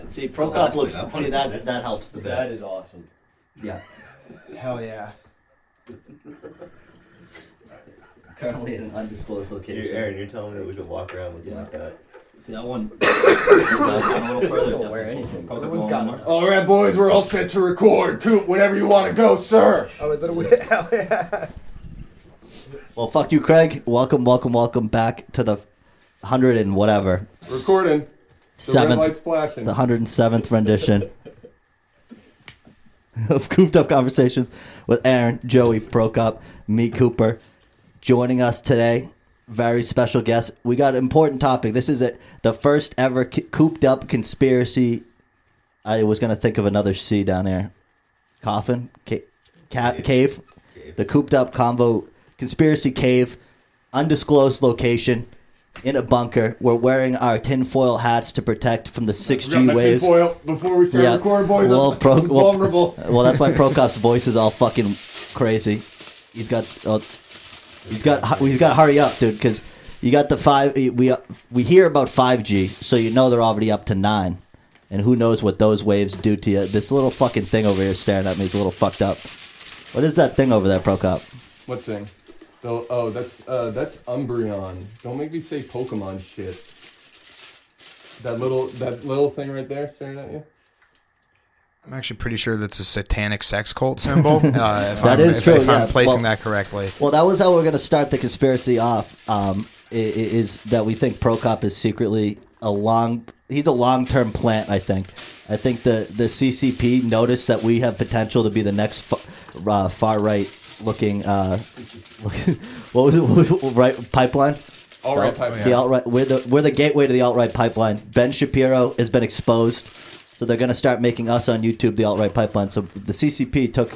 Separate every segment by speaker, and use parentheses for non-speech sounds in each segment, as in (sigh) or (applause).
Speaker 1: Prokop looks.
Speaker 2: Honestly,
Speaker 1: See
Speaker 2: that one-
Speaker 1: that that helps the
Speaker 3: That
Speaker 1: bit.
Speaker 3: is awesome.
Speaker 1: Yeah,
Speaker 4: Hell yeah.
Speaker 1: (laughs) currently in an undisclosed
Speaker 2: You're,
Speaker 1: location.
Speaker 2: Aaron, you're telling me that we could walk around looking
Speaker 1: Yeah.
Speaker 2: like that.
Speaker 1: See that one. Down a little further.
Speaker 3: Don't wear anything.
Speaker 1: Prokop
Speaker 4: Everyone's
Speaker 1: going
Speaker 4: got
Speaker 1: more.
Speaker 4: it.
Speaker 5: All right, boys, we're all set to record. Coop, whatever you want to go, sir.
Speaker 4: Oh, is that a weird? Hell yeah.
Speaker 1: Well, fuck you, Craig. Welcome, welcome, welcome back to the hundred and whatever
Speaker 5: Recording. The red light's
Speaker 1: seventh,
Speaker 5: flashing.
Speaker 1: the hundred and seventh rendition (laughs) of Cooped Up Conversations with Aaron, Joey, Prokop, me, Cooper. Joining us today, very special guest. We got an important topic. This is it, the first ever c- Cooped Up conspiracy. I was gonna think of another C down there. Coffin, ca- ca- cave, the Cooped Up Convo conspiracy cave, undisclosed location. In a bunker, we're wearing our tinfoil hats to protect from the six
Speaker 5: Got
Speaker 1: G
Speaker 5: my
Speaker 1: waves.
Speaker 5: tinfoil Before we start recording, boys,
Speaker 1: Well,
Speaker 5: I'm
Speaker 1: Pro-
Speaker 5: fucking
Speaker 1: well,
Speaker 5: vulnerable.
Speaker 1: (laughs) Well, that's why Prokoph's voice is all fucking crazy. He's got, oh, he's got, he's got to hurry up, dude, because you got the five. We uh, we hear about five G, so you know they're already up to nine, and who knows what those waves do to you. This little fucking thing over here staring at me is a little fucked up. What is that thing over there, Prokop?
Speaker 5: What thing? Though, oh, that's uh, that's Umbreon. Don't make me say Pokemon shit. That little that little thing right there staring at you.
Speaker 6: I'm actually pretty sure that's a satanic sex cult
Speaker 1: (laughs)
Speaker 6: symbol. Uh, if
Speaker 1: That
Speaker 6: I'm,
Speaker 1: is
Speaker 6: if,
Speaker 1: true,
Speaker 6: if
Speaker 1: yeah.
Speaker 6: I'm placing
Speaker 1: Well-
Speaker 6: that correctly.
Speaker 1: Well, that was how we're going to start the conspiracy off. Um, i- i- is that we think Prokop is secretly a long he's a long term plant. I think. I think the the CCP noticed that we have potential to be the next fa- uh, far right looking. Uh, (laughs) what was it? (laughs) right pipeline.
Speaker 5: All right,
Speaker 1: Alt-
Speaker 5: type.
Speaker 1: The alt right, we're the we're the gateway to the alt right pipeline. Ben Shapiro has been exposed, so they're going to start making us on YouTube the alt right pipeline. So the CCP took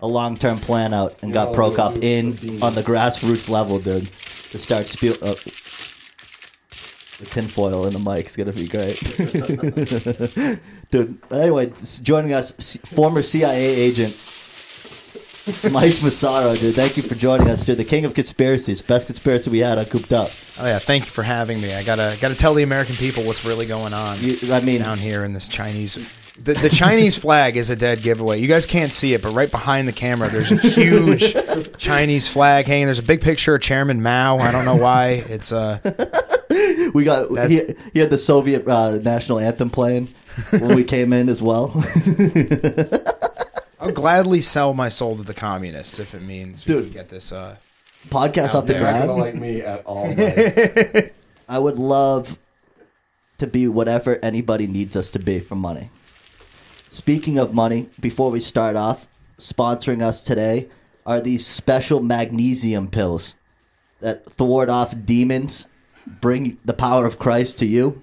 Speaker 1: a long term plan out and got
Speaker 5: all
Speaker 1: Prokop
Speaker 5: dudes
Speaker 1: in
Speaker 5: are being-
Speaker 1: on the grassroots level, dude, to start spew. Uh, the tinfoil in the mic is going to be great. (laughs) Dude, but anyway, s- joining us, s- former CIA agent Mike Massaro, dude. Thank you for joining us, dude. The king of conspiracies. Best conspiracy we had on Cooped Up.
Speaker 6: Oh yeah, thank you for having me. I gotta gotta tell the American people what's really going on
Speaker 1: You, I mean,
Speaker 6: down here in this Chinese. The, the Chinese flag is a dead giveaway. You guys can't see it, but right behind the camera, there's
Speaker 1: (laughs)
Speaker 6: a huge Chinese flag hanging. There's a big picture of Chairman Mao. I don't know why. It's uh,
Speaker 1: we got he,
Speaker 6: That's-
Speaker 1: he had the Soviet uh, national anthem playing when we came in as well, (laughs)
Speaker 6: I'll gladly sell my soul to the communists if it means we
Speaker 1: Dude.
Speaker 6: can get this. Uh,
Speaker 1: podcast off the
Speaker 5: They're not gonna
Speaker 1: ground.
Speaker 5: like me at all.
Speaker 1: (laughs)
Speaker 5: Mike.
Speaker 1: I would love to be whatever anybody needs us to be for money. Speaking of money, before we start off, sponsoring us today are these special magnesium pills that thwart off demons, bring the power of Christ to you,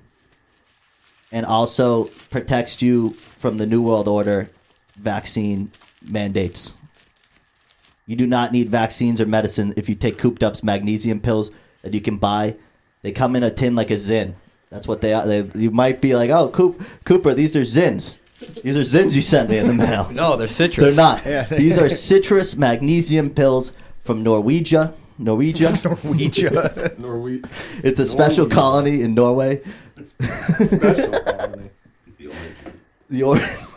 Speaker 1: and also protects you from the New World Order vaccine mandates. You do not need vaccines or medicine if you take Cooped Up's magnesium pills that you can buy. They come in a tin like a Zin. That's what they are. They, you might be like, oh, Coop, Cooper, these are Zins. These are Zins you sent me in the mail.
Speaker 3: No,
Speaker 1: They're
Speaker 3: they're citrus.
Speaker 1: not. These are citrus magnesium pills from Norwegia. Norwegia.
Speaker 6: Ouija.
Speaker 5: Norwe-
Speaker 1: (laughs) It's a special
Speaker 5: Norwegia.
Speaker 1: colony in Norway.
Speaker 5: special colony.
Speaker 2: The only-
Speaker 1: The or-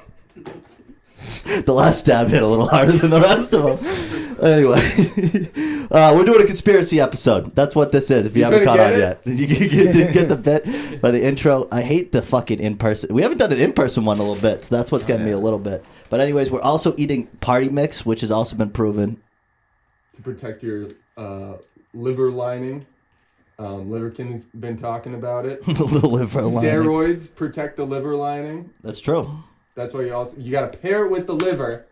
Speaker 1: (laughs) the last stab hit a little harder than the rest of them. Anyway, (laughs) uh, we're doing a conspiracy episode. That's what this is. If you,
Speaker 5: You
Speaker 1: haven't
Speaker 5: couldn't
Speaker 1: caught on
Speaker 5: get
Speaker 1: yet, (laughs) you can get, didn't get the bit by the intro. I hate the fucking in person. We haven't done an in person one in a little bit, so that's what's getting me a little bit. But anyways, we're also eating party mix, which has also been proven (laughs)
Speaker 5: to protect your uh, liver lining. Um, Liverkin's been talking about it.
Speaker 1: the liver lining.
Speaker 5: Steroids protect the liver lining.
Speaker 1: That's true.
Speaker 5: That's why you also you got to pair it with the liver.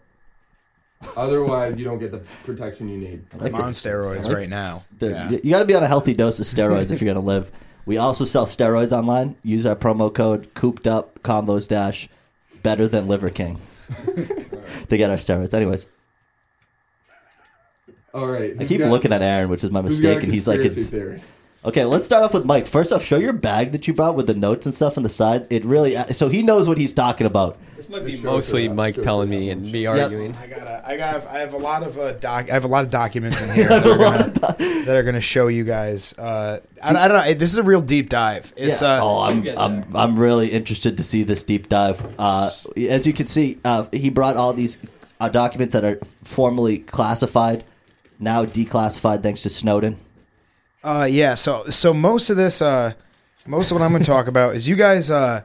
Speaker 5: Otherwise, you don't get the protection you need.
Speaker 6: I'm on steroids right now.
Speaker 1: Dude,
Speaker 6: Yeah.
Speaker 1: You got to be on a healthy dose of steroids if you're going to live. We also sell steroids online. Use our promo code cooped up combos dash better than liver (laughs) king to get our steroids. Anyways,
Speaker 5: All right.
Speaker 1: I keep looking at Aaron, which is my mistake, and he's like,
Speaker 5: conspiracy
Speaker 1: it's,
Speaker 5: theory.
Speaker 1: Okay, let's start off with Mike. First off, show your bag that you brought with the notes and stuff on the side. It really so he knows what he's talking about.
Speaker 3: This might be
Speaker 5: Sure,
Speaker 3: mostly
Speaker 5: sure.
Speaker 3: Mike
Speaker 5: Sure,
Speaker 3: telling
Speaker 5: sure.
Speaker 3: me and me arguing.
Speaker 6: I got a, I got I have a lot of uh, doc I have a lot of documents
Speaker 1: (laughs)
Speaker 6: in here
Speaker 1: I have
Speaker 6: that
Speaker 1: a
Speaker 6: are,
Speaker 1: lot
Speaker 6: gonna,
Speaker 1: of doc-
Speaker 6: that are gonna show you guys. Uh, I, I don't know. This is a real deep dive. It's
Speaker 1: Yeah.
Speaker 6: uh,
Speaker 1: oh, I'm,
Speaker 3: get
Speaker 1: I'm, I'm really interested to see this deep dive. Uh, as you can see, uh, he brought all these uh, documents that are formerly classified, now declassified thanks to Snowden.
Speaker 6: Uh, yeah. So so most of this, uh, most of what I'm going to talk about is you guys. Uh,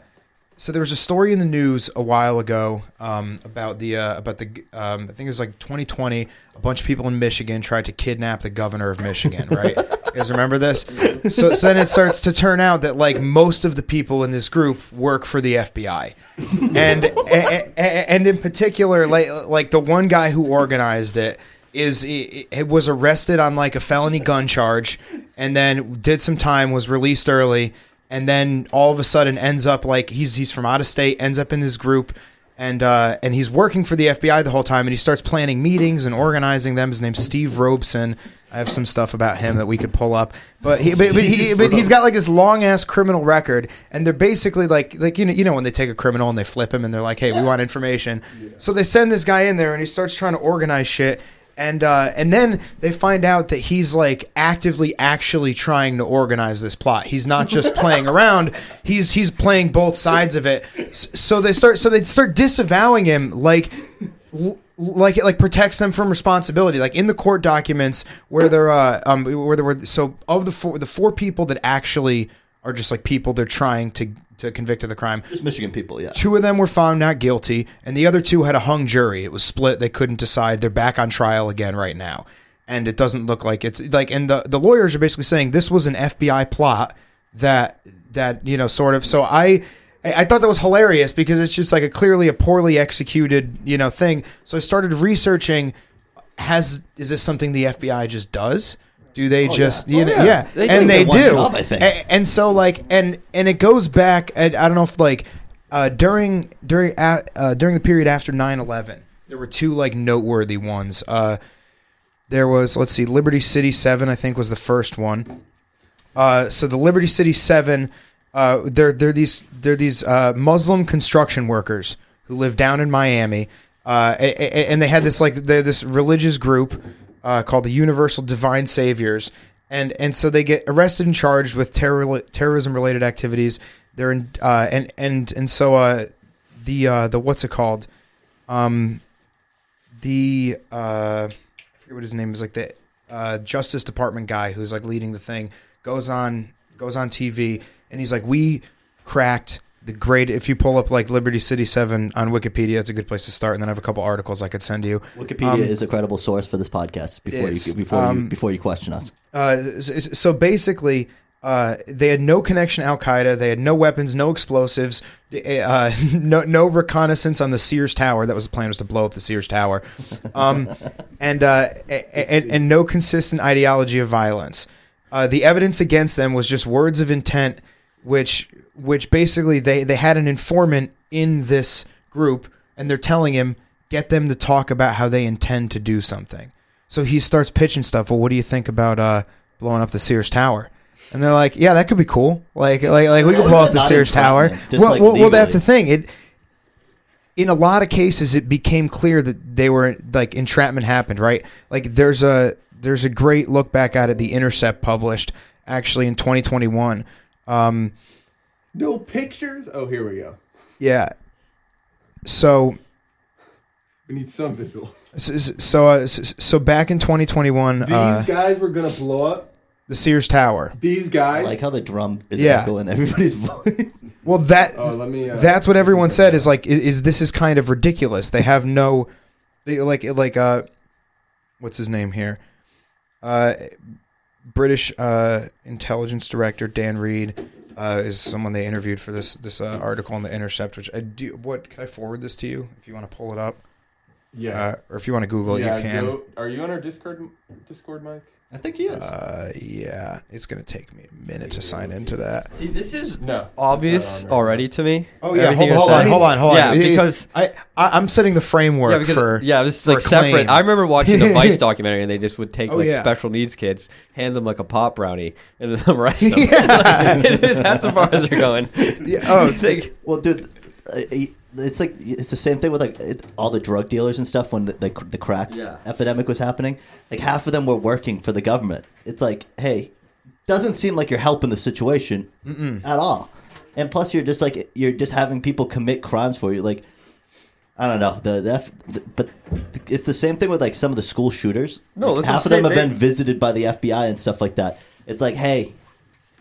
Speaker 6: so there was a story in the news a while ago um, about the uh, about the um, I think it was like 2020. A bunch of people in Michigan tried to kidnap the governor of Michigan. Right? you guys remember this? So, so then it starts to turn out that like most of the people in this group work for the FBI, and and, and in particular, like like the one guy who organized it is it, it was arrested on like a felony gun charge and then did some time was released early and then all of a sudden ends up like he's he's from out of state ends up in this group and uh, and he's working for the FBI the whole time and he starts planning meetings and organizing them his name's Steve Robeson I have some stuff about him that we could pull up but he but, but, he, but he's got like this long ass criminal record and they're basically like like you know you know when they take a criminal and they flip him and they're like hey we want information so they send this guy in there and he starts trying to organize shit and uh, and then they find out that he's like actively actually trying to organize this plot. He's not just playing around. He's he's playing both sides of it. S- So they start so they start disavowing him like l- like it like protects them from responsibility. Like in the court documents where they're uh, um where there were so of the four the four people that actually are just like people they're trying to to convict of the crime
Speaker 1: Just Michigan people, yeah.
Speaker 6: two of them were found not guilty, and the other two had a hung jury. It was split; they couldn't decide. They're back on trial again right now, and it doesn't look like it's like. And the the lawyers are basically saying this was an FBI plot that that you know sort of. So I. I I thought that was hilarious because it's just like a clearly a poorly executed, you know, thing. So I started researching has is this something the FBI just does? Do
Speaker 1: Oh,
Speaker 6: they just you know yeah,
Speaker 3: They think
Speaker 6: and they
Speaker 1: they're one
Speaker 6: do
Speaker 1: job, I think.
Speaker 6: A- and, so like and and it goes back and I don't know if like uh, during during a- uh, during the period after 9/11 there were two like noteworthy ones. Uh, there was let's see Liberty City 7 I think was the first one. Uh, so the Liberty City Seven, uh, they're they're these they're these uh, Muslim construction workers who live down in Miami, uh, a- a- and they had this like they're this religious group uh, called the Universal Divine Saviors, and and so they get arrested and charged with terror, terrorism related activities. They're in uh, and and and so uh, the uh, the what's it called, um, the uh, I forget what his name is like the uh, Justice Department guy who's like leading the thing goes on goes on TV and he's like we cracked the great if you pull up like Liberty City 7 on Wikipedia it's a good place to start and then I have a couple articles I could send you
Speaker 1: Wikipedia is a credible source for this podcast before
Speaker 6: is,
Speaker 1: you before you before you question us.
Speaker 6: uh, so so basically, uh, they had no connection to Al Qaeda. They had no weapons, no explosives, uh, (laughs) no no reconnaissance on the Sears Tower. That was the plan was to blow up the Sears Tower, um, and, uh, a- and and no consistent ideology of violence. Uh, the evidence against them was just words of intent, which which basically they they had an informant in this group, and they're telling him get them to talk about how they intend to do something. So he starts pitching stuff. Well, what do you think about uh, blowing up the Sears Tower? And they're like, yeah, that could be cool. Like, like, like we could
Speaker 1: How
Speaker 6: blow
Speaker 1: is
Speaker 6: up
Speaker 1: that
Speaker 6: the
Speaker 1: not
Speaker 6: Sears Tower.
Speaker 1: entrapment? Just,
Speaker 6: Well,
Speaker 1: like,
Speaker 6: well, well, that's the
Speaker 1: legally.
Speaker 6: thing. It in a lot of cases, it became clear that they were like entrapment happened. Right? Like, there's a there's a great look back at it. The Intercept published actually in 2021. Um,
Speaker 5: No pictures? Oh, here we go.
Speaker 6: yeah. So
Speaker 5: We need some visual.
Speaker 6: so so, uh, so so back in 2021,
Speaker 5: These
Speaker 6: uh,
Speaker 5: guys were gonna blow up.
Speaker 6: the Sears Tower.
Speaker 5: These
Speaker 1: I
Speaker 5: guys.
Speaker 1: like how the drum is
Speaker 6: Yeah.
Speaker 1: echoing everybody's (laughs) voice.
Speaker 6: Well, that
Speaker 5: Oh, let me. Uh,
Speaker 6: that's what everyone said is like i- is this is kind of ridiculous they have no they- like like uh what's his name here uh british uh intelligence director dan reed uh, is someone they interviewed for this this uh, article on the Intercept? Which I do. What can I forward this to you if you want to pull it up,
Speaker 5: Yeah.
Speaker 6: uh, or if you want to Google it,
Speaker 5: yeah.
Speaker 6: you can.
Speaker 5: Joe, are you on our Discord? Discord, Mike?
Speaker 1: I think he is.
Speaker 6: Uh, yeah, it's gonna take me a minute to sign into that.
Speaker 3: See, this is
Speaker 5: No.
Speaker 3: obvious
Speaker 5: there.
Speaker 3: already to me.
Speaker 6: Oh yeah,
Speaker 3: Everything
Speaker 6: hold,
Speaker 3: you're
Speaker 6: hold on,
Speaker 3: saying.
Speaker 6: hold on, hold on.
Speaker 3: Yeah,
Speaker 6: It- it-
Speaker 3: because
Speaker 6: I, I I'm setting the framework
Speaker 3: yeah, because
Speaker 6: for
Speaker 3: yeah, this is
Speaker 6: for
Speaker 3: like
Speaker 6: a claim.
Speaker 3: separate. I remember watching
Speaker 6: (laughs)
Speaker 3: the Vice documentary, and they just would take
Speaker 6: Oh,
Speaker 3: like
Speaker 6: yeah.
Speaker 3: special needs kids, hand them like a pop brownie, and then the rest
Speaker 6: (laughs)
Speaker 3: of them. (laughs) That's as far as they're going.
Speaker 6: Yeah, oh,
Speaker 3: (laughs) Like,
Speaker 1: Well, dude, uh, it's like it's the same thing with like it, all the drug dealers and stuff when the the, the crack
Speaker 3: Yeah.
Speaker 1: epidemic was happening. Like half of them were working for the government. It's like, hey, doesn't seem like you're helping the situation at all. And plus, you're just like you're just having people commit crimes for you. Like, I don't know the, the, F, the but it's the same thing with like some of the school shooters.
Speaker 3: No,
Speaker 1: Like,
Speaker 3: that's what
Speaker 1: half
Speaker 3: I'm
Speaker 1: of them have
Speaker 3: saying.
Speaker 1: been
Speaker 3: They-
Speaker 1: visited by the FBI and stuff like that. It's like, hey,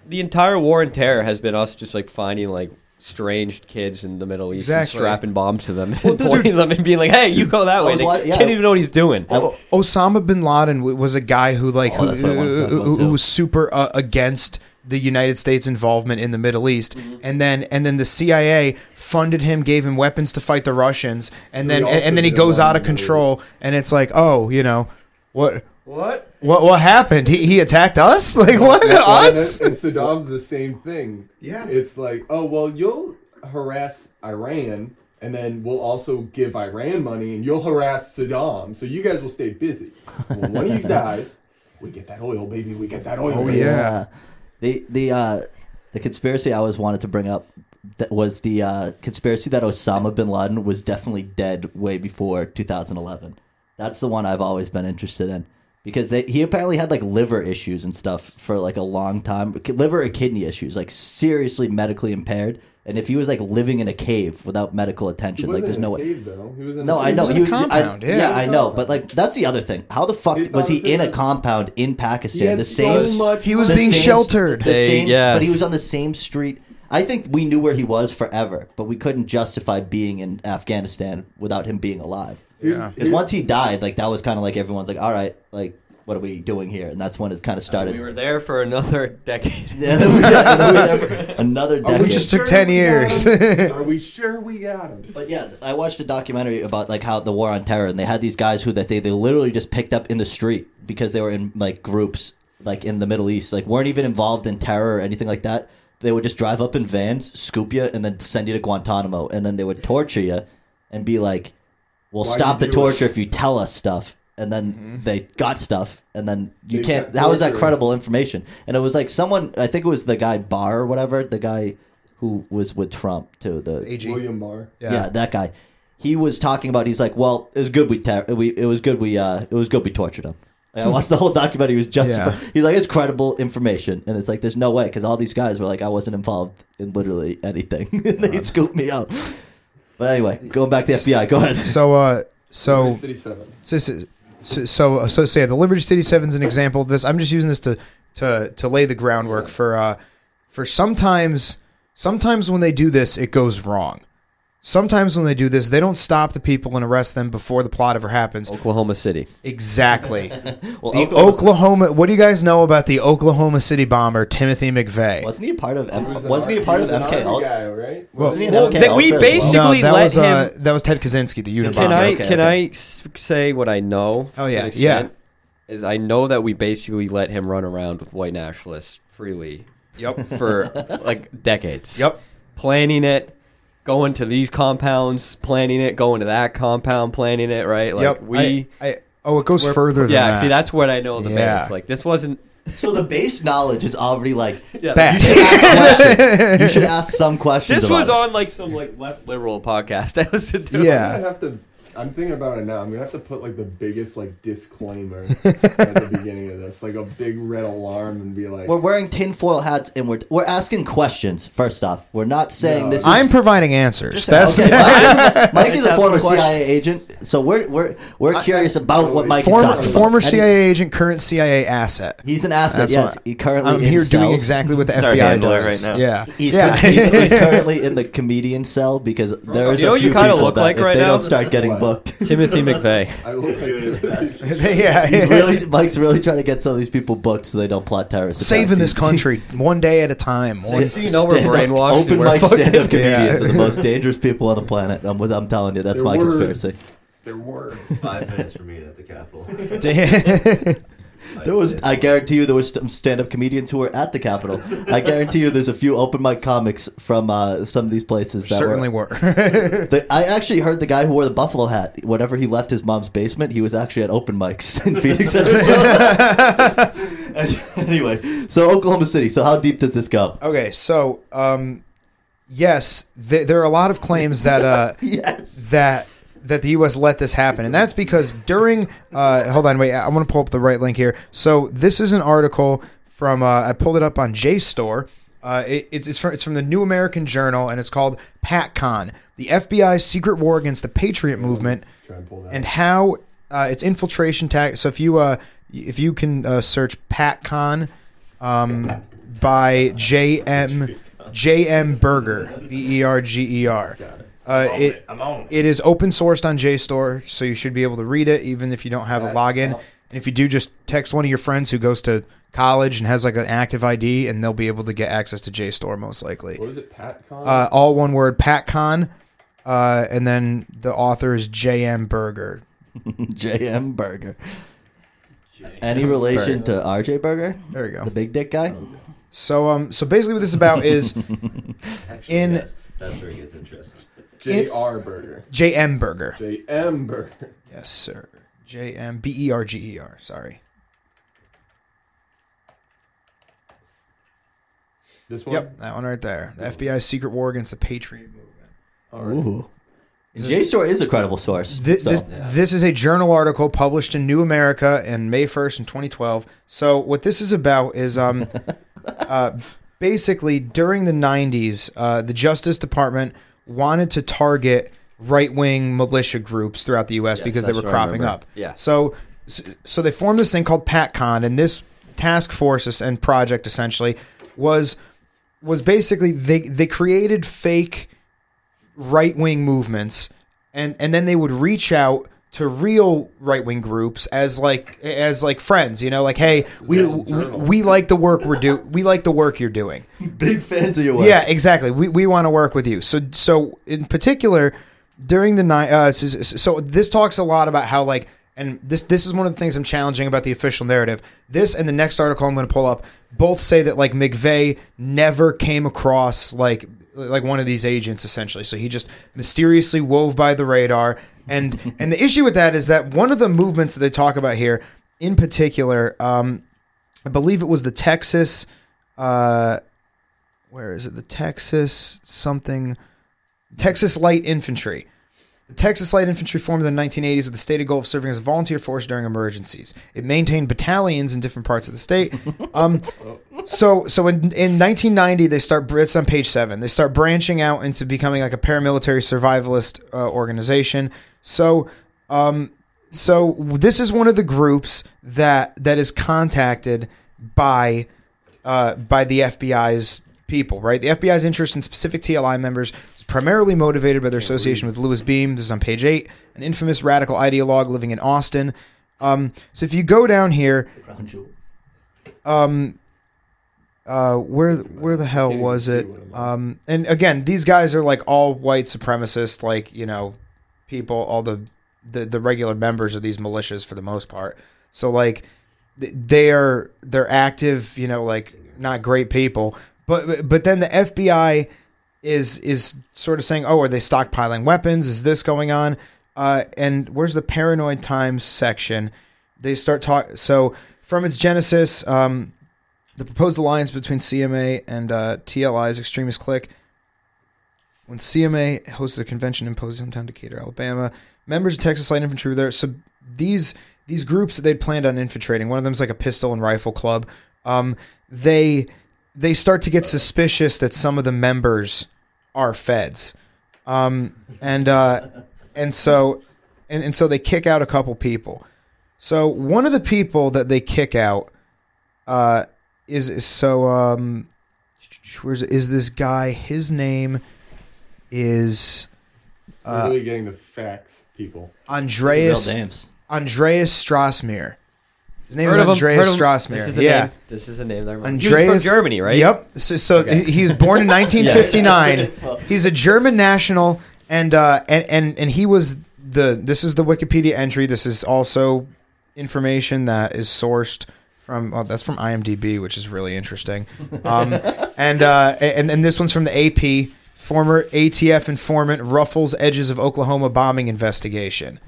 Speaker 3: the entire war on terror has been us just like finding like strange kids in the Middle East
Speaker 6: Exactly.
Speaker 3: and strapping bombs to them
Speaker 1: Well,
Speaker 3: (laughs) and
Speaker 1: dude,
Speaker 3: pointing them and being like, "Hey, you go that way."
Speaker 1: was
Speaker 3: They
Speaker 1: wa- yeah.
Speaker 3: can't even know what he's doing.
Speaker 6: O- Osama bin Laden w- was a guy who like
Speaker 1: Oh,
Speaker 6: who,
Speaker 1: that's what I wanted to talk
Speaker 6: who-
Speaker 1: about,
Speaker 6: who
Speaker 1: too.
Speaker 6: was super uh, against the United States involvement in the Middle East,
Speaker 1: Mm-hmm.
Speaker 6: and then and then the CIA funded him, gave him weapons to fight the Russians, and then
Speaker 5: We
Speaker 6: and,
Speaker 5: also
Speaker 6: then he
Speaker 5: did a
Speaker 6: goes
Speaker 5: lot
Speaker 6: out
Speaker 5: in
Speaker 6: of
Speaker 5: the Middle
Speaker 6: control, and it's like oh you know what
Speaker 3: What?
Speaker 6: what what happened? He he attacked us (laughs) like what us?
Speaker 5: And Saddam's the same thing.
Speaker 6: Yeah.
Speaker 5: It's like, oh well, you'll harass Iran, and then we'll also give Iran money, and you'll harass Saddam. So you guys will stay busy. Well, one
Speaker 1: (laughs)
Speaker 5: of you dies, we get that oil, baby. We get that oil.
Speaker 6: Oh
Speaker 5: baby.
Speaker 6: yeah.
Speaker 1: Uh, the the uh, the conspiracy I always wanted to bring up that was the uh, conspiracy that Osama bin Laden was definitely dead way before 2011. That's the one I've always been interested in because they, he apparently had like liver issues and stuff for like a long time, liver or kidney issues, like seriously medically impaired. And if he was like living in a cave without medical
Speaker 5: He
Speaker 1: attention,
Speaker 5: wasn't
Speaker 1: like there's
Speaker 5: in
Speaker 1: no
Speaker 5: a
Speaker 1: way.
Speaker 5: cave, though. He was in
Speaker 1: No,
Speaker 5: a-
Speaker 1: I know
Speaker 6: was in
Speaker 1: he
Speaker 6: a
Speaker 1: was.
Speaker 6: compound,
Speaker 1: I,
Speaker 6: yeah.
Speaker 1: yeah,
Speaker 6: He was
Speaker 1: I
Speaker 5: in a
Speaker 1: know,
Speaker 5: compound.
Speaker 1: but like that's the other thing. How the fuck
Speaker 5: His
Speaker 1: was he in a
Speaker 5: politicians-
Speaker 1: compound in
Speaker 5: He
Speaker 1: Pakistan?
Speaker 5: had
Speaker 1: The same
Speaker 5: So much
Speaker 6: He was
Speaker 1: the
Speaker 6: being
Speaker 1: same-
Speaker 6: sheltered.
Speaker 1: The
Speaker 3: They-
Speaker 1: same,
Speaker 3: yes.
Speaker 1: But he was on the same street. I think we knew where he was forever, but we couldn't justify being in Afghanistan without him being alive.
Speaker 5: Yeah.
Speaker 1: Because once he died, like that was kind of like everyone's like, all right, like what are we doing here? And that's when it kind of started.
Speaker 3: We were there for another (laughs) decade.
Speaker 1: (laughs) Yeah, we were
Speaker 6: (laughs)
Speaker 1: there for another
Speaker 5: Are
Speaker 1: decade.
Speaker 6: We just
Speaker 5: sure
Speaker 6: took 10
Speaker 5: we got
Speaker 1: (laughs)
Speaker 6: years.
Speaker 5: him? Are we sure we got him?
Speaker 1: But yeah, I watched a documentary about like how the war on terror, and they had these guys who that they, they literally just picked up in the street because they were in like groups, like in the Middle East, like weren't even involved in terror or anything like that. They would just drive up in vans, scoop you, and then send you to Guantanamo, and then they would torture you, and be like, "We'll
Speaker 5: Why'd
Speaker 1: stop
Speaker 5: you
Speaker 1: the
Speaker 5: do
Speaker 1: torture
Speaker 5: it?" Mm-hmm.
Speaker 1: if you tell us stuff." And then they got stuff, and then you
Speaker 5: They
Speaker 1: can't.
Speaker 5: got
Speaker 1: How is that
Speaker 5: tortured.
Speaker 1: credible information? And it was like someone, I think it was the guy Barr or whatever, the guy who was with Trump too. The
Speaker 5: William Barr.
Speaker 1: yeah. that guy. He was talking about. He's like, well, it was good. We, ter- we it was good. We uh, it was good. We tortured him. Like, I watched the whole documentary. He was justified.
Speaker 6: Yeah.
Speaker 1: (laughs) He's like, it's credible information, and it's like, there's no way because all these guys were like, I wasn't involved in literally anything. (laughs) And they scooped me up. But anyway, going back to FBI. Go ahead.
Speaker 6: So uh so
Speaker 5: City Seven.
Speaker 6: so so so, so, so yeah, the Liberty City Seven is an example of this. I'm just using this to to to lay the groundwork for uh for sometimes sometimes when they do this it goes wrong. Sometimes when they do this, they don't stop the people and arrest them before the plot ever happens.
Speaker 3: Oklahoma City. (laughs)
Speaker 6: Exactly.
Speaker 1: Well,
Speaker 6: The
Speaker 1: Oklahoma-
Speaker 6: Oklahoma. What do you guys know about the Oklahoma City bomber Timothy McVeigh?
Speaker 1: wasn't he a part of? M-
Speaker 5: was an
Speaker 1: wasn't he a
Speaker 5: Ar-
Speaker 1: part of
Speaker 5: was an
Speaker 1: MK?
Speaker 5: Army
Speaker 1: Ul-
Speaker 5: guy, right?
Speaker 6: Well,
Speaker 1: Wasn't he an
Speaker 3: Well,
Speaker 1: MK?
Speaker 3: that we
Speaker 1: Ultra as well?
Speaker 3: basically-
Speaker 6: no, that
Speaker 3: let
Speaker 6: was uh,
Speaker 3: him-
Speaker 6: that was Ted Kaczynski, the Unabomber.
Speaker 3: Can I
Speaker 1: okay,
Speaker 3: can
Speaker 1: okay.
Speaker 3: I s- say what I know?
Speaker 6: Oh,
Speaker 3: to
Speaker 6: yeah,
Speaker 3: an
Speaker 6: yeah.
Speaker 3: extent? Is I know that we basically let him run around with white nationalists freely
Speaker 6: Yep.
Speaker 3: for like decades.
Speaker 6: Yep.
Speaker 3: Planning it, going to these compounds, planning it, going to that compound, planning it. Right. (laughs) Like
Speaker 6: yep.
Speaker 3: We.
Speaker 6: I, I, oh, it goes further than
Speaker 3: yeah.
Speaker 6: that.
Speaker 3: See, that's what I know. The
Speaker 6: Yeah.
Speaker 3: base. Like this wasn't.
Speaker 1: So the base knowledge is already like.
Speaker 3: Yeah, (laughs)
Speaker 6: Bad.
Speaker 1: You should ask questions. You should ask some questions.
Speaker 3: This
Speaker 1: about
Speaker 3: was
Speaker 1: it.
Speaker 3: on like some like left liberal podcast (laughs) I listened to.
Speaker 6: Yeah.
Speaker 5: I'm gonna have to. I'm thinking about it now. I'm gonna have to put like the biggest like
Speaker 6: (laughs)
Speaker 5: disclaimer at the beginning of this, like a big red alarm, and be like,
Speaker 1: We're wearing tinfoil hats and we're we're asking questions. First off, we're not saying
Speaker 5: No.
Speaker 1: this. Is,
Speaker 6: I'm providing answers. That's
Speaker 1: okay. Mike- Mike is
Speaker 3: Just
Speaker 1: a
Speaker 3: have
Speaker 6: (laughs)
Speaker 1: former
Speaker 3: some
Speaker 1: CIA agent, so we're we're we're curious about what Mike is
Speaker 6: former
Speaker 1: talking
Speaker 6: former
Speaker 1: about. And
Speaker 6: CIA agent, current CIA asset.
Speaker 1: He's an asset.
Speaker 6: That's
Speaker 1: yes,
Speaker 6: what-
Speaker 1: he currently.
Speaker 6: I'm
Speaker 1: in
Speaker 6: here doing
Speaker 1: cells.
Speaker 6: exactly what the
Speaker 4: our
Speaker 6: FBI
Speaker 4: handler
Speaker 6: does.
Speaker 4: right now.
Speaker 6: Yeah,
Speaker 1: He's,
Speaker 6: yeah.
Speaker 1: currently,
Speaker 6: (laughs)
Speaker 1: he's currently in the comedian cell because there's
Speaker 3: You know
Speaker 1: a
Speaker 3: what you
Speaker 1: few
Speaker 3: kinda
Speaker 1: people
Speaker 3: look
Speaker 1: that
Speaker 3: like
Speaker 1: if
Speaker 3: right
Speaker 1: they
Speaker 3: now?
Speaker 1: don't start getting
Speaker 5: What?
Speaker 1: booked. (laughs)
Speaker 3: Timothy McVeigh.
Speaker 5: I look like
Speaker 2: Doing his
Speaker 5: (laughs)
Speaker 2: best. (laughs)
Speaker 6: yeah. (laughs)
Speaker 1: He's really Mike's really trying to get some of these people booked so they don't plot terrorist attacks.
Speaker 6: (laughs) saving this
Speaker 1: He's-
Speaker 6: country one day at a time. One-
Speaker 3: Just so you know, we're
Speaker 1: Stand-up-
Speaker 3: brainwashed. and
Speaker 1: Open
Speaker 3: we're
Speaker 1: mic
Speaker 3: fucking- (laughs)
Speaker 1: stand-up comedians
Speaker 6: Yeah.
Speaker 1: are the most dangerous people on the planet. I'm, I'm telling you, that's
Speaker 5: They're
Speaker 1: my
Speaker 5: words.
Speaker 1: conspiracy.
Speaker 5: There were.
Speaker 6: (laughs)
Speaker 2: Five minutes for me at the Capitol.
Speaker 6: Damn.
Speaker 1: There was, I guarantee you, there was some stand-up comedians who were at the Capitol. I guarantee you, there's a few open mic comics from uh, some of these places. That
Speaker 6: Certainly
Speaker 1: were,
Speaker 6: were.
Speaker 1: The- I actually heard the guy who wore the buffalo hat. Whenever he left his mom's basement, he was actually at open mics in Phoenix. Any- (laughs) anyway, so Oklahoma City. So how deep does this go?
Speaker 6: (laughs)
Speaker 1: (laughs)
Speaker 6: okay, so um, yes, th- there are a lot of claims that (laughs) uh,
Speaker 1: Yes.
Speaker 6: that that the U.S. let this happen, and that's because during. Uh, hold on, wait. I want to pull up the right link here. So this is an article from. Uh, I pulled it up on JSTOR. Uh, it, it's, it's from, it's from the New American Journal, and it's called PatCon: The FBI's Secret War Against the Patriot Movement,
Speaker 5: Try and pull that.
Speaker 6: and how uh, its infiltration tactic. So if you uh, if you can uh, search PatCon um, by J M J M Berger B E R G E R. Uh, it
Speaker 4: I'm on.
Speaker 6: it is open sourced on JSTOR, so you should be able to read it even if you don't have a login. And if you do, just text one of your friends who goes to college and has like an active ID, and they'll be able to get access to JSTOR most likely.
Speaker 5: what was it, PatCon?
Speaker 6: Uh, all one word, PatCon, uh, and then the author is J.M. Berger.
Speaker 1: J.M. Burger. Any relation to R.J. Burger,
Speaker 6: There you go.
Speaker 1: the big dick guy?
Speaker 6: So um, so basically, what this is about
Speaker 2: (laughs)
Speaker 6: is
Speaker 2: Actually,
Speaker 6: in-
Speaker 2: yes, that's where it gets interesting.
Speaker 5: J.R. Burger.
Speaker 6: J.M. Berger.
Speaker 5: J.M. Burger.
Speaker 6: Yes, sir. J.M. B E R G E R. Sorry.
Speaker 5: This one?
Speaker 6: Yep, that one right there. The FBI's secret war against the Patriot movement.
Speaker 5: All right.
Speaker 1: Ooh. JSTOR is a credible source.
Speaker 6: Th-
Speaker 1: so.
Speaker 6: this, this is a journal article published in New America in May 1st in 2012. So what this is about is um,
Speaker 1: (laughs)
Speaker 6: uh, basically during the 90s, uh, the Justice Department wanted to target right-wing militia groups throughout the U.S. because they
Speaker 1: that's
Speaker 6: were
Speaker 1: what I
Speaker 6: cropping
Speaker 1: remember.
Speaker 6: up.
Speaker 3: Yeah.
Speaker 6: So so they formed this thing called PatCon, and this task force es- and project essentially was was basically they they created fake right wing movements, and and then they would reach out to real right wing groups as like as like friends, you know, like hey, we we like the work we're do we like the work you're doing.
Speaker 1: Big fans of your work.
Speaker 6: Yeah, exactly. We, we want to work with you. So so in particular during the night. Uh, so, so this talks a lot about how like and this this is one of the things I'm challenging about the official narrative. This and the next article I'm going to pull up both say that like McVeigh never came across like like one of these agents essentially. So he just mysteriously wove by the radar. And and the issue with that is that one of the movements that they talk about here in particular. Um, I believe it was the Texas, uh, where is it? The Texas something, Texas Light Infantry. The Texas Light Infantry formed in the 1980s with the state of Gulf serving as a volunteer force during emergencies. It maintained battalions in different parts of the state. Um, so, so in, in 1990, they start. It's on page seven. They start branching out into becoming like a paramilitary survivalist uh, organization. So, um, so this is one of the groups that that is contacted by uh, by the FBI's people, right? The FBI's interest in specific TLI members is primarily motivated by their association with Louis Beam. This is on page eight, an infamous radical ideologue living in Austin. Um, so if you go down here, um,
Speaker 1: Crown jewel.
Speaker 6: uh, where where the hell was it? Um, and again, these guys are like all white supremacist, like you know, people, all the the, the regular members of these militias for the most part. So like, th- they are they're active, you know, like not great people. But but then the FBI is is sort of saying, oh, are they stockpiling weapons? Is this going on? Uh, and where's the paranoid times section? They start talk. So from its genesis, um, the proposed alliance between CMA and uh, TLI's extremist clique. When CMA hosted a convention in Posey's hometown, Decatur, Alabama, members of Texas Light Infantry were there. So these these groups that they'd planned on infiltrating, one of them's like a pistol and rifle club. Um, they they start to get suspicious that some of the members are feds, um, and uh, and so and, and so they kick out a couple people. So one of the people that they kick out uh, is is so um where's is this guy his name is
Speaker 5: We're
Speaker 6: uh,
Speaker 5: really getting the facts, people.
Speaker 1: Real
Speaker 6: Andreas
Speaker 1: names.
Speaker 6: Andreas Strassmeyer. His name
Speaker 3: Heard
Speaker 6: is
Speaker 3: of him,
Speaker 6: Andreas
Speaker 3: heard of him. This
Speaker 6: Strassmeyer.
Speaker 3: is a
Speaker 6: Yeah.
Speaker 3: name. This is a name. that I remember. he was
Speaker 6: Andreas
Speaker 3: from Germany, right?
Speaker 6: Yep. So, so he he was
Speaker 3: (laughs)
Speaker 6: born in 1959. He's a German national, and uh, and and and he was the. This is the Wikipedia entry. This is also information that is sourced from oh, that's from IMDb, which is
Speaker 3: (laughs)
Speaker 6: really interesting. Um, and, uh, and and this one's from the AP. Former ATF informant ruffles edges of Oklahoma bombing investigation.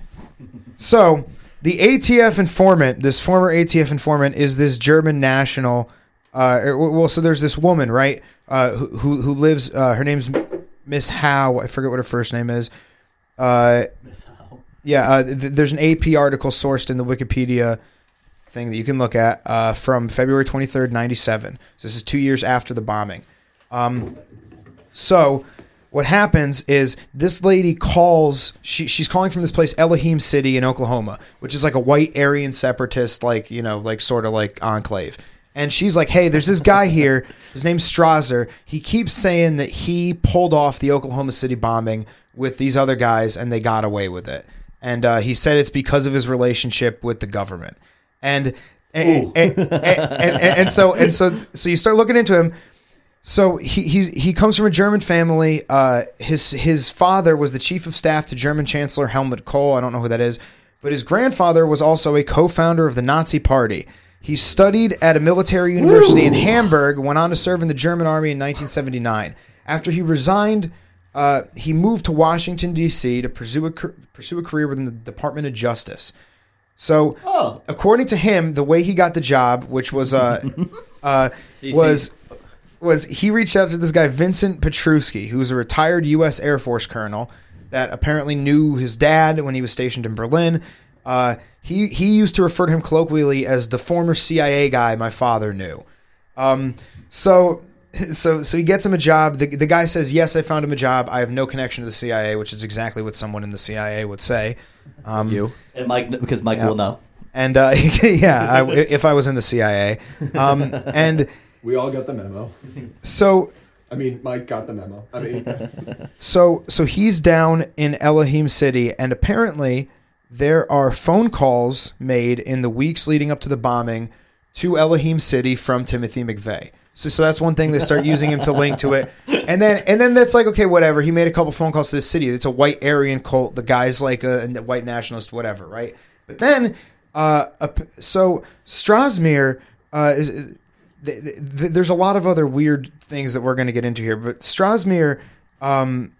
Speaker 6: So the ATF informant, this former ATF informant, is this German national. Uh, er, well, so there's this woman, right, uh, who who who lives. Uh, her name's Miss Howe. I forget what her first name is. Uh, yeah, uh, th- there's an AP article sourced in the Wikipedia thing that you can look at uh, from February 23rd, 97. So this is two years after the bombing. So what happens is this lady calls she, she's calling from this place Elohim City in Oklahoma, which is like a white Aryan separatist like, you know, like sort of like enclave. And she's like, "Hey, there's this guy here. His name's Strasser. He keeps saying that he pulled off the Oklahoma City bombing with these other guys and they got away with it. And uh, he said it's because of his relationship with the government." And and, and, and, and, and so and so so you start looking into him so he he's, he comes from a German family. Uh, his his father was the chief of staff to German Chancellor Helmut Kohl. I don't know who that is, but his grandfather was also a co-founder of the Nazi Party. He studied at a military university in Hamburg. Went on to serve in the German army in 1979. After he resigned, uh, he moved to Washington D.C. to pursue a car- pursue a career within the Department of Justice. So, according to him, the way he got the job, which was uh, uh, was was he reached out to this guy Vincent Petruski, who was a retired U.S. Air Force colonel that apparently knew his dad when he was stationed in Berlin. Uh, he he used to refer to him colloquially as the former CIA guy my father knew. Um, so (laughs) so so he gets him a job. The, the guy says, "Yes, I found him a job. I have no connection to the CIA," which is exactly what someone in the CIA would say. Um,
Speaker 3: You.
Speaker 1: And Mike, because Mike will know.
Speaker 6: and uh, (laughs) yeah, I, if I was in the CIA, um, and
Speaker 5: We all got the memo.
Speaker 6: so
Speaker 5: I mean, Mike got the memo. I
Speaker 6: (laughs)
Speaker 5: mean,
Speaker 6: So so he's down in Elohim City, and apparently there are phone calls made in the weeks leading up to the bombing to Elohim City from Timothy McVeigh. So, so that's one thing they start using him to link to it, and then and then that's like okay, whatever. He made a couple phone calls to this city. It's a white Aryan cult. The guy's like a, a white nationalist, whatever, right? But then, uh, ap- so Strasmere uh, is, is- th- th- th- there's a lot of other weird things that we're going to get into here, but Strasmere um,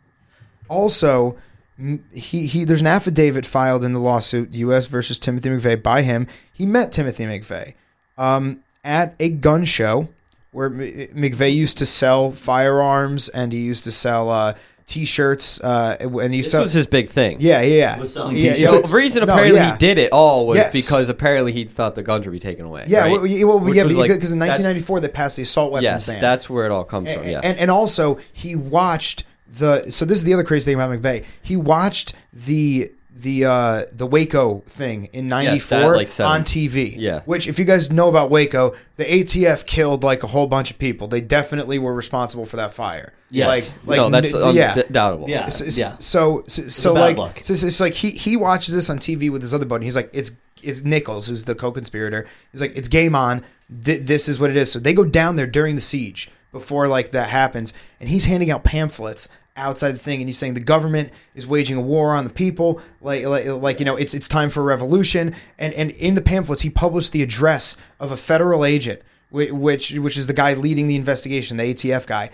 Speaker 6: also m- he, he there's an affidavit filed in the lawsuit U.S. versus Timothy McVeigh by him. He met Timothy McVeigh um, at a gun show where M- McVeigh used to sell firearms and he used to sell uh, T-shirts uh, and
Speaker 3: This
Speaker 6: he used to
Speaker 3: was his big thing.
Speaker 6: yeah yeah
Speaker 1: Was selling
Speaker 6: yeah,
Speaker 1: t-shirts.
Speaker 6: yeah.
Speaker 3: The reason
Speaker 6: No,
Speaker 3: apparently
Speaker 6: yeah.
Speaker 3: he did it all was
Speaker 6: Yes.
Speaker 3: because apparently he thought the guns would be taken away.
Speaker 6: Yeah,
Speaker 3: right?
Speaker 6: well, yeah, well,
Speaker 3: Which
Speaker 6: yeah,
Speaker 3: was
Speaker 6: because
Speaker 3: like-
Speaker 6: in
Speaker 3: that's-
Speaker 6: 1994 they passed the assault weapons
Speaker 3: Yes,
Speaker 6: ban.
Speaker 3: that's where it all comes from.
Speaker 6: and,
Speaker 3: Yes.
Speaker 6: and, and also he watched the so this is the other crazy thing about McVeigh. He watched the the uh the Waco thing in 94
Speaker 3: like, seven-
Speaker 6: on TV.
Speaker 3: Yeah.
Speaker 6: Which if you guys know about Waco, the ATF killed like a whole bunch of people. They definitely were responsible for that fire.
Speaker 1: Yes.
Speaker 6: Like like
Speaker 3: no, that's
Speaker 6: n- yeah.
Speaker 3: undoubtable.
Speaker 1: Yeah.
Speaker 6: So,
Speaker 1: yeah.
Speaker 6: so, so, so
Speaker 1: a bad
Speaker 6: like,
Speaker 1: look.
Speaker 6: so, so it's like he he watches this on TV with his other buddy. He's like, it's it's Nichols, who's the co-conspirator. He's like, it's game on. Th- this is what it is. So they go down there during the siege before like that happens, and he's handing out pamphlets outside the thing, and he's saying the government is waging a war on the people. Like, like, like you know, it's it's time for a revolution. And and in the pamphlets, he published the address of a federal agent, whi- which which is the guy leading the investigation, the ATF guy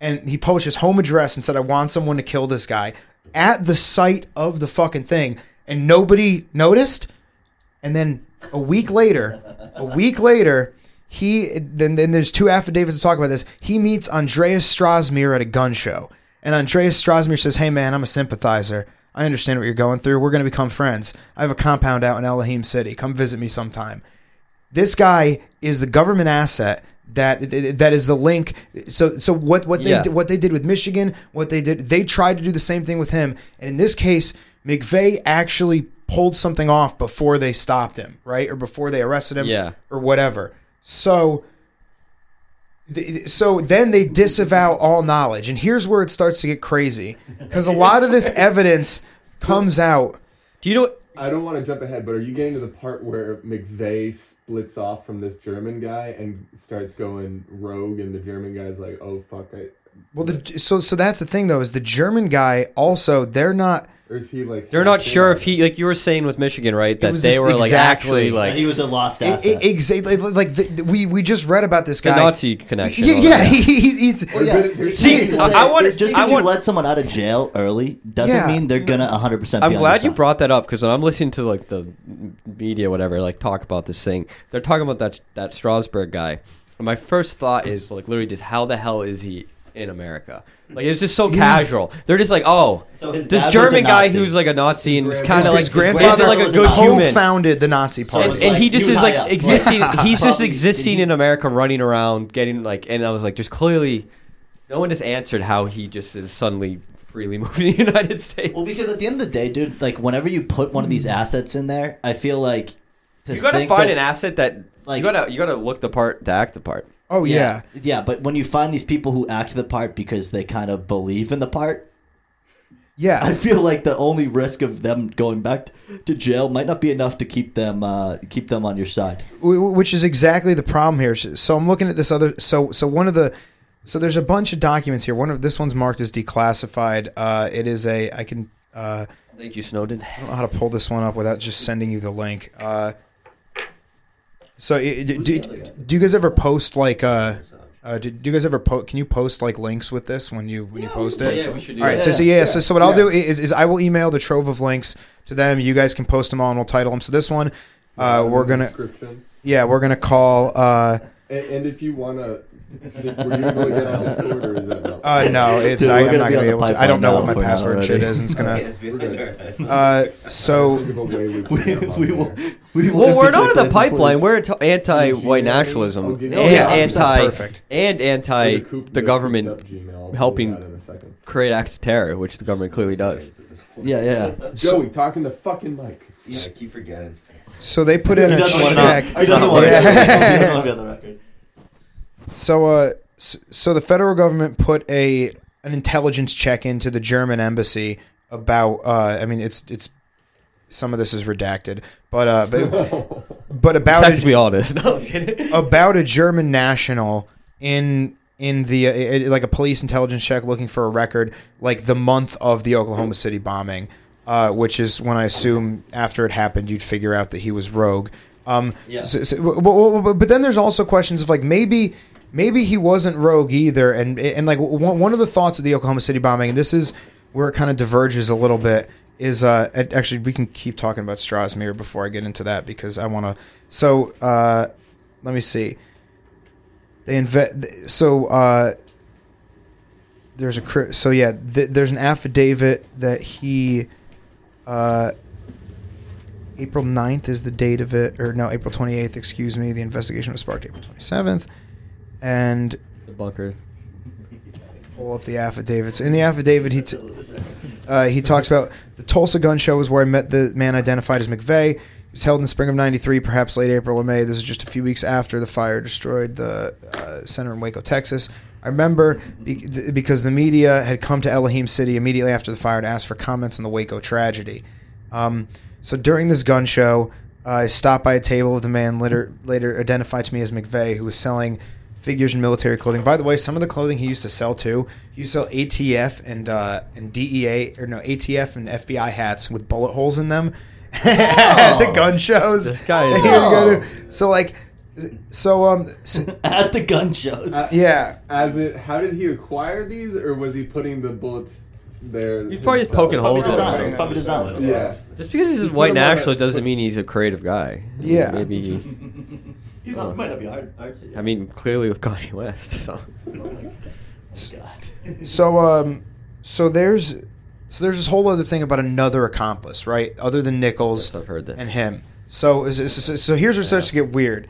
Speaker 6: and he published his home address and said, "I want someone to kill this guy at the site of the fucking thing," and nobody noticed. And then a week later, a week later, he then then there's two affidavits to talk about this. He meets Andreas Strasmere at a gun show, and Andreas Strasmere says, "Hey man, I'm a sympathizer. I understand what you're going through. We're gonna become friends. I have a compound out in Elohim City. Come visit me sometime." this guy is the government asset that that is the link so so what what they
Speaker 3: Yeah.
Speaker 6: what they did with Michigan what they did they tried to do the same thing with him and in this case McVeigh actually pulled something off before they stopped him right or before they arrested him
Speaker 3: Yeah.
Speaker 6: or whatever so th- so then they disavow all knowledge and here's where it starts to get crazy cuz a lot of this evidence comes out
Speaker 3: Do you know what?
Speaker 5: I don't want to jump ahead, but are you getting to the part where McVeigh splits off from this German guy and starts going rogue, and the German guy's like, "Oh fuck, I,
Speaker 6: Well, the, so so that's the thing though is the German guy also they're not e,
Speaker 5: Or is he like?
Speaker 3: They're not sure
Speaker 5: (laughs)
Speaker 3: if he like you were saying with Michigan, right? That
Speaker 6: was
Speaker 3: they
Speaker 6: this-
Speaker 3: were like
Speaker 6: exactly.
Speaker 3: actually like
Speaker 1: That he was a lost
Speaker 6: I-
Speaker 1: asset.
Speaker 6: I- exactly e, like the, the- we we just read about this
Speaker 3: the
Speaker 6: guy.
Speaker 3: Nazi connection.
Speaker 6: Yeah,
Speaker 3: or
Speaker 6: yeah,
Speaker 3: whatever.
Speaker 6: (laughs) he, he, he's
Speaker 5: They're
Speaker 1: Yeah.
Speaker 5: good- they're
Speaker 1: See,
Speaker 5: good to
Speaker 1: I-
Speaker 6: uh,
Speaker 5: say-
Speaker 1: I
Speaker 3: wanna-
Speaker 5: they're
Speaker 1: just
Speaker 3: I
Speaker 1: because you
Speaker 3: want-
Speaker 1: let someone out of jail early doesn't
Speaker 6: Yeah.
Speaker 1: mean they're gonna 100 percent.
Speaker 3: I'm glad you brought that up because when I'm listening to like the media, whatever, like talk about this thing, they're talking about that that Strasbourg guy. And my first thought is like literally just how the hell is he in America? Like it's just so casual. They're just like, oh,
Speaker 1: So his
Speaker 3: this
Speaker 1: dad was a
Speaker 3: German guy
Speaker 1: Nazi.
Speaker 3: who's like a Nazi and is
Speaker 5: His
Speaker 3: kind of
Speaker 5: grand-
Speaker 3: like
Speaker 6: his
Speaker 1: his
Speaker 6: grandfather
Speaker 3: is like a
Speaker 1: was
Speaker 3: good
Speaker 1: a
Speaker 3: human.
Speaker 6: co-founded the Nazi party.
Speaker 1: was
Speaker 3: and, and
Speaker 1: like-
Speaker 3: he
Speaker 1: he
Speaker 3: just
Speaker 1: was
Speaker 3: is
Speaker 1: high
Speaker 3: like
Speaker 1: up, like-
Speaker 3: existing. He's just
Speaker 1: Probably-
Speaker 3: existing
Speaker 1: did he-
Speaker 3: in America, running around, getting like. And I was like, just clearly, no one has answered how he just is suddenly freely (laughs) moving to the United States.
Speaker 1: Well, because at the end of the day, dude, like whenever you put one of these assets in there, I feel like to
Speaker 3: you gotta
Speaker 1: think
Speaker 3: find
Speaker 1: that-
Speaker 3: an asset that
Speaker 1: like-
Speaker 3: you gotta you gotta look the part to act the part.
Speaker 6: oh yeah.
Speaker 1: yeah, But when you find these people who act the part because they kind of believe in the part,
Speaker 6: yeah,
Speaker 1: (laughs) I feel like the only risk of them going back to jail might not be enough to keep them uh, keep them on your side. (laughs)
Speaker 6: Wh- which is exactly the problem here. So so I'm looking at this other. So so one of the so there's a bunch of documents here. One of this one's marked as declassified. Uh, it is a I can uh,
Speaker 3: Thank you, (laughs) Snowden.
Speaker 6: I don't know how to pull this one up without just sending you the link. Uh, so i- do, do, do you guys ever post like uh, uh do, do you guys ever post? Can you post like links with this when you when you post it?
Speaker 3: yeah, we should do
Speaker 6: All right.
Speaker 3: that.
Speaker 6: So, so yeah, So, so what I'll
Speaker 5: Yeah.
Speaker 6: do is, is I will email the trove of links to them. You guys can post them all and we'll title them. So this one. Uh, we're gonna
Speaker 5: Description.
Speaker 6: yeah, we're gonna call. Uh,
Speaker 5: And, and if you wanna, did- were you going to get on this order? Or is that not?
Speaker 6: uh,
Speaker 1: (laughs)
Speaker 6: no, it's
Speaker 1: Dude,
Speaker 6: I,
Speaker 1: we're gonna
Speaker 6: am
Speaker 1: be
Speaker 6: not gonna
Speaker 1: on
Speaker 6: be
Speaker 1: the
Speaker 6: able to. I
Speaker 1: pipeline
Speaker 6: don't know
Speaker 1: now
Speaker 6: what my
Speaker 1: if we're not
Speaker 6: password shit
Speaker 1: already.
Speaker 6: is, and
Speaker 1: (laughs)
Speaker 6: it's gonna.
Speaker 2: It's behind her.
Speaker 6: (laughs) Uh, so
Speaker 5: Think of a way we
Speaker 1: We,
Speaker 5: can get on
Speaker 1: we,
Speaker 5: there.
Speaker 1: will, we will
Speaker 3: Well, we're
Speaker 1: infiltrate
Speaker 3: not in the
Speaker 1: places,
Speaker 3: pipeline.
Speaker 1: please.
Speaker 3: We're t- anti-white
Speaker 5: Gmail?
Speaker 3: nationalism
Speaker 5: Oh,
Speaker 3: and
Speaker 5: Gmail.
Speaker 6: Yeah, that's
Speaker 3: anti
Speaker 6: perfect.
Speaker 3: and anti
Speaker 5: Like a
Speaker 3: the,
Speaker 5: coop- cooped up
Speaker 3: government
Speaker 5: Gmail. I'll do
Speaker 3: helping-
Speaker 5: that in a second.
Speaker 3: create acts of terror, which the government clearly does.
Speaker 1: yeah, yeah.
Speaker 5: Joey talking the fucking mic.
Speaker 2: (laughs) Yeah, I keep forgetting.
Speaker 6: so they put in
Speaker 1: He
Speaker 6: a
Speaker 1: doesn't want to.
Speaker 6: check.
Speaker 1: He doesn't want
Speaker 6: Yeah. (laughs)
Speaker 1: to.
Speaker 6: So uh, s- so the federal government put a an intelligence check into the German embassy about. Uh, I mean, it's it's some of this is redacted, but uh, but, but about a,
Speaker 3: Technically, all this. (laughs) No, I was kidding.
Speaker 6: about a German national in in the uh, it- like a police intelligence check looking for a record like the month of the Oklahoma City bombing, uh, which is when I assume after it happened you'd figure out that he was rogue. Um,
Speaker 1: Yeah.
Speaker 6: so- so- but, but- but- but then there's also questions of like maybe maybe he wasn't rogue either, and and like one, one of the thoughts of the Oklahoma City bombing, and this is where it kind of diverges a little bit. Is uh, and actually we can keep talking about Strasmere before I get into that because I want to. So uh, let me see. They invent. So uh, there's a cri- so yeah. Th- there's an affidavit that he. Uh, April 9th is the date of it, or no, April 28th, excuse me. The investigation was sparked April 27th. And
Speaker 3: The bunker.
Speaker 6: pull up the affidavits. In the
Speaker 2: (laughs)
Speaker 6: affidavit, he, t- uh, he talks about the Tulsa gun show is where I met the man identified as McVeigh. It was held in the spring of 93, perhaps late April or May. This is just a few weeks after the fire destroyed the uh, center in Waco, Texas. I remember be- th- because the media had come to Elohim City immediately after the fire to ask for comments on the Waco tragedy. Um, so during this gun show, I stopped by a table with a man later, later identified to me as McVeigh, who was selling figures and military clothing. By the way, some of the clothing he used to sell too, he used to sell ATF and uh, and DEA or no ATF and FBI hats with bullet holes in them (laughs) at the gun shows.
Speaker 3: This guy
Speaker 6: (laughs)
Speaker 3: is-
Speaker 6: He would go to- so like, so um, so-
Speaker 1: (laughs) At the gun shows.
Speaker 6: yeah.
Speaker 5: As it, how did he acquire these, or was he putting the bullets there?
Speaker 3: He's probably just
Speaker 5: himself?
Speaker 3: poking
Speaker 1: Probably
Speaker 3: holes in
Speaker 1: design.
Speaker 3: it.
Speaker 1: It's probably design.
Speaker 5: Yeah.
Speaker 2: (laughs)
Speaker 3: Just because he's a
Speaker 5: put
Speaker 3: white
Speaker 5: him on a-
Speaker 3: nationalist doesn't mean he's a creative guy.
Speaker 6: Yeah.
Speaker 3: Maybe. he-
Speaker 1: You know, it might not be hard. hard to-
Speaker 3: I mean, clearly with Kanye West. So.
Speaker 2: Oh
Speaker 1: God.
Speaker 6: So um, so there's so there's this whole other thing about another accomplice, right? Other than Nichols
Speaker 3: Yes, I've heard this.
Speaker 6: and him. So is- is- so, here's where it starts to get weird.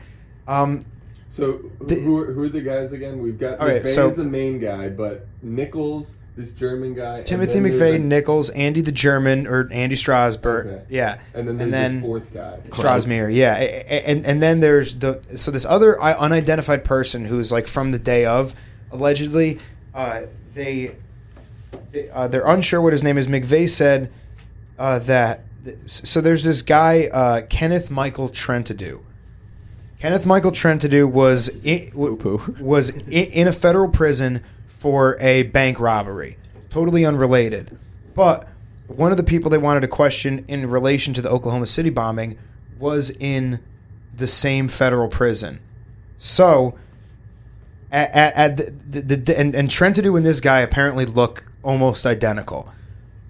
Speaker 6: Um,
Speaker 5: So
Speaker 6: The-
Speaker 5: who, are, who are the guys again? We've got
Speaker 6: All right,
Speaker 5: McVeigh's
Speaker 6: so-
Speaker 5: the main guy, but Nichols, this German guy, and
Speaker 6: Timothy
Speaker 5: then there's
Speaker 6: McVeigh,
Speaker 5: a-
Speaker 6: Nichols, Andy the German, or Andy Strasberg.
Speaker 5: Okay.
Speaker 6: Yeah,
Speaker 5: and then there's
Speaker 6: and then
Speaker 5: this fourth guy.
Speaker 6: Strasmere. Yeah, A- a- and and then there's the so this other i- unidentified person who's like from the day of allegedly. Uh, they, they uh, they're unsure what his name is. McVeigh said uh, that so there's this guy uh, Kenneth Michael Trentadue. Kenneth Michael Trentadue was in, w-
Speaker 3: Poo-poo.
Speaker 6: was in, in a federal prison for a bank robbery. Totally unrelated. But one of the people they wanted to question in relation to the Oklahoma City bombing was in the same federal prison. So, at, at, at the, the, the, and, and Trentadue and this guy apparently look almost identical.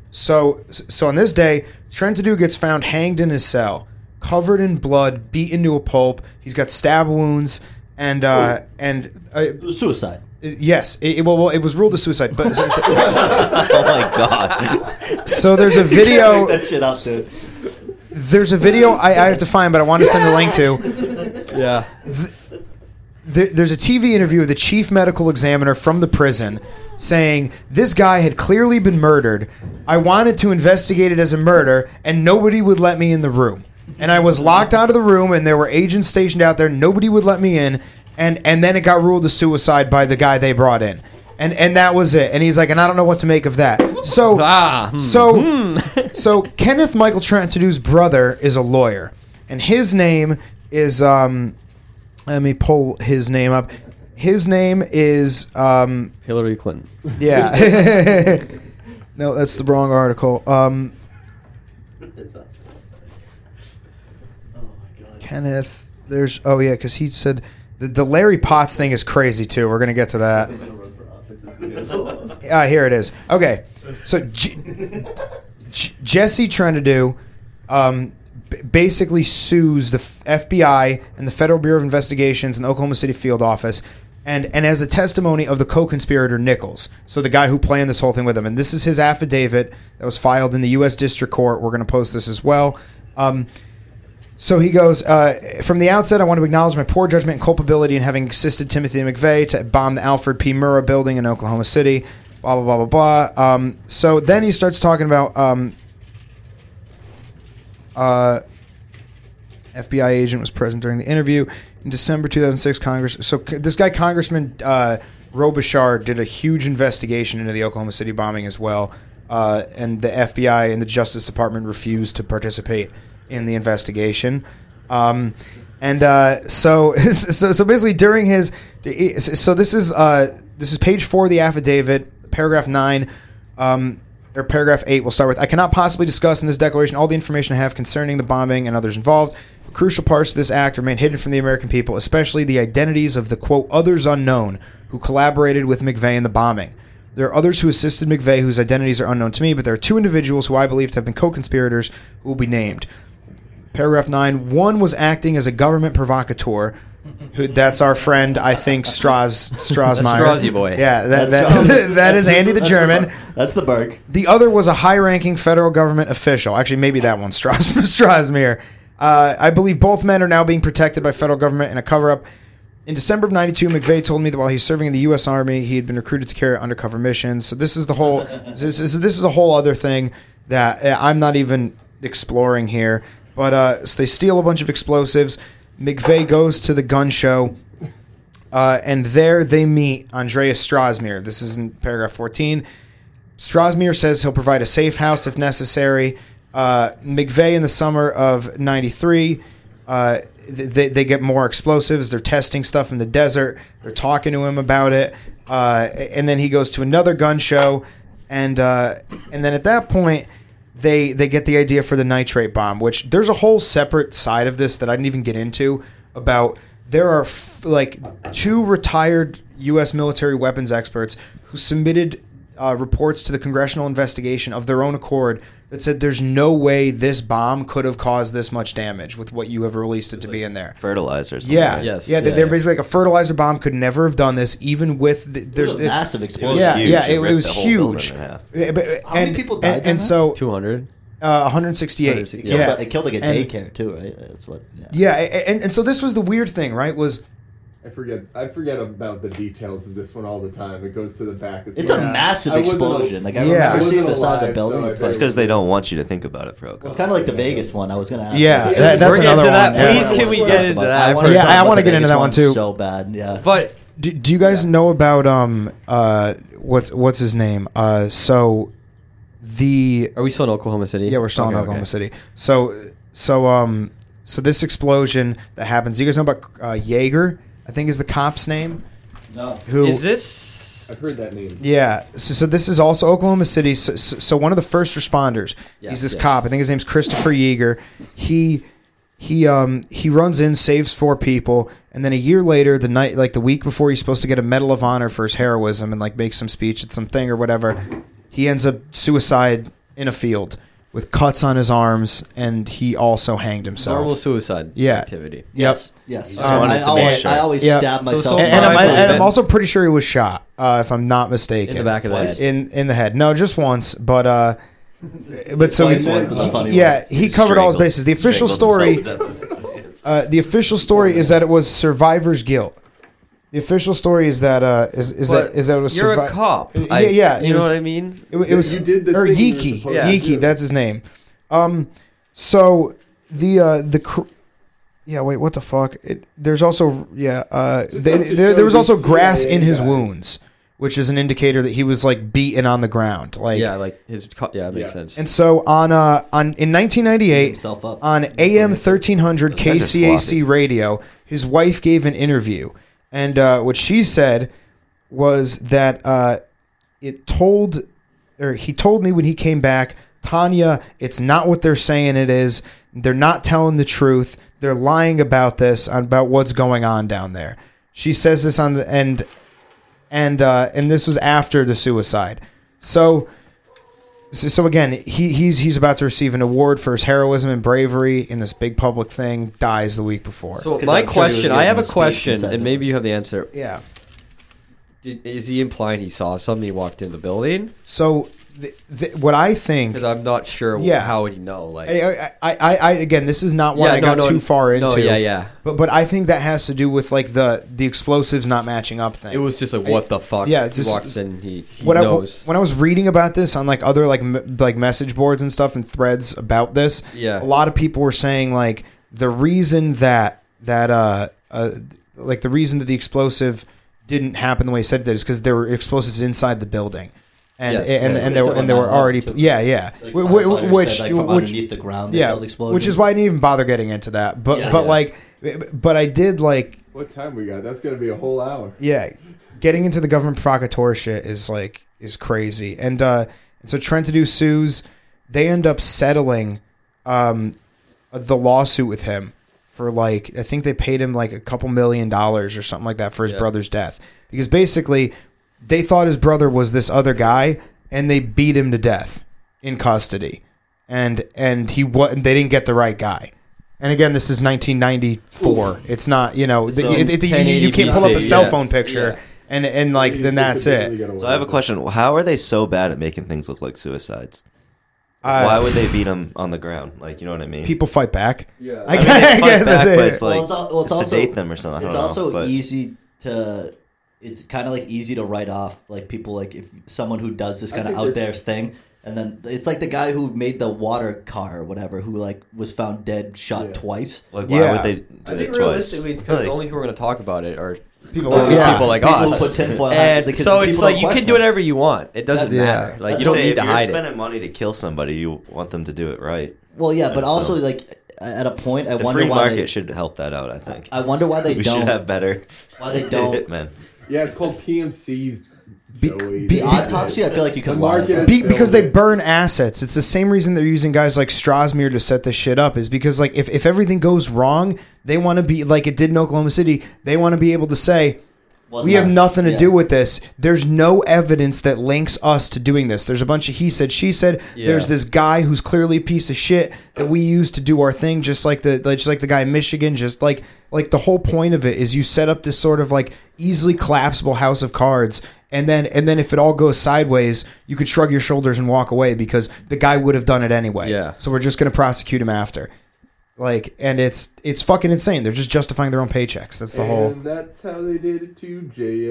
Speaker 6: So, so on this day, Trentadue gets found hanged in his cell, covered in blood, beaten to a pulp. He's got stab wounds, and uh, and uh,
Speaker 1: Suicide.
Speaker 6: yes, it, it- well, well, it was ruled a suicide. But so, so-
Speaker 1: (laughs) Oh my
Speaker 6: (laughs)
Speaker 1: god.
Speaker 6: so there's a
Speaker 1: Make
Speaker 6: video.
Speaker 1: that shit up, dude.
Speaker 6: There's a video I, I have to find, but I want to send the link to.
Speaker 3: Yeah.
Speaker 6: there, there's a TV interview of the chief medical examiner from the prison saying this guy had clearly been murdered. I wanted to investigate it as a murder, and nobody would let me in the room. And I was locked out of the room, and there were agents stationed out there. Nobody would let me in, and and then it got ruled a suicide by the guy they brought in, and and that was it. And he's like, and I don't know what to make of that. So
Speaker 3: Ah, hmm.
Speaker 6: so, (laughs) so Kenneth Michael Trantadu's brother is a lawyer, and his name is um, let me pull his name up. His name is um,
Speaker 3: Hillary Clinton.
Speaker 6: yeah. (laughs) no, that's the wrong article. Um,
Speaker 2: It's up.
Speaker 6: Kenneth, there's oh yeah, because he said the, the Larry Potts thing is crazy too. We're gonna get to that.
Speaker 2: (laughs)
Speaker 6: Ah, here it is. Okay, so J- J- Jesse Trentadue, um, b- basically sues the f- FBI and the Federal Bureau of Investigations and the Oklahoma City field office, and and as the testimony of the co-conspirator Nichols, so the guy who planned this whole thing with him, and this is his affidavit that was filed in the U.S. District Court. We're going to post this as well. Um, so he goes, uh, from the outset, I want to acknowledge my poor judgment and culpability in having assisted Timothy McVeigh to bomb the Alfred P. Murrah building in Oklahoma City, blah, blah, blah, blah, blah. Um, so then he starts talking about um, uh, FBI agent was present during the interview. In December 2006, Congress. So c- this guy, Congressman uh, Robichard, did a huge investigation into the Oklahoma City bombing as well. Uh, and the FBI and the Justice Department refused to participate in the investigation. Um, and uh, so, (laughs) so, so basically, during his, so this is uh, this is page four of the affidavit, paragraph nine. Um, or paragraph 8 we'll start with i cannot possibly discuss in this declaration all the information i have concerning the bombing and others involved crucial parts of this act remain hidden from the american people especially the identities of the quote others unknown who collaborated with mcveigh in the bombing there are others who assisted mcveigh whose identities are unknown to me but there are two individuals who i believe to have been co-conspirators who will be named paragraph 9 one was acting as a government provocateur who, that's our friend, I think, Stras, Strasmeyer.
Speaker 3: Strasy boy.
Speaker 6: Yeah, that,
Speaker 1: That's-
Speaker 6: that, (laughs) that is
Speaker 1: that's
Speaker 6: Andy the
Speaker 1: that's
Speaker 6: German.
Speaker 1: That's the Berg.
Speaker 6: The other was a high ranking federal government official. Actually, maybe that one, (laughs) Stras- Strasmere. Uh, I believe both men are now being protected by federal government in a cover up. In December of 92, McVeigh told me that while he was serving in the U.S. Army, he had been recruited to carry out undercover missions. So this is the whole, (laughs) this is, this is a whole other thing that uh, I'm not even exploring here. But uh, so they steal a bunch of explosives. McVeigh goes to the gun show. Uh, and there they meet Andreas Strasmere. This is in paragraph 14. Strasmere says he'll provide a safe house if necessary. Uh, McVeigh in the summer of 93, uh, th- they, they get more explosives. They're testing stuff in the desert. They're talking to him about it. Uh, and then he goes to another gun show. And, uh, and then at that point, they, they get the idea for the nitrate bomb, which there's a whole separate side of this that I didn't even get into about there are f- like two retired U.S. military weapons experts who submitted uh, reports to the congressional investigation of their own accord that said there's no way this bomb could have caused this much damage with what you have released it to be in there.
Speaker 2: Fertilizers.
Speaker 6: Yeah,
Speaker 3: Yes,
Speaker 6: yeah, they-
Speaker 3: yeah,
Speaker 6: They're
Speaker 3: yeah.
Speaker 6: basically like a fertilizer bomb could never have done this, even with the, there's
Speaker 1: There's a
Speaker 6: it-
Speaker 1: massive explosion.
Speaker 6: yeah,
Speaker 2: huge.
Speaker 6: yeah,
Speaker 2: It
Speaker 6: it, it
Speaker 2: ripped
Speaker 6: was
Speaker 2: the whole building
Speaker 6: huge.
Speaker 2: in half.
Speaker 6: Yeah, but-
Speaker 1: How many
Speaker 6: and-
Speaker 1: people died
Speaker 6: And,
Speaker 1: in
Speaker 6: and
Speaker 1: that?
Speaker 6: so
Speaker 3: 200.
Speaker 6: uh, 168.
Speaker 1: They killed,
Speaker 6: Yeah,
Speaker 1: they killed like a
Speaker 6: And-
Speaker 1: daycare too, right? That's what. Yeah.
Speaker 6: Yeah, a- and, and so this was the weird thing, right? Was
Speaker 5: I forget. I forget about the details of this one all the time. It goes to the back. Of the
Speaker 1: It's a
Speaker 5: Yeah.
Speaker 1: massive
Speaker 5: I wasn't al-
Speaker 1: explosion. Like I
Speaker 6: Yeah. I
Speaker 1: remember
Speaker 5: wasn't
Speaker 1: seeing this on the
Speaker 5: alive,
Speaker 1: building.
Speaker 5: so I
Speaker 1: it's
Speaker 2: That's
Speaker 1: like,
Speaker 5: don't-
Speaker 2: because they don't want you to think about it, Pro.
Speaker 1: it's kind of like the Vegas one. I was gonna ask.
Speaker 6: Yeah,
Speaker 1: about.
Speaker 6: that- that's
Speaker 3: We're getting
Speaker 6: another
Speaker 3: to
Speaker 6: one.
Speaker 3: that.
Speaker 6: yeah.
Speaker 3: Please, can we get into that?
Speaker 1: I wanna
Speaker 6: Yeah,
Speaker 1: talk
Speaker 6: I
Speaker 1: about
Speaker 6: wanna
Speaker 1: the
Speaker 6: get into
Speaker 1: Vegas
Speaker 6: that one, too.
Speaker 1: So bad. Yeah.
Speaker 3: But
Speaker 6: Do, do you guys know about um uh what's what's his name? Uh so the oh,
Speaker 3: are we still in Oklahoma City?
Speaker 6: yeah, we're still in
Speaker 3: Okay,
Speaker 6: Oklahoma
Speaker 3: okay.
Speaker 6: City. So so um so this explosion that happens. You guys know about uh Jaeger? I think is the cop's name.
Speaker 1: no.
Speaker 6: Who
Speaker 3: Is this Yes.
Speaker 5: I've heard that name.
Speaker 6: Yeah. So, so this is also Oklahoma City. So, so, so one of the first responders. he's this
Speaker 3: yes.
Speaker 6: cop. I think his name's Christopher Yeager. He he um he runs in, saves four people, and then a year later, the night like the week before, he's supposed to get a Medal of Honor for his heroism and like make some speech at some thing or whatever. He ends up suicide in a field with cuts on his arms, and he also hanged himself.
Speaker 3: Normal suicide
Speaker 6: Yeah.
Speaker 3: activity.
Speaker 6: Yep.
Speaker 1: Yes. Um,
Speaker 2: just wanted
Speaker 1: I,
Speaker 2: to
Speaker 1: always,
Speaker 2: make sure.
Speaker 1: I always
Speaker 6: Yeah.
Speaker 1: stab
Speaker 6: So-
Speaker 1: myself.
Speaker 3: so
Speaker 1: in
Speaker 6: And,
Speaker 1: the
Speaker 6: and I'm,
Speaker 1: back.
Speaker 3: Michael
Speaker 6: and I'm
Speaker 3: Ben.
Speaker 6: also pretty sure he was shot, uh, if I'm not mistaken.
Speaker 3: In the back of the head.
Speaker 6: In in the head. No, just once.
Speaker 1: (laughs)
Speaker 6: But uh, but so he,
Speaker 1: Twice once is a funny
Speaker 6: yeah, he covered all his
Speaker 2: Strangled-
Speaker 6: bases. The official story,
Speaker 2: strangled himself to death.
Speaker 6: (laughs)
Speaker 2: It's-
Speaker 6: uh, the official story is that it was survivor's guilt. The official story is that uh, is, is that
Speaker 3: But
Speaker 6: is that it was
Speaker 3: you're
Speaker 6: survi-
Speaker 3: a cop.
Speaker 6: Yeah,
Speaker 3: I-
Speaker 6: yeah, it
Speaker 3: You know
Speaker 6: was-
Speaker 3: what I mean?
Speaker 6: It, wa- it was
Speaker 5: You did the
Speaker 6: or
Speaker 5: thing you were
Speaker 6: Yiki,
Speaker 5: supposed
Speaker 3: to
Speaker 6: Yiki,
Speaker 5: do.
Speaker 6: that's his name. Um, so the uh the cr- yeah, wait, what the fuck? It, there's also yeah, uh,
Speaker 5: Just
Speaker 6: they,
Speaker 5: goes to
Speaker 6: there,
Speaker 5: show
Speaker 6: there was
Speaker 5: these
Speaker 6: also grass
Speaker 5: CIA
Speaker 6: in his
Speaker 5: guys.
Speaker 6: wounds, which is an indicator that he was like beaten on the ground, like
Speaker 3: yeah, like his. Co- yeah, it makes
Speaker 5: Yeah.
Speaker 3: sense.
Speaker 6: And so on uh on in 1998
Speaker 1: himself up.
Speaker 6: on AM 1300
Speaker 2: guys are sloppy.
Speaker 6: KCAC radio, his wife gave an interview, and uh, what she said was that uh, it told, or he told me when he came back, Tanya, it's not what they're saying it is. They're not telling the truth. They're lying about this, about what's going on down there. She says this on the and and uh, and this was after the suicide. So, so, so again, he, he's he's about to receive an award for his heroism and bravery in this big public thing. Dies the week before.
Speaker 3: So
Speaker 1: 'Cause I'm
Speaker 3: my
Speaker 1: sure he was
Speaker 3: question,
Speaker 1: given
Speaker 3: I have
Speaker 1: a
Speaker 3: a
Speaker 1: speech
Speaker 3: question,
Speaker 1: inside
Speaker 3: and
Speaker 1: the-
Speaker 3: maybe you have the answer.
Speaker 6: yeah.
Speaker 3: Did, is he implying he saw something? He walked in the building?
Speaker 6: So th- th- what I think.
Speaker 3: Because I'm not sure.
Speaker 6: Yeah.
Speaker 3: How would he know? Like,
Speaker 6: I, I, I, I again, this is not one
Speaker 3: Yeah,
Speaker 6: I
Speaker 3: no,
Speaker 6: got
Speaker 3: no,
Speaker 6: too far into.
Speaker 3: no, yeah, yeah.
Speaker 6: But but I think that has to do with like the the explosives not matching up thing.
Speaker 3: it was just like, what the fuck?
Speaker 6: yeah,
Speaker 3: he
Speaker 6: just-
Speaker 3: walks in. He, he
Speaker 6: when I,
Speaker 3: knows.
Speaker 6: when I was reading about this on like other like m- like message boards and stuff and threads about this,
Speaker 3: Yeah.
Speaker 6: a lot of people were saying like the reason that that uh, uh like the reason that the explosive didn't happen the way he said it did is because there were explosives inside the building, and
Speaker 3: Yes,
Speaker 6: and,
Speaker 3: yes.
Speaker 6: and, they were and they were already yeah yeah
Speaker 1: Like
Speaker 6: Wh- wh-
Speaker 1: firefighters
Speaker 6: which
Speaker 1: said, like, from
Speaker 6: which
Speaker 1: underneath the ground, they
Speaker 6: yeah
Speaker 1: felt explosions.
Speaker 6: which is why I didn't even bother getting into that but
Speaker 1: Yeah,
Speaker 6: but
Speaker 1: yeah.
Speaker 6: like but I did like
Speaker 5: What time we got? That's gonna be a whole hour.
Speaker 6: yeah, getting into the government provocateur shit is like is crazy. And uh, and so Trent to do sues, they end up settling um, the lawsuit with him for like I think they paid him like a couple million dollars or something like that for his
Speaker 3: Yeah.
Speaker 6: brother's death because basically they thought his brother was this other guy and they beat him to death in custody. And and he what they didn't get the right guy. And again, this is 1994. It's not you know
Speaker 1: So,
Speaker 6: it, it, you, you can't pull up a
Speaker 3: 1080p,
Speaker 6: cell
Speaker 3: yeah.
Speaker 6: phone picture
Speaker 3: Yeah.
Speaker 6: and and like then that's it.
Speaker 2: So I have a question. How are they so bad at making things look like suicides?
Speaker 6: Uh,
Speaker 2: Why would they beat him on the ground? Like, you know what I mean?
Speaker 6: People fight back.
Speaker 5: Yeah.
Speaker 6: I,
Speaker 2: I mean,
Speaker 6: (laughs) guess,
Speaker 2: they
Speaker 6: I
Speaker 2: fight
Speaker 6: guess
Speaker 2: back, but
Speaker 6: that's
Speaker 2: it's
Speaker 6: it.
Speaker 2: like
Speaker 1: Well, it's al- well, it's also-
Speaker 2: sedate them or something. I
Speaker 1: it's
Speaker 2: don't know,
Speaker 1: also
Speaker 2: Uh-huh. but-
Speaker 1: easy to. It's kind of like easy to write off like people like if someone who does this
Speaker 5: I
Speaker 1: kind of
Speaker 5: think
Speaker 1: out there
Speaker 5: there's-
Speaker 1: thing, and then it's like the guy who made the water car or whatever, who like was found dead, shot
Speaker 5: Yeah.
Speaker 1: twice.
Speaker 2: Like, why
Speaker 6: Yeah.
Speaker 2: would they
Speaker 3: I
Speaker 2: do
Speaker 3: think
Speaker 2: it twice?
Speaker 3: realistically, it's because
Speaker 2: Like,
Speaker 3: the only people who are going to talk about it are
Speaker 6: People,
Speaker 2: uh,
Speaker 1: Well,
Speaker 6: yeah.
Speaker 3: people like
Speaker 1: People
Speaker 3: us.
Speaker 1: who put tinfoil hats on
Speaker 3: and
Speaker 1: because
Speaker 3: so
Speaker 1: people
Speaker 3: it's like
Speaker 1: don't
Speaker 3: you can
Speaker 1: question
Speaker 3: do
Speaker 1: it.
Speaker 3: whatever you want. It doesn't
Speaker 1: Yeah.
Speaker 3: matter. Like
Speaker 2: I'd
Speaker 3: you don't
Speaker 2: say
Speaker 3: need
Speaker 2: if
Speaker 3: to
Speaker 2: you're
Speaker 3: hide it.
Speaker 2: spending money to kill somebody, you want them to do it right.
Speaker 1: Well, yeah, but
Speaker 2: And
Speaker 1: also
Speaker 2: so-
Speaker 1: like at a point, I
Speaker 2: The
Speaker 1: wonder
Speaker 2: free
Speaker 1: why
Speaker 2: market
Speaker 1: they.
Speaker 2: should help that out. I think.
Speaker 1: I wonder why they
Speaker 2: (laughs) we
Speaker 1: don't.
Speaker 2: should have better.
Speaker 1: Why
Speaker 2: (laughs)
Speaker 1: they don't-
Speaker 2: hitmen?
Speaker 5: Yeah, it's called PMC's.
Speaker 6: Be-
Speaker 5: Joey.
Speaker 6: be-
Speaker 1: the autopsy, I feel like you
Speaker 5: The
Speaker 1: could lie.
Speaker 5: market
Speaker 1: about.
Speaker 5: is
Speaker 6: Be,
Speaker 5: filled
Speaker 6: because they
Speaker 5: with-
Speaker 6: burn assets. It's the same reason they're using guys like Strasmere to set this shit up. Is because like if, if everything goes wrong, they want to be like it did in Oklahoma City. They want to be able to say
Speaker 3: Oh,
Speaker 1: Was
Speaker 6: we have
Speaker 1: nice.
Speaker 6: nothing to
Speaker 1: Yeah.
Speaker 6: do with this. There's no evidence that links us to doing this. There's a bunch of he said, she said. There's
Speaker 3: Yeah.
Speaker 6: this guy who's clearly a piece of shit that we use to do our thing, just like the like- just like the guy in Michigan. Just like like the whole point of it is you set up this sort of like easily collapsible house of cards, and then and then if it all goes sideways, you could shrug your shoulders and walk away because the guy would have done it anyway.
Speaker 3: Yeah.
Speaker 6: So we're just gonna prosecute him after. Like and it's it's fucking insane. They're just justifying their own paychecks. That's the whole.
Speaker 5: And that's how they did it to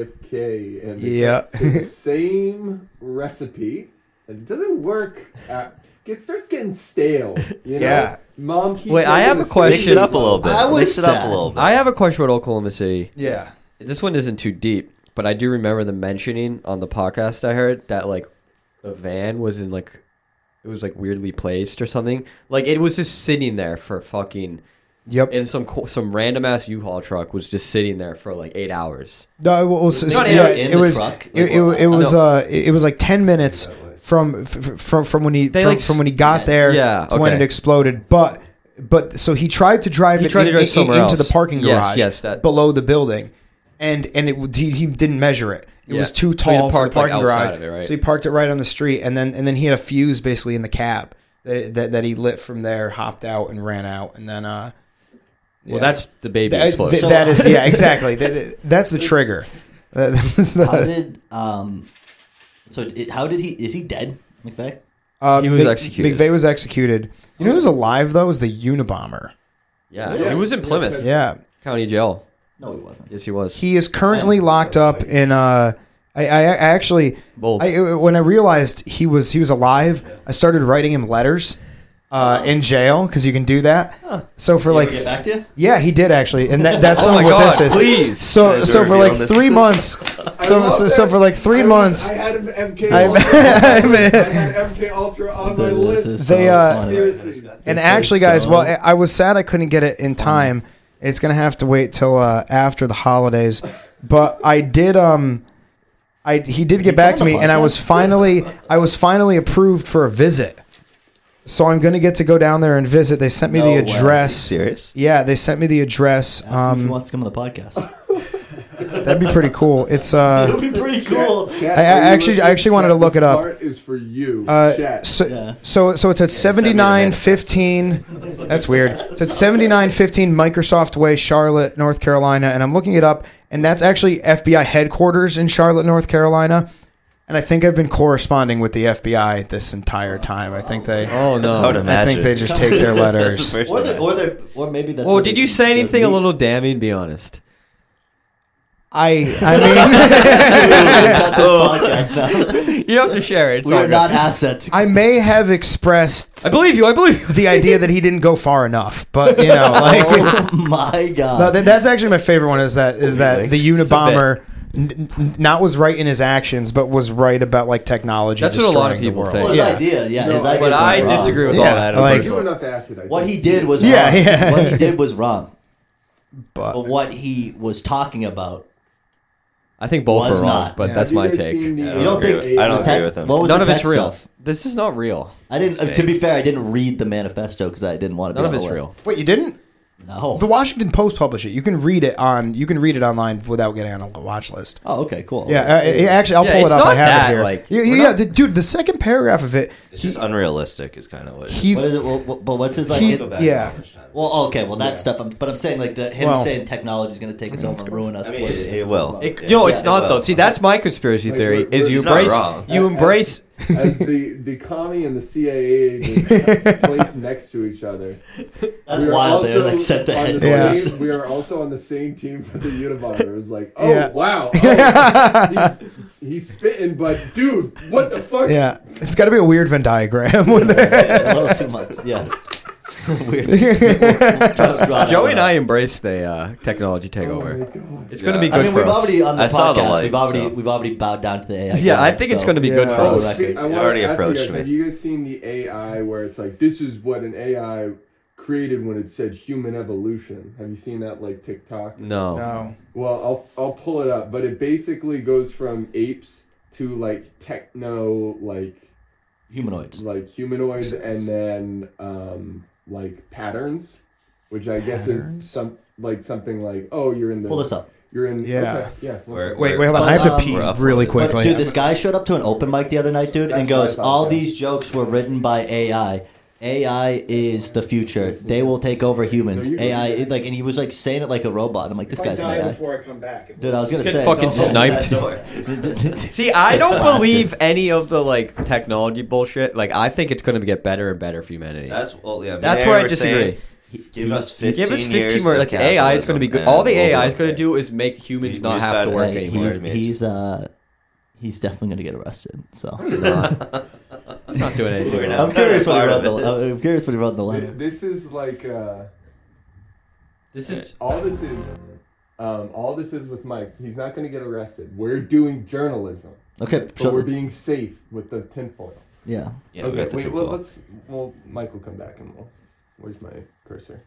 Speaker 5: JFK. And they
Speaker 6: Yeah.
Speaker 5: kept the same recipe. And it doesn't work. At, it starts getting stale. You know?
Speaker 6: (laughs) Yeah.
Speaker 5: Mom keeps.
Speaker 3: Wait, I
Speaker 5: making
Speaker 3: have
Speaker 5: the
Speaker 3: a
Speaker 5: same-
Speaker 2: Mix it
Speaker 3: question.
Speaker 2: up a little bit.
Speaker 1: I was
Speaker 2: Mix it up
Speaker 1: sad.
Speaker 2: a little bit.
Speaker 3: I have a question about Oklahoma City.
Speaker 6: Yeah.
Speaker 3: This one isn't too deep, but I do remember them mentioning on the podcast I heard that like the van was in like it was like weirdly placed or something. Like it was just sitting there for fucking
Speaker 6: Yep.
Speaker 3: And some co- some random ass U-Haul truck was just sitting there for like eight hours.
Speaker 6: No, it was,
Speaker 1: Not
Speaker 6: yeah,
Speaker 1: in- in
Speaker 6: it
Speaker 1: the
Speaker 6: was
Speaker 1: truck?
Speaker 6: it, it, it was uh it it was like ten minutes from f- from from when he
Speaker 3: They,
Speaker 6: from,
Speaker 3: like,
Speaker 6: from when he got there
Speaker 3: Yeah,
Speaker 6: to when
Speaker 3: okay.
Speaker 6: it exploded, but. But so he tried to drive
Speaker 3: He
Speaker 6: it
Speaker 3: tried to
Speaker 6: in-
Speaker 3: drive
Speaker 6: in-
Speaker 3: somewhere
Speaker 6: into
Speaker 3: else.
Speaker 6: the parking
Speaker 3: Yes,
Speaker 6: garage
Speaker 3: yes, that-
Speaker 6: below the building, and and it would- he, he didn't measure it. It
Speaker 3: Yeah.
Speaker 6: was too
Speaker 3: So he had
Speaker 6: tall for the
Speaker 3: parked, like,
Speaker 6: parking
Speaker 3: outside
Speaker 6: garage,
Speaker 3: of it, right?
Speaker 6: so he parked it right on the street, and then and then he had a fuse basically in the cab that that, that he lit from there, hopped out and ran out, and then uh,
Speaker 3: Well, that's the baby
Speaker 6: Th-
Speaker 3: explosion.
Speaker 6: th- that is yeah, exactly. Th- th- that's the trigger. That- that was the-
Speaker 1: How did um? So it, how did he? Is he dead, McVeigh?
Speaker 6: uh,
Speaker 3: He was
Speaker 6: Mc-
Speaker 3: executed.
Speaker 6: McVeigh was executed. You know who was alive though? Was the Unabomber?
Speaker 3: yeah,
Speaker 7: Yeah.
Speaker 3: he was in Plymouth
Speaker 6: Yeah,
Speaker 3: County Jail.
Speaker 1: No, he wasn't.
Speaker 3: Yes, he was.
Speaker 6: he is currently locked up in. Uh, I, I, I actually,
Speaker 3: Bold.
Speaker 6: I, when I realized he was he was alive, I started writing him letters uh, in jail because you can do that. So for like
Speaker 1: Get back to you.
Speaker 6: Yeah, he did actually, and
Speaker 3: (laughs)
Speaker 6: that, that's some
Speaker 3: Oh my
Speaker 6: of what
Speaker 3: God,
Speaker 6: this is.
Speaker 3: please.
Speaker 6: So,
Speaker 2: Guys,
Speaker 6: so
Speaker 2: we're
Speaker 6: for like
Speaker 2: beyond this.
Speaker 6: three months, so
Speaker 7: love
Speaker 6: so, so
Speaker 7: that.
Speaker 6: for like three
Speaker 7: I was-
Speaker 6: months,
Speaker 7: I had an MK
Speaker 6: (laughs) I-
Speaker 7: Ultra.
Speaker 6: I-
Speaker 7: I had MK Ultra on my
Speaker 1: This
Speaker 7: list.
Speaker 1: is
Speaker 6: They,
Speaker 1: so
Speaker 6: uh,
Speaker 1: funny.
Speaker 7: Seriously.
Speaker 6: and
Speaker 1: It's
Speaker 6: actually,
Speaker 1: so-
Speaker 6: guys, well, I- I was sad I couldn't get it in time. It's gonna have to wait till uh, after the holidays, but I did. Um, I he did get back to
Speaker 1: on the
Speaker 6: me, and I
Speaker 1: podcast?
Speaker 6: was finally I was finally approved for a visit. So I'm gonna get to go down there and visit. They sent me
Speaker 1: No way.
Speaker 6: the address.
Speaker 2: Serious?
Speaker 6: Yeah, they sent me the address.
Speaker 1: Ask him if he
Speaker 6: Um,
Speaker 1: wants to come on the (laughs) podcast.
Speaker 6: that'd be pretty cool. It's uh,
Speaker 1: (laughs) It'll be pretty cool.
Speaker 7: Chat,
Speaker 6: I- I
Speaker 7: are you
Speaker 6: actually- I
Speaker 7: listening?
Speaker 6: actually wanted to
Speaker 7: Chat,
Speaker 6: look
Speaker 7: this
Speaker 6: it up.
Speaker 7: Part is for you.
Speaker 6: Uh,
Speaker 7: Chat.
Speaker 6: so,
Speaker 1: Yeah.
Speaker 6: so so it's at
Speaker 2: send me the
Speaker 6: 7915 that's weird it's at 7915 microsoft way charlotte north carolina and i'm looking it up and that's actually fbi headquarters in charlotte north carolina and i think i've been corresponding with the fbi this entire time i think they
Speaker 3: oh
Speaker 2: I would
Speaker 3: no.
Speaker 6: i
Speaker 2: imagine.
Speaker 6: think they just take their
Speaker 2: That's
Speaker 6: letters
Speaker 2: the first
Speaker 1: Or, the,
Speaker 2: thing.
Speaker 1: or, the, or maybe that's.
Speaker 3: Well,
Speaker 1: what
Speaker 3: did
Speaker 1: they
Speaker 3: you
Speaker 1: do.
Speaker 3: say
Speaker 1: The
Speaker 3: anything a
Speaker 1: meat-
Speaker 3: little damning? Be honest.
Speaker 6: i i mean
Speaker 1: (laughs) We got
Speaker 6: (laughs)
Speaker 1: this podcast now.
Speaker 3: You don't have to share it. It's
Speaker 1: Oh. (laughs) We
Speaker 3: all
Speaker 1: are
Speaker 3: good.
Speaker 1: not assets.
Speaker 6: i may have expressed
Speaker 3: I believe you. I believe. You.
Speaker 6: the idea that he didn't go far enough but you know like
Speaker 1: (laughs)
Speaker 6: (laughs)
Speaker 1: oh my god!
Speaker 6: No, that, that's actually my favorite one. Is that is that the Unabomber n- n- not was right in his actions, but was right about like technology
Speaker 3: That's what a
Speaker 6: destroying
Speaker 3: lot of
Speaker 6: the
Speaker 3: people
Speaker 6: world.
Speaker 3: think.
Speaker 1: Well, his
Speaker 6: Yeah,
Speaker 1: idea, yeah,
Speaker 7: No,
Speaker 1: his idea.
Speaker 3: But
Speaker 7: That's
Speaker 3: I
Speaker 7: not wrong.
Speaker 3: disagree with
Speaker 6: Yeah,
Speaker 3: all that.
Speaker 6: like-
Speaker 7: You're doing enough acid. I
Speaker 1: What he
Speaker 7: think.
Speaker 1: did was
Speaker 6: Yeah,
Speaker 1: wrong.
Speaker 6: yeah.
Speaker 1: What he did was wrong.
Speaker 6: but
Speaker 1: But what he was talking about,
Speaker 3: I think both
Speaker 1: Was
Speaker 3: are wrong,
Speaker 1: not.
Speaker 3: but
Speaker 6: Yeah.
Speaker 3: that's
Speaker 7: Have you
Speaker 3: my
Speaker 7: guys
Speaker 3: take.
Speaker 7: seen the- uh,
Speaker 2: I
Speaker 1: You don't
Speaker 2: agree
Speaker 1: think-
Speaker 2: with- I don't
Speaker 1: the tech-
Speaker 2: agree with him.
Speaker 1: what was
Speaker 3: None
Speaker 1: the
Speaker 3: of it's
Speaker 1: tech
Speaker 3: real.
Speaker 1: stuff?
Speaker 3: This is not real.
Speaker 1: I didn't. uh,
Speaker 2: That's
Speaker 1: to be
Speaker 2: fake.
Speaker 1: fair, I didn't read the manifesto because I didn't want to.
Speaker 3: None of
Speaker 1: be
Speaker 3: it's
Speaker 1: on the
Speaker 3: real.
Speaker 6: wait, you didn't?
Speaker 1: list. No.
Speaker 6: The Washington Post published it. You can read it on. You can read it online without getting on a watch list.
Speaker 1: oh, okay, cool.
Speaker 6: Yeah, uh, yeah, actually, I'll
Speaker 3: Yeah,
Speaker 6: pull it
Speaker 3: it's
Speaker 6: up. I
Speaker 3: not
Speaker 6: have
Speaker 3: that,
Speaker 6: it here.
Speaker 3: like,
Speaker 6: yeah,
Speaker 3: we're
Speaker 6: yeah,
Speaker 3: not-
Speaker 6: the- dude, the second paragraph of it.
Speaker 2: It's just
Speaker 6: He,
Speaker 2: unrealistic, is kind of what. it is.
Speaker 6: he,
Speaker 1: What is it? Well, well, but what's his
Speaker 6: he-
Speaker 1: idea?
Speaker 6: yeah.
Speaker 1: Well, okay, well that stuff. I'm, but I'm saying like the him
Speaker 6: Well-
Speaker 1: saying technology is going to take us over and ruin us.
Speaker 2: I mean,
Speaker 1: was-
Speaker 2: it-
Speaker 1: is-
Speaker 2: it will.
Speaker 3: It,
Speaker 2: Yeah,
Speaker 3: no,
Speaker 2: yeah,
Speaker 3: it's
Speaker 2: it
Speaker 3: not
Speaker 2: will.
Speaker 3: though. See, that's my conspiracy
Speaker 7: Like,
Speaker 3: theory:
Speaker 7: we're-
Speaker 3: is
Speaker 7: we're-
Speaker 3: you
Speaker 7: He's not
Speaker 3: embrace
Speaker 2: wrong.
Speaker 3: you
Speaker 7: Uh, uh,
Speaker 3: embrace
Speaker 7: As the the commie and the CIA agent placed next to each other.
Speaker 1: That's
Speaker 7: We are
Speaker 1: wild. They
Speaker 7: also
Speaker 1: like set the
Speaker 7: on
Speaker 1: head.
Speaker 6: Yeah.
Speaker 1: voice. (laughs)
Speaker 7: same- we are also on the same team for the Unabomber. It was like, oh
Speaker 6: (laughs) Yeah.
Speaker 7: wow, oh, he's, he's spitting, but dude, what the fuck?
Speaker 6: yeah, it's got to be a weird Venn diagram. (laughs) with
Speaker 1: (laughs) Yeah, a little too much. Yeah. Weird. Try to draw that
Speaker 3: Joey
Speaker 1: one
Speaker 3: and
Speaker 1: out.
Speaker 3: I embraced the uh, technology
Speaker 7: Oh
Speaker 3: takeover. It's going to be
Speaker 2: Yeah.
Speaker 3: good
Speaker 1: I mean,
Speaker 3: for
Speaker 1: we've
Speaker 3: us.
Speaker 1: already on the
Speaker 2: I
Speaker 1: podcast.
Speaker 2: saw the light,
Speaker 1: we've already
Speaker 2: so.
Speaker 1: we've already bowed down to the AI.
Speaker 3: yeah, I
Speaker 1: guy,
Speaker 3: think it's
Speaker 1: so-
Speaker 3: going to be good
Speaker 6: Yeah.
Speaker 3: for
Speaker 7: Oh,
Speaker 1: Oh,
Speaker 3: us.
Speaker 1: right.
Speaker 7: spe- I
Speaker 1: It
Speaker 7: want
Speaker 2: already
Speaker 7: to ask you
Speaker 2: approached
Speaker 7: guys,
Speaker 2: me.
Speaker 7: Have you guys seen the AI where it's like this is what an AI created when it said human evolution? Have you seen that like TikTok?
Speaker 3: No.
Speaker 6: no.
Speaker 7: Well, I'll I'll pull it up, but it basically goes from apes to like techno, like
Speaker 1: humanoids.
Speaker 7: like humanoids, and then um like patterns, which I guess is
Speaker 6: Patterns?
Speaker 7: some like something like oh you're in the
Speaker 1: Pull this up.
Speaker 7: you're in
Speaker 6: Yeah.
Speaker 7: okay, yeah one
Speaker 2: Where-
Speaker 7: second.
Speaker 6: Wait, wait, hold on. I have
Speaker 1: Um,
Speaker 6: to pee
Speaker 2: we're
Speaker 6: really
Speaker 2: uploaded.
Speaker 1: But,
Speaker 6: quickly.
Speaker 1: dude, this guy showed up to an open mic the other night, dude, and
Speaker 7: That's what I
Speaker 1: goes,
Speaker 7: thought,
Speaker 1: "All
Speaker 7: yeah.
Speaker 1: these jokes were written by AI. AI is the future. They will take over humans.
Speaker 7: No, you-
Speaker 1: AI, it, like, and he was like saying it like a robot. I'm like, this
Speaker 8: If I
Speaker 1: guy's an
Speaker 8: die
Speaker 1: AI,
Speaker 8: before I come back. it
Speaker 1: dude. I was gonna
Speaker 3: Get
Speaker 1: say,
Speaker 3: fucking
Speaker 1: don't open (laughs)
Speaker 3: sniped.
Speaker 7: (laughs)
Speaker 1: that door.
Speaker 3: See, I
Speaker 1: It's
Speaker 3: don't
Speaker 1: blasted.
Speaker 3: believe any of the like technology bullshit. Like, I think it's going to get better and better for humanity.
Speaker 2: That's well, yeah.
Speaker 3: That's
Speaker 2: Barry
Speaker 3: where I
Speaker 2: was
Speaker 3: disagree.
Speaker 2: saying, give us fifteen.
Speaker 3: Give us 15
Speaker 2: years
Speaker 3: more.
Speaker 2: of
Speaker 3: Like, AI is going to be good.
Speaker 2: capitalism
Speaker 3: All the
Speaker 2: and we'll
Speaker 3: AI
Speaker 2: be
Speaker 3: is going to
Speaker 2: okay.
Speaker 3: do is make
Speaker 2: We-
Speaker 3: humans
Speaker 2: we
Speaker 3: not
Speaker 2: just
Speaker 3: have to
Speaker 2: gotta-
Speaker 3: work
Speaker 2: like,
Speaker 1: Like,
Speaker 3: anymore.
Speaker 1: he's he's uh he's definitely gonna get arrested. So
Speaker 3: I'm not doing anything.
Speaker 2: We're
Speaker 3: wrong.
Speaker 1: (laughs)
Speaker 2: not-
Speaker 1: I'm curious what he wrote.
Speaker 2: Part
Speaker 1: in
Speaker 2: of
Speaker 1: The,
Speaker 2: it is-
Speaker 1: I'm curious what he wrote in the
Speaker 7: Th-
Speaker 1: letter.
Speaker 7: This is like uh,
Speaker 3: This is
Speaker 7: all this is. Um, all this is with Mike. He's not going to get arrested. We're doing journalism,
Speaker 1: Okay,
Speaker 7: but
Speaker 1: so
Speaker 7: we're being safe with the tinfoil.
Speaker 1: yeah.
Speaker 2: Yeah, we got the
Speaker 7: wait,
Speaker 2: two
Speaker 7: well,
Speaker 2: full.
Speaker 7: let's. Well, Mike will come back and we'll. Where's my cursor?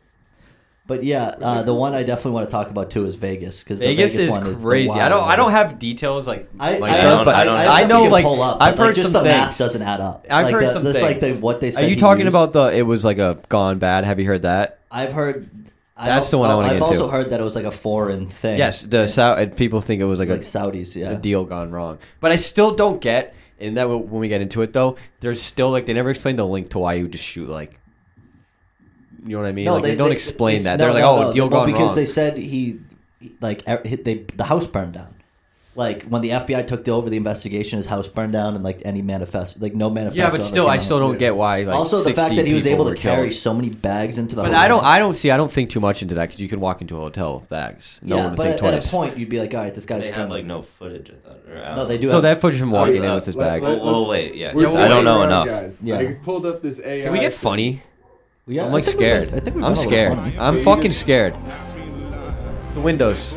Speaker 1: But yeah, uh, the one I definitely want to talk about too is Vegas because
Speaker 3: Vegas,
Speaker 1: the Vegas one
Speaker 3: is
Speaker 1: is the
Speaker 3: crazy. I
Speaker 1: wild
Speaker 3: don't. I
Speaker 1: one.
Speaker 3: don't have details like.
Speaker 1: I,
Speaker 3: like
Speaker 1: I,
Speaker 3: that,
Speaker 1: have-
Speaker 2: don't-
Speaker 3: but
Speaker 1: I,
Speaker 2: don't-
Speaker 1: I
Speaker 2: I
Speaker 1: have
Speaker 3: know,
Speaker 1: something to
Speaker 3: like,
Speaker 1: pull up,
Speaker 3: I've
Speaker 1: but, like,
Speaker 3: heard
Speaker 1: just
Speaker 3: some
Speaker 1: the
Speaker 3: things.
Speaker 1: math doesn't add up.
Speaker 3: I've
Speaker 1: like,
Speaker 3: heard
Speaker 1: the,
Speaker 3: some
Speaker 1: this, like the,
Speaker 3: things.
Speaker 1: what they said.
Speaker 3: Are you
Speaker 1: he
Speaker 3: talking
Speaker 1: used.
Speaker 3: about the? It was like a gone bad. Have you heard that?
Speaker 1: I've heard. I
Speaker 3: That's the
Speaker 1: also-
Speaker 3: one I wanna
Speaker 1: I've
Speaker 3: get
Speaker 1: also
Speaker 3: to.
Speaker 1: heard that it was like a foreign thing.
Speaker 3: Yes, the Sau- people think it was like,
Speaker 1: like
Speaker 3: a,
Speaker 1: Saudis. Yeah,
Speaker 3: a deal gone wrong. But I still don't get. And that when we get into it though, there's still like they never explain the link to why you just shoot like. You know what I mean? like they, don't explain that.
Speaker 1: no,
Speaker 3: They're like,
Speaker 1: no,
Speaker 3: oh,
Speaker 1: no.
Speaker 3: deal
Speaker 1: Well,
Speaker 3: gone
Speaker 1: because
Speaker 3: wrong.
Speaker 1: they said he, like, e- hit- they the house burned down. Like when the FBI took the, over the investigation, his house burned down, and like any manifest, like no manifesto.
Speaker 3: yeah, but
Speaker 1: ever
Speaker 3: still,
Speaker 1: came
Speaker 3: I
Speaker 1: out.
Speaker 3: still don't get why. Like,
Speaker 1: also, the fact
Speaker 3: 16
Speaker 1: that he was
Speaker 3: people
Speaker 1: able to
Speaker 3: were killed.
Speaker 1: carry so many bags into the.
Speaker 3: But
Speaker 1: hotel.
Speaker 3: I don't. I don't see. I don't think too much into that because you can walk into a hotel with bags. No
Speaker 1: yeah,
Speaker 3: one would
Speaker 1: but
Speaker 3: think
Speaker 1: at,
Speaker 3: twice.
Speaker 1: at a point, you'd be like, all right, this guy's.
Speaker 2: They have
Speaker 1: done.
Speaker 2: like no footage of that. Or, I don't
Speaker 1: No, they
Speaker 2: know.
Speaker 1: do.
Speaker 3: no,
Speaker 1: have,
Speaker 3: that footage of him walking in
Speaker 7: uh,
Speaker 3: with his
Speaker 7: let-
Speaker 3: bags.
Speaker 7: let-
Speaker 2: Well, well, Oh, wait, yeah,
Speaker 7: We're
Speaker 2: 'cause I don't know
Speaker 7: waiting around,
Speaker 2: enough.
Speaker 7: Guys.
Speaker 1: Yeah.
Speaker 7: I pulled up this AI.
Speaker 3: Can we get funny?
Speaker 1: Yeah,
Speaker 3: I'm like
Speaker 1: I think we've
Speaker 3: scared.
Speaker 1: been- I think we've
Speaker 3: I'm
Speaker 1: been a little
Speaker 3: scared.
Speaker 1: funny.
Speaker 3: I'm fucking (laughs) scared. The windows.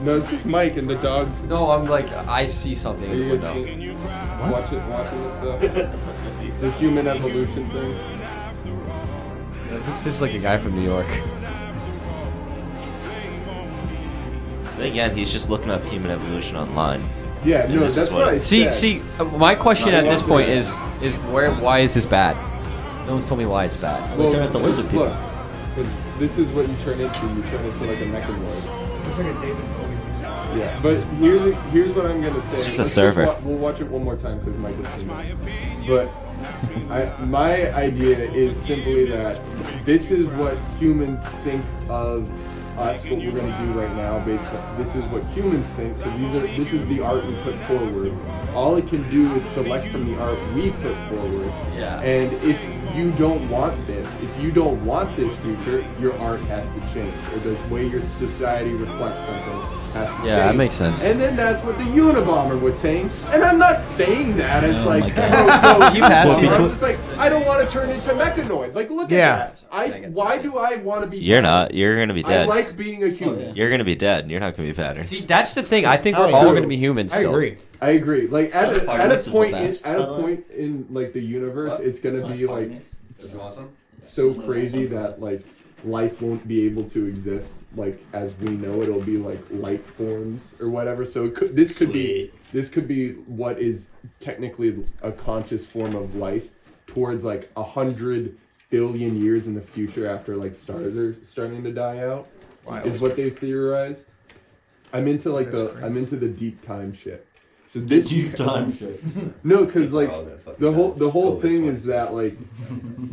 Speaker 7: No, it's just Mike and the dogs.
Speaker 3: No, I'm like I see something
Speaker 7: Are
Speaker 3: in the
Speaker 7: you guys
Speaker 3: window.
Speaker 7: seeing- watch it, watching this stuff. the human evolution thing.
Speaker 3: It looks just like a guy from New York.
Speaker 2: But Again, he's just looking up human evolution online.
Speaker 7: Yeah,
Speaker 2: And
Speaker 7: no,
Speaker 2: this is
Speaker 7: that's
Speaker 2: what
Speaker 7: what I
Speaker 2: it-
Speaker 3: See,
Speaker 7: said.
Speaker 3: see, uh, my question at this
Speaker 7: Yeah.
Speaker 3: point is, is where? Why is this bad? No one's told me why it's bad.
Speaker 1: They turn into lizard people.
Speaker 7: Look, 'cause this is what you turn into. You turn into like a mechanoid.
Speaker 9: Looks like a David Bowie.
Speaker 7: Yeah, but here's here's what I'm gonna say.
Speaker 2: It's just a
Speaker 7: Let's
Speaker 2: server.
Speaker 7: wa- we'll watch it one more time because Mike is. seen it. But I, my idea is simply that this is what humans think of us. What we're gonna do right now, based on this is what humans think. So these are this is the art we put forward. All it can do is select from the art we put forward.
Speaker 3: Yeah.
Speaker 7: And if you don't want this, if you don't want this future, your art has to change, or the way your society reflects something has to
Speaker 3: Yeah, that
Speaker 7: change.
Speaker 3: makes sense.
Speaker 7: And then that's what the Unabomber was saying, and I'm not saying that as (laughs) like, oh, no,
Speaker 3: You have
Speaker 7: Unabomber.
Speaker 3: to.
Speaker 7: I'm just like, I don't want to turn into Mechanoid. Like, look
Speaker 6: Yeah.
Speaker 7: at that. I why do I want to be?
Speaker 2: You're not. You're gonna be
Speaker 7: I
Speaker 2: dead.
Speaker 7: like
Speaker 1: Oh,
Speaker 7: being a human.
Speaker 2: You're gonna be dead. You're not gonna be patterns.
Speaker 3: See, that's the thing. I think
Speaker 1: Oh,
Speaker 3: we're
Speaker 1: yeah.
Speaker 3: all
Speaker 7: True.
Speaker 3: going to be humans.
Speaker 6: I
Speaker 3: still.
Speaker 6: agree.
Speaker 7: I agree. Like at
Speaker 1: That's
Speaker 7: a,
Speaker 1: fine.
Speaker 7: at
Speaker 1: This
Speaker 7: a
Speaker 1: is the
Speaker 7: point, in,
Speaker 1: best,
Speaker 7: at
Speaker 1: by
Speaker 7: a
Speaker 1: the way.
Speaker 7: point in like the universe, it's gonna be like so crazy that like life won't be able to exist like as we know it. it'll be like light forms or whatever so it could, this could be this could be what is technically a conscious form of life towards like a hundred billion years in the future after like stars are starting to die out is what they theorized i'm into like the i'm into the deep time shit so this no, because like
Speaker 2: all gonna fucking
Speaker 7: the whole
Speaker 2: die.
Speaker 7: the whole
Speaker 2: Covid
Speaker 7: thing
Speaker 2: twice.
Speaker 7: is that like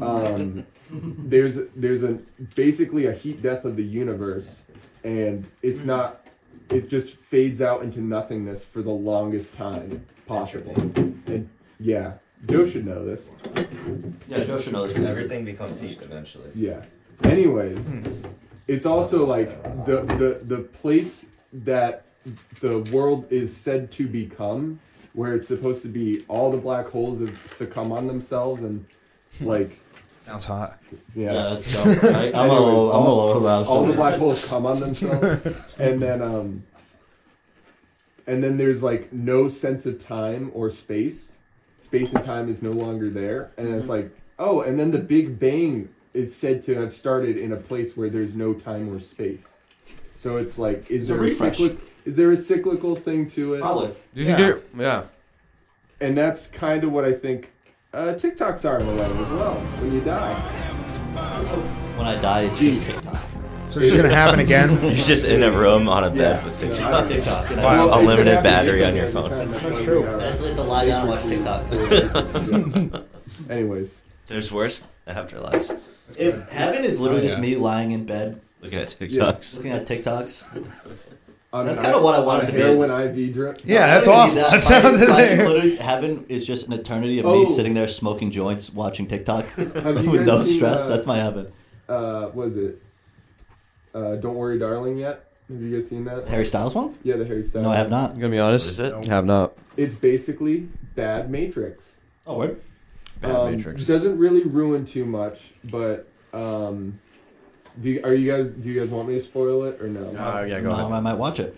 Speaker 7: um, there's there's a basically a heat death of the universe, and it's not it just fades out into nothingness for the longest time possible. And yeah, Joe should know this.
Speaker 1: Yeah, Joe should know this.
Speaker 2: Everything becomes heat eventually.
Speaker 7: Yeah. Anyways, it's also like the the the place that the world is said to become, where it's supposed to be all the black holes have succumb on themselves and like
Speaker 6: Sounds hot.
Speaker 7: yeah.
Speaker 1: Yeah, let's go. I, I'm, a little, I'm a little aroused.
Speaker 7: all the black holes come on
Speaker 1: (laughs)
Speaker 7: themselves and then um and then there's like no sense of time or space space and time is no longer there and
Speaker 1: Mm-hmm.
Speaker 7: it's like oh and then the big bang is said to have started in a place where there's no time or space so it's like is there a
Speaker 1: refresh.
Speaker 7: cyclic, is there a cyclical thing to it
Speaker 1: Probably.
Speaker 3: Did
Speaker 6: Yeah.
Speaker 3: you do? Yeah.
Speaker 7: and that's kind of what i think uh, tiktoks are in a way as well when you die
Speaker 1: When I die, it's just TikTok.
Speaker 6: So it's just gonna happen again.
Speaker 2: He's just in a room on a bed
Speaker 7: Yeah.
Speaker 2: with
Speaker 7: No, I
Speaker 2: TikTok.
Speaker 7: don't
Speaker 1: Not TikTok. And
Speaker 6: Wow.
Speaker 1: I,
Speaker 7: it could (laughs)
Speaker 2: Unlimited
Speaker 7: happen
Speaker 2: battery on
Speaker 7: differently
Speaker 2: your phone.
Speaker 7: every time.
Speaker 6: That's
Speaker 7: why
Speaker 6: true.
Speaker 7: we are-
Speaker 1: I just like to lie down and watch TikTok.
Speaker 2: (laughs)
Speaker 7: Anyways,
Speaker 2: There's worse afterlives.
Speaker 1: If heaven is literally
Speaker 6: Oh, yeah.
Speaker 1: just me lying in bed
Speaker 2: Looking at TikToks.
Speaker 1: looking at TikToks,
Speaker 7: on
Speaker 1: That's
Speaker 7: an
Speaker 1: kinda
Speaker 7: I-
Speaker 1: what I
Speaker 7: on
Speaker 1: wanted
Speaker 7: a
Speaker 1: to be.
Speaker 7: Heroin IV drip.
Speaker 6: Yeah, that's
Speaker 1: I don't
Speaker 6: awful.
Speaker 1: need
Speaker 6: That
Speaker 1: My-
Speaker 6: sounds.
Speaker 1: my literally- heaven is just an eternity of me
Speaker 7: Oh.
Speaker 1: sitting there smoking joints, watching TikTok (laughs)
Speaker 7: you
Speaker 1: with
Speaker 7: guys
Speaker 1: no
Speaker 7: seen,
Speaker 1: stress.
Speaker 7: uh,
Speaker 1: That's my heaven.
Speaker 7: Uh, was it? Uh, Don't worry, darling. Yet have you guys seen that?
Speaker 1: Harry Styles one?
Speaker 7: Yeah, the Harry Styles.
Speaker 1: No, I have not.
Speaker 3: I'm gonna be honest.
Speaker 2: What is it?
Speaker 3: Have not.
Speaker 7: It's basically bad Matrix.
Speaker 1: Oh, word.
Speaker 3: Bad
Speaker 7: um,
Speaker 3: Matrix.
Speaker 7: Doesn't really ruin too much, but um, do you, are you guys? Do you guys want me to spoil it or no?
Speaker 3: Oh yeah, go
Speaker 1: No,
Speaker 3: ahead.
Speaker 1: I might watch it.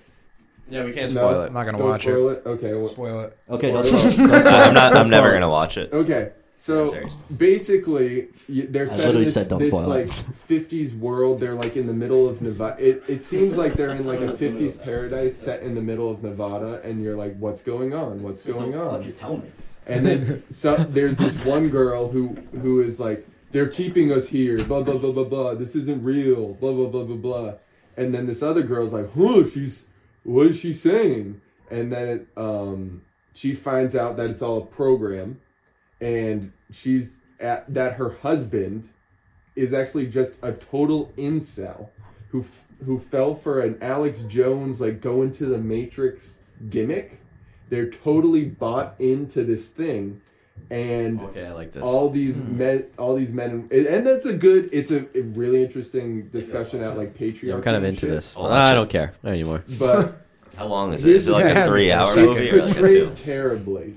Speaker 3: Yeah, we can't
Speaker 7: No.
Speaker 3: spoil
Speaker 6: I'm
Speaker 3: it.
Speaker 6: not gonna
Speaker 7: Don't
Speaker 6: watch it.
Speaker 7: spoil it. Okay. Well,
Speaker 6: Spoil it.
Speaker 1: Okay, don't,
Speaker 7: Spoiler.
Speaker 1: don't-
Speaker 2: I'm not. I'm never gonna watch it.
Speaker 7: okay. So
Speaker 2: serious.
Speaker 7: basically, you, they're set in
Speaker 1: literally
Speaker 7: this,
Speaker 1: said don't
Speaker 7: this
Speaker 1: spoil
Speaker 7: like
Speaker 1: it.
Speaker 7: 50s world. They're like in the middle of Nevada. It, it seems like they're in like a 50s paradise set in the middle of Nevada, and you're like, what's going on? What's going on?
Speaker 1: tell me.
Speaker 7: And then so, there's this one girl who who is like, they're keeping us here. Blah blah blah blah blah. This isn't real. Blah blah blah blah blah. And then this other girl's like, huh, she's what is she saying? And then it, um, she finds out that it's all a program, and she's at that her husband is actually just a total incel who f- who fell for an Alex Jones like going to the Matrix gimmick. They're totally bought into this thing, and
Speaker 3: Okay, I like this.
Speaker 7: all these
Speaker 3: Hmm.
Speaker 7: men, all these men, and- and that's a good. It's a a really interesting discussion at like patriarchy.
Speaker 3: Yeah, I'm kind of
Speaker 7: and
Speaker 3: into
Speaker 7: shit.
Speaker 3: this.
Speaker 2: I'll watch
Speaker 3: I
Speaker 2: it.
Speaker 3: don't care
Speaker 7: (laughs)
Speaker 3: anymore. (laughs)
Speaker 7: but
Speaker 2: How long is it? Is it like a three-hour
Speaker 6: Second.
Speaker 2: movie or like a two?
Speaker 7: portrayed terribly.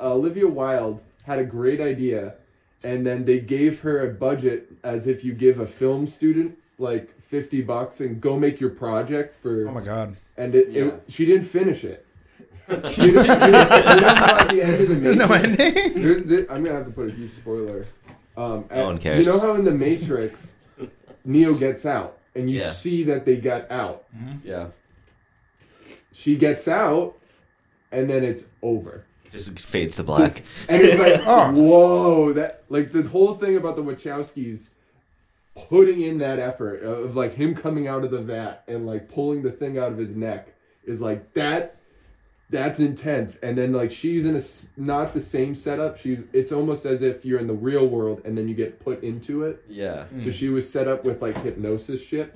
Speaker 7: Uh, Olivia Wilde had a great idea, and then they gave her a budget as if you give a film student like fifty bucks and go make your project for.
Speaker 6: Oh my god.
Speaker 7: And it, it, she didn't finish
Speaker 2: (laughs)
Speaker 7: it. She didn't, she didn't- you know how at the end of the
Speaker 6: There's no
Speaker 7: Matrix-
Speaker 6: ending.
Speaker 7: There- there- I'm gonna have to put a huge spoiler. Um, at-
Speaker 2: one cares.
Speaker 7: You know how in the Matrix, Neo gets out, and you
Speaker 2: Yeah.
Speaker 7: see that they got out.
Speaker 3: Yeah.
Speaker 7: She gets out, and then it's over.
Speaker 2: Just fades to black.
Speaker 7: And it's like,
Speaker 6: Oh.
Speaker 7: whoa, that like the whole thing about the Wachowskis putting in that effort of like him coming out of the vat and like pulling the thing out of his neck is like that. That's intense. And then like she's in a s- not the same setup. She's it's almost as if you're in the real world and then you get put into it.
Speaker 3: Yeah.
Speaker 7: So she was set up with like hypnosis shit.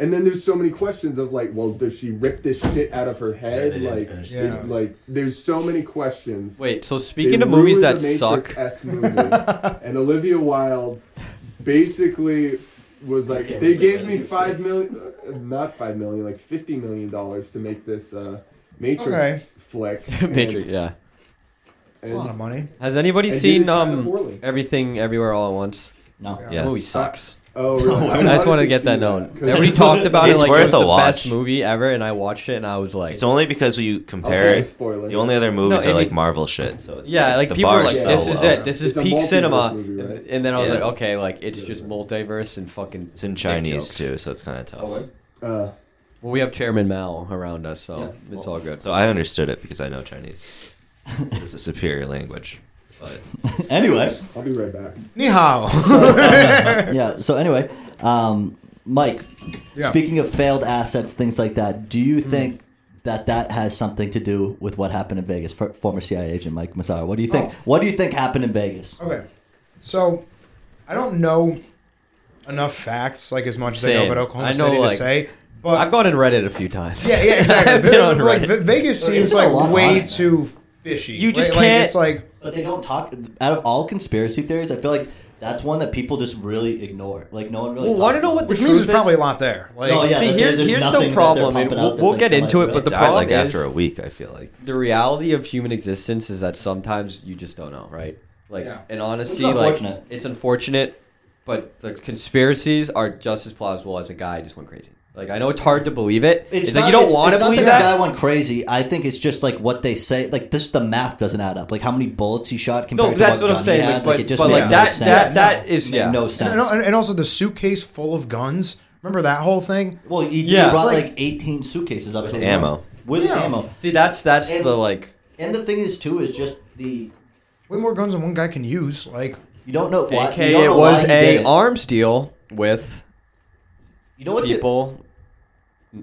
Speaker 7: And then there's so many questions of like, well, does she rip this shit out of her head?
Speaker 2: didn't
Speaker 7: like,
Speaker 2: finish
Speaker 6: it.
Speaker 7: it- like there's so many questions.
Speaker 3: Wait, so
Speaker 7: They
Speaker 3: speaking of
Speaker 7: ruined
Speaker 3: movies
Speaker 7: the
Speaker 3: that suck, (laughs)
Speaker 7: Matrix-esque movie, and Olivia Wilde basically was like, they gave me five million, uh, not five million, like fifty million dollars to make this uh, Matrix
Speaker 6: Okay.
Speaker 7: flick.
Speaker 3: (laughs) Matrix, yeah.
Speaker 6: That's a lot of money.
Speaker 3: Has anybody
Speaker 7: And did it
Speaker 3: seen
Speaker 7: kinda
Speaker 3: um
Speaker 7: poorly.
Speaker 3: everything everywhere all at once?
Speaker 1: No.
Speaker 2: Yeah.
Speaker 3: That movie sucks.
Speaker 7: Oh, really?
Speaker 3: I just want
Speaker 7: wanted
Speaker 3: to get
Speaker 7: see
Speaker 3: that known.
Speaker 7: 'cause
Speaker 3: Everybody talked about it
Speaker 2: It's
Speaker 3: like
Speaker 2: worth
Speaker 3: it was
Speaker 2: a
Speaker 3: the best
Speaker 2: watch.
Speaker 3: movie ever, and I watched it and I was like,
Speaker 2: It's only because we compare
Speaker 7: Okay,
Speaker 2: it.
Speaker 7: spoiler.
Speaker 2: The only other movies
Speaker 3: No,
Speaker 2: are
Speaker 3: I
Speaker 2: like
Speaker 3: mean-
Speaker 2: Marvel shit. So it's
Speaker 3: yeah, like
Speaker 2: the
Speaker 3: people
Speaker 2: bar
Speaker 3: are like,
Speaker 7: is
Speaker 2: so
Speaker 3: this is
Speaker 2: low.
Speaker 3: it, this is
Speaker 7: It's a
Speaker 3: peak
Speaker 7: multiverse
Speaker 3: cinema,
Speaker 7: movie, right?
Speaker 3: and then I was
Speaker 2: Yeah.
Speaker 3: like, okay, like it's just multiverse and fucking.
Speaker 2: It's in
Speaker 3: dick
Speaker 2: Chinese
Speaker 3: jokes. Oh,
Speaker 2: too, so it's kind of tough.
Speaker 7: Uh,
Speaker 3: Well, we have Chairman Mao around us, so
Speaker 1: Yeah.
Speaker 3: it's all good.
Speaker 2: So I understood it because I know Chinese. it's a superior language.
Speaker 3: (laughs)
Speaker 2: But
Speaker 1: anyway.
Speaker 7: I'll be right back.
Speaker 6: Ni hao.
Speaker 1: yeah. So anyway, um, Mike.
Speaker 6: Yeah.
Speaker 1: Speaking of failed assets, things like that, do you think that that has something to do with what happened in Vegas? For, former CIA agent Mike Massaro. What do you think?
Speaker 6: Oh.
Speaker 1: What do you think happened in Vegas?
Speaker 6: Okay. So, I don't know enough facts, like as much as I know
Speaker 3: Same.
Speaker 6: about Oklahoma
Speaker 3: I know,
Speaker 6: City
Speaker 3: like-
Speaker 6: to say. But
Speaker 3: I've gone and read it a few times. (laughs)
Speaker 6: yeah, yeah, exactly.
Speaker 3: I've been on
Speaker 6: Ve- like
Speaker 3: Reddit.
Speaker 6: Ve- Vegas
Speaker 1: There
Speaker 6: seems
Speaker 1: isn't a lot
Speaker 6: like
Speaker 1: on
Speaker 6: way
Speaker 1: it.
Speaker 6: too fishy.
Speaker 3: You just
Speaker 6: Like- Like, it's like
Speaker 1: But they don't talk. Out of all conspiracy theories, I feel like that's one that people just really ignore. Like no one really.
Speaker 3: Well,
Speaker 1: talks
Speaker 3: want to know
Speaker 1: about
Speaker 3: what the
Speaker 6: which
Speaker 3: truth
Speaker 6: means there's
Speaker 3: is?
Speaker 6: probably a lot there. Like,
Speaker 1: Oh, yeah.
Speaker 3: See,
Speaker 1: that
Speaker 3: here's,
Speaker 1: there's
Speaker 3: here's
Speaker 1: nothing that
Speaker 3: the
Speaker 1: they're
Speaker 3: problem, and
Speaker 1: pumping out
Speaker 3: we'll,
Speaker 1: that's
Speaker 3: we'll
Speaker 1: like
Speaker 3: get into it.
Speaker 1: somebody
Speaker 3: But the
Speaker 1: really
Speaker 2: died
Speaker 3: problem
Speaker 2: like after
Speaker 3: is
Speaker 2: a week. I feel like
Speaker 3: the reality of human existence is that sometimes you just don't know, right? Like,
Speaker 6: Yeah.
Speaker 3: in honesty,
Speaker 1: It's
Speaker 3: like
Speaker 1: unfortunate.
Speaker 3: it's unfortunate, but the conspiracies are just as plausible as a guy just went crazy. Like, I know it's hard to believe it. It's, like
Speaker 1: not-
Speaker 3: you don't
Speaker 1: it's-
Speaker 3: want to
Speaker 1: it's not
Speaker 3: believe
Speaker 1: that.
Speaker 3: that.
Speaker 1: the guy went crazy. I think it's just like what they say. Like this, the math doesn't add up. Like how many bullets he shot compared
Speaker 3: no,
Speaker 1: to
Speaker 3: that's
Speaker 1: what,
Speaker 3: what I'm
Speaker 1: gun
Speaker 3: saying.
Speaker 1: he
Speaker 3: like,
Speaker 1: had.
Speaker 3: but
Speaker 1: it just
Speaker 3: but
Speaker 1: made
Speaker 3: like
Speaker 1: no
Speaker 3: that
Speaker 1: sense.
Speaker 3: that that is
Speaker 1: Made
Speaker 3: yeah.
Speaker 1: no
Speaker 6: and,
Speaker 1: sense.
Speaker 6: and al- and also the suitcase full of guns. Remember that whole thing?
Speaker 1: well, he, he
Speaker 3: Yeah.
Speaker 1: brought like,
Speaker 6: Like-
Speaker 1: 18 suitcases up
Speaker 2: With
Speaker 1: to the
Speaker 2: ammo.
Speaker 1: room. with
Speaker 6: Yeah.
Speaker 1: ammo.
Speaker 3: See, that's that's
Speaker 1: And-
Speaker 3: the like.
Speaker 1: And the thing is, too, is just the
Speaker 6: Way more guns than one guy can use. Like,
Speaker 1: you don't know why. you
Speaker 3: AKA,
Speaker 1: don't
Speaker 3: it
Speaker 1: know
Speaker 3: was
Speaker 1: why he
Speaker 3: a
Speaker 1: did it.
Speaker 3: arms deal with
Speaker 1: You know what? the-
Speaker 3: people,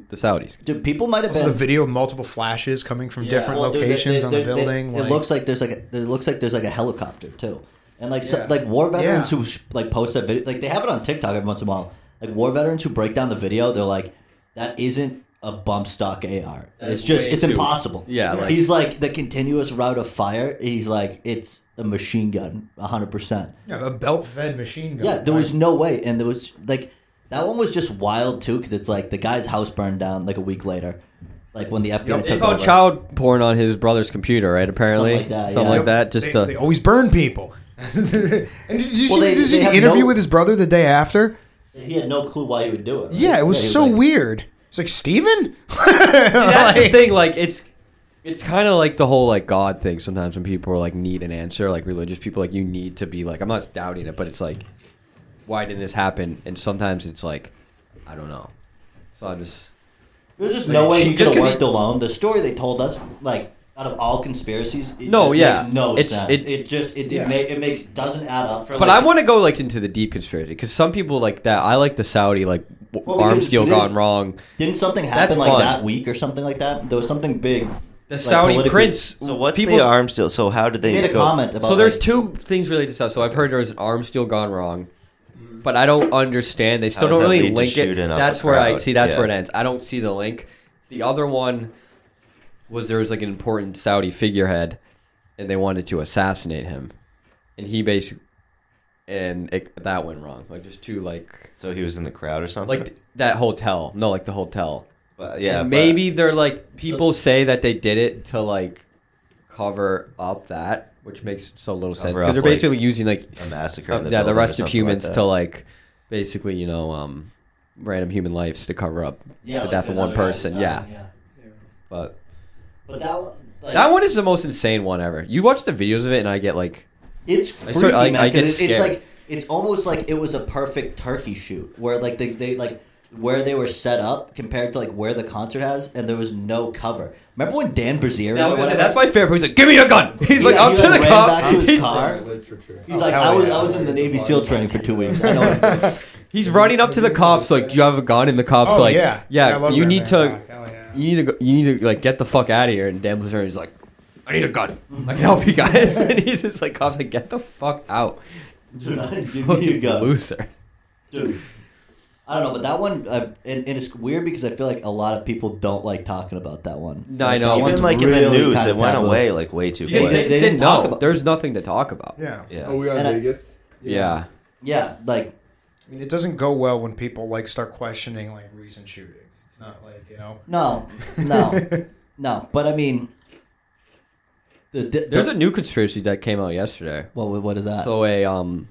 Speaker 3: the Saudis.
Speaker 1: dude, people might have
Speaker 6: also
Speaker 1: been
Speaker 6: the video of multiple flashes coming from different
Speaker 1: Well, dude, they-
Speaker 6: locations
Speaker 1: they-
Speaker 6: on the
Speaker 1: they- they-
Speaker 6: building.
Speaker 1: it looks like there's like a, there looks like there's like a helicopter too, and like so,
Speaker 6: Yeah.
Speaker 1: like war veterans
Speaker 6: Yeah.
Speaker 1: who sh- like post that video, like they have it on TikTok every once in a while. Like war veterans who break down the video, they're like, that isn't a bump stock AR.
Speaker 3: That
Speaker 1: it's
Speaker 3: is
Speaker 1: just
Speaker 3: way
Speaker 1: it's
Speaker 3: too-
Speaker 1: impossible.
Speaker 3: Yeah, like-
Speaker 1: he's like the continuous route of fire. He's like it's a machine gun, hundred percent.
Speaker 6: yeah, a belt-fed machine gun.
Speaker 1: Yeah, there was no way, and there was like that one was just wild too because it's like the guy's house burned down like a week later, like when the FBI
Speaker 6: Yep.
Speaker 1: took
Speaker 3: They
Speaker 1: over.
Speaker 3: found child porn on his brother's computer, right? Apparently,
Speaker 1: Something like that,
Speaker 3: Something
Speaker 1: yeah.
Speaker 3: like that, Just
Speaker 6: they,
Speaker 3: to,
Speaker 6: they always burn people. (laughs) and did did you see,
Speaker 1: they-
Speaker 6: did you see
Speaker 1: they have
Speaker 6: the interview
Speaker 1: no-
Speaker 6: with his brother the day after?
Speaker 1: He had no clue why he would do it. right?
Speaker 6: Yeah, it was
Speaker 1: he
Speaker 6: so
Speaker 1: like-
Speaker 6: weird. It's like Steven? (laughs)
Speaker 3: See, (laughs) that's the
Speaker 6: Like-
Speaker 3: thing. Like it's It's kind of like the whole like God thing. Sometimes when people are like need an answer, like religious people, like you need to be like I'm not doubting it, but it's like, why didn't this happen? And sometimes it's like, I don't know. So I'm just
Speaker 1: There's just no way
Speaker 3: she-
Speaker 1: you could
Speaker 3: just
Speaker 1: have
Speaker 3: 'cause
Speaker 1: worked
Speaker 3: he-
Speaker 1: alone. The story they told us, like out of all conspiracies, it
Speaker 3: No,
Speaker 1: just
Speaker 3: yeah.
Speaker 1: makes no
Speaker 3: It's-
Speaker 1: sense.
Speaker 3: it-
Speaker 1: It, just it
Speaker 4: Yeah.
Speaker 1: it, ma- it makes doesn't add up. For
Speaker 3: But
Speaker 1: like,
Speaker 3: I want to go like into the deep conspiracy because some people like that. I like the Saudi like w
Speaker 1: Well, we
Speaker 3: arms
Speaker 1: did-
Speaker 3: deal
Speaker 1: we
Speaker 3: gone
Speaker 1: did-
Speaker 3: wrong.
Speaker 1: Didn't something happen like
Speaker 3: fun.
Speaker 1: that week or something like that? There was something big.
Speaker 3: The
Speaker 1: like,
Speaker 3: Saudi
Speaker 1: politically-
Speaker 3: prince.
Speaker 2: So what's
Speaker 3: Mm, people,
Speaker 2: the arms deal? So how did they
Speaker 1: He made a
Speaker 2: go-
Speaker 1: comment about.
Speaker 3: So there's
Speaker 1: like,
Speaker 3: two things related to Saudi. So I've heard there's an arms deal gone wrong, but I don't understand. They still
Speaker 2: How does
Speaker 3: don't
Speaker 2: that
Speaker 3: really
Speaker 2: lead to
Speaker 3: link it.
Speaker 2: shooting up
Speaker 3: That's
Speaker 2: a
Speaker 3: where I
Speaker 2: crowd?
Speaker 3: see. That's
Speaker 2: Yeah.
Speaker 3: where it ends. I don't see the link. The other one was there was like an important Saudi figurehead, and they wanted to assassinate him, and he basically, and it, that went wrong. Like just two like.
Speaker 2: So he was in the crowd or something.
Speaker 3: like th- that hotel. No, like the hotel.
Speaker 2: But, yeah,
Speaker 3: And
Speaker 2: but-
Speaker 3: maybe they're like people say that they did it to like cover up that, which makes so little sense
Speaker 2: Cover
Speaker 3: because
Speaker 2: up,
Speaker 3: they're
Speaker 2: like,
Speaker 3: basically using like
Speaker 2: a massacre.
Speaker 3: uh,
Speaker 2: in the
Speaker 3: yeah the
Speaker 2: building or
Speaker 3: rest of
Speaker 2: something
Speaker 3: humans
Speaker 2: like
Speaker 3: to
Speaker 2: that.
Speaker 3: like basically you know um random human lives to cover up
Speaker 1: Yeah,
Speaker 3: the
Speaker 1: like,
Speaker 3: death of one
Speaker 1: another guy
Speaker 3: person.
Speaker 1: died,
Speaker 3: Yeah.
Speaker 1: yeah.
Speaker 3: but
Speaker 1: But that one, like,
Speaker 3: that one is the most insane one ever. You watch the videos of it, and I get like
Speaker 1: It's
Speaker 3: I
Speaker 1: freaky,
Speaker 3: sort- I-
Speaker 1: man,
Speaker 3: I get
Speaker 1: 'cause it's, it's
Speaker 3: scared.
Speaker 1: like it's almost like it was a perfect turkey shoot where like they, they like where they were set up compared to like where the concert has and there was no cover. Remember when Dan Brazier or whatever?
Speaker 3: that's my favorite. part. He's like, "Give me your gun." (laughs) He's
Speaker 1: he,
Speaker 3: like,
Speaker 1: like,
Speaker 3: "Up
Speaker 1: he,
Speaker 3: to
Speaker 1: like,
Speaker 3: the
Speaker 1: ran
Speaker 3: cop."
Speaker 1: back to his
Speaker 3: He's-
Speaker 1: car.
Speaker 5: Literature.
Speaker 1: He's like,
Speaker 6: hell
Speaker 1: I was
Speaker 6: yeah.
Speaker 1: I was in the Navy SEAL training for two weeks. I know what it is.
Speaker 3: He's running up to the cops, like, "Do you have a gun?" And the cops,
Speaker 6: Oh,
Speaker 3: like,
Speaker 6: yeah.
Speaker 3: "Yeah,
Speaker 6: Yeah, I love
Speaker 3: you
Speaker 6: Red
Speaker 3: need
Speaker 6: Man
Speaker 3: to,
Speaker 6: Back. Hell yeah.
Speaker 3: you need to, go, you need to, like, get the fuck out of here." And Dan Blazer's like, "I need a gun. I can help you guys." (laughs) and he's just like, "Cops, like, get the fuck out,
Speaker 1: (laughs) Dude, give me a gun.
Speaker 3: loser."
Speaker 1: Dude. I don't know, but that one, uh, and, and it's weird because I feel like a lot of people don't like talking about that one.
Speaker 3: No, I
Speaker 1: Like,
Speaker 3: know.
Speaker 1: that
Speaker 2: Even
Speaker 1: one's
Speaker 2: like in the
Speaker 1: really
Speaker 2: news,
Speaker 1: kinda
Speaker 2: it went
Speaker 1: taboo.
Speaker 2: away like way too
Speaker 1: Yeah,
Speaker 3: They,
Speaker 1: they-
Speaker 2: quick.
Speaker 1: they
Speaker 3: didn't,
Speaker 1: didn't
Speaker 3: know.
Speaker 1: talk about-
Speaker 3: There's nothing to talk about.
Speaker 6: Yeah.
Speaker 2: Yeah.
Speaker 5: Oh, we are
Speaker 1: And I-
Speaker 5: Vegas.
Speaker 3: yeah.
Speaker 1: Yeah, like
Speaker 6: I mean, it doesn't go well when people like start questioning like recent shootings. It's not like you know.
Speaker 1: no, no,
Speaker 3: (laughs)
Speaker 1: no. But I mean, the, the,
Speaker 3: There's
Speaker 1: the-
Speaker 3: a new conspiracy that came out yesterday.
Speaker 1: what, what is that?
Speaker 3: So a um,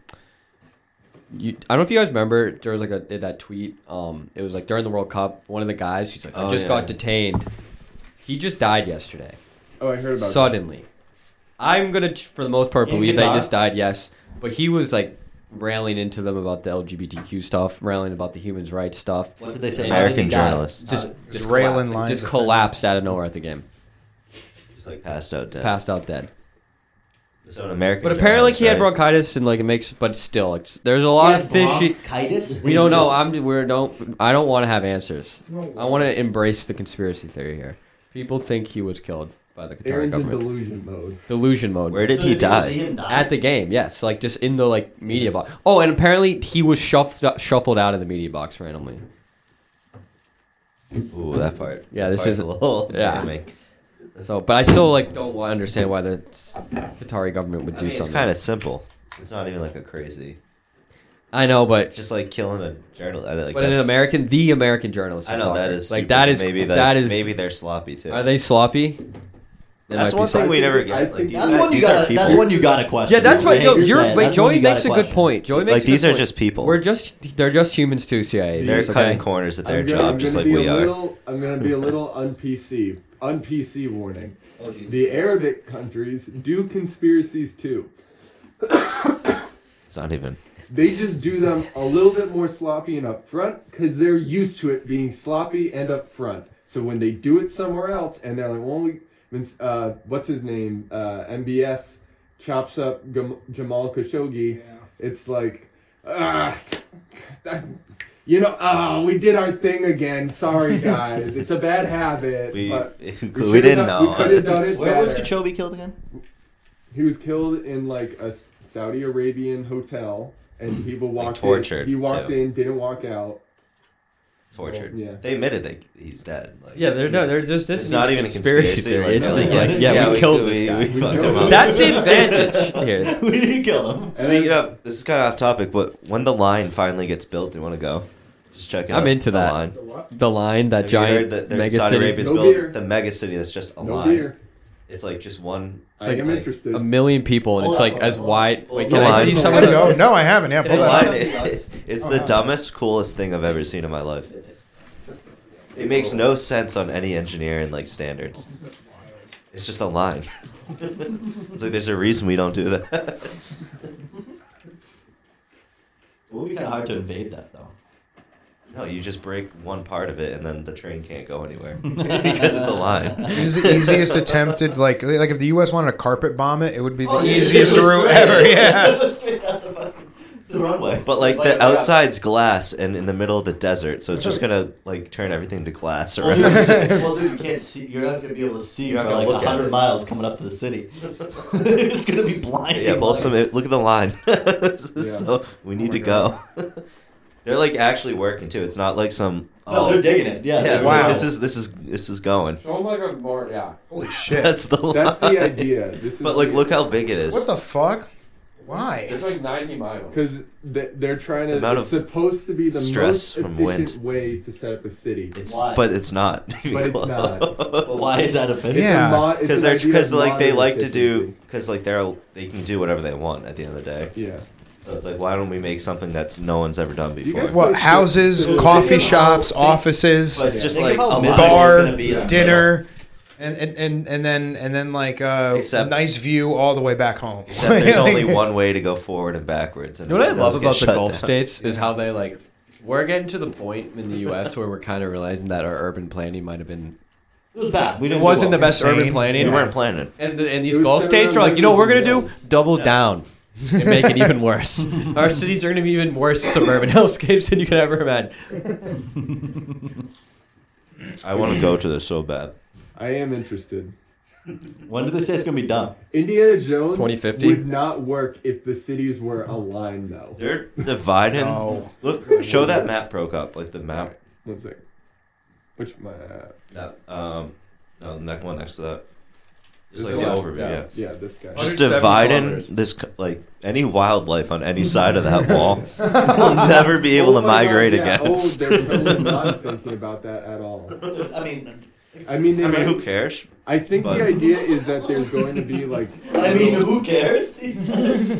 Speaker 3: you, I don't know if you guys remember. There was like a did that tweet. Um, it was like during the World Cup. One of the guys, he's like, I
Speaker 2: Oh,
Speaker 3: just
Speaker 2: yeah.
Speaker 3: got detained. He just died yesterday
Speaker 5: Oh, I heard about that.
Speaker 3: suddenly. I'm gonna, for the most part,
Speaker 1: In
Speaker 3: believe they
Speaker 1: Qatar?
Speaker 3: just died. Yes, but he was like railing into them about the LGBTQ stuff, railing about the human rights stuff.
Speaker 1: what did they say?
Speaker 3: And
Speaker 1: How did he Uh,
Speaker 2: American
Speaker 1: die?
Speaker 2: journalists.
Speaker 1: How
Speaker 3: Just,
Speaker 1: did-
Speaker 6: (laughs) Just railing
Speaker 3: collapsed-
Speaker 6: lines
Speaker 3: Just
Speaker 6: of
Speaker 3: collapsed out of nowhere at the game.
Speaker 2: Just like passed out dead.
Speaker 3: Passed out dead.
Speaker 2: So an American.
Speaker 3: But apparently
Speaker 2: journalist,
Speaker 3: he had
Speaker 2: right?
Speaker 3: bronchitis and like it makes. But still, it's, there's a lot
Speaker 1: Yeah,
Speaker 3: of fishy.
Speaker 1: bronchitis?
Speaker 3: We don't know.
Speaker 1: Just-
Speaker 3: I'm we don't. I don't want to have answers. I want to embrace the conspiracy theory here. People think he was killed by the Qatar
Speaker 5: Aaron's in
Speaker 3: government.
Speaker 5: delusion mode.
Speaker 3: Delusion mode.
Speaker 2: Where did
Speaker 1: So
Speaker 2: he
Speaker 1: did you
Speaker 2: die?
Speaker 1: see him die?
Speaker 3: At the game, yes, like just in the like media box. Oh, and apparently he was shuffled shuffled out of the media box randomly.
Speaker 2: Ooh, that part.
Speaker 3: Yeah,
Speaker 2: that
Speaker 3: this
Speaker 2: part's
Speaker 3: is-
Speaker 2: a little
Speaker 3: (laughs) yeah.
Speaker 2: damning.
Speaker 3: So, but I still like don't wa- understand why the s- Qatari government would
Speaker 2: I
Speaker 3: do
Speaker 2: mean, it's
Speaker 3: something.
Speaker 2: kind of simple. It's not even like a crazy.
Speaker 3: I know, but
Speaker 2: Just like killing a journalist. I think
Speaker 3: but an
Speaker 2: that's-
Speaker 3: American, the American journalist.
Speaker 2: I
Speaker 3: was
Speaker 2: know that
Speaker 3: soccer.
Speaker 2: is
Speaker 3: like
Speaker 2: stupid,
Speaker 3: that
Speaker 2: but
Speaker 3: is
Speaker 2: maybe
Speaker 3: that is
Speaker 2: maybe they're sloppy too.
Speaker 3: are they sloppy? They might
Speaker 2: that's
Speaker 3: be
Speaker 2: one thing
Speaker 3: sloppy.
Speaker 2: we never
Speaker 5: I
Speaker 2: get. Like,
Speaker 5: think-
Speaker 2: these
Speaker 1: That's
Speaker 2: guys-
Speaker 1: one you
Speaker 2: these are
Speaker 1: got. That's
Speaker 2: people.
Speaker 1: one you got to question.
Speaker 3: Yeah, that's
Speaker 1: I
Speaker 3: right.
Speaker 1: hate
Speaker 3: Yo,
Speaker 1: to
Speaker 3: you're,
Speaker 1: say it.
Speaker 3: wait,
Speaker 1: That's one
Speaker 3: Joey
Speaker 1: you gotta
Speaker 3: makes a good
Speaker 1: question.
Speaker 3: point. Joey makes
Speaker 2: Like
Speaker 3: a good
Speaker 2: these are
Speaker 3: point.
Speaker 2: just people.
Speaker 3: We're just they're just humans too. CIA.
Speaker 2: They're
Speaker 3: It's okay.
Speaker 2: cutting corners at their
Speaker 5: I'm gonna-
Speaker 2: job,
Speaker 5: I'm
Speaker 2: just like
Speaker 5: gonna be
Speaker 2: we
Speaker 5: a
Speaker 2: are.
Speaker 5: Little, I'm going to be a little (laughs) un-PC. Un-PC warning. The Arabic countries do conspiracies too.
Speaker 2: It's not even.
Speaker 5: They just do them a little bit more sloppy and upfront because they're used to it being sloppy and upfront. So when they do it somewhere else and they're like, well, we, Vince- uh, what's his name? Uh, MBS chops up Gam- Jamal Khashoggi. It's like, ah, you know, ah, we did our thing again.
Speaker 1: (laughs)
Speaker 5: Sorry, guys. it's a bad habit.
Speaker 2: We (laughs)
Speaker 5: but
Speaker 2: we,
Speaker 5: should've
Speaker 2: didn't
Speaker 5: done- We could have
Speaker 2: know.
Speaker 5: done it
Speaker 1: Where was
Speaker 5: better.
Speaker 1: Khashoggi killed again?
Speaker 5: He was killed in like a Saudi Arabian hotel, and people walked
Speaker 2: tortured,
Speaker 5: In, he walked
Speaker 2: too.
Speaker 5: in, didn't walk out.
Speaker 2: Tortured.
Speaker 5: Yeah.
Speaker 2: They admitted that he's dead. Like,
Speaker 3: Yeah, they're no, they're just this
Speaker 2: It's
Speaker 3: is
Speaker 2: not even a conspiracy. like,
Speaker 3: It's
Speaker 2: they're
Speaker 3: just
Speaker 1: like,
Speaker 3: like yeah, we, killed this guy.
Speaker 2: We fucked
Speaker 5: killed
Speaker 2: him
Speaker 5: him.
Speaker 2: up.
Speaker 3: That's
Speaker 5: (laughs)
Speaker 3: the advantage (laughs) here.
Speaker 1: we didn't kill him.
Speaker 2: Speaking of, this is kind of off topic, but when the line finally gets built, do you want to go? Just check it
Speaker 3: I'm
Speaker 2: out.
Speaker 3: into
Speaker 2: the
Speaker 3: that.
Speaker 2: Line.
Speaker 3: The line that
Speaker 2: Have you heard
Speaker 3: giant
Speaker 2: that there's
Speaker 3: mega
Speaker 2: Saudi
Speaker 3: city,
Speaker 2: Arabia's
Speaker 5: No
Speaker 2: built
Speaker 5: beer.
Speaker 2: the mega city that's just a
Speaker 5: No
Speaker 2: line.
Speaker 5: beer.
Speaker 2: It's like just one.
Speaker 5: I am
Speaker 2: (laughs)
Speaker 5: interested.
Speaker 3: a million people, and it's like as wide. Wait, can
Speaker 2: The
Speaker 3: I
Speaker 2: line.
Speaker 3: see
Speaker 2: Oh,
Speaker 3: some
Speaker 6: Way
Speaker 3: of
Speaker 6: to
Speaker 3: the?
Speaker 6: go. No, I haven't. Yeah,
Speaker 3: It
Speaker 6: pull
Speaker 3: is
Speaker 2: The
Speaker 6: that
Speaker 2: line
Speaker 6: up.
Speaker 2: is, (laughs) it's
Speaker 5: Oh,
Speaker 2: the dumbest, coolest thing I've ever seen in my life. It makes no sense on any engineering like standards. It's just a line. (laughs) it's like there's a reason we don't do that. (laughs)
Speaker 1: It would be kind of hard to invade that, though.
Speaker 2: no, you just break one part of it, and then the train can't go anywhere (laughs) because it's a line.
Speaker 6: It was the easiest attempted, like like if the U.S. wanted to carpet bomb it, it would be the
Speaker 1: Oh, yeah,
Speaker 6: easiest
Speaker 1: it was
Speaker 6: route
Speaker 1: (laughs) straight-
Speaker 3: (laughs)
Speaker 6: ever. Yeah.
Speaker 1: it was (laughs) straight down the fucking it's the runway.
Speaker 2: But like
Speaker 7: Like a
Speaker 2: the
Speaker 7: map.
Speaker 2: outside's glass, and in the middle of the desert, so it's just gonna like turn everything
Speaker 5: (laughs)
Speaker 2: to glass
Speaker 1: well,
Speaker 2: around.
Speaker 1: dude, well, dude, you can't see. You're not gonna be able to see
Speaker 2: You're
Speaker 1: for
Speaker 2: not gonna
Speaker 1: like
Speaker 2: look at
Speaker 1: hundred
Speaker 2: it.
Speaker 1: miles coming up to the (laughs) city. it's gonna be blinding.
Speaker 7: (laughs)
Speaker 2: Yeah, pull up some. Look at the line. (laughs) This is
Speaker 7: Yeah. Oh
Speaker 2: So we need to go. (laughs) they're like actually working too. It's not like some. oh,
Speaker 1: No, they're digging it. Oh. Yeah.
Speaker 2: Yeah,
Speaker 1: they're-
Speaker 6: Wow.
Speaker 2: This is this is this is going. (laughs)
Speaker 3: Oh my god, more, yeah.
Speaker 6: Holy shit!
Speaker 2: That's the. Line. (laughs)
Speaker 7: That's the idea. This is
Speaker 2: But like,
Speaker 7: the-
Speaker 2: look how big it is.
Speaker 6: what the fuck? Why?
Speaker 3: like 90 miles.
Speaker 7: Because they're trying
Speaker 2: The
Speaker 7: to.
Speaker 2: amount
Speaker 7: It's
Speaker 2: of
Speaker 7: supposed to be the
Speaker 2: stress
Speaker 7: most
Speaker 2: from
Speaker 7: efficient
Speaker 2: wind.
Speaker 7: way to set up a city.
Speaker 2: It's
Speaker 1: Why?
Speaker 2: but it's not. (laughs)
Speaker 7: But it's not.
Speaker 1: But why is that a thing?
Speaker 6: Yeah.
Speaker 2: Because they're because like they like to do because like they're they can do whatever they want at the end of the day.
Speaker 7: Yeah.
Speaker 2: So it's like why don't we make something that's no one's ever done
Speaker 7: You
Speaker 2: before?
Speaker 7: guys-
Speaker 6: What? Houses,
Speaker 7: Think
Speaker 6: coffee
Speaker 1: about-
Speaker 6: shops,
Speaker 1: think-
Speaker 6: offices,
Speaker 2: But it's just
Speaker 1: Think
Speaker 2: like
Speaker 1: of how
Speaker 2: a
Speaker 1: miserable
Speaker 2: mile.
Speaker 1: it's
Speaker 6: bar,
Speaker 1: gonna be in the
Speaker 6: dinner, and, and and and then and then like uh,
Speaker 2: Except-
Speaker 6: nice view all the way back home.
Speaker 2: Except there's
Speaker 6: (laughs) Like-
Speaker 2: only one way to go forward and backwards. And
Speaker 3: You know what I
Speaker 2: those
Speaker 3: love
Speaker 2: get
Speaker 3: about the
Speaker 2: shut
Speaker 3: Gulf
Speaker 2: down.
Speaker 3: states is how they like. We're getting to the point in the U.S. where we're kind of realizing that our urban planning might have been
Speaker 1: It was bad. We
Speaker 3: it
Speaker 1: didn't.
Speaker 3: wasn't
Speaker 1: do
Speaker 3: the best
Speaker 6: Insane.
Speaker 3: urban planning.
Speaker 2: You weren't planning.
Speaker 3: And, the, and these
Speaker 7: It was
Speaker 3: Gulf
Speaker 7: seven
Speaker 3: states are like, you know what we're gonna do?
Speaker 7: million.
Speaker 3: Double down and make it even
Speaker 2: (laughs)
Speaker 3: worse. Our cities are gonna be even worse suburban (laughs) hellscapes than you could ever imagine.
Speaker 2: I want to go to this so bad.
Speaker 7: I am interested.
Speaker 1: well. When did (laughs) they say it's gonna be done?
Speaker 7: Indiana Jones
Speaker 3: 2050?
Speaker 7: would not work if the cities were aligned, though.
Speaker 2: They're dividing.
Speaker 6: No.
Speaker 2: Look, show that map broke up. Like the map.
Speaker 7: One second. Which my uh,
Speaker 2: That um, no, the next one next to that. Just
Speaker 7: this
Speaker 2: like the
Speaker 7: guy.
Speaker 2: overview. Yeah.
Speaker 7: yeah, this guy.
Speaker 2: Just
Speaker 3: 170
Speaker 2: dividing
Speaker 3: kilometers.
Speaker 2: this c- like any wildlife on any side of that wall will never be able
Speaker 7: Oh
Speaker 2: to
Speaker 7: my God,
Speaker 2: migrate
Speaker 7: yeah.
Speaker 2: again.
Speaker 7: Oh, they're totally not thinking about that at all.
Speaker 1: I mean,
Speaker 7: I mean,
Speaker 2: (laughs)
Speaker 7: they
Speaker 2: I mean,
Speaker 7: might-
Speaker 2: who cares?
Speaker 7: I think
Speaker 2: But-
Speaker 7: the idea is that there's going to be like.
Speaker 1: I mean,
Speaker 7: little-
Speaker 1: who cares? He (laughs) says.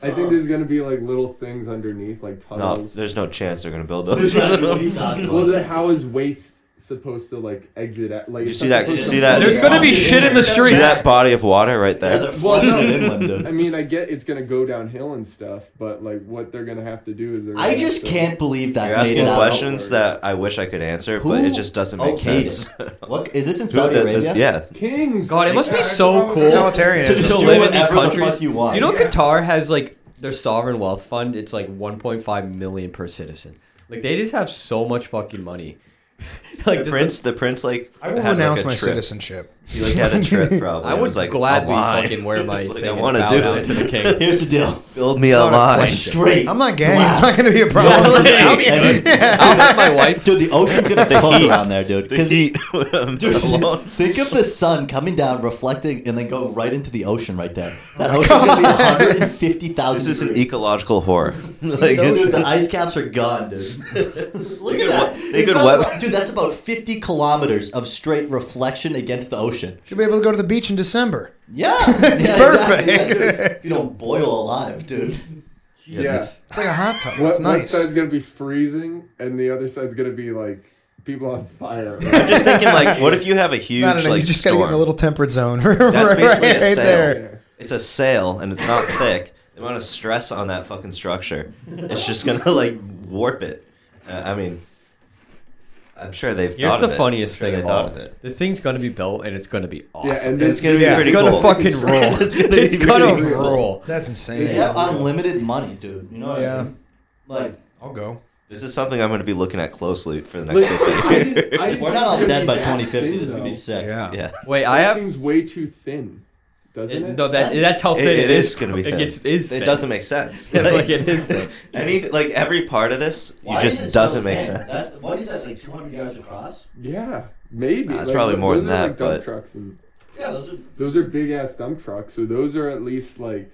Speaker 7: I think there's going to be like little things underneath, like
Speaker 2: No,
Speaker 7: tunnels.
Speaker 2: there's no chance they're gonna build
Speaker 1: What
Speaker 2: those.
Speaker 1: are you talking
Speaker 7: well,
Speaker 1: about?
Speaker 7: then how is waste supposed to like exit? At, like
Speaker 2: You
Speaker 7: it's
Speaker 2: see
Speaker 7: not
Speaker 2: that- you
Speaker 7: supposed
Speaker 2: see that-
Speaker 3: There's gonna be shit in the
Speaker 2: See
Speaker 3: streets.
Speaker 2: that body of water right
Speaker 1: Yeah,
Speaker 2: there?
Speaker 1: they're
Speaker 7: Well,
Speaker 1: flushing
Speaker 7: no.
Speaker 1: it inland, dude.
Speaker 7: I mean, I get it's gonna go downhill and stuff, but like what they're gonna have to do is they're.
Speaker 1: I
Speaker 7: gonna
Speaker 1: just
Speaker 7: have to-
Speaker 1: can't believe that
Speaker 2: You're
Speaker 1: made
Speaker 2: asking
Speaker 1: it out.
Speaker 2: questions that I wish I could answer, but it
Speaker 1: Who
Speaker 2: just doesn't make
Speaker 1: okayed it?
Speaker 2: sense. (laughs)
Speaker 1: What is this in
Speaker 2: Who
Speaker 1: Saudi
Speaker 2: did this-
Speaker 1: Arabia?
Speaker 2: Yeah,
Speaker 7: Kings.
Speaker 3: God, it must be so cool to,
Speaker 6: Totalitarianism.
Speaker 3: to
Speaker 1: do
Speaker 3: live in these
Speaker 1: whatever the
Speaker 3: countries.
Speaker 1: fuck you want.
Speaker 3: know Qatar has like their sovereign wealth fund. It's like 1.5 million per citizen. Like they just have so much fucking money. (laughs)
Speaker 2: the
Speaker 3: like just-
Speaker 2: prince, the prince, like
Speaker 6: I will
Speaker 2: had, like,
Speaker 6: renounce
Speaker 2: a
Speaker 6: my
Speaker 2: trip.
Speaker 6: citizenship.
Speaker 2: He like had a
Speaker 6: (laughs)
Speaker 2: trip probably.
Speaker 3: (laughs) I
Speaker 2: It
Speaker 3: would
Speaker 2: was, like
Speaker 3: gladly
Speaker 2: a line.
Speaker 3: fucking wear
Speaker 2: (laughs)
Speaker 3: my
Speaker 2: It's like,
Speaker 3: thing
Speaker 2: I
Speaker 3: and
Speaker 2: wanna
Speaker 3: bow
Speaker 2: do
Speaker 3: down
Speaker 2: it.
Speaker 3: to the
Speaker 2: (laughs)
Speaker 1: (laughs)
Speaker 3: king.
Speaker 1: Here's the deal.
Speaker 2: Build me a
Speaker 3: Not a
Speaker 2: line. (laughs)
Speaker 3: question.
Speaker 1: Straight.
Speaker 6: I'm not gay.
Speaker 1: glass.
Speaker 6: It's not going to be a problem for me. I'll (laughs) be-
Speaker 1: And-
Speaker 3: I'll have my wife.
Speaker 1: Dude, the ocean's
Speaker 2: (laughs)
Speaker 1: gonna close around there, dude.
Speaker 2: The
Speaker 1: Because
Speaker 2: heat (laughs)
Speaker 1: (laughs)
Speaker 2: alone.
Speaker 1: think of the sun coming down, reflecting, and then going right into the ocean right there. That ocean's gonna be 150,000.
Speaker 2: This is an
Speaker 1: degrees.
Speaker 2: ecological horror. (laughs) like
Speaker 1: No, dude,
Speaker 2: it's,
Speaker 1: the ice caps are gone, dude. (laughs) Look at
Speaker 2: could
Speaker 1: that.
Speaker 2: we- they
Speaker 1: It's
Speaker 2: could
Speaker 1: not
Speaker 2: web-
Speaker 1: about- dude, that's about 50 kilometers of straight reflection against the ocean.
Speaker 6: Should be able to go to the beach in December.
Speaker 1: (laughs) Yeah. it's
Speaker 2: (laughs)
Speaker 6: perfect.
Speaker 1: you don't boil alive, dude.
Speaker 7: Yeah.
Speaker 6: It's like a hot tub.
Speaker 7: What,
Speaker 6: it's nice.
Speaker 7: One side's gonna be freezing, and the other side's gonna be like people on
Speaker 2: (laughs)
Speaker 7: fire.
Speaker 2: I'm just thinking, like, what if you have a huge
Speaker 6: I don't know.
Speaker 2: like
Speaker 6: you just got to
Speaker 2: storm?
Speaker 6: get in the little temperate zone. (laughs)
Speaker 2: That's
Speaker 6: right,
Speaker 2: basically a
Speaker 6: right
Speaker 2: sail.
Speaker 6: there.
Speaker 2: It's a sail, and it's not thick. The amount of stress on that fucking structure, it's just gonna (laughs) like warp it. Uh, I mean, I'm sure they've.
Speaker 3: Here's
Speaker 2: thought
Speaker 3: the
Speaker 2: of it.
Speaker 3: funniest
Speaker 2: I'm sure
Speaker 3: thing
Speaker 2: they
Speaker 3: of
Speaker 2: thought
Speaker 3: all.
Speaker 2: of it.
Speaker 3: This thing's gonna be built and it's gonna be awesome.
Speaker 7: Yeah, and
Speaker 2: It's
Speaker 7: then-
Speaker 2: gonna be
Speaker 7: yeah.
Speaker 2: pretty
Speaker 3: it's gonna
Speaker 2: cool.
Speaker 3: fucking roll.
Speaker 2: (laughs) It's
Speaker 3: it's
Speaker 2: gonna
Speaker 3: gonna,
Speaker 2: be
Speaker 7: (laughs)
Speaker 2: pretty cool. (laughs)
Speaker 3: roll.
Speaker 6: That's
Speaker 1: They
Speaker 6: insane.
Speaker 1: have unlimited money, dude. You know what I
Speaker 6: Yeah.
Speaker 1: mean? Like,
Speaker 6: I'll go.
Speaker 2: This is something I'm gonna be looking at closely for
Speaker 1: (laughs)
Speaker 2: the next
Speaker 7: Like,
Speaker 2: 50
Speaker 7: I
Speaker 2: years.
Speaker 7: didn't- I didn't
Speaker 1: we're not all
Speaker 7: think
Speaker 1: dead by
Speaker 7: that
Speaker 1: 2050.
Speaker 7: thin,
Speaker 1: This is gonna be
Speaker 7: though.
Speaker 1: sick.
Speaker 6: Yeah.
Speaker 2: Yeah.
Speaker 3: Wait,
Speaker 7: That
Speaker 3: I have
Speaker 7: seems way too thin, doesn't it?
Speaker 3: no. That that's how
Speaker 2: It-
Speaker 3: thin
Speaker 2: it is gonna be.
Speaker 3: It
Speaker 2: thin.
Speaker 3: gets, is
Speaker 2: It
Speaker 3: thin.
Speaker 2: doesn't make sense.
Speaker 3: Yeah,
Speaker 2: (laughs)
Speaker 3: like, it is thin.
Speaker 2: Anything like every part of this, you
Speaker 1: Why is
Speaker 2: just
Speaker 1: it so
Speaker 2: doesn't make
Speaker 1: thin?
Speaker 2: sense.
Speaker 1: That's, what is that, like 200 yards across?
Speaker 7: yeah, maybe.
Speaker 2: Nah, it's probably
Speaker 7: but
Speaker 2: more
Speaker 7: those
Speaker 2: than
Speaker 7: are,
Speaker 2: that,
Speaker 7: Like dump
Speaker 2: but-
Speaker 7: trucks and
Speaker 1: Yeah, those are
Speaker 7: those are big ass dump trucks, so those are at least like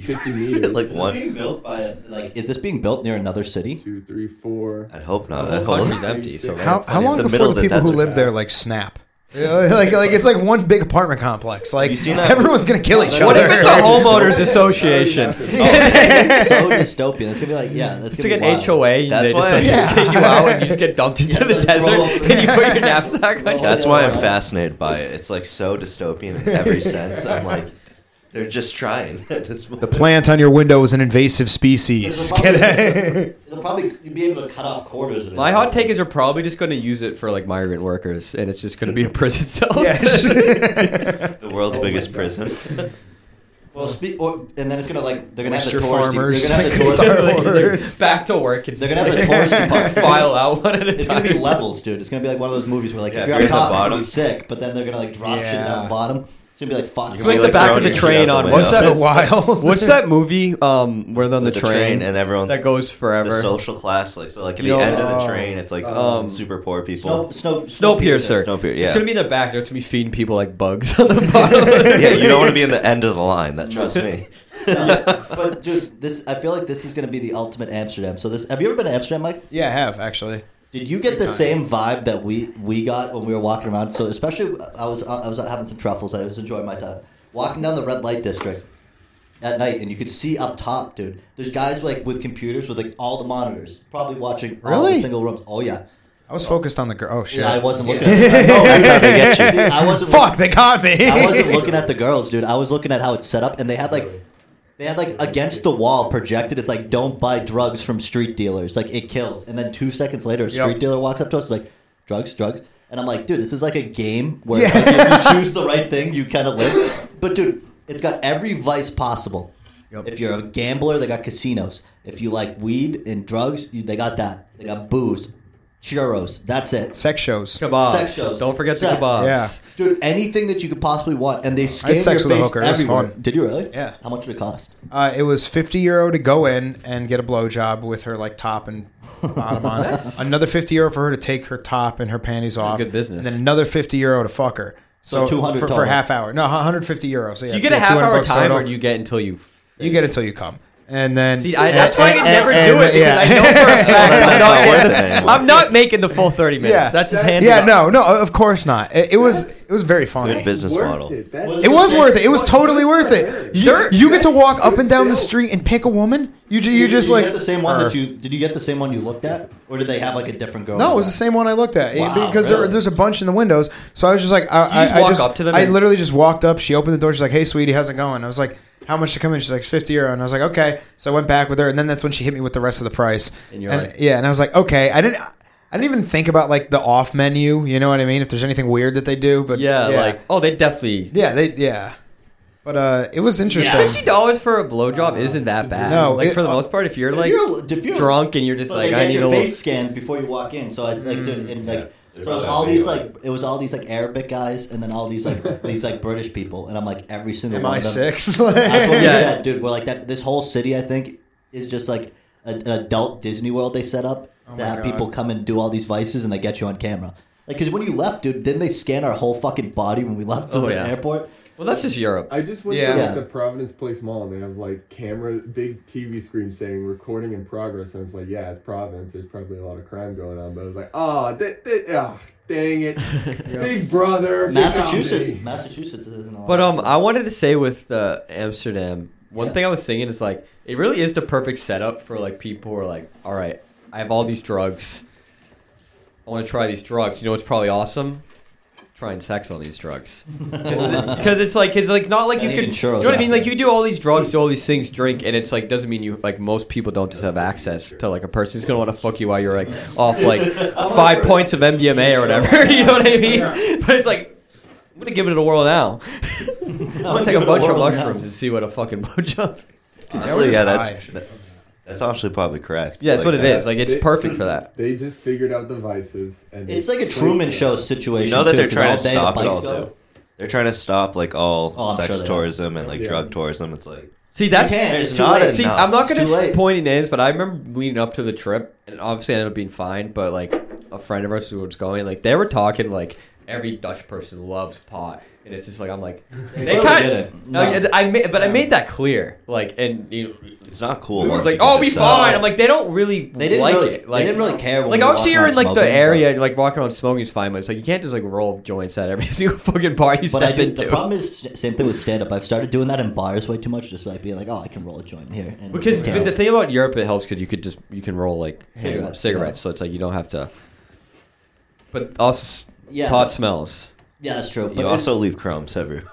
Speaker 7: 50 meters.
Speaker 2: (laughs) like
Speaker 1: Is this
Speaker 2: one.
Speaker 1: being built by a, like is this being built near another
Speaker 3: (laughs)
Speaker 1: city?
Speaker 7: two, three, four.
Speaker 2: I'd hope not.
Speaker 3: The
Speaker 2: That
Speaker 3: whole
Speaker 2: whole (laughs)
Speaker 3: country's empty. So
Speaker 7: How-
Speaker 6: How,
Speaker 2: It's
Speaker 6: how long
Speaker 2: the
Speaker 6: before
Speaker 2: middle
Speaker 6: the,
Speaker 2: of the
Speaker 6: people who
Speaker 2: desert.
Speaker 6: live there like snap? (laughs) like, like it's like one big apartment complex. Like
Speaker 2: you seen that-
Speaker 6: everyone's gonna kill each
Speaker 2: What
Speaker 3: What
Speaker 6: other.
Speaker 3: if it's the
Speaker 2: (laughs)
Speaker 3: homeowners association? (laughs)
Speaker 7: (laughs)
Speaker 1: so dystopian. It's gonna be like, yeah, that's
Speaker 3: It's
Speaker 1: gonna
Speaker 3: like an
Speaker 1: be wild.
Speaker 3: HOA. and
Speaker 2: That's
Speaker 3: they
Speaker 2: why-
Speaker 3: just like
Speaker 2: Yeah.
Speaker 3: kick you out and you just get dumped
Speaker 2: (laughs)
Speaker 3: into the
Speaker 1: throw
Speaker 3: desert
Speaker 1: up.
Speaker 3: and you put your knapsack on.
Speaker 2: Oh, That's why I'm fascinated by it. It's like so dystopian in every sense. I'm like, they're just trying (laughs) at this point.
Speaker 6: The (laughs) plant on your window is an invasive species. Get (laughs) it?
Speaker 1: They'll probably you'll be able to cut off quarters. Of it.
Speaker 3: My hot take is they're probably just going to use it for like migrant workers, and it's just going to be a prison cell. (laughs)
Speaker 6: (laughs)
Speaker 2: The world's
Speaker 3: Oh
Speaker 2: biggest prison. (laughs)
Speaker 1: Well, spe- or, and then it's gonna like they're gonna have the
Speaker 6: Mr.
Speaker 1: tourist.
Speaker 6: Farmers,
Speaker 1: They're
Speaker 6: (laughs)
Speaker 1: gonna have the tourist.
Speaker 6: like Star
Speaker 1: like,
Speaker 6: Wars.
Speaker 3: Back to work. And
Speaker 1: They're gonna have the
Speaker 3: just, (laughs) like,
Speaker 1: tourist department.
Speaker 3: file out one at a
Speaker 1: It's
Speaker 3: time.
Speaker 1: gonna be levels, dude. It's gonna be like one of those movies where like
Speaker 2: Yeah,
Speaker 1: if you're on
Speaker 2: if you're at the
Speaker 1: top, you're gonna
Speaker 2: bottom.
Speaker 1: be sick, but then they're gonna like drop shit
Speaker 6: Yeah.
Speaker 1: down the bottom. It's gonna be like Fox.
Speaker 2: It's
Speaker 3: like
Speaker 2: Be,
Speaker 3: the back of
Speaker 2: throwing
Speaker 3: the
Speaker 2: your shit
Speaker 3: train
Speaker 2: out the
Speaker 3: on
Speaker 2: window.
Speaker 3: what's
Speaker 6: so
Speaker 3: that?
Speaker 6: wild.
Speaker 3: What's that movie um, where they're on the,
Speaker 2: The
Speaker 3: train,
Speaker 2: train and everyone's-
Speaker 3: that goes forever?
Speaker 2: The social class, like so, like at the
Speaker 3: Yo,
Speaker 2: end of
Speaker 6: oh.
Speaker 2: the train, it's like
Speaker 3: Um,
Speaker 2: super poor people.
Speaker 1: Snow, snow,
Speaker 3: Snowpiercer.
Speaker 2: Snowpiercer, yeah.
Speaker 3: It's gonna be in the back. They're just gonna be feeding people like bugs (laughs) on the bottom.
Speaker 1: (laughs)
Speaker 3: of the
Speaker 2: (laughs) yeah, you don't want to be in the end of the line. That trust
Speaker 3: (laughs)
Speaker 2: me.
Speaker 1: No, (laughs) but dude, this I feel like this is gonna be the ultimate Amsterdam. So this, have you ever been to Amsterdam, Mike?
Speaker 6: Yeah, I have actually.
Speaker 1: Did you get the same vibe that we we got when we were walking around? So especially, I was I was having some truffles. I was enjoying my time walking down the red light district at night, and you could see up top, dude. There's guys like with computers with like all the monitors, probably watching all the
Speaker 6: Really?
Speaker 1: single rooms. Oh yeah,
Speaker 6: I was focused on the girl. Oh shit!
Speaker 1: I wasn't looking. At, no, that's
Speaker 2: how they get you.
Speaker 1: (laughs) See, I wasn't.
Speaker 6: (laughs) Fuck, they caught me. (laughs)
Speaker 1: I wasn't looking at the girls, dude. I was looking at how it's set up, and they had like, they had like against the wall projected. It's like, don't buy drugs from street dealers. Like it kills. And then two seconds later, a street
Speaker 6: Yep.
Speaker 1: dealer walks up to us, is like, drugs, drugs. And I'm like, dude, this is like a game where it's like, if you choose the right thing, you kind of live. But dude, it's got every vice possible.
Speaker 6: Yep.
Speaker 1: If you're a gambler, they got casinos. If you like weed and drugs, you, they got that. They got booze, churros. That's it.
Speaker 6: Sex shows.
Speaker 3: kebabs.
Speaker 1: Sex shows.
Speaker 3: Don't forget
Speaker 1: Sex.
Speaker 3: the kebabs.
Speaker 6: Yeah.
Speaker 1: Dude, anything that you could possibly want, and they scan
Speaker 6: had sex
Speaker 1: your
Speaker 6: with a
Speaker 1: face
Speaker 6: hooker. It was
Speaker 1: everywhere.
Speaker 6: fun.
Speaker 1: Did you really?
Speaker 6: Yeah.
Speaker 1: How much did it cost?
Speaker 6: Uh, it was 50 euro to go in and get a blowjob with her like top and bottom
Speaker 3: (laughs)
Speaker 6: on. Another 50 euro for her to take her top and her panties off.
Speaker 3: good business.
Speaker 6: And then another 50 euro to fuck her.
Speaker 1: So
Speaker 6: So,
Speaker 1: 200
Speaker 6: for,
Speaker 1: total.
Speaker 6: for half hour. No, 150 euro. So yeah,
Speaker 3: You get a
Speaker 6: yeah,
Speaker 3: half
Speaker 6: 200
Speaker 3: hour
Speaker 6: bucks
Speaker 3: time,
Speaker 6: total.
Speaker 3: or do you get until you?
Speaker 6: You get it till you come. And then
Speaker 3: See, I,
Speaker 6: and-
Speaker 3: that's why I can
Speaker 6: and-
Speaker 3: never
Speaker 6: and-
Speaker 3: do it.
Speaker 6: yeah.
Speaker 3: Because I know for
Speaker 6: (laughs)
Speaker 3: a fact I'm,
Speaker 2: That's
Speaker 3: not
Speaker 2: not worth
Speaker 3: getting-
Speaker 2: it anymore.
Speaker 3: I'm not making the full 30 minutes.
Speaker 6: Yeah.
Speaker 3: That's his hand.
Speaker 6: yeah,
Speaker 3: up.
Speaker 6: no, no, of course not. It, it was it was very fun.
Speaker 2: Good business
Speaker 5: Worth
Speaker 2: model.
Speaker 5: It, That's-
Speaker 6: It was worth it. It was totally worth it. You,
Speaker 3: Dirt.
Speaker 6: you get to walk up and down the street and pick a woman. You ju- you
Speaker 1: Did
Speaker 6: just
Speaker 1: you
Speaker 6: like
Speaker 1: get the same one
Speaker 6: Her.
Speaker 1: that you did. You get the same one you looked at, or did they have like a different girl?
Speaker 6: No, it was the same one I looked at It-
Speaker 1: Wow,
Speaker 6: because
Speaker 1: really?
Speaker 6: there, there's a bunch in the windows. So I was just like, I, I,
Speaker 3: you just
Speaker 6: I
Speaker 3: walk
Speaker 6: just,
Speaker 3: up to them
Speaker 6: I
Speaker 3: and-
Speaker 6: literally just walked up. She opened the door. She's like, "Hey, sweetie, how's it going?" I was like, "How much to come in?" She's like, 50 euro," and I was like, "Okay." So I went back with her, and then that's when she hit me with the rest of the price.
Speaker 3: And you're like-
Speaker 6: yeah, and I was like, "Okay." I didn't. I didn't even think about like the off menu. You know what I mean? If there's anything weird that they do, but
Speaker 3: Yeah, like oh, they definitely.
Speaker 6: yeah, they yeah. But uh, it was interesting.
Speaker 3: (laughs) Fifty dollars for a blowjob isn't that bad.
Speaker 6: No,
Speaker 3: like
Speaker 6: it-
Speaker 3: for the
Speaker 6: uh,
Speaker 3: most part, if you're
Speaker 1: If
Speaker 3: like
Speaker 1: you're- if you're-
Speaker 3: drunk and you're just
Speaker 1: But
Speaker 3: like,
Speaker 1: they
Speaker 3: I
Speaker 1: get
Speaker 3: need
Speaker 1: your
Speaker 3: a
Speaker 1: face
Speaker 3: little.
Speaker 1: scanned before you walk in. So I like, dude, and like, so
Speaker 2: Yeah.
Speaker 1: it was all these like, it was all these like Arabic guys, and then all these
Speaker 6: (laughs)
Speaker 1: like these like British people, and I'm like every single
Speaker 6: Am
Speaker 1: one
Speaker 6: I
Speaker 1: of them.
Speaker 6: six? (laughs)
Speaker 1: That's what
Speaker 3: Yeah.
Speaker 1: we said, dude. We're like that. This whole city, I think, is just like a, an adult Disney World they set up to have
Speaker 6: God.
Speaker 1: people come and do all these vices, and they get you on camera. Like, because when you left, dude, didn't they scan our whole fucking body when we left from
Speaker 6: Oh,
Speaker 1: the
Speaker 6: yeah.
Speaker 1: airport?
Speaker 3: Well, that's just Europe.
Speaker 5: I just went
Speaker 6: Yeah.
Speaker 5: to
Speaker 1: Yeah.
Speaker 5: like, the Providence Place Mall and they have like camera, big TV screen saying recording in progress. And it's like, yeah, it's Providence. There's probably a lot of crime going on. But I was like, oh, th- th- ah, dang
Speaker 1: (laughs)
Speaker 5: it. Big brother.
Speaker 1: Massachusetts,
Speaker 5: pick on me.
Speaker 1: Massachusetts isn't. allowed.
Speaker 3: But um, I wanted to say with uh, Amsterdam, one
Speaker 1: Yeah.
Speaker 3: thing I was thinking is like it really is the perfect setup for like people who are like, all right, I have all these drugs. I want to try these drugs. You know what's probably awesome? Trying sex on these
Speaker 1: (laughs)
Speaker 3: drugs because it's like it's like not like you
Speaker 1: And
Speaker 3: can
Speaker 1: eating
Speaker 3: you
Speaker 1: churros
Speaker 3: know what I mean
Speaker 1: after.
Speaker 3: like you do all these drugs do all these things drink and it's like doesn't mean you like most people don't just have access to like a person who's gonna want to fuck you while you're like
Speaker 1: (laughs)
Speaker 3: off like five points of MDMA or whatever (laughs) you know what I mean but it's like I'm gonna give it a whirl now. I'm gonna
Speaker 1: give
Speaker 3: take a
Speaker 1: it a
Speaker 3: bunch of
Speaker 1: whirl now.
Speaker 3: mushrooms and see what a fucking blowjob.
Speaker 2: Honestly,
Speaker 6: was
Speaker 2: yeah,
Speaker 6: high.
Speaker 2: that's that, that's actually probably correct.
Speaker 3: Yeah, that's what it
Speaker 2: that's-
Speaker 3: is. Like it's perfect for that.
Speaker 5: They just figured out the vices. And
Speaker 1: it's
Speaker 5: they
Speaker 1: like a
Speaker 5: placed
Speaker 1: Truman
Speaker 5: them.
Speaker 1: Show situation.
Speaker 2: you know that
Speaker 1: too,
Speaker 2: they're
Speaker 1: 'cause
Speaker 2: trying to
Speaker 1: all day the
Speaker 2: stop it
Speaker 1: bikes
Speaker 2: all
Speaker 1: go.
Speaker 2: too. They're trying to stop like all
Speaker 1: Oh, I'm
Speaker 2: sex
Speaker 1: sure they are.
Speaker 2: tourism and like
Speaker 5: Yeah.
Speaker 2: drug tourism. It's like
Speaker 3: See, that's
Speaker 1: can't.
Speaker 2: There's
Speaker 1: It's too
Speaker 2: not
Speaker 1: late.
Speaker 3: see.
Speaker 2: enough.
Speaker 3: I'm not
Speaker 1: It's
Speaker 3: gonna
Speaker 1: too late.
Speaker 3: point any names, but I remember leading up to the trip, and obviously I ended up being fine. But like a friend of ours who was going, like they were talking like every Dutch person loves pot, and it's just like I'm like
Speaker 2: clearly
Speaker 3: they kind of.
Speaker 2: didn't.
Speaker 3: I made, but I made that clear. Like, and you know,
Speaker 2: It's not cool.
Speaker 3: it's
Speaker 2: once
Speaker 3: like,
Speaker 2: you
Speaker 3: "Oh,
Speaker 2: get
Speaker 3: I'll be
Speaker 2: this
Speaker 3: fine."
Speaker 2: up.
Speaker 3: I'm like, they don't really
Speaker 1: They didn't
Speaker 3: like
Speaker 1: really.
Speaker 3: it. Like,
Speaker 1: they didn't really care. When
Speaker 3: Like
Speaker 1: we
Speaker 3: obviously
Speaker 1: walked
Speaker 3: you're in
Speaker 1: around
Speaker 3: like the
Speaker 1: smoking,
Speaker 3: area,
Speaker 1: but-
Speaker 3: like walking around smoking is fine, but it's like you can't just like roll joints at every (laughs) single fucking bar you
Speaker 1: But I
Speaker 3: step
Speaker 1: do,
Speaker 3: into.
Speaker 1: the problem is same thing with stand up. I've started doing that in bars way too much. Just like being like, oh, I can roll a joint here. And
Speaker 3: because
Speaker 1: Yeah.
Speaker 3: but the thing about Europe, it helps because you could just you can roll like cigarettes,
Speaker 1: Cigarettes,
Speaker 3: cigarettes
Speaker 1: yeah.
Speaker 3: so it's like you don't have to. But also,
Speaker 1: Yeah,
Speaker 3: pot
Speaker 1: but-
Speaker 3: smells.
Speaker 1: yeah, that's true. But
Speaker 2: You also leave
Speaker 1: (laughs)
Speaker 2: crumbs everywhere.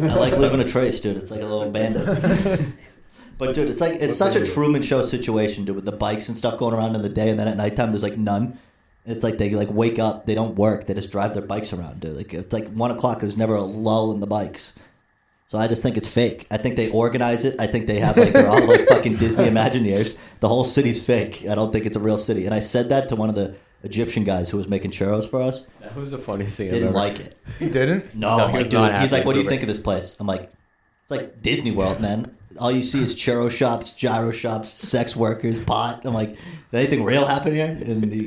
Speaker 1: I like leaving a trace, dude. It's like a little bandit. but dude, it's like it's such a Truman Show situation, dude, with the bikes and stuff going around in the day, and then at nighttime there's like none. And it's like they like wake up, they don't work, they just drive their bikes around, dude. Like it's like one o'clock. There's never a lull in the bikes. So I just think it's fake. I think they organize it. I think they have like they're all like fucking Disney Imagineers. The whole city's fake. I don't think it's a real city. And I said that to one of the Egyptian guys who was making churros for us.
Speaker 3: That was the funniest thing.
Speaker 1: Didn't
Speaker 3: I've ever.
Speaker 1: like it.
Speaker 6: You didn't?
Speaker 1: No,
Speaker 3: No,
Speaker 1: I'm
Speaker 3: he
Speaker 1: like,
Speaker 3: was
Speaker 1: dude.
Speaker 3: not
Speaker 1: He's
Speaker 3: happy
Speaker 1: like, what do you
Speaker 3: about
Speaker 1: think of this place? I'm like, it's like Disney World, man. All you see is churro shops, gyro shops, sex workers, pot. I'm like, did anything real happen here? And he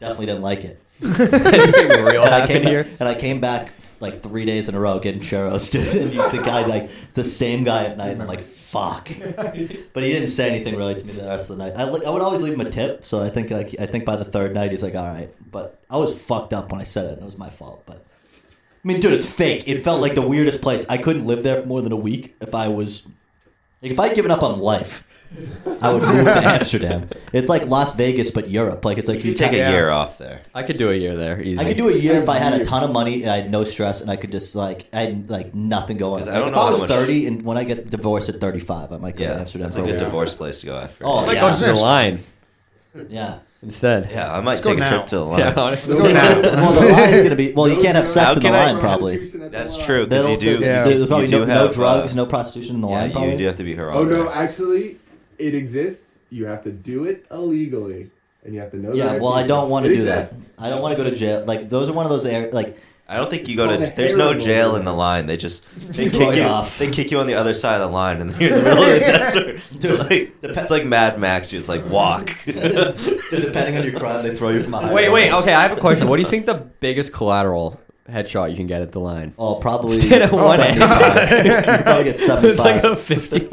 Speaker 1: definitely didn't like it.
Speaker 3: (laughs) Anything real
Speaker 1: And (laughs) I
Speaker 3: happen
Speaker 1: came
Speaker 3: here?
Speaker 1: and I came back like three days in a row getting churros, (laughs) dude. And the guy like it's the same guy at night. And I'm like, fuck. But he didn't say anything really to me the rest of the night. I, li- I would always leave him a tip, so I think like I think by the third night he's like, all right. But I was fucked up when I said it, and it was my fault. But I mean, dude, it's fake. It felt like the weirdest place. I couldn't live there for more than a week if I was like, if I'd given up on life. I would move
Speaker 2: (laughs)
Speaker 1: to Amsterdam. It's like Las Vegas, but Europe. Like it's like
Speaker 2: You take a
Speaker 6: Yeah.
Speaker 2: year off there.
Speaker 3: I could do a year there. Easy.
Speaker 1: I could do a year if I had a ton of money and I had no stress and I could just like I had like nothing going.
Speaker 2: 'Cause
Speaker 1: on.
Speaker 2: I don't
Speaker 1: if
Speaker 2: know
Speaker 1: I
Speaker 2: how
Speaker 1: was
Speaker 2: much-
Speaker 1: thirty and when I get divorced at thirty five, I might go
Speaker 2: Yeah,
Speaker 1: to Amsterdam.
Speaker 2: that's
Speaker 1: for
Speaker 2: a good
Speaker 1: while.
Speaker 2: divorce place to go after.
Speaker 1: Oh,
Speaker 3: I
Speaker 1: yeah.
Speaker 3: might go to the (laughs) line
Speaker 1: Yeah.
Speaker 3: instead.
Speaker 2: Yeah, I might
Speaker 6: go
Speaker 2: take a
Speaker 6: now.
Speaker 2: trip to the line.
Speaker 3: (laughs) Yeah, honestly.
Speaker 6: Go now.
Speaker 1: well, the line's
Speaker 6: (laughs)
Speaker 1: gonna be well. You can't have sex
Speaker 2: How
Speaker 1: in the
Speaker 2: can I-
Speaker 1: line, probably.
Speaker 2: That's true because
Speaker 1: They'll-
Speaker 2: you do.
Speaker 1: there-
Speaker 6: Yeah.
Speaker 2: You,
Speaker 1: There's probably
Speaker 2: you
Speaker 1: no,
Speaker 2: do
Speaker 1: no
Speaker 2: have,
Speaker 1: drugs,
Speaker 2: uh,
Speaker 1: no prostitution in the
Speaker 2: Yeah,
Speaker 1: line. Probably.
Speaker 2: you do have to be her.
Speaker 5: Oh no, actually, it exists. You have to do it illegally, and you have to know.
Speaker 1: yeah.
Speaker 5: that
Speaker 1: Well, I don't want to
Speaker 5: it
Speaker 1: do that.
Speaker 5: exists.
Speaker 1: I don't want to go to jail. Like those are one of those areas. Like
Speaker 2: I don't think you go
Speaker 5: Oh,
Speaker 2: to.
Speaker 5: the
Speaker 2: There's no
Speaker 5: heroin.
Speaker 2: jail in the line.
Speaker 1: (laughs)
Speaker 2: They just they
Speaker 1: Right
Speaker 2: kick you.
Speaker 1: off.
Speaker 2: They kick you on the other side of the (laughs) line, and then you're in the
Speaker 1: (laughs)
Speaker 2: middle of the desert.
Speaker 1: Dude.
Speaker 2: Dude, like, it's like Mad Max. He's
Speaker 1: (laughs)
Speaker 2: like walk.
Speaker 1: depending on your crime, they throw you from a high
Speaker 3: Wait,
Speaker 1: rise.
Speaker 3: wait. Okay, I have a question. What do you think the biggest collateral headshot you can get at the line?
Speaker 1: Oh, probably.
Speaker 3: Stand at one end.
Speaker 1: 75. (laughs) you
Speaker 2: (laughs)
Speaker 1: probably get
Speaker 3: (laughs) It's like
Speaker 1: seventy-five.
Speaker 3: a fifty.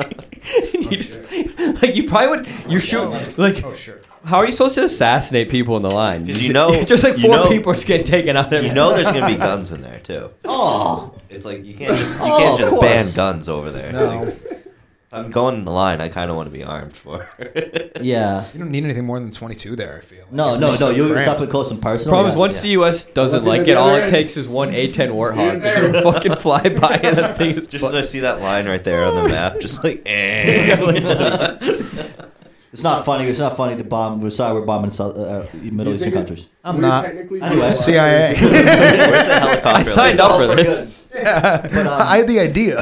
Speaker 3: (laughs) you just, like you probably would. You shoot like.
Speaker 6: Oh, sure.
Speaker 3: How are you supposed to assassinate people in the line?
Speaker 2: 'Cause you know-
Speaker 3: (laughs) just like
Speaker 2: you
Speaker 3: four
Speaker 2: know-
Speaker 3: people are getting taken out. Every
Speaker 2: You know, there's gonna be guns in there too.
Speaker 1: oh,
Speaker 2: It's like you can't just
Speaker 1: (laughs)
Speaker 2: you
Speaker 1: Oh,
Speaker 2: can't
Speaker 1: of
Speaker 2: just
Speaker 1: course.
Speaker 2: ban guns over there.
Speaker 6: No.
Speaker 2: Like, if I'm going in the line. I kind of want to be armed for. (laughs) it.
Speaker 1: yeah.
Speaker 6: You don't need anything more than 22 there, I feel.
Speaker 1: No, no,
Speaker 6: Nice
Speaker 1: no.
Speaker 6: and
Speaker 1: You it's
Speaker 6: grand.
Speaker 1: up and close and personal.
Speaker 3: Problem is,
Speaker 1: yeah,
Speaker 3: once
Speaker 1: yeah.
Speaker 3: the U.S. doesn't
Speaker 5: Unless you
Speaker 3: like
Speaker 5: get
Speaker 3: it,
Speaker 5: the
Speaker 3: all
Speaker 5: other
Speaker 3: it
Speaker 5: end.
Speaker 3: takes is one A10 Warthog
Speaker 5: Yeah.
Speaker 3: to fucking fly by, and that thing is
Speaker 2: just (laughs)
Speaker 3: (laughs)
Speaker 2: to see that line right there on the map, just like. (laughs) "Eh."
Speaker 1: It's not funny. It's not funny to bomb. We're sorry, we're bombing South, uh, uh, Middle Eastern
Speaker 5: think it-
Speaker 1: countries.
Speaker 6: I'm
Speaker 5: We're
Speaker 6: not. (laughs)
Speaker 5: technically
Speaker 1: Anyway,
Speaker 5: doing it.
Speaker 6: CIA.
Speaker 2: Where's the helicopter?
Speaker 3: I signed
Speaker 2: Like,
Speaker 3: up for this.
Speaker 6: (laughs) I had
Speaker 2: (laughs)
Speaker 6: the idea.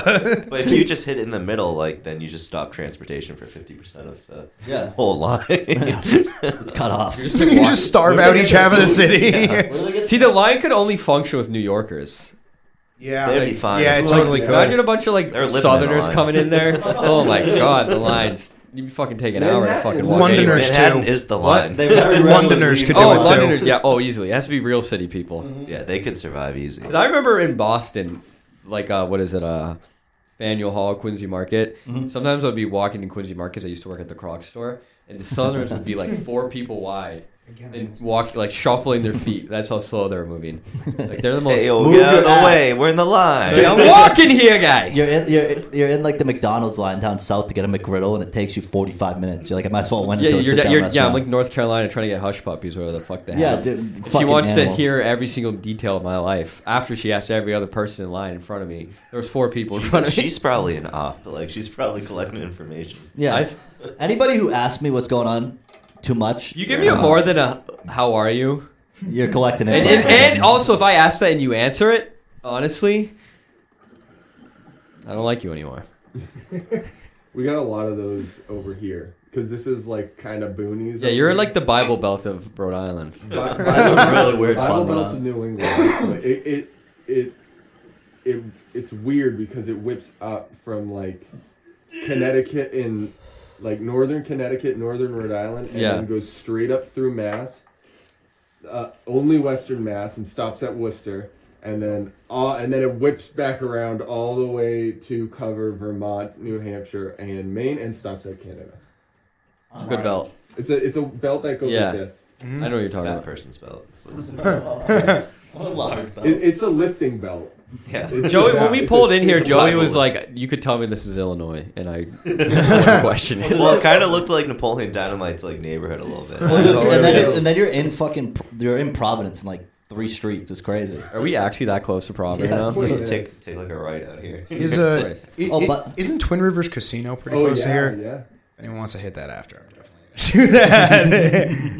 Speaker 2: But if you just hit in the middle, like then you just stop transportation for fifty percent of the (laughs)
Speaker 1: Yeah.
Speaker 2: whole
Speaker 1: (laughs)
Speaker 2: line. (laughs)
Speaker 1: It's cut off.
Speaker 3: Just
Speaker 6: you
Speaker 3: walk-
Speaker 6: just starve out each half of the city. Yeah,
Speaker 3: see the line could only function with New Yorkers.
Speaker 2: They'd
Speaker 6: (laughs) yeah.
Speaker 2: be fine.
Speaker 6: it totally
Speaker 3: like,
Speaker 6: could.
Speaker 3: Imagine a bunch of like
Speaker 2: They're living in the
Speaker 3: Southerners
Speaker 2: line.
Speaker 3: coming
Speaker 2: (laughs)
Speaker 3: in there. oh my god, the lines. You'd be fucking take an hour to fucking walk.
Speaker 6: Londoners
Speaker 3: anywhere.
Speaker 2: Manhattan
Speaker 6: too.
Speaker 2: is the line. (laughs)
Speaker 1: They very rarely
Speaker 6: Londoners
Speaker 1: leave.
Speaker 6: could do
Speaker 3: Oh,
Speaker 6: it too.
Speaker 3: Londoners, yeah. Oh, easily. It has to be real city people.
Speaker 2: yeah, they could survive easy.
Speaker 3: I remember in Boston, like uh, what is it, uh, Faneuil Hall, Quincy Market.
Speaker 2: Mm-hmm.
Speaker 3: Sometimes I'd be walking in Quincy Market. 'cause I used to work at the Crocs store, and the Southerners would be like
Speaker 2: (laughs)
Speaker 3: four people wide and walk like shuffling their feet. That's how slow they're moving.
Speaker 2: (laughs)
Speaker 3: Like they're the most.
Speaker 2: Hey,
Speaker 3: (laughs)
Speaker 2: yo,
Speaker 1: Move
Speaker 2: get out
Speaker 1: your
Speaker 2: of the
Speaker 1: ass.
Speaker 2: way. We're in the line. (laughs)
Speaker 3: Dude, I'm walking here, guy.
Speaker 1: You're in, you're, you're in like the McDonald's line down south to get a McGriddle, and it takes you 45 minutes. You're like, I might as well went
Speaker 3: Yeah,
Speaker 1: into a
Speaker 3: you're,
Speaker 1: sit-down
Speaker 3: you're, yeah, I'm
Speaker 1: restaurant.
Speaker 3: like North Carolina trying to get hush puppies, whatever the fuck they have.
Speaker 1: yeah, dude.
Speaker 3: She
Speaker 1: fucking
Speaker 3: wants
Speaker 1: animals.
Speaker 3: to hear every single detail of my life. After she asked every other person in line in front of me, there was four people in
Speaker 2: She's,
Speaker 3: front
Speaker 2: like,
Speaker 3: of me.
Speaker 2: she's probably an op. Like she's probably collecting information.
Speaker 1: Yeah.
Speaker 3: I've-
Speaker 1: Anybody who asks me what's going on too much, uh,
Speaker 3: You give me a more than a "How are you?"
Speaker 1: you're collecting it.
Speaker 3: And, and, and also, if I ask that and you answer it, honestly, I don't like you anymore.
Speaker 5: We got a lot of those over here because this is like kind of boonies.
Speaker 3: Yeah, you're in like the Bible Belt of Rhode Island.
Speaker 1: really
Speaker 5: Bible
Speaker 1: weird spot,
Speaker 5: Belt's
Speaker 1: huh?
Speaker 5: of New England. Like, it, it, it, it, it's weird because it whips up from like Connecticut and like northern Connecticut, northern Rhode Island, and
Speaker 3: Yeah.
Speaker 5: then goes straight up through Mass.
Speaker 7: uh, only Western Mass and stops at Worcester, and then uh, and then it whips back around all the way to cover Vermont, New Hampshire, and Maine, and stops at Canada.
Speaker 3: Good belt.
Speaker 7: It's a it's a belt that goes
Speaker 3: Yeah.
Speaker 7: like this.
Speaker 3: I know what you're talking
Speaker 2: That
Speaker 3: about.
Speaker 2: person's
Speaker 6: (laughs)
Speaker 2: belt. It's-
Speaker 1: large belt.
Speaker 7: It, it's a lifting belt.
Speaker 2: yeah.
Speaker 3: (laughs)
Speaker 7: It's
Speaker 3: Joey,
Speaker 7: just-
Speaker 3: when we
Speaker 7: it's
Speaker 3: pulled
Speaker 7: a-
Speaker 3: in here,
Speaker 7: it's a
Speaker 3: Joey
Speaker 2: black
Speaker 3: was
Speaker 2: woman.
Speaker 3: like, "You could tell me this was Illinois," and I (laughs) was questioning it.
Speaker 2: Well, it kind of looked like Napoleon Dynamite's like oh, neighborhood a little bit.
Speaker 7: (laughs) Well,
Speaker 1: (laughs) and, then
Speaker 7: Yeah.
Speaker 1: you're, and then you're in fucking you're in Providence in like three streets. It's crazy.
Speaker 3: Are we actually that close to Providence?
Speaker 1: Yeah,
Speaker 3: now?
Speaker 1: it's pretty-
Speaker 2: take take like a right out
Speaker 7: (laughs)
Speaker 2: here.
Speaker 6: Is uh,
Speaker 3: Christ.
Speaker 6: i-
Speaker 1: Oh,
Speaker 6: i-
Speaker 1: but-
Speaker 6: isn't Twin Rivers Casino pretty
Speaker 7: Oh
Speaker 6: close to
Speaker 7: yeah,
Speaker 6: here?
Speaker 7: yeah.
Speaker 6: If anyone wants to hit that after, I'm definitely gonna do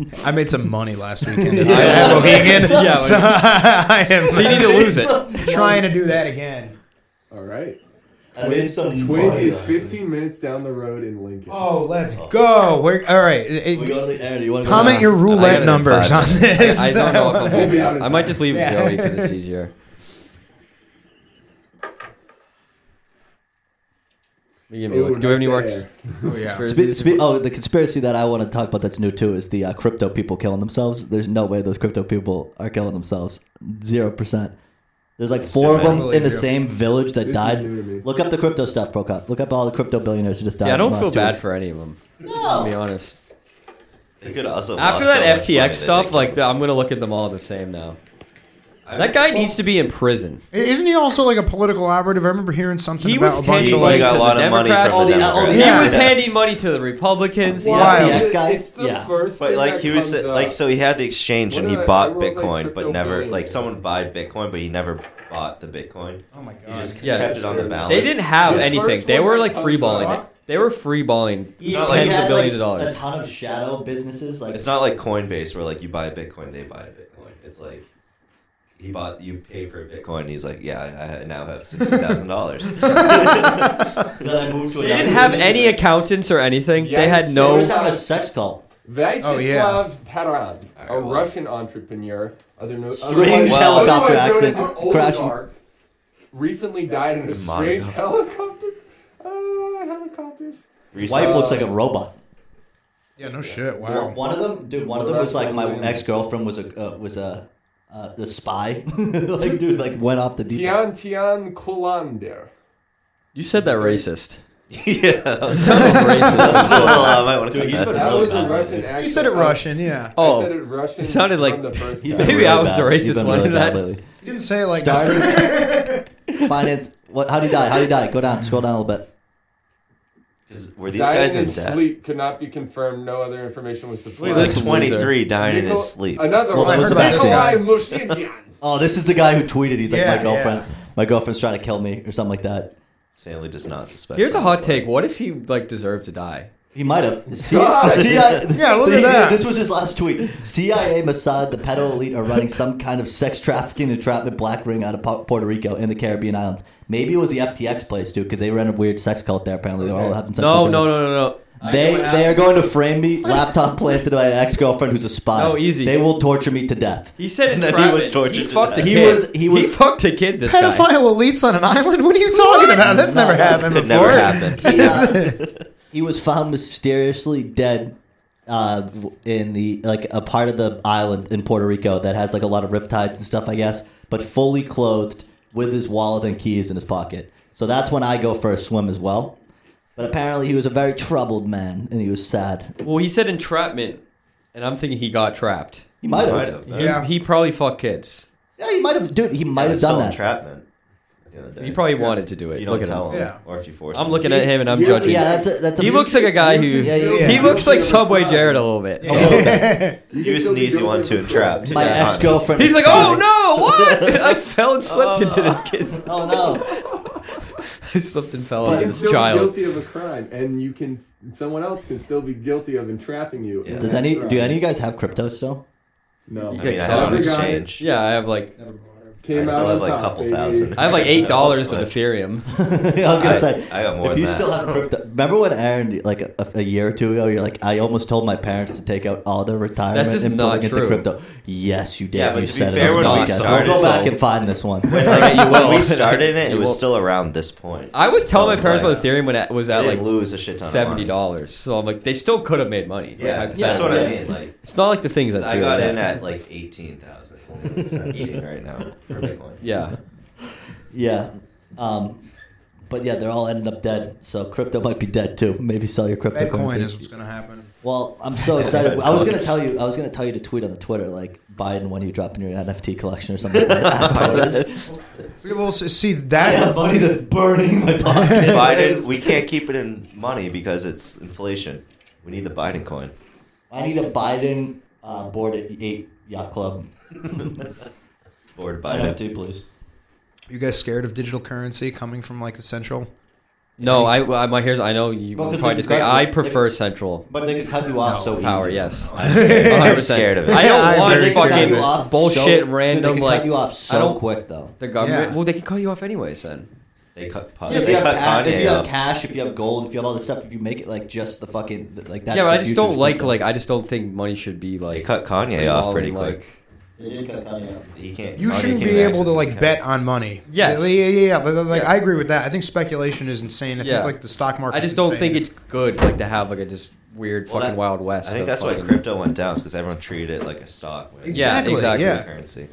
Speaker 6: that. (laughs) I made some money last weekend. at I am Mohegan,
Speaker 3: Yeah,
Speaker 6: (laughs) so I am.
Speaker 3: So you need to lose it.
Speaker 6: trying to do that again.
Speaker 7: All right.
Speaker 1: (laughs)
Speaker 6: Oh,
Speaker 1: I made some
Speaker 7: Twin
Speaker 1: money.
Speaker 7: is 15 minutes down the road in Lincoln.
Speaker 6: Oh, let's go. We're all right. It-
Speaker 1: We
Speaker 6: it-
Speaker 1: go to the air. You want to
Speaker 6: comment your
Speaker 2: I
Speaker 6: roulette
Speaker 2: gotta
Speaker 6: numbers on
Speaker 2: five.
Speaker 6: this.
Speaker 3: I don't know if
Speaker 6: (laughs)
Speaker 3: I'm
Speaker 7: We'll be out
Speaker 3: holding-
Speaker 7: in
Speaker 3: I might
Speaker 7: time.
Speaker 3: just leave
Speaker 6: Yeah.
Speaker 3: Joey because it's easier. You give me-
Speaker 7: Ooh,
Speaker 3: do we have any
Speaker 7: nice
Speaker 3: more?
Speaker 7: there.
Speaker 6: Oh, yeah.
Speaker 1: Spe- spe- oh, the conspiracy that I want to talk about that's new too is the uh, crypto people killing themselves. There's no way those crypto people are killing themselves. Zero percent. There's like four of
Speaker 6: I
Speaker 1: them
Speaker 6: believe
Speaker 1: in the
Speaker 6: you.
Speaker 1: same village that
Speaker 7: This is
Speaker 1: died.
Speaker 7: new to me.
Speaker 1: Look up the crypto stuff, Pro Cop. Look up all the crypto billionaires who just died.
Speaker 3: Yeah, I
Speaker 1: in
Speaker 3: don't
Speaker 1: the
Speaker 3: feel
Speaker 1: last two
Speaker 3: bad
Speaker 1: weeks.
Speaker 3: for any of them. No. To be honest.
Speaker 2: They could also
Speaker 3: After
Speaker 2: lost so
Speaker 3: that
Speaker 2: much money
Speaker 3: FTX
Speaker 2: that
Speaker 3: stuff,
Speaker 2: they
Speaker 3: like
Speaker 2: killed
Speaker 3: I'm gonna look at them all the same now.
Speaker 2: I-
Speaker 3: That guy needs to be in prison.
Speaker 6: Isn't he also like a political operative? I remember hearing something
Speaker 3: He
Speaker 6: about
Speaker 3: was
Speaker 6: a bunch
Speaker 3: handing
Speaker 6: of
Speaker 2: money
Speaker 3: money
Speaker 6: like.
Speaker 2: got a
Speaker 3: to
Speaker 2: lot
Speaker 3: the
Speaker 2: of money from
Speaker 3: Democrats.
Speaker 1: Oh, the- oh, the
Speaker 3: He
Speaker 1: Yeah.
Speaker 3: was
Speaker 1: Yeah.
Speaker 3: handing money to the Republicans.
Speaker 1: Wow.
Speaker 6: Wild.
Speaker 1: FTX guy.
Speaker 7: It's the
Speaker 1: yeah.
Speaker 7: first
Speaker 2: But
Speaker 7: thing
Speaker 2: like
Speaker 7: that
Speaker 2: he was
Speaker 7: comes up.
Speaker 2: like, so he had the exchange
Speaker 7: What
Speaker 2: and he
Speaker 7: did I- I
Speaker 2: bought
Speaker 7: wrote, like,
Speaker 2: Bitcoin, but
Speaker 7: crypto
Speaker 2: never
Speaker 7: billionaire.
Speaker 2: like someone bought Bitcoin, but he never bought the Bitcoin.
Speaker 6: Oh my
Speaker 2: He just
Speaker 3: Yeah.
Speaker 2: kept it on the balance.
Speaker 3: They didn't have
Speaker 7: The
Speaker 3: anything.
Speaker 7: first
Speaker 3: They
Speaker 7: one
Speaker 3: were
Speaker 7: that
Speaker 3: like
Speaker 7: comes
Speaker 3: free balling it.
Speaker 6: up.
Speaker 3: They were free balling.
Speaker 1: He,
Speaker 2: not like
Speaker 1: he
Speaker 2: tens
Speaker 3: of
Speaker 1: had
Speaker 3: billions
Speaker 1: like
Speaker 3: of
Speaker 1: a
Speaker 3: dollars.
Speaker 1: ton of shadow businesses. Like
Speaker 2: It's not like Coinbase where like you buy Bitcoin, they buy Bitcoin. It's like he bought you pay for Bitcoin. And he's like, yeah, I- I now have sixty thousand dollars.
Speaker 1: that I moved to
Speaker 3: They
Speaker 1: another
Speaker 3: didn't have
Speaker 1: division.
Speaker 3: any accountants or anything.
Speaker 7: Yeah.
Speaker 3: They had
Speaker 1: They were
Speaker 3: no.
Speaker 1: just having a sex call.
Speaker 7: Vyacheslav
Speaker 6: Oh, yeah.
Speaker 7: Taran,
Speaker 2: right,
Speaker 7: a
Speaker 2: well.
Speaker 7: Russian entrepreneur, other no-
Speaker 1: Strange
Speaker 7: otherwise-
Speaker 1: helicopter
Speaker 7: otherwise known as
Speaker 1: accident.
Speaker 7: an
Speaker 1: Crashing.
Speaker 7: oligarch, Recently died in a strange (laughs)
Speaker 2: Monaco.
Speaker 7: helicopter. Uh, helicopters.
Speaker 1: Wife
Speaker 7: Uh,
Speaker 1: looks like a robot.
Speaker 6: Yeah, no shit.
Speaker 1: One-
Speaker 6: Wow.
Speaker 1: One of them, dude. One of them
Speaker 7: Well,
Speaker 1: was like my
Speaker 7: that's-
Speaker 1: ex girlfriend was a uh, was a uh, the spy. (laughs) like dude, like went off the deep. end.
Speaker 7: Tian Tian Kulander.
Speaker 3: You said
Speaker 1: (laughs)
Speaker 3: that racist.
Speaker 2: (laughs) yeah, that was,
Speaker 3: Son of a racist.
Speaker 2: that's what I might want to
Speaker 1: Dude, he's been
Speaker 7: That
Speaker 1: really
Speaker 7: was a
Speaker 1: bad.
Speaker 7: Russian
Speaker 1: lately.
Speaker 7: accent.
Speaker 6: He said it
Speaker 7: I-
Speaker 6: Russian. Yeah.
Speaker 7: I said
Speaker 3: Oh,
Speaker 7: it Russian.
Speaker 3: it sounded
Speaker 7: from
Speaker 3: like-
Speaker 7: the first
Speaker 1: He's
Speaker 7: guy.
Speaker 1: been
Speaker 3: Maybe
Speaker 1: really
Speaker 3: I was the
Speaker 1: bad. He's
Speaker 3: racist
Speaker 1: been
Speaker 3: one
Speaker 1: really
Speaker 3: in
Speaker 1: bad
Speaker 3: that.
Speaker 1: lately.
Speaker 6: He didn't say it like.
Speaker 1: Started
Speaker 3: (laughs)
Speaker 1: finance. What? How do you die? How do you die? Go down. Scroll down a little bit.
Speaker 2: Because were these
Speaker 7: Dying
Speaker 2: guys
Speaker 7: in
Speaker 2: in
Speaker 7: his
Speaker 2: debt?
Speaker 7: sleep could not be confirmed. No other information was supplied.
Speaker 2: He's like 23, dying in
Speaker 7: Nico-
Speaker 2: his sleep.
Speaker 7: Another
Speaker 1: Well,
Speaker 7: one.
Speaker 1: I heard about this
Speaker 7: Nikolai Mushigian.
Speaker 1: Oh, this is the guy who tweeted. He's like
Speaker 6: Yeah,
Speaker 1: my girlfriend. My girlfriend's trying to kill me or something like that.
Speaker 2: His family does not suspect.
Speaker 3: (laughs) here's a
Speaker 2: him.
Speaker 3: hot take. What if he like deserved to die?
Speaker 1: He might have.
Speaker 3: (laughs)
Speaker 1: (laughs) C-
Speaker 7: God.
Speaker 1: CIA
Speaker 6: Yeah, look at that.
Speaker 1: This was his last tweet. CIA, Mossad, the pedo elite are running some kind of sex trafficking entrapment black ring out of Pu- Puerto Rico and the Caribbean islands. Maybe it was the FTX place too, because they ran a weird sex cult there. Apparently, they're all having sex.
Speaker 3: No,
Speaker 1: with
Speaker 3: no,
Speaker 1: them.
Speaker 3: no, no, no.
Speaker 1: They they are going to frame me, laptop planted by an ex girlfriend who's a spy.
Speaker 3: No, easy.
Speaker 1: They will torture me to death.
Speaker 2: (laughs)
Speaker 3: He said
Speaker 2: And
Speaker 3: it.
Speaker 2: then he
Speaker 3: private.
Speaker 2: was tortured
Speaker 3: He
Speaker 2: to
Speaker 3: fucked a
Speaker 2: death.
Speaker 3: kid.
Speaker 1: He was- he was-
Speaker 3: fucked a kid. This guy.
Speaker 6: (laughs) Pedophile elites on an island? What are you talking about? That's never happened
Speaker 2: Could
Speaker 6: before.
Speaker 2: never
Speaker 6: (laughs)
Speaker 1: He,
Speaker 2: (laughs) happen.
Speaker 1: uh, (laughs) he was found mysteriously dead uh, w- in the like a part of the island in Puerto Rico that has like a lot of riptides and stuff, I guess, but fully clothed with his wallet and keys in his pocket. So that's when I go for a swim as well. But apparently, he was a very troubled man, and he was sad.
Speaker 3: Well, he said entrapment, and I'm thinking he got trapped.
Speaker 1: He might
Speaker 2: Might
Speaker 1: have,
Speaker 2: have, though.
Speaker 6: Yeah.
Speaker 3: He probably fucked kids.
Speaker 1: yeah, he might have, dude. He might have
Speaker 2: It's still
Speaker 1: done that.
Speaker 2: entrapment. at the end of the
Speaker 3: He
Speaker 2: day.
Speaker 3: probably wanted to do it.
Speaker 2: If you
Speaker 3: Look
Speaker 2: don't
Speaker 3: at him.
Speaker 2: tell him,
Speaker 6: Yeah.
Speaker 2: or if you force
Speaker 3: I'm
Speaker 2: him.
Speaker 3: looking at him and I'm
Speaker 7: You're-
Speaker 3: judging.
Speaker 1: Yeah, that's a, that's. A
Speaker 3: he looks like a (laughs) guy who
Speaker 1: Yeah, yeah,
Speaker 6: yeah.
Speaker 3: he looks like Subway Jared a little bit.
Speaker 2: He was an easy one to entrap. to
Speaker 1: my
Speaker 2: be honest.
Speaker 1: ex
Speaker 2: (laughs)
Speaker 3: (laughs)
Speaker 1: girlfriend.
Speaker 3: (laughs) He's like, oh no, what? (laughs) I fell and slipped into this kid. (laughs)
Speaker 1: oh no.
Speaker 3: I slipped and fell
Speaker 7: You
Speaker 3: into
Speaker 7: can
Speaker 3: this
Speaker 7: still
Speaker 3: child.
Speaker 7: be guilty of a crime, and you can someone else can still be guilty of entrapping you. in
Speaker 2: Yeah.
Speaker 1: Does
Speaker 7: that
Speaker 1: any
Speaker 7: crime.
Speaker 1: do any of you guys have crypto still?
Speaker 7: No.
Speaker 2: I mean, I
Speaker 3: Yeah,
Speaker 2: had it on
Speaker 7: Other guy
Speaker 2: exchange.
Speaker 3: Yeah, I have like
Speaker 7: Came
Speaker 2: I still
Speaker 7: out
Speaker 2: have
Speaker 7: on
Speaker 2: like a
Speaker 7: top,
Speaker 2: couple
Speaker 7: baby.
Speaker 2: thousand.
Speaker 3: I have like eight dollars of
Speaker 2: But (laughs)
Speaker 3: Ethereum.
Speaker 1: (laughs) I was gonna
Speaker 2: I-
Speaker 1: say
Speaker 2: I got more
Speaker 1: If
Speaker 2: than
Speaker 1: you
Speaker 2: that.
Speaker 1: still have crypto, Remember when Aaron, like a, a year or two ago, you're like, I almost told my parents to take out all their retirement
Speaker 3: just
Speaker 1: and
Speaker 3: not
Speaker 1: put it into
Speaker 3: true.
Speaker 1: crypto. Yes, you did.
Speaker 2: Yeah, but
Speaker 1: you
Speaker 2: to be
Speaker 1: said it.
Speaker 2: fair,
Speaker 1: on
Speaker 2: when
Speaker 1: the
Speaker 2: we
Speaker 1: podcast.
Speaker 2: started-
Speaker 1: we'll go back and find this one.
Speaker 2: Like, when
Speaker 3: you will.
Speaker 2: we
Speaker 3: (laughs)
Speaker 2: started it,
Speaker 3: You
Speaker 2: it was
Speaker 3: will.
Speaker 2: still around this point.
Speaker 3: I was telling my
Speaker 2: So
Speaker 3: parents
Speaker 2: it's
Speaker 3: about Ethereum when it was at
Speaker 2: they
Speaker 3: like
Speaker 2: lose a shit ton of
Speaker 3: seventy
Speaker 2: money.
Speaker 3: dollars. So I'm like, they still could have made money. like,
Speaker 2: Yeah, that's what
Speaker 3: hypothetically.
Speaker 2: I mean. Like,
Speaker 3: It's not like the things
Speaker 2: 'cause
Speaker 3: that
Speaker 2: I got in at like eighteen thousand. It's only like seventeen right now for Bitcoin.
Speaker 3: yeah.
Speaker 1: (laughs) Yeah. Um, but yeah, they're all ending up dead. So crypto might be dead too. Maybe sell your crypto.
Speaker 6: Bitcoin is what's going to happen.
Speaker 1: Well, I'm so
Speaker 2: (laughs)
Speaker 1: excited. I was gonna tell you. I was gonna tell you to tweet on the Twitter like Biden when you drop in your NFT collection or something. Like that.
Speaker 2: (laughs)
Speaker 6: We will s- see
Speaker 1: I
Speaker 6: that.
Speaker 1: have money that's burning in my pocket. (laughs)
Speaker 2: Biden, we can't keep it in money because it's inflation. We need the Biden coin.
Speaker 1: I need a Biden uh, board at eight yacht club.
Speaker 2: Board Biden.
Speaker 1: NFT, please.
Speaker 6: You guys scared of digital currency coming from like the central?
Speaker 3: No, I, I my here's I know you
Speaker 1: Well, 'cause
Speaker 3: probably
Speaker 1: they've
Speaker 3: disagree.
Speaker 1: got-
Speaker 3: I prefer central
Speaker 1: But they could cut you off so
Speaker 3: power.
Speaker 1: easy.
Speaker 3: Yes,
Speaker 2: I'm scared. (laughs) I'm
Speaker 3: (laughs) 100%.
Speaker 2: scared of it.
Speaker 3: I don't
Speaker 6: I'm
Speaker 3: want
Speaker 6: very scared
Speaker 3: fucking
Speaker 6: of it.
Speaker 1: off so-
Speaker 3: bullshit
Speaker 1: dude,
Speaker 3: random
Speaker 1: they could
Speaker 3: like
Speaker 1: cut you off
Speaker 3: I
Speaker 1: so
Speaker 3: don't,
Speaker 1: quick though.
Speaker 3: The government.
Speaker 6: Yeah.
Speaker 3: Well, they can cut you off anyways. Then
Speaker 2: They cut.
Speaker 1: Yeah, if
Speaker 2: they
Speaker 1: you, have
Speaker 2: cut
Speaker 1: cash, if you
Speaker 2: Kanye
Speaker 1: have
Speaker 2: off.
Speaker 1: cash, if you have gold, if you have all this stuff, if you make it like just the fucking like that's
Speaker 3: yeah,
Speaker 1: the
Speaker 3: but I just
Speaker 1: future
Speaker 3: don't
Speaker 1: of
Speaker 3: like
Speaker 1: crypto.
Speaker 3: like I just don't think money should be like
Speaker 2: They cut Kanye off pretty
Speaker 3: involving,
Speaker 2: quick.
Speaker 3: like-
Speaker 1: They did cut Kanye off.
Speaker 2: He can't.
Speaker 6: You
Speaker 2: Kanye
Speaker 6: shouldn't
Speaker 2: can't
Speaker 6: be
Speaker 2: have
Speaker 6: able to
Speaker 2: access
Speaker 6: like
Speaker 2: his
Speaker 6: bet
Speaker 2: accounts.
Speaker 6: on money.
Speaker 3: Yes.
Speaker 6: Yeah, yeah, yeah. yeah. But like,
Speaker 3: Yeah.
Speaker 6: I agree with that. I think speculation is insane. I
Speaker 3: Yeah.
Speaker 6: think like the stock market.
Speaker 3: I just don't think it's good like to have like a just weird
Speaker 2: Well,
Speaker 3: fucking
Speaker 2: that-
Speaker 3: wild west.
Speaker 2: I think
Speaker 3: of
Speaker 2: that's why
Speaker 3: fucking-
Speaker 2: crypto went down because everyone treated it like a stock. when it's
Speaker 3: Yeah,
Speaker 6: Exactly,
Speaker 3: exactly.
Speaker 2: a
Speaker 6: yeah.
Speaker 2: Currency.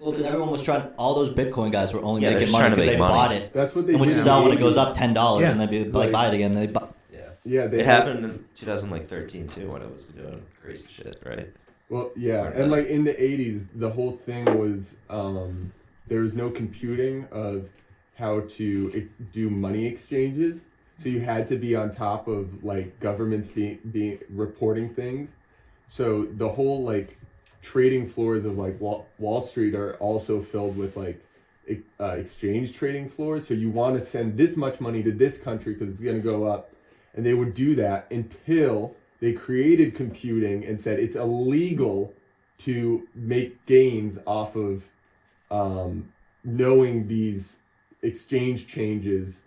Speaker 1: Well, 'cause everyone was trying. All those Bitcoin guys were only
Speaker 2: Yeah, they're
Speaker 1: making
Speaker 2: just
Speaker 1: money
Speaker 2: trying to
Speaker 1: because
Speaker 2: make
Speaker 1: they
Speaker 2: money.
Speaker 1: bought it
Speaker 7: That's what they
Speaker 1: and would
Speaker 7: did in
Speaker 1: sell
Speaker 7: the
Speaker 1: when it goes
Speaker 7: 80s.
Speaker 1: up ten dollars,
Speaker 6: Yeah.
Speaker 1: and they'd be like,
Speaker 7: Like-
Speaker 1: buy it again. They buy.
Speaker 2: Yeah.
Speaker 7: Yeah, they
Speaker 2: It happened in 2013 too when it was doing crazy shit, right?
Speaker 7: Well, yeah,
Speaker 2: Or
Speaker 7: and
Speaker 2: not.
Speaker 7: like in the '80s, the whole thing was um, there was no computing of how to e- do money exchanges, so you had to be on top of like governments being being reporting things. So the whole like trading floors of like Wall, Wall Street are also filled with like e- uh, exchange trading floors. So you want to send this much money to this country because it's going to go up, and they would do that until they created computing and said it's illegal to make gains off of um, knowing these exchange changes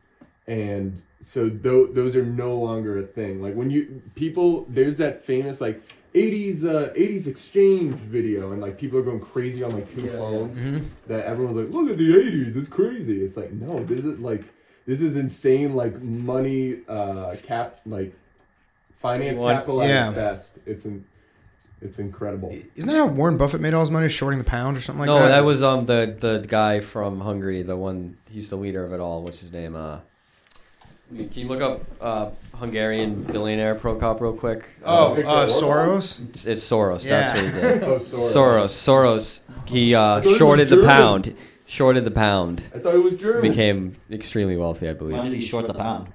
Speaker 7: and so tho- those are no longer a thing like when you people there's that famous like 80s uh 80s exchange video and like people are going crazy on like two phones that everyone's like look at the 80s it's crazy it's like no this is like this is insane like money uh cap like finance
Speaker 3: What?
Speaker 7: capital at
Speaker 6: Yeah.
Speaker 7: its best it's in it's incredible
Speaker 6: Isn't that how Warren Buffett made all his money shorting the pound or something like
Speaker 3: no,
Speaker 6: that?
Speaker 3: that was um the the guy from Hungary, the one he's the leader of it all. What's his name? Uh, can you look up uh, Hungarian billionaire Prokop real quick?
Speaker 6: Oh,
Speaker 3: Uh,
Speaker 6: uh, Soros.
Speaker 3: it's, it's Soros.
Speaker 6: Yeah.
Speaker 3: That's what he did.
Speaker 7: oh sorry
Speaker 3: Soros. Soros. He uh,
Speaker 7: it was
Speaker 3: shorted the
Speaker 7: German.
Speaker 3: pound. Shorted the pound.
Speaker 7: i thought it was german
Speaker 3: Became extremely wealthy, I
Speaker 1: Why did he
Speaker 3: believe,
Speaker 1: short the pound?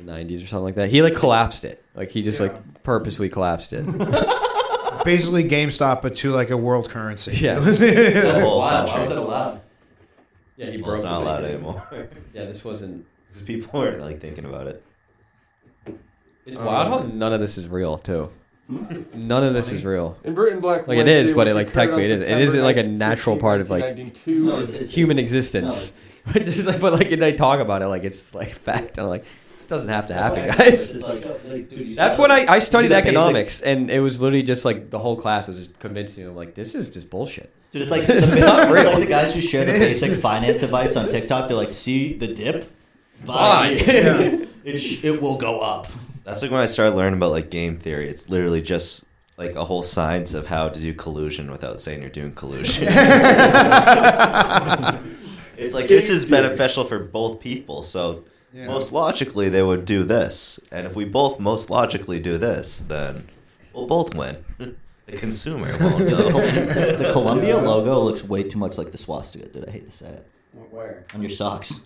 Speaker 3: the '90s or something like that. He like collapsed it. Like he just like purposely
Speaker 2: (laughs)
Speaker 3: collapsed it.
Speaker 6: (laughs) Basically, GameStop, but to like a world currency. (laughs)
Speaker 3: Yeah.
Speaker 2: The whole
Speaker 1: Wow, why
Speaker 2: country.
Speaker 1: was that allowed?
Speaker 3: yeah, he
Speaker 2: Well,
Speaker 3: broke.
Speaker 2: it's not
Speaker 3: it.
Speaker 2: allowed anymore.
Speaker 3: Yeah, this wasn't.
Speaker 2: 'Cause people (laughs) weren't like thinking about it.
Speaker 3: It's wild how Um, none of this is real too.
Speaker 10: Hmm?
Speaker 3: None of this is real.
Speaker 7: In Britain, Black
Speaker 3: Like, it
Speaker 7: Wednesday,
Speaker 3: is, but it,
Speaker 7: which
Speaker 3: like,
Speaker 7: occurred on
Speaker 3: technically it is. It
Speaker 7: September
Speaker 3: isn't, like, a
Speaker 7: 19,
Speaker 3: natural part of, like-
Speaker 7: 1992.
Speaker 1: No, it's- it's-
Speaker 3: Human existence. (laughs) Which is like, but like, and they talk about it like it's just like (laughs) fact. I'm like, this doesn't have to happen, guys. (laughs) That's when I, I studied
Speaker 1: that basic-
Speaker 3: economics, and it was literally just like the whole class was just convincing me. I'm like, this is just bullshit.
Speaker 1: Dude, it's like the, it's
Speaker 3: (laughs) not
Speaker 1: like
Speaker 3: real.
Speaker 1: the guys who share
Speaker 3: (laughs)
Speaker 1: the
Speaker 6: It is.
Speaker 1: basic finance advice on TikTok. They're like, see the dip,
Speaker 3: Buy.
Speaker 1: buy.
Speaker 3: (laughs) Yeah.
Speaker 1: here. It sh- it will go up.
Speaker 2: (laughs) That's like when I started learning about like game theory. It's literally just like a whole science of how to do collusion without saying you're doing collusion. (laughs) it's like this is beneficial for both people, so
Speaker 6: Yeah.
Speaker 2: most logically they would do this. And if we both most logically do this, then we'll both win. (laughs) the consumer
Speaker 1: (laughs)
Speaker 2: won't though.
Speaker 1: The Columbia logo looks way too much like the swastika. Dude, I hate to say it.
Speaker 10: Where?
Speaker 1: On your socks.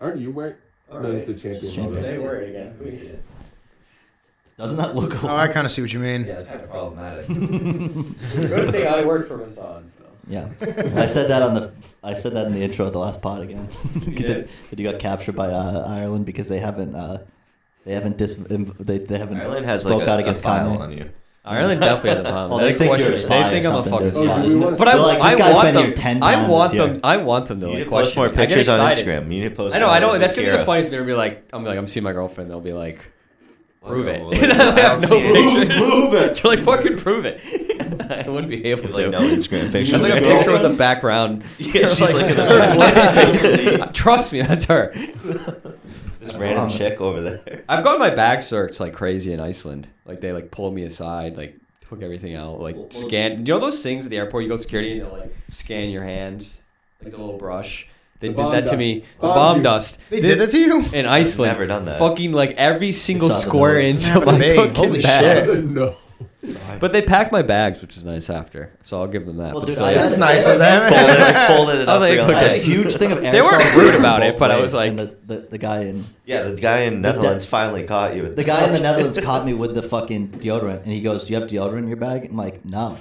Speaker 7: Aren't you wearing? No, it's a champion.
Speaker 1: Champion.
Speaker 7: logo.
Speaker 10: Say word again.
Speaker 1: Doesn't that look?
Speaker 6: Oh, I kind of see what you mean.
Speaker 2: yeah, it's kind of
Speaker 10: (laughs)
Speaker 2: problematic.
Speaker 10: Good thing I work for Massage.
Speaker 1: Yeah, I said that on the I said that in the intro of the last pod again. (laughs) that, that you got captured by uh, Ireland because they haven't uh, they haven't dis, they, they haven't
Speaker 2: Ireland has
Speaker 1: spoke
Speaker 2: like a,
Speaker 1: out
Speaker 2: a
Speaker 1: against
Speaker 2: file
Speaker 1: Kanye.
Speaker 2: on you.
Speaker 3: Ireland definitely has a problem.
Speaker 1: Well, they think you're a
Speaker 3: Uh, question-
Speaker 1: spy
Speaker 3: They think
Speaker 1: or
Speaker 3: I'm a
Speaker 1: something,
Speaker 3: fucking
Speaker 1: dude.
Speaker 3: spy.
Speaker 5: Oh, do we want-
Speaker 3: But I,
Speaker 1: They're like,
Speaker 3: I
Speaker 1: this guy's
Speaker 3: want
Speaker 1: been
Speaker 3: them.
Speaker 1: here 10
Speaker 3: I
Speaker 1: times
Speaker 3: want
Speaker 1: this
Speaker 3: them.
Speaker 1: year.
Speaker 3: I want them to
Speaker 2: You
Speaker 3: like
Speaker 2: need to
Speaker 3: question
Speaker 2: post more
Speaker 3: me. I get
Speaker 2: pictures on
Speaker 3: excited.
Speaker 2: Instagram. You need to post.
Speaker 3: I know.
Speaker 2: more
Speaker 3: I know.
Speaker 2: with
Speaker 3: That's gonna be
Speaker 2: Kira.
Speaker 3: the funny thing. They'll be like, I'm like, I'm seeing my girlfriend. They'll be like,
Speaker 2: Well,
Speaker 3: prove it.
Speaker 2: well,
Speaker 3: And
Speaker 2: well,
Speaker 3: (laughs) I have
Speaker 2: I
Speaker 3: no
Speaker 2: don't see it.
Speaker 3: pictures. Prove it. (laughs) They're like, fucking prove it. (laughs) I wouldn't be able
Speaker 2: You have,
Speaker 3: to.
Speaker 2: like
Speaker 3: (laughs)
Speaker 2: no Instagram pictures.
Speaker 3: That's like a
Speaker 2: of your
Speaker 3: picture with
Speaker 2: girlfriend?
Speaker 3: the background.
Speaker 2: (laughs) Yeah, she's like in
Speaker 3: (laughs) her
Speaker 2: the
Speaker 3: black- (laughs) Trust me, that's her.
Speaker 2: This random chick over (laughs) there.
Speaker 3: I've gotten my back searched like crazy in Iceland. Like they like pulled me aside, like took everything out, like scan. You know those things at the airport? You go to security and they'll like scan your hands, like the little brush. They
Speaker 5: The
Speaker 3: did
Speaker 5: bomb
Speaker 3: that to
Speaker 5: dust.
Speaker 3: me. The
Speaker 5: Bomb
Speaker 3: bomb
Speaker 5: juice.
Speaker 3: dust.
Speaker 6: They did that to you?
Speaker 3: in Iceland.
Speaker 2: never done that.
Speaker 3: Fucking like every single
Speaker 1: saw the
Speaker 3: square
Speaker 1: nose.
Speaker 3: inch of
Speaker 6: Happened to
Speaker 3: my
Speaker 6: me.
Speaker 3: fucking
Speaker 7: (laughs)
Speaker 6: Holy
Speaker 3: bag. (laughs)
Speaker 6: shit.
Speaker 5: no.
Speaker 3: But they packed my bags, which was nice after. So I'll give them that.
Speaker 1: Well,
Speaker 3: But
Speaker 1: dude,
Speaker 3: still,
Speaker 1: I-
Speaker 6: That's nice of
Speaker 2: Folded
Speaker 6: them.
Speaker 2: it, folded
Speaker 3: (laughs)
Speaker 2: it
Speaker 3: Oh,
Speaker 2: up
Speaker 3: they
Speaker 2: real
Speaker 3: cooked
Speaker 1: I had a
Speaker 2: nice.
Speaker 1: huge thing of
Speaker 3: (laughs) They weren't
Speaker 1: aerosol
Speaker 3: rude
Speaker 1: in
Speaker 3: about
Speaker 1: both
Speaker 3: it, but I was
Speaker 1: ways,
Speaker 3: like-
Speaker 1: and the, the, the guy in
Speaker 2: Yeah, the guy in Netherlands finally caught you. with
Speaker 1: the
Speaker 2: that.
Speaker 1: guy in the Netherlands caught me with the fucking deodorant, and he goes, "Do you have deodorant in your bag?" I'm like, "No,"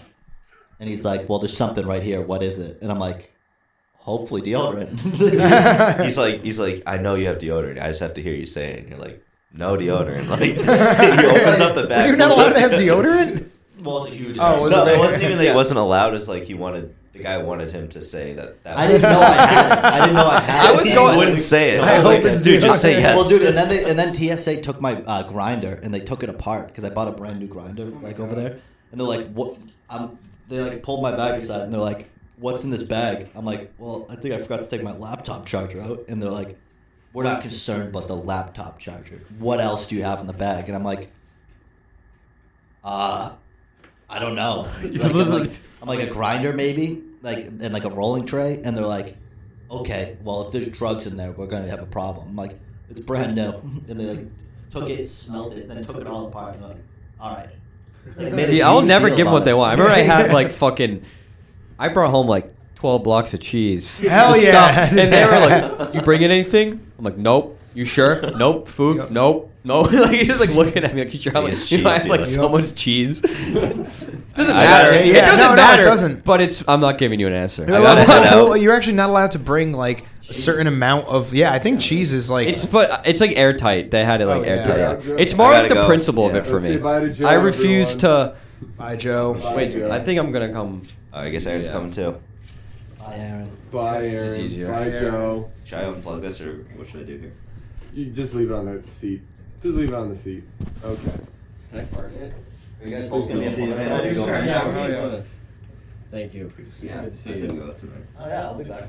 Speaker 1: and he's like, "Well, there's something right here. What is it?" And I'm like, "Hopefully deodorant." (laughs)
Speaker 2: he's like, he's like, I know you have deodorant. I just have to hear you say it. And you're like, no deodorant. (laughs) Like he opens up the bag.
Speaker 6: You're not
Speaker 2: pulls out (laughs)
Speaker 3: (laughs)
Speaker 6: allowed to have
Speaker 2: the-
Speaker 6: deodorant?
Speaker 1: well, it's a huge.
Speaker 6: Oh, was
Speaker 2: No,
Speaker 6: it
Speaker 2: it
Speaker 6: bad?
Speaker 2: wasn't even that he wasn't allowed. It's like he wanted the guy wanted him to say that. that
Speaker 1: I
Speaker 2: was-
Speaker 1: didn't know I had it. I didn't know I had
Speaker 3: I
Speaker 1: it.
Speaker 3: was
Speaker 1: He
Speaker 3: going-
Speaker 2: He wouldn't say it.
Speaker 1: No,
Speaker 2: I was
Speaker 1: I
Speaker 2: like,
Speaker 1: hope it's
Speaker 2: dude, just
Speaker 6: deodorant.
Speaker 2: say yes.
Speaker 1: Well, dude, and then they, and then TSA took my uh, grinder and they took it apart because I bought a brand new grinder like over there, and they're like, "What?" I'm, they like pulled my bag aside and they're like, "What's in this bag?" I'm like, "Well, I think I forgot to take my laptop charger out," and they're like, "We're not concerned about the laptop charger. What else do you have in the bag?" And I'm like, "Uh, I don't know." Like, I'm, like, I'm like a grinder maybe, like and like a rolling tray, and they're like, okay, well, if there's drugs in there, we're going to have a problem. I'm like, it's brand new. (laughs) And they, like, took it, smelled it, then took it all apart. And they're like, all right. Like, made a
Speaker 3: See, I'll
Speaker 1: huge
Speaker 3: never
Speaker 1: deal
Speaker 3: give them
Speaker 1: about
Speaker 3: what they
Speaker 1: it.
Speaker 3: want. I remember
Speaker 6: (laughs)
Speaker 3: I had like fucking. I brought home like twelve blocks of cheese.
Speaker 6: (laughs) Hell
Speaker 3: Just
Speaker 6: yeah.
Speaker 3: stuff. And they were
Speaker 6: (laughs)
Speaker 3: like, "You bringing anything?" I'm like, "Nope." You sure? Nope. Food?
Speaker 6: Yep.
Speaker 3: Nope. No. (laughs) like he's just like looking at me like, "You sure?" I'm like,
Speaker 2: Yes,
Speaker 3: you know, I
Speaker 2: cheese
Speaker 3: have like
Speaker 2: dealer.
Speaker 3: so much
Speaker 6: (laughs)
Speaker 3: cheese. (laughs) doesn't
Speaker 2: I-
Speaker 3: matter.
Speaker 2: yeah,
Speaker 6: yeah.
Speaker 3: It doesn't
Speaker 6: No, no, it
Speaker 3: matter.
Speaker 6: doesn't.
Speaker 3: But it's. I'm not giving you an answer.
Speaker 2: I got it.
Speaker 6: Well, You're actually not allowed to bring like a certain amount of. Yeah, I think cheese is like.
Speaker 3: It's but uh, it's like airtight. They had it like
Speaker 6: Oh, yeah.
Speaker 3: airtight.
Speaker 5: Yeah,
Speaker 3: out.
Speaker 5: exactly.
Speaker 3: It's more
Speaker 2: I
Speaker 3: like the
Speaker 2: gotta go.
Speaker 3: principle of
Speaker 6: Yeah.
Speaker 3: it for
Speaker 5: Let's say
Speaker 3: me.
Speaker 5: bye to Joe,
Speaker 3: I refuse
Speaker 5: everyone.
Speaker 3: to.
Speaker 6: Bye, Joe.
Speaker 5: Bye,
Speaker 3: Wait,
Speaker 5: Joe.
Speaker 3: I think I'm gonna come.
Speaker 2: Oh, I guess Aaron's
Speaker 3: Yeah.
Speaker 2: coming too.
Speaker 1: Bye, Aaron.
Speaker 5: Bye,
Speaker 3: This is
Speaker 5: Aaron.
Speaker 3: easier.
Speaker 5: Bye, Joe.
Speaker 2: Should I unplug this or what should I do here?
Speaker 5: You just leave it on the seat. Just leave it on the seat. Okay.
Speaker 11: Can I fart in it?
Speaker 2: You guys
Speaker 11: both gonna be up on it?
Speaker 2: I
Speaker 11: Sure,
Speaker 2: Yeah,
Speaker 11: yeah,
Speaker 6: Oh,
Speaker 11: we
Speaker 6: yeah.
Speaker 11: can. Thank you. Good to see you. Good to see you.
Speaker 1: Oh, yeah, I'll be back.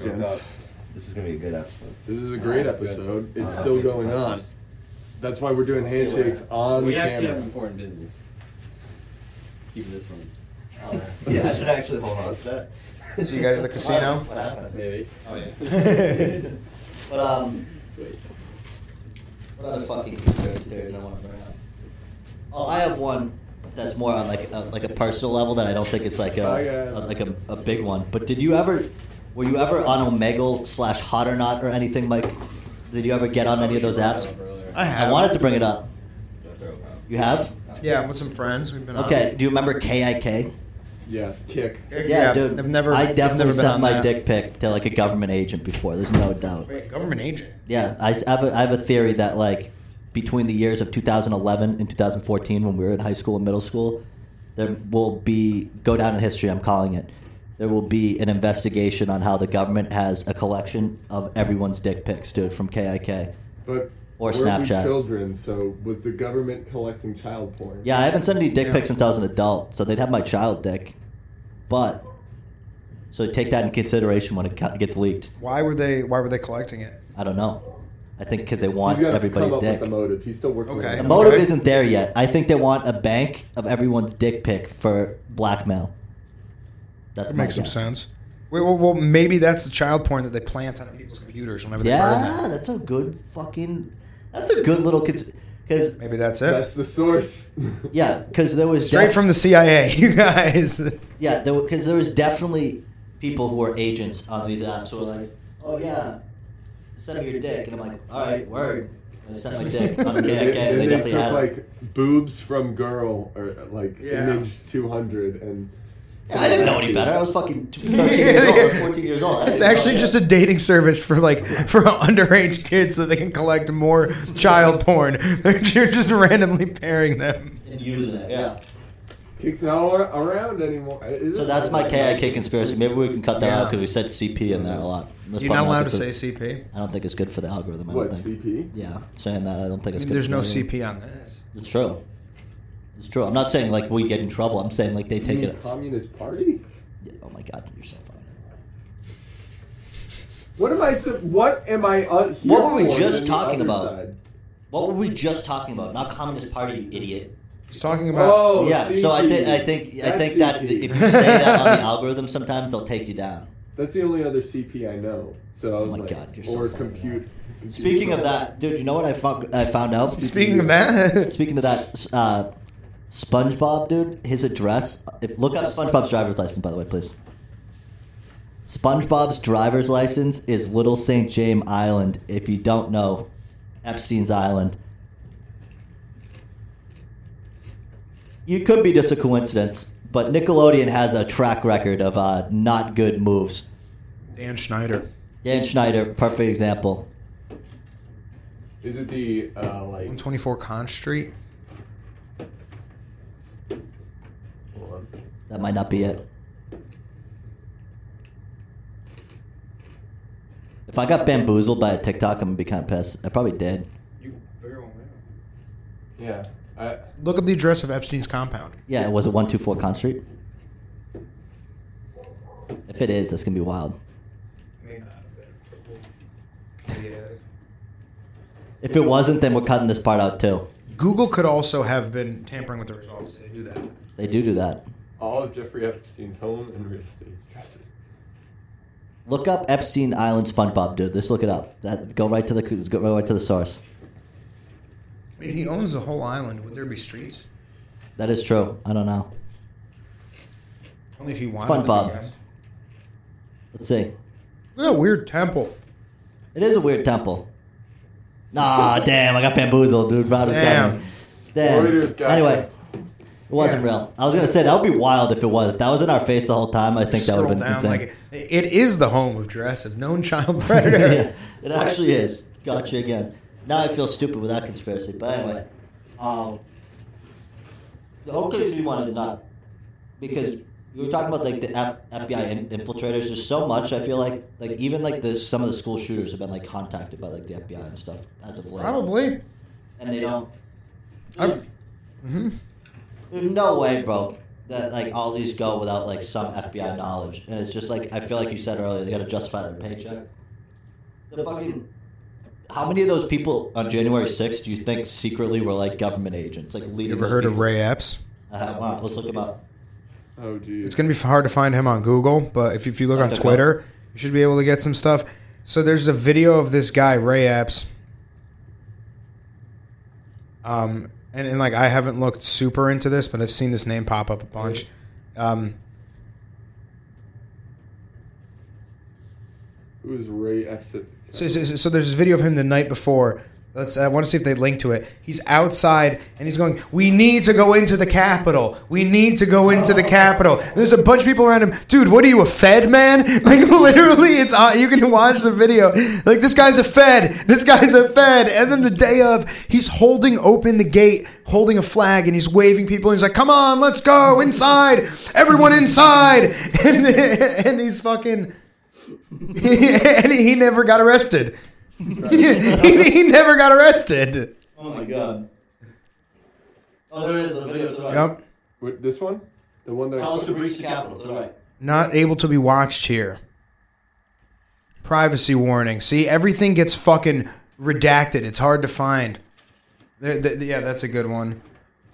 Speaker 5: Gents.
Speaker 2: This is gonna be a good episode.
Speaker 5: This is a great episode. It's still going on. That's why we're doing
Speaker 2: See you later.
Speaker 5: handshakes on the
Speaker 11: We actually have
Speaker 5: camera.
Speaker 11: important business. Keep this one.
Speaker 2: Yeah, (laughs) I should actually hold on to that.
Speaker 6: See you guys at the casino.
Speaker 2: What happened?
Speaker 11: Maybe. Oh
Speaker 2: (laughs)
Speaker 1: (laughs) But, um, what other fucking conspiracy theory do I want to bring up? Oh, I have one that's more on like a, like a personal level that I don't think it's like
Speaker 5: Bye,
Speaker 1: a,
Speaker 5: guys.
Speaker 1: a- like a, a big one. But did you ever, were you ever on Omegle slash Hot or Not or anything, Mike? Did you ever get on any of those apps?
Speaker 6: I have.
Speaker 1: I wanted to bring it up. You have?
Speaker 6: Yeah, with some friends. We've been on.
Speaker 1: Okay. Do you remember KIK?
Speaker 5: Yeah, kick.
Speaker 6: Uh-huh. Yeah,
Speaker 1: dude.
Speaker 6: I've never.
Speaker 1: I
Speaker 6: I've
Speaker 1: definitely
Speaker 6: never been
Speaker 1: sent
Speaker 6: on
Speaker 1: my
Speaker 6: that.
Speaker 1: dick pic to like a government agent before. There's no doubt.
Speaker 6: Wait, government agent.
Speaker 1: Yeah, I s- I have, a, I have a theory that like between the years of 2011 and 2014, when we were in high school and middle school, there will be go down in history. I'm calling it. There will be an investigation on how the government has a collection of everyone's dick pics, dude, from KIK.
Speaker 5: But
Speaker 1: Or
Speaker 5: we're
Speaker 1: Snapchat.
Speaker 5: children, so was the government collecting child porn?
Speaker 1: Yeah, I haven't sent any dick pics since I was an adult, so they'd have my child dick. But so take that in consideration when it co- gets leaked.
Speaker 6: Why were they? Why were they collecting it?
Speaker 1: I don't know. I think because they
Speaker 5: He's
Speaker 1: want
Speaker 5: got
Speaker 1: everybody's
Speaker 5: come up
Speaker 1: dick.
Speaker 5: with the motive. He's still working.
Speaker 6: Okay.
Speaker 5: on
Speaker 1: The
Speaker 5: it.
Speaker 6: Mo-
Speaker 1: motive
Speaker 6: Okay.
Speaker 1: isn't there yet. I think they want a bank of everyone's dick pic for blackmail. That's
Speaker 6: That
Speaker 1: my
Speaker 6: makes some
Speaker 1: guess.
Speaker 6: sense. Wait, well, well, maybe that's the child porn that they plant on people's computers whenever they burn
Speaker 1: Yeah,
Speaker 6: them.
Speaker 1: that's a good fucking. That's a good little because because
Speaker 6: Maybe that's it.
Speaker 5: That's the source.
Speaker 1: (laughs) yeah because there was
Speaker 6: Straight
Speaker 1: def-
Speaker 6: from the CIA, (laughs) you guys.
Speaker 1: yeah there because there was definitely people who were agents on these apps who were like oh yeah send me your dick and I'm like all right word and I sent my
Speaker 6: (laughs)
Speaker 1: dick on
Speaker 5: And
Speaker 1: KK
Speaker 5: they,
Speaker 1: and they
Speaker 5: and they
Speaker 1: definitely
Speaker 5: took
Speaker 1: had it.
Speaker 5: like boobs from girl or like
Speaker 6: Yeah.
Speaker 5: image 200 and
Speaker 1: I didn't know any better. I was
Speaker 6: (laughs)
Speaker 1: fucking 13 years old. I was 14 years old. I
Speaker 6: It's
Speaker 1: didn't know
Speaker 6: actually
Speaker 1: any
Speaker 6: just a dating service for like for (laughs) underage kids so they can collect more child porn. (laughs) They're ju- just randomly pairing them.
Speaker 1: better. And using it. Yeah.
Speaker 5: Kicks it all ar- around anymore. It is-
Speaker 1: So that's my KIK conspiracy. Maybe we can cut that
Speaker 6: Yeah.
Speaker 1: out because we said CP in there a lot. That's
Speaker 6: You're not
Speaker 1: probably
Speaker 6: allowed to
Speaker 1: good
Speaker 6: say
Speaker 1: for-
Speaker 6: CP.
Speaker 1: I don't think it's good for the algorithm. I
Speaker 5: What
Speaker 1: don't think.
Speaker 5: CP?
Speaker 1: Yeah, saying that I don't think it's good.
Speaker 6: There's
Speaker 1: for
Speaker 6: no
Speaker 1: the algorithm.
Speaker 6: CP on this.
Speaker 1: It's true. It's true. I'm not saying like we get in trouble. I'm saying like they take
Speaker 5: You
Speaker 1: it.
Speaker 5: mean Communist Party.
Speaker 1: Yeah, oh my god, you're so funny.
Speaker 5: What am I? sup- What am I? Uh, here
Speaker 1: What were we
Speaker 5: for on
Speaker 1: just
Speaker 5: the
Speaker 1: talking
Speaker 5: other
Speaker 1: about?
Speaker 5: side?
Speaker 1: What were we just talking about? Not Communist Party, you idiot.
Speaker 6: He's talking about.
Speaker 5: Oh,
Speaker 1: yeah. So I think I
Speaker 5: CP.
Speaker 1: think I
Speaker 5: That's
Speaker 1: think that
Speaker 5: CP.
Speaker 1: if you say that on the algorithm, sometimes they'll take you down.
Speaker 5: That's the only other CP I know. So I was
Speaker 1: Oh my
Speaker 5: like,
Speaker 1: God, you're so
Speaker 5: or
Speaker 1: funny.
Speaker 5: compute.
Speaker 1: Speaking of that, dude, you know what I found? I found out.
Speaker 6: Speaking of that,
Speaker 1: Speaking of that, uh, SpongeBob, dude, his address. If look up SpongeBob's driver's license, by the way, please. SpongeBob's driver's license is Little St. James Island. If you don't know, Epstein's Island. You could be just a coincidence, but Nickelodeon has a track record of uh, not good moves.
Speaker 6: Dan Schneider.
Speaker 1: Dan Schneider, perfect example.
Speaker 5: Is it the uh, like?
Speaker 6: 124 Con Street.
Speaker 5: hold on.
Speaker 1: That might not be it. If I got bamboozled by a TikTok, I'm gonna be kind of pissed. I probably did.
Speaker 5: Yeah. I,
Speaker 6: Look up the address of Epstein's compound.
Speaker 1: Yeah, was it one two four Con Street? If it is, that's gonna be wild. If it wasn't, then we're cutting this part out too.
Speaker 6: Google could also have been tampering with the results. They do that.
Speaker 1: They do do that.
Speaker 5: all of Jeffrey Epstein's home and real estate addresses.
Speaker 1: Look up Epstein Island SpongeBob, dude. Just look it up. That go right to the go right to the source.
Speaker 6: I mean, he owns the whole island. Would there be streets?
Speaker 1: That is true. I don't know.
Speaker 6: Only if he wanted. them, I
Speaker 1: SpongeBob.
Speaker 6: guess.
Speaker 1: Let's see.
Speaker 6: Look at that weird temple.
Speaker 1: It is a weird temple.
Speaker 6: (laughs)
Speaker 1: Nah, damn, I got bamboozled, dude. Robert's got me.
Speaker 6: Damn.
Speaker 1: Damn.
Speaker 5: Warriors got
Speaker 1: anyway, it wasn't
Speaker 6: Yeah.
Speaker 1: real. I was gonna say that would be wild if it was. If that was in our face the whole time, I think that would
Speaker 6: Scroll
Speaker 1: have been
Speaker 6: down
Speaker 1: insane.
Speaker 6: like it is the home of dress of known child (laughs) predator.
Speaker 1: (laughs) yeah, it actually is. Got you again. Now I feel stupid without conspiracy. But anyway, um, the OKC one I did not because we were talking about like the F- FBI in- infiltrators. There's so much. I feel like like even like this some of the school shooters have been like contacted by like the FBI and stuff as of late.
Speaker 6: Probably.
Speaker 1: and they don't.
Speaker 6: I'm, Mm-hmm.
Speaker 1: There's no way, bro, that like all these go without like some FBI knowledge, and it's just like I feel like you said earlier, they got to justify their paycheck. The fucking how many of those people on January 6th do you think secretly were like government agents, like
Speaker 6: you
Speaker 1: leading?
Speaker 6: ever
Speaker 1: those
Speaker 6: heard of
Speaker 1: people?
Speaker 6: Ray Epps?
Speaker 1: Uh, wow, let's look him up.
Speaker 5: Oh geez.
Speaker 6: It's going to be hard to find him on Google, but if, if you look on Twitter, you should be able to get some stuff. So there's a video of this guy Ray Epps, um, and, and like I haven't looked super into this, but I've seen this name pop up a bunch. Um,
Speaker 5: Who's Ray Epstein?
Speaker 6: So, so, so there's this video of him the night before. Let's. I want to see if they link to it. He's outside and he's going. We need to go into the Capitol. We need to go into the Capitol. And there's a bunch of people around him. Dude, what are you a Fed man? (laughs) Like literally, it's uh, you can watch the video. Like this guy's a Fed. This guy's a Fed. And then the day of, he's holding open the gate, holding a flag, and he's waving people. And he's like, "Come on, let's go inside. Everyone inside." (laughs) And and he's fucking. (laughs) and he, he never got arrested. (laughs) he, he never got arrested.
Speaker 1: Oh my god. Oh, there it is. The video to the right.
Speaker 6: Yep.
Speaker 5: Wait, this one? The one that
Speaker 1: How
Speaker 5: I
Speaker 1: to breach the Capitol to the right.
Speaker 6: Not able to be watched here. Privacy warning. See, everything gets fucking redacted. It's hard to find. There- th- yeah, that's a good one.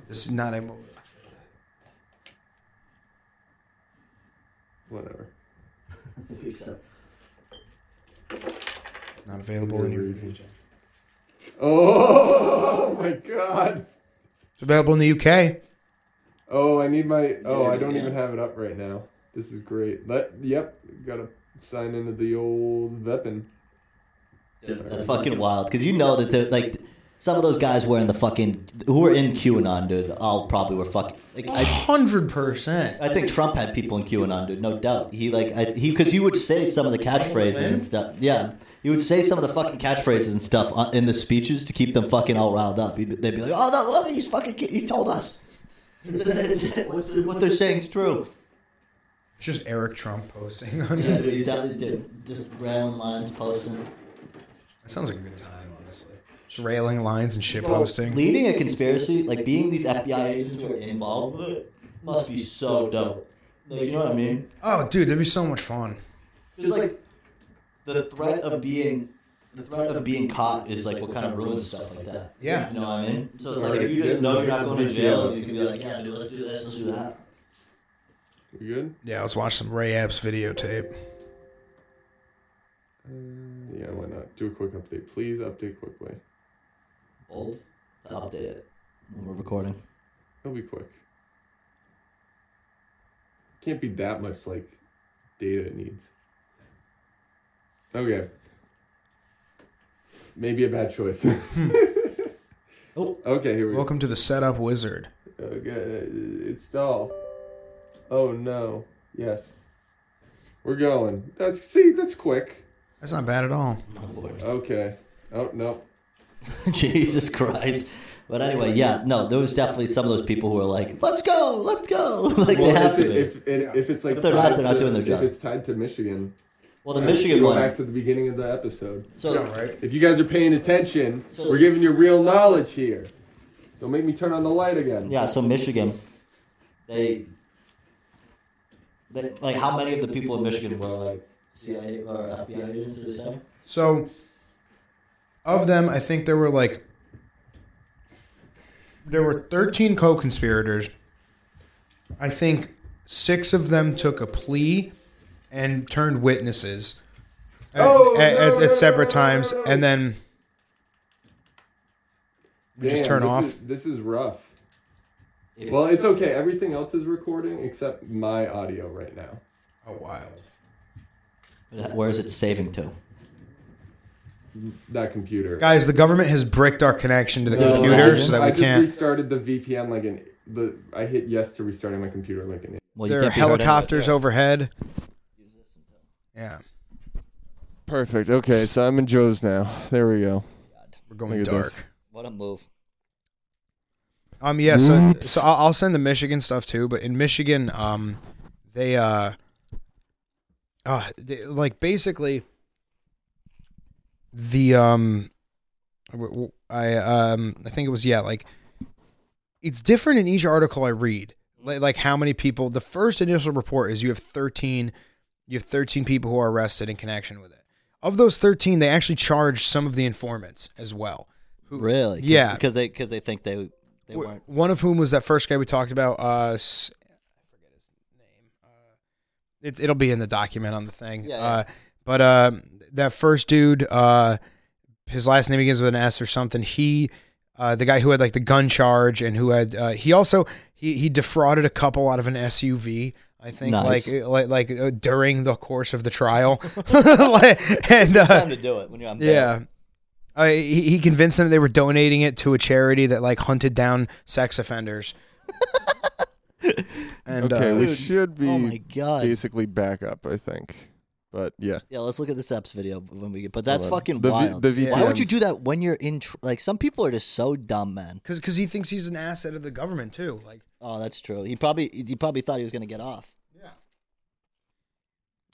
Speaker 6: This is not able.
Speaker 5: whatever.
Speaker 6: Not available in your.
Speaker 5: Oh (laughs) my god.
Speaker 6: It's available in the UK.
Speaker 5: Oh, I need my. Oh, I don't even have it up right now. This is great. Let. Yep. Gotta sign into the old weapon.
Speaker 1: Dude, that's fucking wild because you know that they're, like Some of those guys were in the fucking who were in QAnon, dude. All probably were fucking. Like, I,
Speaker 6: Hundred percent.
Speaker 1: I think Trump had people in QAnon, dude. No doubt. He like I, he because he would say some of the catchphrases and stuff. Yeah, he would say some of the fucking catchphrases and stuff on- in the speeches to keep them fucking all riled up. He'd, they'd be like, "Oh no, look, he's fucking kid- he told us." It's a, (laughs) what, what they're saying is true.
Speaker 6: It's just Eric Trump posting on.
Speaker 1: Yeah, dude, he's out there just railing lines, posting.
Speaker 6: That sounds like a good time, honestly. Just railing lines and shit posting.
Speaker 1: Leading a conspiracy, like being these FBI agents who are involved with it, must be so dope. Like, you know what I mean?
Speaker 6: Oh, dude, that'd be so much fun.
Speaker 1: Just like the threat of being, the threat of being caught is like what kind of ruins stuff like that.
Speaker 6: Yeah.
Speaker 1: You know what I mean? So it's like if you just know you're not going to jail, you can be like, yeah, dude, let's do this, let's do that.
Speaker 5: We good?
Speaker 6: Yeah, let's watch some Ray Epps videotape.
Speaker 5: Yeah, why not? Do a quick update, please. Update quickly.
Speaker 1: Old, update it. We're recording.
Speaker 5: It'll be quick. Can't be that much like data it needs. Okay. Maybe a bad choice. (laughs)
Speaker 1: Oh.
Speaker 5: Okay, here we go.
Speaker 6: Welcome to the setup wizard.
Speaker 5: Okay, it's dull. Oh no. Yes. We're going. That's see, that's quick.
Speaker 6: That's not bad at all.
Speaker 1: Oh, Lord. (laughs)
Speaker 5: Okay. Oh no.
Speaker 1: Jesus Christ. But anyway, yeah, no, there was definitely some of those people who were like, let's go, let's go. (laughs) like, they have
Speaker 5: Well, if,
Speaker 1: to
Speaker 5: it,
Speaker 1: be.
Speaker 5: if, it, if it's like
Speaker 1: If they're not,
Speaker 5: tied
Speaker 1: they're not
Speaker 5: to-
Speaker 1: doing their job.
Speaker 5: If it's tied to Michigan,
Speaker 1: well, the Michigan
Speaker 5: go
Speaker 1: one.
Speaker 5: back to the beginning of the episode.
Speaker 1: So,
Speaker 5: If you guys are paying attention, we're giving you real knowledge here. Don't make me turn on the light again.
Speaker 1: Yeah, so Michigan, they, they like how many of the people in Michigan were like CIA or FBI agents? Did they say?
Speaker 6: So, of them, I think there were like there were thirteen co-conspirators. I think six of them took a plea and turned witnesses at,
Speaker 5: Oh,
Speaker 6: at,
Speaker 5: no,
Speaker 6: at- at
Speaker 5: no,
Speaker 6: separate
Speaker 5: no, no,
Speaker 6: times,
Speaker 5: no.
Speaker 6: and then we just
Speaker 5: Damn,
Speaker 6: turn
Speaker 5: this
Speaker 6: off.
Speaker 5: is- this is rough. Well, it's okay. Everything else is recording except my audio right now.
Speaker 6: oh, wild.
Speaker 1: Where is it saving to?
Speaker 5: That computer.
Speaker 6: Guys, the government has bricked our connection to the
Speaker 5: No,
Speaker 6: computer
Speaker 1: I-
Speaker 6: so that
Speaker 5: I
Speaker 6: we
Speaker 5: just
Speaker 6: can't.
Speaker 5: restarted the VPN like an. The I hit yes to restarting my computer like an.
Speaker 1: Well,
Speaker 6: There are
Speaker 1: can't be heard anyway,
Speaker 6: helicopters
Speaker 1: so-
Speaker 6: overhead. Yeah,
Speaker 5: Perfect. Okay, so I'm in Joe's now. There we go.
Speaker 6: we're going
Speaker 5: Look at
Speaker 6: dark.
Speaker 5: this.
Speaker 1: What a move!
Speaker 6: Um, yeah, so,
Speaker 5: Oops.
Speaker 6: so I'll I'll send the Michigan stuff too, but in Michigan, um, they uh, uh they, like basically the um, w- w- I um, I think it was yeah, like it's different in each article I read, like, like how many people. The first initial report is you have thirteen, you have thirteen people who are arrested in connection with it. Of those thirteen, they actually charged some of the informants as well.
Speaker 1: Really?
Speaker 6: 'Cause- Yeah.
Speaker 1: because they because they think they they
Speaker 6: W-
Speaker 1: weren't.
Speaker 6: One of whom was that first guy we talked about. Uh, S- I forget his name. Uh, it, it'll be in the document on the thing.
Speaker 1: Yeah, yeah.
Speaker 6: Uh, but uh, that first dude, uh, his last name begins with an S or something. He, uh, the guy who had like the gun charge and who had, uh, he also he he defrauded a couple out of an SUV. I think
Speaker 1: Nice.
Speaker 6: like like like uh, during the course of the
Speaker 1: (laughs)
Speaker 6: trial, (laughs) Like, and uh,
Speaker 1: Time to do it when
Speaker 6: (laughs)
Speaker 1: you're on. bail.
Speaker 6: yeah. Uh, he, he convinced them they were donating it to a charity that like hunted down
Speaker 7: (laughs)
Speaker 6: sex offenders. and
Speaker 7: Okay,
Speaker 6: uh,
Speaker 7: we
Speaker 1: Dude.
Speaker 7: should be
Speaker 1: Oh my god.
Speaker 7: basically back up, I think. But yeah,
Speaker 1: Yeah, let's look at this Epps video when we get. But that's
Speaker 7: on.
Speaker 1: fucking
Speaker 7: The V-
Speaker 1: wild.
Speaker 7: the Yeah.
Speaker 1: Why would you
Speaker 7: VPNs.
Speaker 1: do that when you're in? Tr- like some people are just so dumb, man.
Speaker 6: because he thinks he's an asset of the government too. Like
Speaker 1: Oh, that's true. He probably he probably thought he was gonna get off.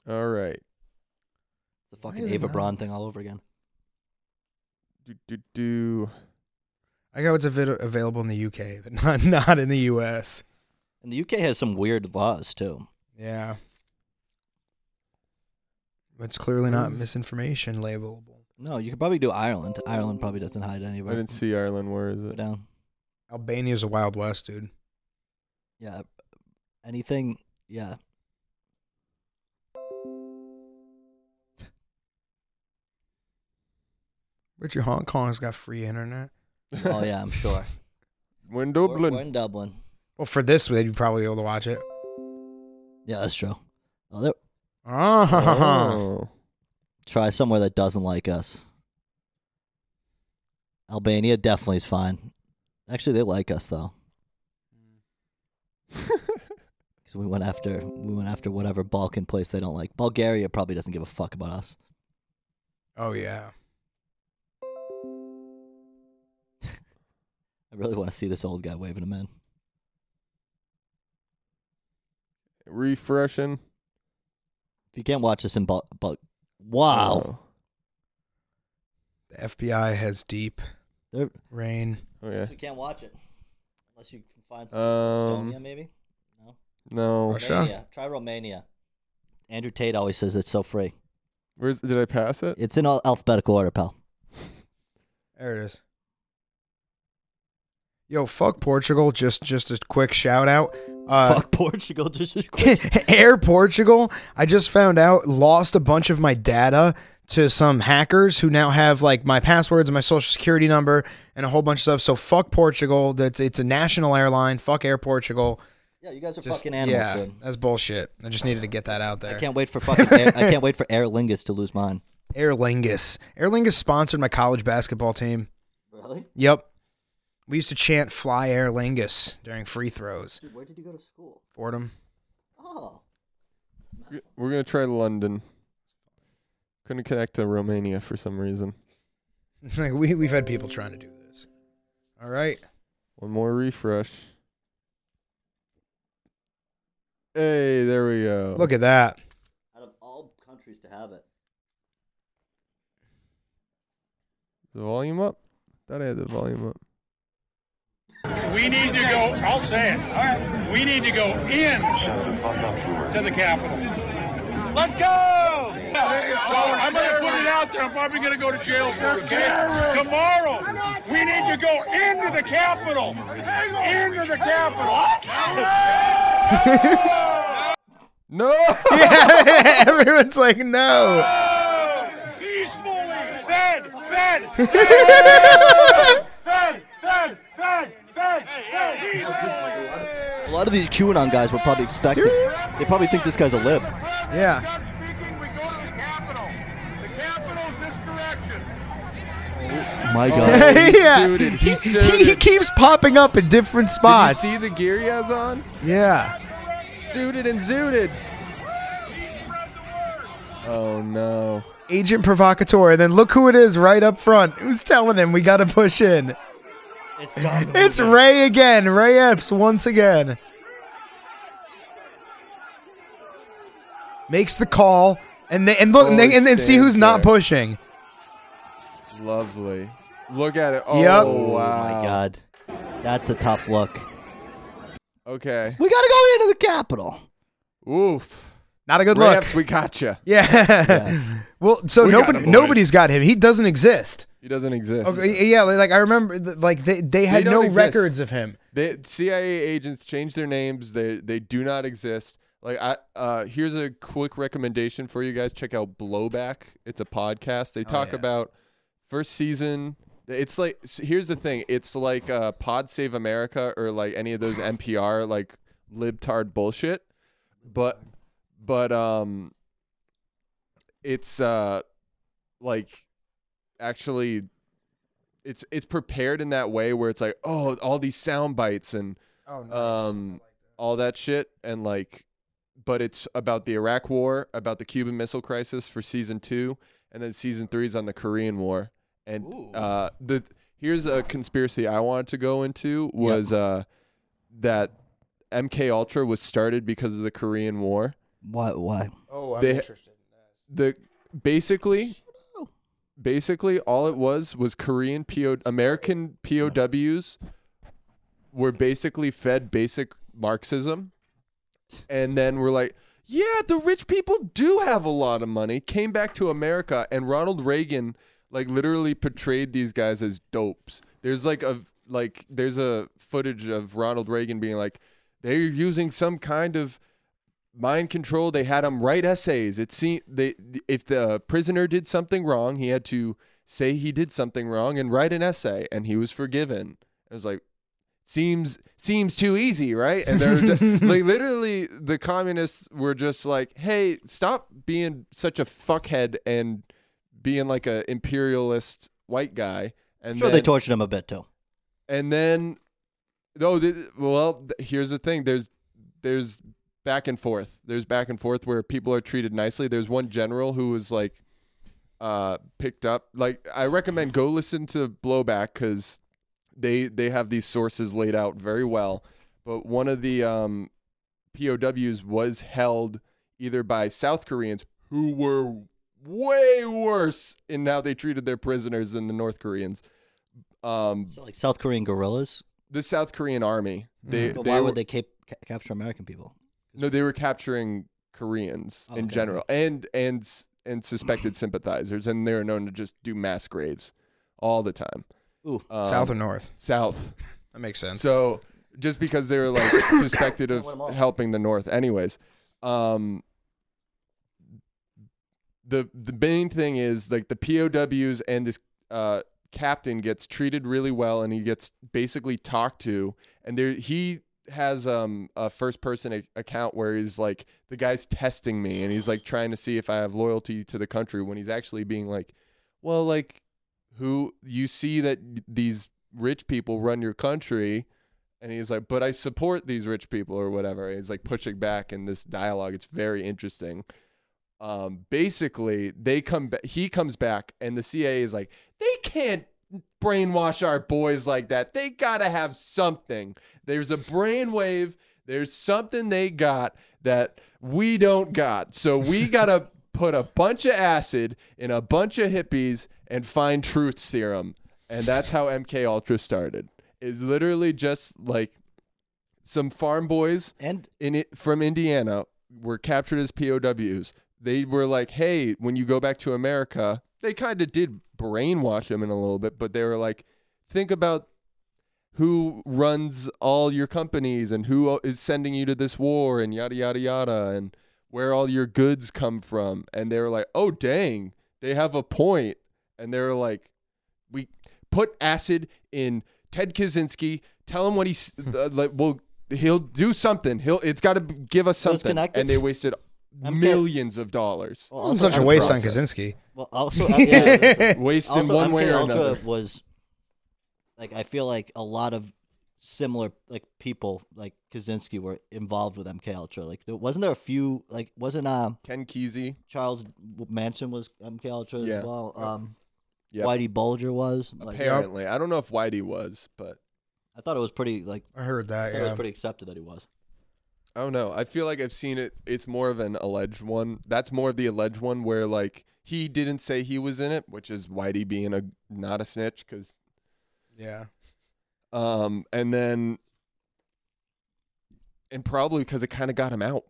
Speaker 7: all right.
Speaker 1: The
Speaker 6: Why
Speaker 1: fucking
Speaker 6: is it
Speaker 1: Ava
Speaker 6: not?
Speaker 1: Braun thing all over again.
Speaker 7: Do, do, do.
Speaker 6: I got what's avail- available in the UK, but (laughs) not not in the US.
Speaker 1: And the UK has some weird laws too.
Speaker 6: Yeah, it's clearly not misinformation labelable.
Speaker 1: No, you could probably do Ireland. Ireland probably doesn't hide
Speaker 7: I
Speaker 1: anywhere.
Speaker 7: didn't see Ireland. Where is
Speaker 1: Go
Speaker 7: it?
Speaker 1: down.
Speaker 6: Albania's a wild west, dude.
Speaker 1: Yeah. Anything. Yeah.
Speaker 6: But your Hong Kong's got free internet.
Speaker 1: (laughs) Oh yeah, I'm
Speaker 7: (laughs)
Speaker 1: sure.
Speaker 7: We're in
Speaker 1: We're-
Speaker 7: Dublin.
Speaker 1: We're, in Dublin.
Speaker 6: Well, for this, they'd probably be able to watch it.
Speaker 1: Yeah, that's true. Oh, there,
Speaker 6: Ah,
Speaker 7: Oh.
Speaker 6: (laughs)
Speaker 1: try somewhere that doesn't like us. Albania definitely is fine. Actually, they like us though, because we went after we went after whatever Balkan place they don't like. Bulgaria probably doesn't give a fuck about us.
Speaker 6: Oh yeah.
Speaker 1: I really want to see this old guy waving him in.
Speaker 7: Refreshing.
Speaker 1: If you can't watch this in Bul, Bul- wow,
Speaker 6: The FBI has deep
Speaker 1: They're-
Speaker 6: rain.
Speaker 7: Oh, oh yeah.
Speaker 1: we can't watch it unless you can find
Speaker 7: some- Um, Estonia,
Speaker 1: maybe.
Speaker 7: No.
Speaker 6: Russia? Romania.
Speaker 1: Try Romania. Andrew Tate always says it's so free.
Speaker 7: Where's did I pass it?
Speaker 1: It's in al- alphabetical order, pal.
Speaker 6: There it is. Yo, fuck Portugal. Just just a quick shout out. Uh,
Speaker 1: Fuck Portugal. (laughs) Just as quick.
Speaker 6: (laughs) Air Portugal, I just found out, lost a bunch of my data to some hackers who now have like my passwords and my social security number and a whole bunch of stuff. So fuck Portugal. That's it's a national airline. Fuck Air Portugal.
Speaker 1: yeah, you guys are
Speaker 6: Just-
Speaker 1: fucking animals.
Speaker 6: yeah,
Speaker 1: dude.
Speaker 6: that's bullshit. I just needed to get that out
Speaker 1: I
Speaker 6: there.
Speaker 1: can't wait
Speaker 6: (laughs)
Speaker 1: for fucking. Air, I can't wait for Aer Lingus to lose mine.
Speaker 6: Aer Lingus. Aer Lingus sponsored my college basketball team.
Speaker 1: Really?
Speaker 6: Yep. We used to chant "Fly Aer Lingus" during free throws.
Speaker 1: Dude, where did you go to school?
Speaker 6: Fordham.
Speaker 1: Oh,
Speaker 7: We're gonna try London. Couldn't connect to Romania for some reason.
Speaker 6: (laughs) Like, we we've had people trying to do this. All right.
Speaker 7: One more refresh. Hey, there we go.
Speaker 6: Look at that. (laughs)
Speaker 1: out of all countries to have it.
Speaker 7: Is the volume up. Thought I had the volume up.
Speaker 12: We need to go, I'll say it, all right, we need to go in to the Capitol. Let's go! So I'm gonna put it out there, I'm probably gonna go to jail first day tomorrow. We need to go into the Capitol, into the Capitol.
Speaker 7: No.
Speaker 6: yeah, (laughs) everyone's like, no.
Speaker 12: Peacefully, fed, fed, fed, fed, fed, fed, fed, peacefully.
Speaker 1: A lot of these QAnon guys were probably expecting. They probably think this guy's a lib.
Speaker 6: Yeah.
Speaker 12: Speaking, we go to the Capitol. The Capitol's this direction.
Speaker 1: My
Speaker 6: Oh.
Speaker 1: God.
Speaker 6: (laughs) yeah.
Speaker 7: suited.
Speaker 6: He,
Speaker 7: He's
Speaker 6: he-
Speaker 7: suited.
Speaker 6: he keeps popping up in different
Speaker 7: Did you
Speaker 6: spots.
Speaker 7: see the gear he has on?
Speaker 6: yeah.
Speaker 7: Suited and zooted. Oh no.
Speaker 6: Agent provocateur, and then look who it is right up front. Who's telling him we gotta push in?
Speaker 1: It's done.
Speaker 6: (laughs) It's Ray again. Ray Epps once again. Makes the call, and they, and look, and, they,
Speaker 7: Oh,
Speaker 6: and then see who's not
Speaker 7: stands there.
Speaker 6: pushing.
Speaker 7: Lovely. Look at it. Oh
Speaker 6: Yep.
Speaker 1: Oh
Speaker 7: wow.
Speaker 1: my God. That's a tough look.
Speaker 7: Okay.
Speaker 1: We got to go into the Capitol.
Speaker 7: Oof.
Speaker 6: Not a good look.
Speaker 7: Raps, we gotcha.
Speaker 6: (laughs) Yeah. well, so
Speaker 12: We got
Speaker 6: nobody,
Speaker 12: him, boys.
Speaker 6: nobody's got him. He doesn't exist.
Speaker 7: He doesn't exist.
Speaker 6: Okay, yeah, like I remember, th- like they they had
Speaker 7: don't
Speaker 6: no
Speaker 7: exist.
Speaker 6: records of him.
Speaker 7: They, CIA agents change their names. They they do not exist. Like I uh here's a quick recommendation for you guys. Check out Blowback. It's a podcast. They talk
Speaker 6: yeah.
Speaker 7: about first season. It's like s- here's the thing. It's like uh Pod Save America or like any of those NPR like libtard bullshit. But but um it's uh like actually it's it's prepared in that way where it's like oh all these sound bites and
Speaker 6: Oh
Speaker 7: um all that shit and like but it's about the Iraq war about the Cuban missile crisis for season 2 and then season 3 is on the Korean war and uh the here's a conspiracy I wanted to go into was uh that MK Ultra was started because of the Korean war
Speaker 1: Why? Why?
Speaker 6: oh, I'm
Speaker 7: they-
Speaker 6: interested.
Speaker 7: the basically basically all it was was Korean PO American POWs were basically fed basic Marxism and then were like yeah the rich people do have a lot of money came back to America and Ronald Reagan like literally portrayed these guys as dopes there's like a like there's a footage of Ronald Reagan being like they're using some kind of mind control they had him write essays it seemed they if the prisoner did something wrong he had to say he did something wrong and write an essay and he was forgiven it was like seems seems too easy right and they're just, like literally the communists were just like hey stop being such a fuckhead and being like a imperialist white guy And
Speaker 1: sure,
Speaker 7: then,
Speaker 1: they tortured him a bit too.
Speaker 7: and then no th- well th- here's the thing there's there's back and forth there's back and forth where people are treated nicely there's one general who was like uh picked up like i recommend go listen to blowback because they they have these sources laid out very well but one of the um pows was held either by south koreans who were way worse in how they treated their prisoners than the north koreans um
Speaker 1: So like South Korean guerrillas.
Speaker 7: the South Korean army. They,
Speaker 1: But
Speaker 7: they
Speaker 1: why
Speaker 7: were,
Speaker 1: would they cap- ca- capture American people?
Speaker 7: No, they were capturing Koreans
Speaker 1: Oh,
Speaker 7: in
Speaker 1: okay.
Speaker 7: general, and and s- and suspected sympathizers, and they were known to just do mass graves all the time.
Speaker 1: Ooh.
Speaker 7: Um,
Speaker 6: South or north?
Speaker 7: south.
Speaker 6: That makes sense.
Speaker 7: So just because they were like suspected of
Speaker 1: want 'em all.
Speaker 7: helping the North, anyways. Um, the the main thing is like the POWs and this uh, captain gets treated really well, and he gets basically talked to, and there he has um a first person ac- account where he's like the guy's testing me and he's like trying to see if I have loyalty to the country when he's actually being like well like who you see that these rich people run your country and he's like but i support these rich people or whatever And he's like pushing back in this dialogue it's very interesting um basically they come ba- he comes back and the cia is like they can't brainwash our boys like that they gotta have something there's a brainwave there's something they got that we don't got so we gotta put a bunch of acid in a bunch of hippies and find truth serum and that's how mk ultra started is literally just like some farm boys
Speaker 1: And
Speaker 7: in it from Indiana were captured as POWs. They were like, "Hey, when you go back to America," they kind of did brainwash them in a little bit, but they were like, "Think about who runs all your companies and who uh, is sending you to this war and yada yada yada and where all your goods come from." And they were like, "Oh, dang, they have a point." And they were like, "We put acid in Ted Kaczynski. Tell him
Speaker 1: (laughs)
Speaker 7: what he's uh, like. Well, he'll do something. He'll. It's got to give us
Speaker 1: So it's
Speaker 7: something.
Speaker 1: connected?
Speaker 7: And they wasted
Speaker 1: I'm get-
Speaker 7: millions of dollars.
Speaker 1: well,
Speaker 6: It wasn't
Speaker 1: also
Speaker 6: such a
Speaker 1: MK
Speaker 6: waste
Speaker 1: Ultra-
Speaker 6: on (laughs) Kaczynski.
Speaker 1: Well, also, uh, yeah,
Speaker 6: (laughs)
Speaker 7: Waste in
Speaker 1: also
Speaker 7: one
Speaker 1: MK
Speaker 7: way or
Speaker 1: Ultra
Speaker 7: another.
Speaker 1: was like I feel like a lot of similar like people like Kaczynski were involved with MK Ultra. Like, there, wasn't there a few like wasn't uh,
Speaker 7: Ken Kesey.
Speaker 1: Charles Manson was MK Ultra
Speaker 7: Yeah.
Speaker 1: as well. Um,
Speaker 7: Yep.
Speaker 1: Whitey Bulger was. Like,
Speaker 7: Apparently, I don't know if Whitey was, but
Speaker 1: I thought it was pretty like
Speaker 6: I heard
Speaker 1: I
Speaker 6: that.
Speaker 1: thought it was
Speaker 6: Yeah.
Speaker 1: pretty accepted that he was.
Speaker 7: I don't know. Oh, I feel like I've seen it. It's more of an alleged one. That's more of the alleged one where like he didn't say he was in it, which is Whitey being a not a snitch because
Speaker 6: yeah.
Speaker 7: Um, and then, and probably because it kind of got him out,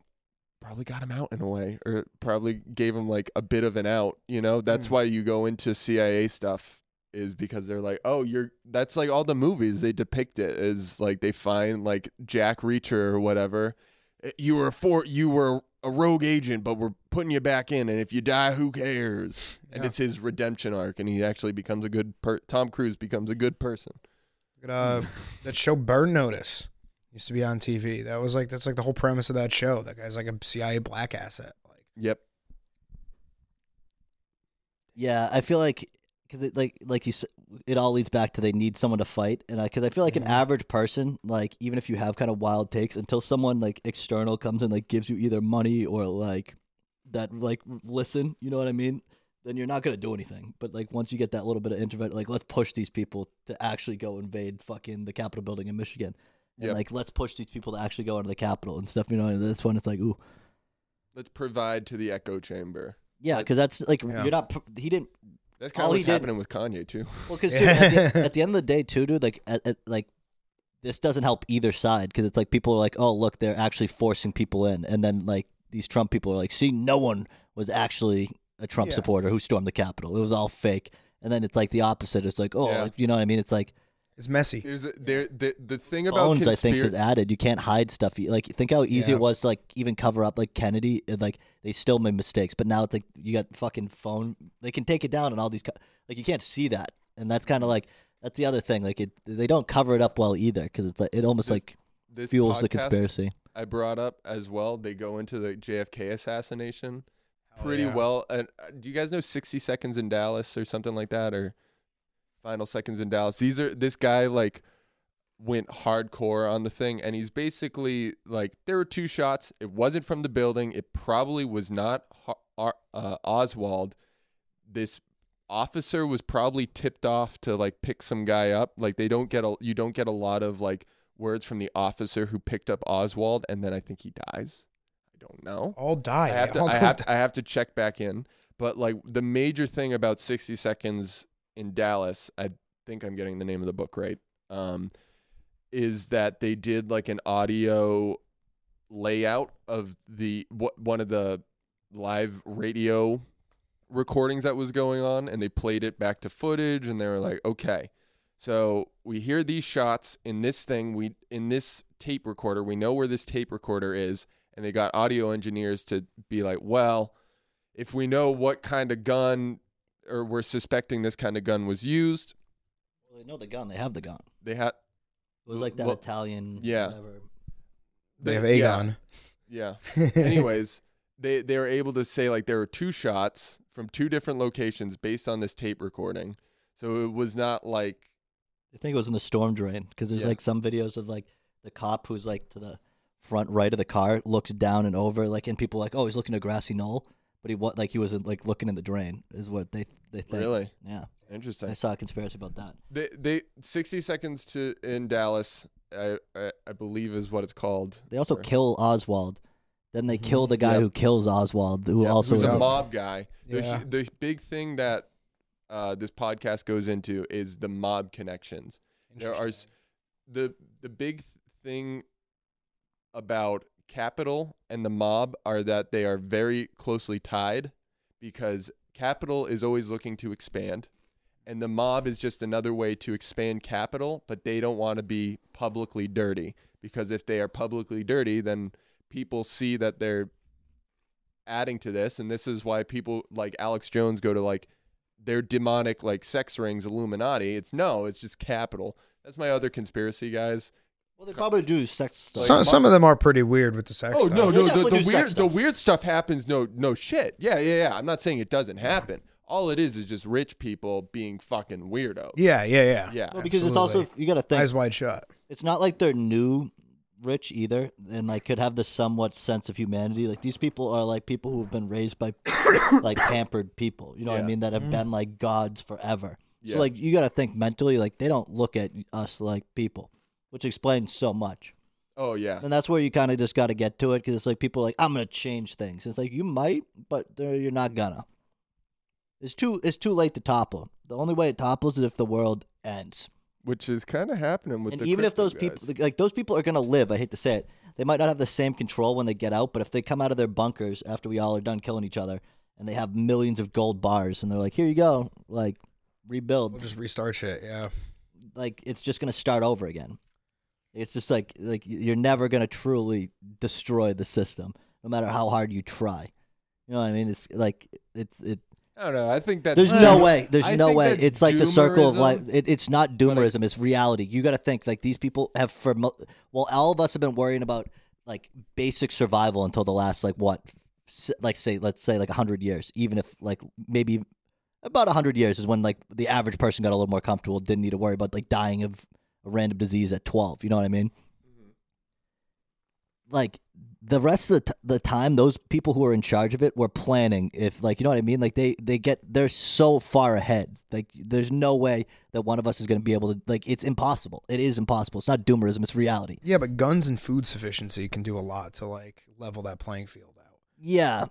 Speaker 7: probably got him out in a way, or it probably gave him like a bit of an out. You know, that's why you go into CIA stuff is because they're like, oh, you're. That's like all the movies they depict it is like they find like Jack Reacher or whatever. "Eh, You were a for you were a rogue agent, but we're putting you back in, and if you die, who cares? And
Speaker 6: Yeah.
Speaker 7: it's his redemption arc, and he actually becomes a good. Per- Tom Cruise becomes a good person.
Speaker 6: Look at, uh, that show Burn Notice used to be on TV. That was like that's like the whole premise of that show. That guy's like a CIA black asset. Like
Speaker 7: Yep.
Speaker 1: Yeah, I feel like because it, like like you, s- it all leads back to they need someone to fight, and because I, feel like an average person, like even if you have kind of wild takes, until someone like external comes and like gives you either money or like that like listen, you know what I mean? Then you're not gonna do anything. But like once you get that little bit of introvert, like let's push these people to actually go invade fucking the Capitol building in Michigan, and
Speaker 7: Yep.
Speaker 1: like let's push these people to actually go into the Capitol and stuff. You know, and that's when it's like ooh.
Speaker 7: let's provide to the echo chamber.
Speaker 1: Yeah,
Speaker 7: Like-
Speaker 1: because that's like
Speaker 6: Yeah.
Speaker 1: you're not. pr- He didn't
Speaker 7: That's kind
Speaker 1: All
Speaker 7: of
Speaker 1: he
Speaker 7: what's
Speaker 1: did-
Speaker 7: happening with
Speaker 1: (laughs)
Speaker 7: Kanye too.
Speaker 1: Well, because
Speaker 6: Yeah.
Speaker 1: dude, at, the, at the end of the day, too, dude, like, at, at, like this doesn't help either side because it's like people are like, oh, look, they're actually forcing people in, and then like these Trump people are like, see, no one was actually a Trump
Speaker 6: Yeah.
Speaker 1: supporter who stormed the Capitol; it was all fake. And then it's like the opposite. It's like, oh,
Speaker 7: Yeah.
Speaker 1: like, you know what I mean? It's like
Speaker 6: it's messy.
Speaker 7: There's a, there the the thing about
Speaker 1: Bones, I think,
Speaker 7: conspira-
Speaker 1: is added. You can't hide stuff. You- Like, think how easy
Speaker 6: Yeah.
Speaker 1: it was to like even cover up like Kennedy. And, like they still made mistakes, but now it's like you got fucking phone. They can take it down and all these. Co- like you can't see that, and that's kind of like that's the other thing. Like it, they don't cover it up well either because it's like it almost
Speaker 7: This-
Speaker 1: like
Speaker 7: this
Speaker 1: fuels the
Speaker 7: podcast
Speaker 1: conspiracy.
Speaker 7: I brought up as well. They go into the JFK assassination pretty
Speaker 6: yeah.
Speaker 7: well. And uh, do you guys know 60 Seconds in Dallas or something like that, or final seconds in Dallas. These are this guy like went hardcore on the thing, and he's basically like there were two shots. It wasn't from the building. It probably was not Ho- Ar- uh, Oswald. This officer was probably tipped off to like pick some guy up. Like they don't get a you don't get a lot of like words from the officer who picked up Oswald, and then I think he dies. I don't know.
Speaker 6: All
Speaker 7: I
Speaker 6: die.
Speaker 7: have to,
Speaker 6: All
Speaker 7: I
Speaker 6: go
Speaker 7: have
Speaker 6: die.
Speaker 7: to, I have to check back in. But like the major thing about 60 Seconds in Dallas, I think I'm getting the name of the book right, um, is that they did like an audio layout of the what one of the live radio recordings that was going on, and they played it back to footage, and they were like, okay. So we hear these shots in this thing. We in this tape recorder. We know where this tape recorder is, and they got audio engineers to be like, well, if we know what kind of gun or we're suspecting this kind of gun was used,
Speaker 1: Well, they know the gun. They have the gun.
Speaker 7: they had
Speaker 1: It was like that
Speaker 7: Well,
Speaker 1: Italian.
Speaker 7: yeah.
Speaker 1: Whatever.
Speaker 6: They have
Speaker 7: yeah.
Speaker 6: Aegon. (laughs)
Speaker 7: Yeah. Anyways, they they were able to say like there were two shots from two different locations based on this tape recording. So it was not like
Speaker 1: I think it was in the storm drain because there's
Speaker 7: Yeah.
Speaker 1: like some videos of like the cop who's like to the front right of the car looks down and over like and people are like oh he's looking at a grassy knoll but he what like he wasn't like looking in the drain is what they they think
Speaker 7: Really?
Speaker 1: yeah I
Speaker 7: interesting.
Speaker 1: saw a conspiracy about that
Speaker 7: They they 60 seconds to in Dallas I I, I believe is what it's called.
Speaker 1: they also
Speaker 7: Or-
Speaker 1: kill Oswald then they kill the guy
Speaker 7: Mm-hmm. Yep.
Speaker 1: who kills Oswald who
Speaker 7: Yeah,
Speaker 1: also
Speaker 7: who's
Speaker 1: is
Speaker 7: a
Speaker 1: a-
Speaker 7: mob guy. The,
Speaker 6: Yeah.
Speaker 7: the big thing that uh, this podcast goes into is the mob connections. There are s- the the big th- thing about capital and the mob are that they are very closely tied because capital is always looking to expand and the mob is just another way to expand capital but they don't want to be publicly dirty because if they are publicly dirty then people see that they're adding to this and this is why people like Alex Jones go to like their demonic like sex rings illuminati it's no it's just capital that's my other conspiracy guys
Speaker 1: well they probably do sex stuff
Speaker 6: some, some of them are pretty weird with the sex.
Speaker 7: oh
Speaker 6: stuff.
Speaker 7: no
Speaker 1: They
Speaker 7: no the,
Speaker 1: definitely
Speaker 7: the
Speaker 1: do sex
Speaker 7: weird the
Speaker 1: stuff.
Speaker 7: weird stuff happens no no shit yeah yeah yeah i'm not saying it doesn't happen all it is is just rich people being fucking weirdos
Speaker 6: Yeah, yeah, yeah.
Speaker 7: yeah
Speaker 1: well, because it's also
Speaker 6: absolutely.
Speaker 1: you got to think
Speaker 6: Eyes wide shut.
Speaker 1: it's not like they're new rich either and like could have the somewhat sense of humanity like these people are like people who have been raised by (coughs) like pampered people you know what i
Speaker 7: Yeah.
Speaker 1: mean that have been like gods forever
Speaker 7: Yeah.
Speaker 1: so like you got to think mentally like they don't look at us like people which explains so much
Speaker 7: oh yeah
Speaker 1: and that's where you kind of just got to get to it because it's like people are like i'm gonna change things it's like you might but they're- you're not gonna it's too it's too late to topple the only way it topples is if the world ends
Speaker 7: which is kind of happening with
Speaker 1: and
Speaker 7: the
Speaker 1: even if
Speaker 7: crypto
Speaker 1: those
Speaker 7: guys.
Speaker 1: people like those people are going to live i hate to say it they might not have the same control when they get out but if they come out of their bunkers after we all are done killing each other and they have millions of gold bars and they're like here you go like rebuild
Speaker 6: We'll just restart shit. Yeah.
Speaker 1: like it's just going to start over again it's just like like you're never going to truly destroy the system no matter how hard you try you know what i mean it's like it's it
Speaker 7: i don't know i think that
Speaker 1: there's no way. There's
Speaker 7: I
Speaker 1: no
Speaker 7: think
Speaker 1: way.
Speaker 7: that's
Speaker 1: It's like the circle of
Speaker 7: doomerism.
Speaker 1: life. It, it's not doomerism. it's reality. You got to think like these people have for mo- well, all of us have been worrying about like basic survival until the last like what, s- like say let's say like hundred years. Even if like maybe about hundred years is when like the average person got a little more comfortable, didn't need to worry about like dying of a random disease at twelve. You know what I mean?
Speaker 7: Mm-hmm.
Speaker 1: like the rest of the, t- the time those people who are in charge of it were planning if like you know what i mean like they they get they're so far ahead like there's no way that one of us is going to be able to like it's impossible it is impossible it's not doomerism it's reality
Speaker 6: Yeah, but guns and food sufficiency can do a lot to like level that playing field out.
Speaker 1: yeah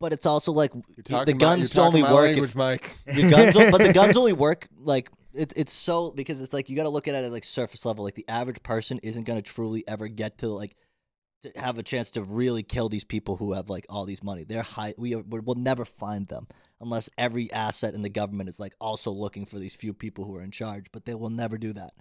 Speaker 1: but it's also like
Speaker 7: You're talking
Speaker 1: the
Speaker 7: my-
Speaker 1: guns
Speaker 7: you're
Speaker 1: only
Speaker 7: talking my
Speaker 1: work
Speaker 7: language,
Speaker 1: if
Speaker 7: mike
Speaker 1: the guns o- but the
Speaker 6: (laughs)
Speaker 1: guns only work like it's it's so because it's like you got to look at it at like surface level like the average person isn't going to truly ever get to like to have a chance to really kill these people who have like all these money they're high we are, we'll never find them unless every asset in the government is like also looking for these few people who are in charge but they will never do that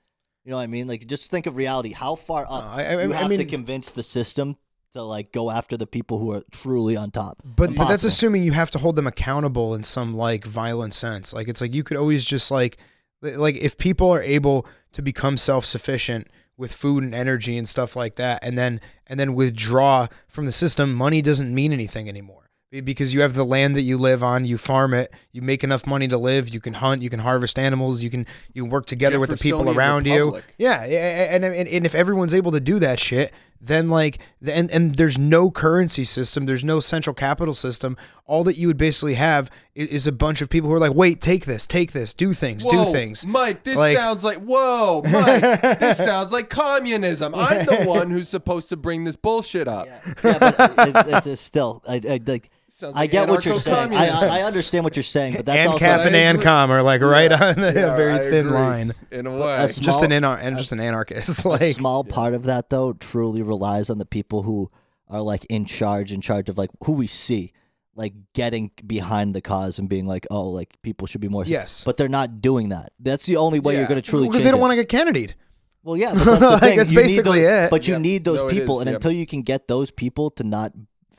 Speaker 1: you know what i mean like just think of reality how far up
Speaker 6: No, I- I-
Speaker 1: Uh, you
Speaker 6: I
Speaker 1: have to
Speaker 6: mean-
Speaker 1: convince the system to like go after the people who are truly on top
Speaker 6: But but that's
Speaker 1: Impossible.
Speaker 6: assuming you have to hold them accountable in some like violent sense. Like it's like you could always just like li- like if people are able to become self-sufficient with food and energy and stuff like that and then and then withdraw from the system, money doesn't mean anything anymore. Be- because you have the land that you live on, you farm it, you make enough money to live, you can hunt, you can harvest animals, you can you can work together with the people
Speaker 7: Jeffersonian
Speaker 6: around you.
Speaker 7: Republic.
Speaker 6: Yeah, yeah, and, and and if everyone's able to do that shit, then like th- and and there's no currency system, there's no central capital system. All that you would basically have is, is a bunch of people who are like, "Wait, take this, take this, do things, do
Speaker 7: Whoa,
Speaker 6: things."
Speaker 7: Mike, this
Speaker 6: Like-
Speaker 7: sounds like whoa, Mike, this sounds like communism. I'm the one who's supposed to bring this bullshit up.
Speaker 1: Yeah, but it's, it's, it's still. I, I, like,
Speaker 7: Sounds
Speaker 1: I
Speaker 7: like
Speaker 1: get what you're saying. I,
Speaker 7: anarcho-communism.
Speaker 1: I, I understand what you're saying, but that's
Speaker 6: and
Speaker 1: also
Speaker 6: cap
Speaker 7: I
Speaker 6: and
Speaker 7: agree.
Speaker 6: ancom are like (laughs) right on the
Speaker 5: Yeah,
Speaker 6: very
Speaker 5: I
Speaker 6: thin
Speaker 5: agree.
Speaker 6: line.
Speaker 7: In a way,
Speaker 1: a small,
Speaker 6: Just an anar- and just an anarchist.
Speaker 1: a
Speaker 6: Like
Speaker 1: small part of that though truly relies on the people who are like in charge, in charge of like who we see, like getting behind the cause and being like, oh, like people should be more.
Speaker 6: Yes.
Speaker 1: but they're not doing that. That's the only way you're going to truly
Speaker 6: because
Speaker 1: change
Speaker 6: they don't
Speaker 1: it.
Speaker 6: want to get Kennedy'd.
Speaker 1: Well,
Speaker 6: (laughs)
Speaker 1: yeah, but that's, the
Speaker 6: Like,
Speaker 1: thing.
Speaker 6: that's
Speaker 1: You need
Speaker 6: basically
Speaker 1: those-
Speaker 6: it.
Speaker 1: But you
Speaker 7: Yeah.
Speaker 1: need those
Speaker 7: No, it
Speaker 1: people,
Speaker 7: is,
Speaker 1: and
Speaker 7: yeah.
Speaker 1: until you can get those people to not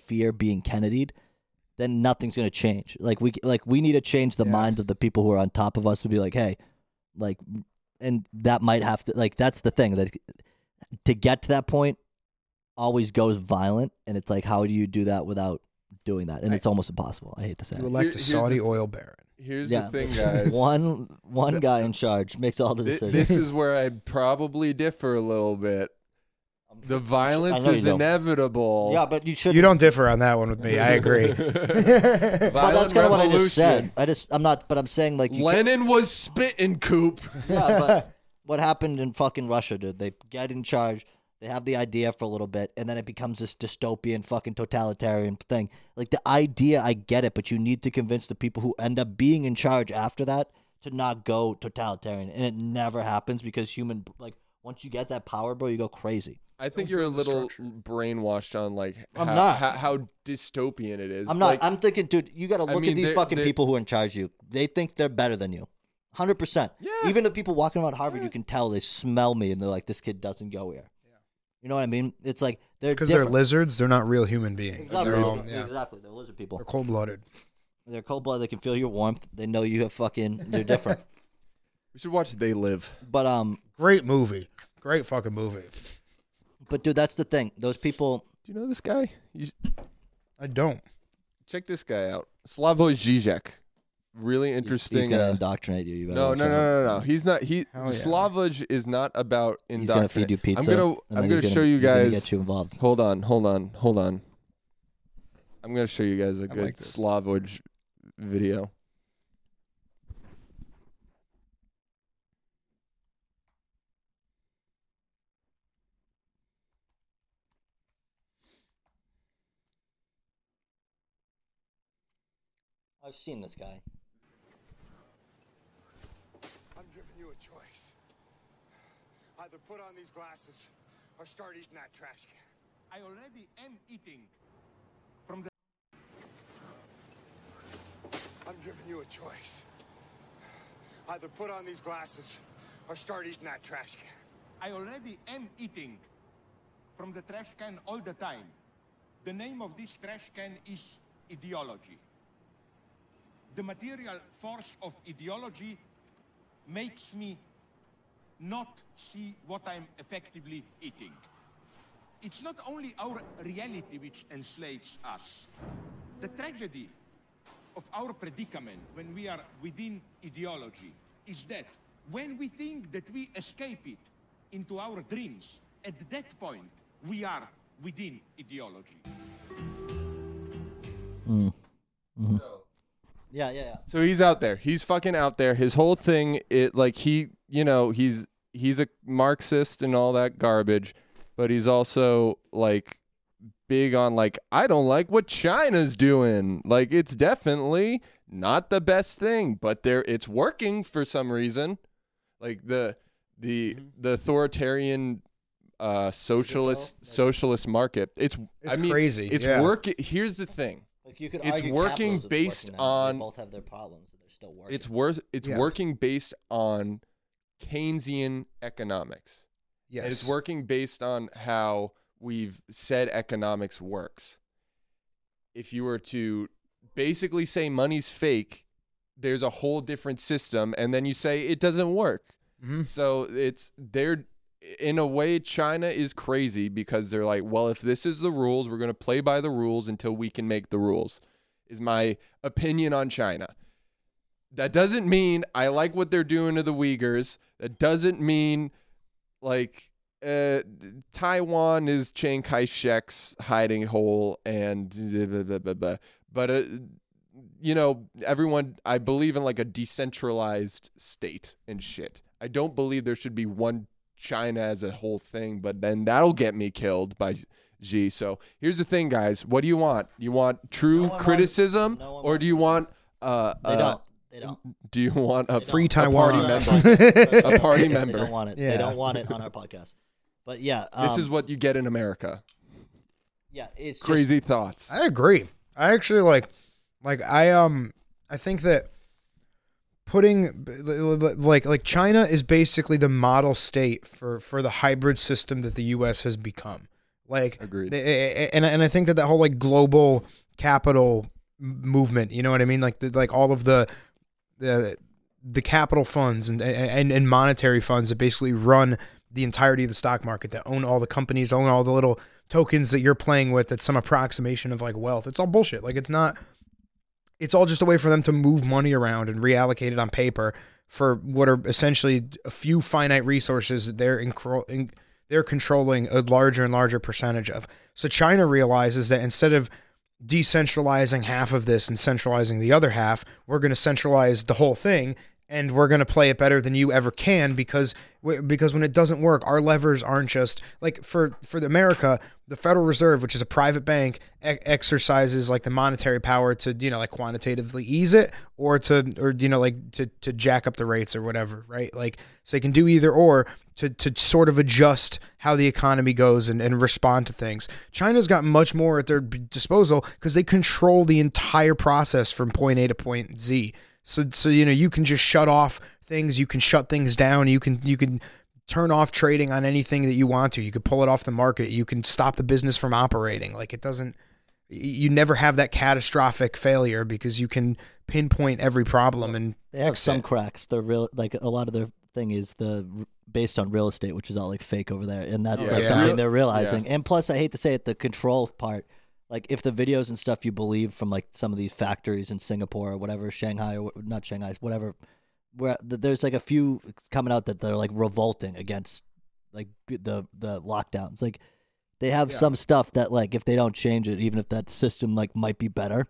Speaker 1: fear being Kennedy'd, then nothing's going to change. Like we like we need to change the minds of the people who are on top of us to be like, hey, like, and that might have to like that's the thing that to get to that point always goes violent, and it's like how do you do that without doing that? And it's almost impossible. I hate to say.
Speaker 6: You
Speaker 1: it.
Speaker 6: elect
Speaker 7: Here-
Speaker 6: a
Speaker 7: here's
Speaker 6: Saudi
Speaker 7: the-
Speaker 6: oil baron.
Speaker 7: here's
Speaker 1: Yeah,
Speaker 7: the (laughs) thing, guys.
Speaker 1: one one guy in charge makes all the
Speaker 7: Thi-
Speaker 1: decisions.
Speaker 7: this
Speaker 6: (laughs)
Speaker 7: is where I probably differ a little bit. The violence
Speaker 1: know you
Speaker 7: is
Speaker 1: don't.
Speaker 7: inevitable.
Speaker 1: yeah, but you should.
Speaker 6: You don't differ on that one with me. I agree.
Speaker 7: Violent
Speaker 1: But that's kind of what I just
Speaker 7: revolution.
Speaker 1: said. I just, I'm not, but I'm saying like, you can't-
Speaker 7: Lenin was spitting coop.
Speaker 1: yeah, but what happened in fucking Russia, dude? They get in charge, they have the idea for a little bit, and then it becomes this dystopian fucking totalitarian thing. Like the idea, I get it, but you need to convince the people who end up being in charge after that to not go totalitarian, and it never happens because human, like, once you get that power, bro, you go crazy.
Speaker 7: (laughs) I think you're a little brainwashed on like
Speaker 1: I'm
Speaker 7: how,
Speaker 1: not.
Speaker 7: How, how dystopian it is.
Speaker 1: I'm not.
Speaker 7: Like,
Speaker 1: I'm thinking, dude. You got to look
Speaker 7: mean,
Speaker 1: at these
Speaker 7: they-
Speaker 1: fucking
Speaker 7: they-
Speaker 1: people who are in charge. Of you. They think they're better than you. Hundred percent.
Speaker 7: Yeah.
Speaker 1: Even the people walking around Harvard, you can tell they smell me, and they're like, "This kid doesn't go here." You know what I mean? It's like they're
Speaker 6: Because they're
Speaker 1: different.
Speaker 6: lizards, they're not real human beings.
Speaker 1: Exactly.
Speaker 6: They're all
Speaker 1: They're-
Speaker 6: yeah.
Speaker 1: exactly. They're lizard people.
Speaker 6: They're cold blooded.
Speaker 1: They're cold blooded. They can feel your warmth. They know you have fucking. They're
Speaker 7: (laughs)
Speaker 1: different.
Speaker 7: we should watch They Live.
Speaker 1: but um,
Speaker 6: Great movie. Great fucking movie.
Speaker 1: but dude, that's the thing. Those people.
Speaker 7: Do you know this guy? You,
Speaker 6: I don't.
Speaker 7: check this guy out, Slavoj Žižek. Really
Speaker 1: He's,
Speaker 7: interesting.
Speaker 1: he's gonna
Speaker 7: uh,
Speaker 1: indoctrinate you. you better
Speaker 7: no,
Speaker 1: watch
Speaker 7: no, no,
Speaker 1: out.
Speaker 7: no, no, no. He's not. He
Speaker 6: Hell yeah.
Speaker 7: Slavoj is not about
Speaker 1: He's gonna feed you
Speaker 7: indoctrinate.
Speaker 1: pizza.
Speaker 7: I'm gonna.
Speaker 1: and then
Speaker 7: I'm
Speaker 1: he's
Speaker 7: gonna show you
Speaker 1: He's gonna
Speaker 7: guys.
Speaker 1: get you involved.
Speaker 7: Hold on, hold on, hold on. I'm gonna show you guys a good
Speaker 6: like this.
Speaker 7: Slavoj video.
Speaker 1: I've seen this guy.
Speaker 13: I'm giving you a choice. Either put on these glasses or start eating that trash can.
Speaker 12: I already am eating.
Speaker 13: I'm giving you a choice. Either put on these glasses or start eating that trash can.
Speaker 12: I already am eating from the trash can all the time. The name of this trash can is ideology. The material force of ideology makes me not see what I'm effectively eating. It's not only our reality which enslaves us. The tragedy of our predicament when we are within ideology is that when we think that we escape it into our dreams, at that point we are within ideology.
Speaker 1: Yeah, yeah, yeah.
Speaker 7: So he's out there. He's fucking out there. His whole thing, it like he, you know, he's he's a Marxist and all that garbage, but he's also like big on like I don't like what China's doing. Like it's definitely not the best thing, but there it's working for some reason. Like the the
Speaker 6: Mm-hmm.
Speaker 7: the authoritarian uh socialist socialist market. It's, I
Speaker 6: It's
Speaker 7: mean
Speaker 6: crazy,
Speaker 7: It's
Speaker 6: yeah.
Speaker 7: working. Here's the thing.
Speaker 1: Like you could
Speaker 7: It's
Speaker 1: argue
Speaker 7: working
Speaker 1: capitalism's
Speaker 7: based
Speaker 1: working that way.
Speaker 7: on-
Speaker 1: they both have their problems and they're still working.
Speaker 7: It's worth. It's
Speaker 6: Yeah.
Speaker 7: working based on Keynesian economics.
Speaker 6: Yes.
Speaker 7: And it's working based on how we've said economics works. If you were to basically say money's fake, there's a whole different system, and then you say it doesn't work.
Speaker 6: Mm-hmm.
Speaker 7: So it's they're in a way China is crazy because they're like, well, if this is the rules, we're gonna play by the rules until we can make the rules. is my opinion on China. That doesn't mean I like what they're doing to the Uyghurs. That doesn't mean like uh, Taiwan is Chiang Kai shek's hiding hole and blah, blah, blah, blah. but uh, you know, everyone, I believe in like a decentralized state and shit. I don't believe there should be one China as a whole thing, but then that'll get me killed by Xi. So here's the thing, guys. What do you want? You want true
Speaker 1: wants-
Speaker 7: criticism,
Speaker 1: no one
Speaker 7: or do you want uh,
Speaker 1: They
Speaker 7: uh,
Speaker 1: don't. They don't.
Speaker 7: do you want a
Speaker 6: Mm, Free
Speaker 7: a
Speaker 6: Taiwan. (laughs)
Speaker 7: party member?
Speaker 1: a
Speaker 7: A party
Speaker 1: (laughs) They
Speaker 7: member.
Speaker 1: don't want it.
Speaker 6: Yeah.
Speaker 1: They don't want it on our podcast. But yeah, um,
Speaker 7: This is what you get in America.
Speaker 1: yeah, it's just-
Speaker 7: Crazy thoughts.
Speaker 6: I agree. I actually like, like I um, I think that putting like like China is basically the model state for for the hybrid system that the U.S. has become. Like,
Speaker 7: Agreed.
Speaker 6: they- and and I think that that whole like global capital m- movement, you know what I mean? Like the, like all of the the the capital funds and and and monetary funds that basically run the entirety of the stock market that own all the companies, own all the little tokens that you're playing with. That's some approximation of like wealth. It's all bullshit. Like it's not. It's all just a way for them to move money around and reallocate it on paper for what are essentially a few finite resources that they're in, in, they're controlling a larger and larger percentage of. So China realizes that instead of decentralizing half of this and centralizing the other half, we're going to centralize the whole thing and we're going to play it better than you ever can because w- because when it doesn't work, our levers aren't just like for for the America, the Federal Reserve, which is a private bank, e- exercises like the monetary power to you know like quantitatively ease it or to or you know like to to jack up the rates or whatever, right? Like so they can do either or to to sort of adjust how the economy goes and, and respond to things. China's got much more at their b- disposal because they control the entire process from point A to point Z. So so you know you can just shut off things, you can shut things down, you can you can turn off trading on anything that you want to. You could pull it off the market, you can stop the business from operating. Like it doesn't y- you never have that catastrophic failure because you can pinpoint every problem and
Speaker 1: they have
Speaker 6: fix
Speaker 1: some
Speaker 6: it.
Speaker 1: cracks. They're real. Like a lot of their thing is the based on real estate, which is all like fake over there, and that's
Speaker 7: Yeah.
Speaker 1: like
Speaker 6: Yeah.
Speaker 1: something they're realizing. And plus, I hate to say it, the control part. Like if the videos and stuff you believe from like some of these factories in Singapore or whatever, Shanghai or wh- not Shanghai, whatever, where th- there's like a few coming out that they're like revolting against like b- the the lockdowns. Like they have some stuff that like if they don't change it, even if that system like might be better,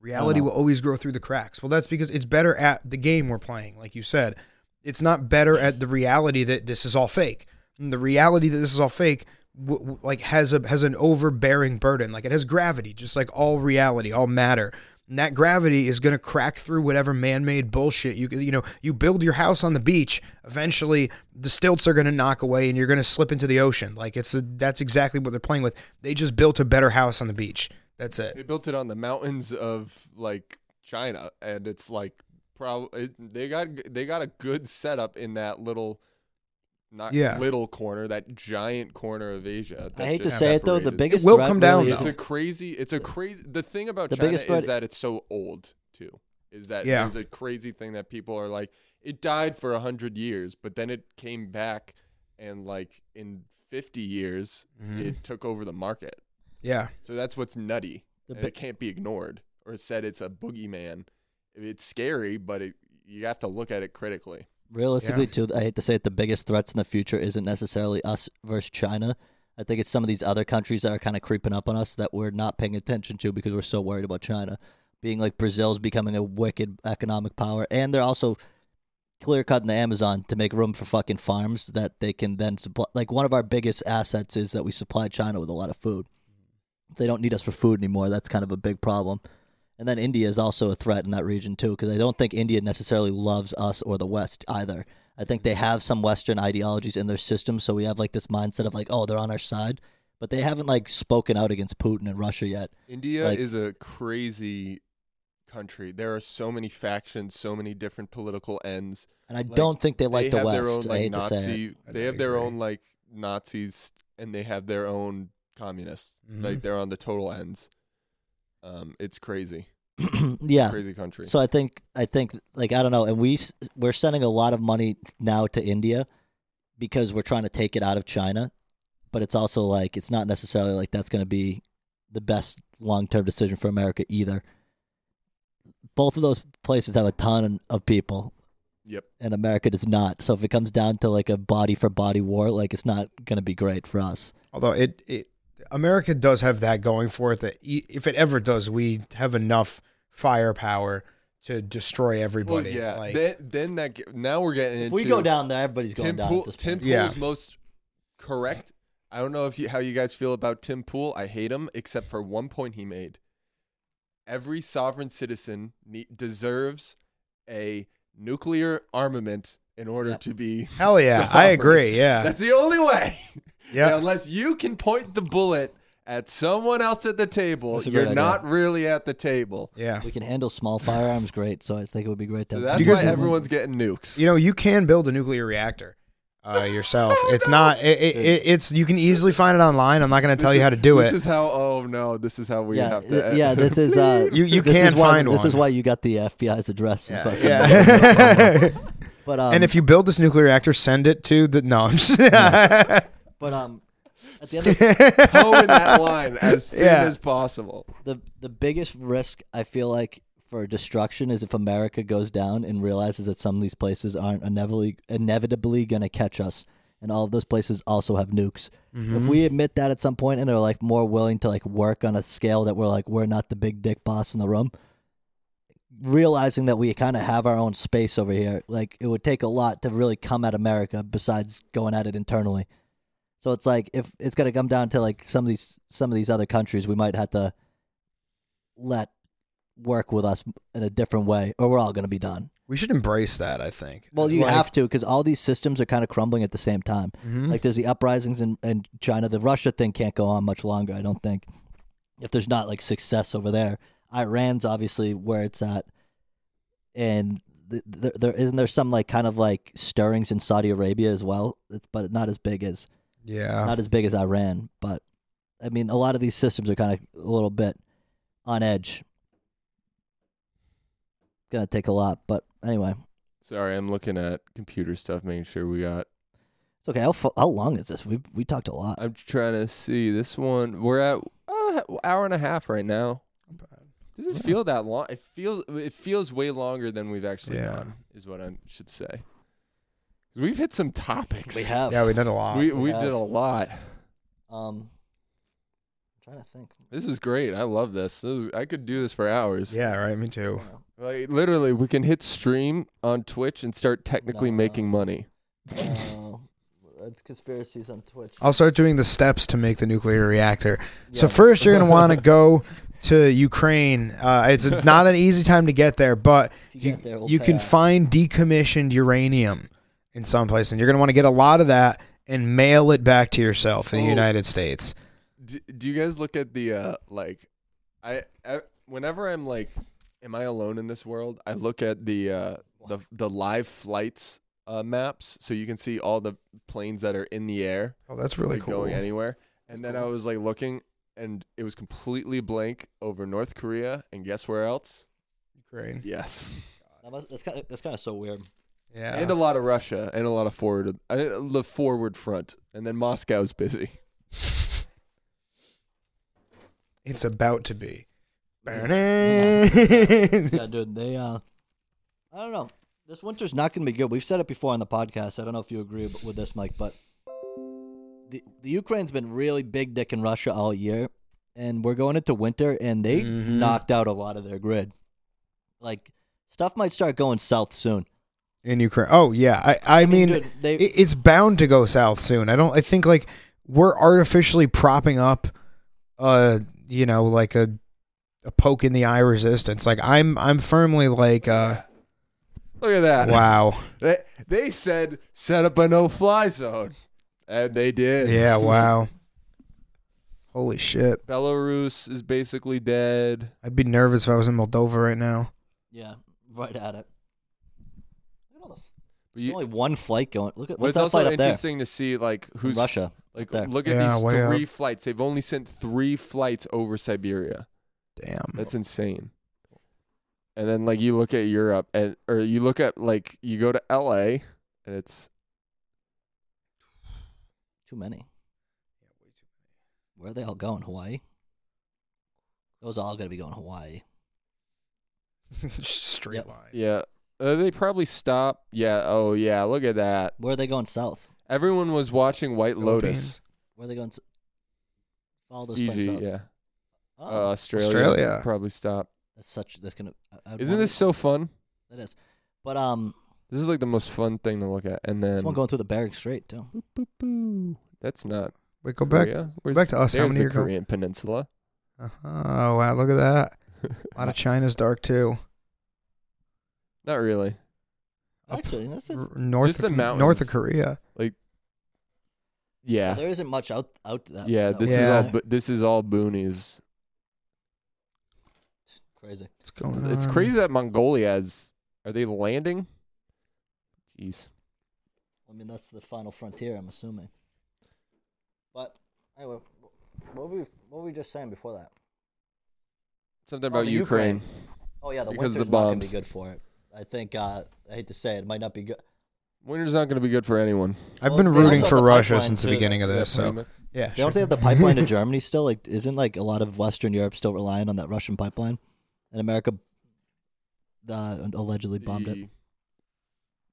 Speaker 6: Reality will always grow through the cracks. Well, that's because it's better at the game we're playing, like you said. It's not better at the reality that this is all fake. And the reality that this is all fake, w- w- like has a has an overbearing burden. Like it has gravity, just like all reality, all matter. And that gravity is going to crack through whatever man-made bullshit you you know you build your house on the beach. Eventually, the stilts are going to knock away, and you're going to slip into the ocean. Like it's a, that's exactly what they're playing with. They just built a better house on the beach. That's it.
Speaker 7: They built it on the mountains of like China, and it's like probably they got they got a good setup in that little, not
Speaker 6: Yeah.
Speaker 7: little corner, that giant corner of Asia.
Speaker 1: I
Speaker 7: that's
Speaker 1: hate to
Speaker 7: just
Speaker 1: say it though. The
Speaker 7: separated.
Speaker 1: biggest
Speaker 6: will
Speaker 1: threat
Speaker 6: come down,
Speaker 1: really
Speaker 6: though.
Speaker 1: is-
Speaker 7: It's a crazy. It's a crazy. The thing about
Speaker 1: The
Speaker 7: China
Speaker 1: biggest threat-
Speaker 7: is that it's so old too. Is that
Speaker 6: Yeah.
Speaker 7: there's a crazy thing that people are like, it died for a hundred years, but then it came back, and like in fifty years, it took over the market.
Speaker 6: Yeah.
Speaker 7: So that's what's nutty.
Speaker 1: The
Speaker 7: and
Speaker 1: bi-
Speaker 7: it can't be ignored or said it's a boogeyman. It's scary, but it, you have to look at it critically.
Speaker 1: Realistically, too, I hate to say it, the biggest threats in the future isn't necessarily us versus China. I think it's some of these other countries that are kind of creeping up on us that we're not paying attention to because we're so worried about China. Being like Brazil's becoming a wicked economic power, and they're also clear cutting the Amazon to make room for fucking farms that they can then supply. Like one of our biggest assets is that we supply China with a lot of food. If They don't need us for food anymore. That's kind of a big problem. And then India is also a threat in that region too, because I don't think India necessarily loves us or the West either. I think they have some Western ideologies in their system, so we have like this mindset of like, oh, they're on our side, but they haven't like spoken out against Putin and Russia yet.
Speaker 7: India
Speaker 1: Like-
Speaker 7: is a crazy country. There are so many factions, so many different political ends.
Speaker 1: And I
Speaker 7: Like,
Speaker 1: don't think they like the
Speaker 7: have
Speaker 1: West.
Speaker 7: their own,
Speaker 1: I
Speaker 7: like,
Speaker 1: hate
Speaker 7: Nazi,
Speaker 1: to say it.
Speaker 7: They have their own like Nazis, and they have their own communists.
Speaker 1: Mm-hmm.
Speaker 6: Mhm.
Speaker 7: Like they're on the total ends. Um, it's crazy,
Speaker 1: (clears throat) yeah.
Speaker 7: crazy country.
Speaker 1: So I think I think like I don't know, and we s- we're sending a lot of money now to India because we're trying to take it out of China, but it's also like it's not necessarily like that's going to be the best long term decision for America either. both of those places have a ton of people.
Speaker 7: Yep.
Speaker 1: And America does not. So if it comes down to like a body for body war, like it's not going to be great for us.
Speaker 6: Although it, it America does have that going for it that e- if it ever does, we have enough firepower to destroy
Speaker 7: Well,
Speaker 6: everybody.
Speaker 7: yeah.
Speaker 6: Like,
Speaker 7: then, then that ge- now we're getting
Speaker 1: If
Speaker 7: into
Speaker 1: we go down there, everybody's going
Speaker 7: Tim
Speaker 1: down.
Speaker 7: Pool.
Speaker 1: at this point.
Speaker 7: Tim Pool
Speaker 6: Yeah.
Speaker 7: is most correct. I don't know if you how you guys feel about Tim Pool. I hate him except for one point he made. Every sovereign citizen ne- deserves a nuclear armament in order to be. (laughs)
Speaker 6: hell yeah, I
Speaker 7: sovereign.
Speaker 6: agree. Yeah,
Speaker 7: That's the only way.
Speaker 6: Uh, (laughs) yeah.
Speaker 7: Unless you can point the bullet at someone else at the table,
Speaker 1: That's a
Speaker 7: you're
Speaker 1: great idea.
Speaker 7: not really at the table.
Speaker 6: yeah.
Speaker 1: We can handle small firearms great. So I think it would be great to
Speaker 7: So
Speaker 1: have
Speaker 7: that's
Speaker 6: you
Speaker 7: why
Speaker 6: guys-
Speaker 7: everyone's getting nukes.
Speaker 6: You know, you can build a nuclear reactor uh,
Speaker 7: (laughs)
Speaker 6: yourself. It's not. It, it, it, it's you can easily find it online. I'm not going to tell you how to do
Speaker 7: this
Speaker 6: it.
Speaker 7: is how. Oh no, this is how we
Speaker 1: yeah,
Speaker 7: have to.
Speaker 1: th-
Speaker 7: end. (laughs)
Speaker 1: yeah. This is uh,
Speaker 6: (laughs) You- you
Speaker 1: this
Speaker 6: can't
Speaker 1: is why,
Speaker 6: find
Speaker 1: This
Speaker 6: one.
Speaker 1: is why you got the FBI's address. and
Speaker 6: Yeah,
Speaker 1: fucking-
Speaker 7: (laughs)
Speaker 6: yeah.
Speaker 1: (laughs) But um,
Speaker 6: (laughs) and if you build this nuclear reactor, send it to the no. I'm just-
Speaker 1: but um, at the end of
Speaker 6: (laughs)
Speaker 7: toe in that line as thin
Speaker 6: Yeah.
Speaker 7: as possible.
Speaker 1: the the biggest risk I feel like for destruction is if America goes down and realizes that some of these places aren't inevitably inevitably going to catch us, and all of those places also have nukes. If we admit that at some point and are like more willing to like work on a scale that we're like we're not the big dick boss in the room, realizing that we kind of have our own space over here, like it would take a lot to really come at America besides going at it internally. So it's like if it's going to come down to like some of these some of these other countries, we might have to let work with us in a different way, or we're all going to be done.
Speaker 6: (laughs) we should embrace that. I think.
Speaker 1: Well, you
Speaker 6: Like, mm-hmm.
Speaker 1: have to because all these systems are kind of crumbling at the same time. Like there's the uprisings in, in China. The Russia thing can't go on much longer, I don't think. If there's not like success over there, Iran's obviously where it's at, and th- th- there isn't there some like kind of like stirrings in Saudi Arabia as well, it's, but not as big as
Speaker 6: Yeah.
Speaker 1: not as big as Iran, but I mean, a lot of these systems are kind of a little bit on edge. Gonna take a lot, but anyway,
Speaker 7: Sorry, I'm looking at computer stuff, making sure we got.
Speaker 1: it's okay. How, fu- how long is this? We we talked a
Speaker 6: Uh,
Speaker 1: lot.
Speaker 7: I'm trying to see this one. We're at uh, hour and a half right now. Does it feel that long? It feels it feels way longer than we've actually
Speaker 6: Yeah.
Speaker 7: done. Is what I should say. We've hit some topics.
Speaker 1: We have.
Speaker 6: Yeah, we did a lot.
Speaker 7: We, we
Speaker 1: have.
Speaker 7: did a lot.
Speaker 1: Um, I'm trying to
Speaker 6: (laughs)
Speaker 1: think.
Speaker 7: This is great. I love this. this is, I could do this for hours.
Speaker 6: yeah. Right. Me too.
Speaker 7: Like literally, we can hit stream on Twitch and start technically
Speaker 1: No.
Speaker 7: making money.
Speaker 1: Uh, that's conspiracies on Twitch.
Speaker 6: I'll start doing the steps to make the nuclear reactor.
Speaker 1: Yeah.
Speaker 6: So first, you're going to want to go to Ukraine. Uh, it's a- not an easy time to get there, but
Speaker 1: If
Speaker 6: you,
Speaker 1: get there, we'll
Speaker 6: you
Speaker 1: pay
Speaker 6: can
Speaker 1: off.
Speaker 6: find decommissioned uranium in some place, and you're going to want to get a lot of that and mail it back to yourself in the
Speaker 7: Oh.
Speaker 6: United States.
Speaker 7: do, do you guys look at the uh like I, I whenever i'm like am i alone in this world i look at the uh the the live flights uh maps so you can see all the planes that are in the air
Speaker 6: Oh, that's really
Speaker 7: like, going anywhere and then i was like looking and it was completely blank over north korea and guess where else
Speaker 6: Ukraine.
Speaker 7: yes
Speaker 1: That must- that's kind of that's kind of so weird.
Speaker 6: Yeah.
Speaker 7: (laughs) and a lot of russia and a lot of forward uh, the forward front and then moscow's busy (laughs)
Speaker 6: it's about to be. (laughs)
Speaker 1: yeah, dude. They uh, I don't know. This winter's not going to be good. We've said it before on the podcast. I don't know if you agree ab- with this, Mike, but the the Ukraine's been really big dick in Russia all year, and we're going into winter, and they
Speaker 7: Mm-hmm.
Speaker 1: knocked out a lot of their grid. Like stuff might start going south soon.
Speaker 6: in Ukraine. Oh yeah, I I mean,
Speaker 1: dude, they-
Speaker 6: it- it's bound to go south soon. I don't. I think like we're artificially propping up, uh, you know, like a a poke in the eye resistance. Like I'm I'm firmly
Speaker 7: (laughs)
Speaker 6: like, uh,
Speaker 7: look at that
Speaker 6: wow,
Speaker 7: (laughs) They, they said set up a no fly zone, and they did.
Speaker 6: yeah, wow, holy shit.
Speaker 7: Belarus is basically dead.
Speaker 6: I'd be nervous if I was in Moldova right now.
Speaker 1: Yeah, right at it. Look at all the f-
Speaker 7: But
Speaker 1: There's
Speaker 7: you,
Speaker 1: only one flight going. Look at
Speaker 7: but
Speaker 1: what's
Speaker 7: it's
Speaker 1: that
Speaker 7: also
Speaker 1: flight up there?
Speaker 7: interesting to see like who's
Speaker 1: Russia.
Speaker 7: like
Speaker 1: there.
Speaker 7: look at
Speaker 6: Yeah,
Speaker 7: these
Speaker 6: way
Speaker 7: three flights. They've only sent three flights over Siberia.
Speaker 6: Damn. (laughs)
Speaker 7: That's insane. And then like you look at Europe and or you look at like you go to LA and it's
Speaker 1: Too many. Where are they all going? Hawaii? Those are all going to be going Hawaii.
Speaker 6: Straight line.
Speaker 7: Yeah. Uh, they probably stop. Yeah. Oh, yeah. Look at that.
Speaker 1: Where are they going south?
Speaker 7: Everyone was watching White Lotus.
Speaker 1: Where are they going? s- Follow those places.
Speaker 7: Fiji.
Speaker 1: south.
Speaker 7: Yeah.
Speaker 1: Oh,
Speaker 7: Uh, Australia.
Speaker 6: Australia.
Speaker 7: Probably stop.
Speaker 1: that's such. That's gonna. I, I would
Speaker 7: Isn't
Speaker 1: want-
Speaker 7: this so fun?
Speaker 1: It is. But um,
Speaker 7: This is like the most fun thing to look at. And
Speaker 1: this
Speaker 7: then.
Speaker 1: one going through the Bering Strait too.
Speaker 7: Boop, boop. That's not.
Speaker 6: Wait, go back.
Speaker 7: Korea.
Speaker 6: Go
Speaker 7: Where's-
Speaker 6: back to us. How
Speaker 7: There's
Speaker 6: many
Speaker 7: the
Speaker 6: are going?
Speaker 7: Korean Peninsula.
Speaker 6: Oh wow! Look at that. A lot of China's dark too.
Speaker 7: (laughs) Not really.
Speaker 6: Up-
Speaker 1: Actually, that's it.
Speaker 6: R- North
Speaker 7: Just the
Speaker 6: of, North
Speaker 7: mountains.
Speaker 6: of Korea.
Speaker 7: Yeah.
Speaker 1: There isn't much out out that.
Speaker 7: Yeah.
Speaker 1: that
Speaker 7: This
Speaker 1: way.
Speaker 7: is all.
Speaker 6: Yeah.
Speaker 7: bo- This is all boonies.
Speaker 1: crazy.
Speaker 6: What's going on?
Speaker 7: It's
Speaker 1: Um,
Speaker 7: crazy that Mongolia is. Are they landing? Jeez.
Speaker 1: I mean, that's the final frontier. I'm assuming. But anyway, wh- what were we what were we just saying before that?
Speaker 7: Something
Speaker 1: Oh,
Speaker 7: about
Speaker 1: the
Speaker 7: Ukraine.
Speaker 1: Ukraine. Oh yeah, the
Speaker 7: Because of the
Speaker 1: winter's not gonna be
Speaker 7: bombs.
Speaker 1: good for it. I think. Uh, I hate to say it, it might not be good.
Speaker 7: Winter's not going to be good for anyone.
Speaker 6: I've
Speaker 1: Well,
Speaker 6: been
Speaker 1: they
Speaker 6: rooting
Speaker 1: also
Speaker 6: for
Speaker 1: have the
Speaker 6: Russia
Speaker 1: pipeline,
Speaker 6: since the
Speaker 1: too,
Speaker 6: beginning of
Speaker 1: though.
Speaker 6: this.
Speaker 7: Pretty
Speaker 6: So
Speaker 7: much.
Speaker 6: yeah,
Speaker 1: They don't they have the pipeline
Speaker 7: (laughs)
Speaker 6: (laughs)
Speaker 1: to Germany still? Like, isn't like a lot of Western Europe still relying on that Russian pipeline? And America uh, allegedly bombed it.
Speaker 7: The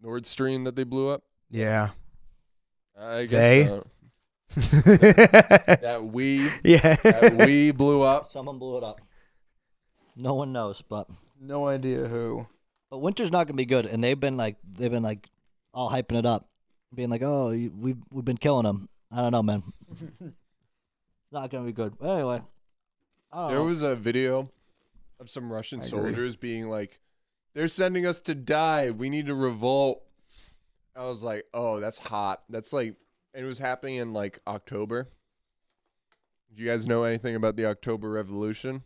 Speaker 7: Nord Stream that they blew up.
Speaker 1: (laughs)
Speaker 6: yeah. (laughs)
Speaker 7: I guess
Speaker 6: They?
Speaker 7: so. that we
Speaker 6: yeah. (laughs)
Speaker 7: that we blew up.
Speaker 1: Someone blew it up. No one knows, but
Speaker 6: No idea who.
Speaker 1: but winter's not gonna be good. And they've been like they've been like all hyping it up, being like, "Oh, you- we've we've been killing them." I don't know,
Speaker 7: (laughs)
Speaker 1: man. not gonna be good. But anyway, oh,
Speaker 7: There was a video of some Russian
Speaker 6: I agree.
Speaker 7: soldiers being like, "They're sending us to die. We need to revolt." I was like, "Oh, that's hot. That's like," and it was happening in like October. If you guys know anything about the October Revolution,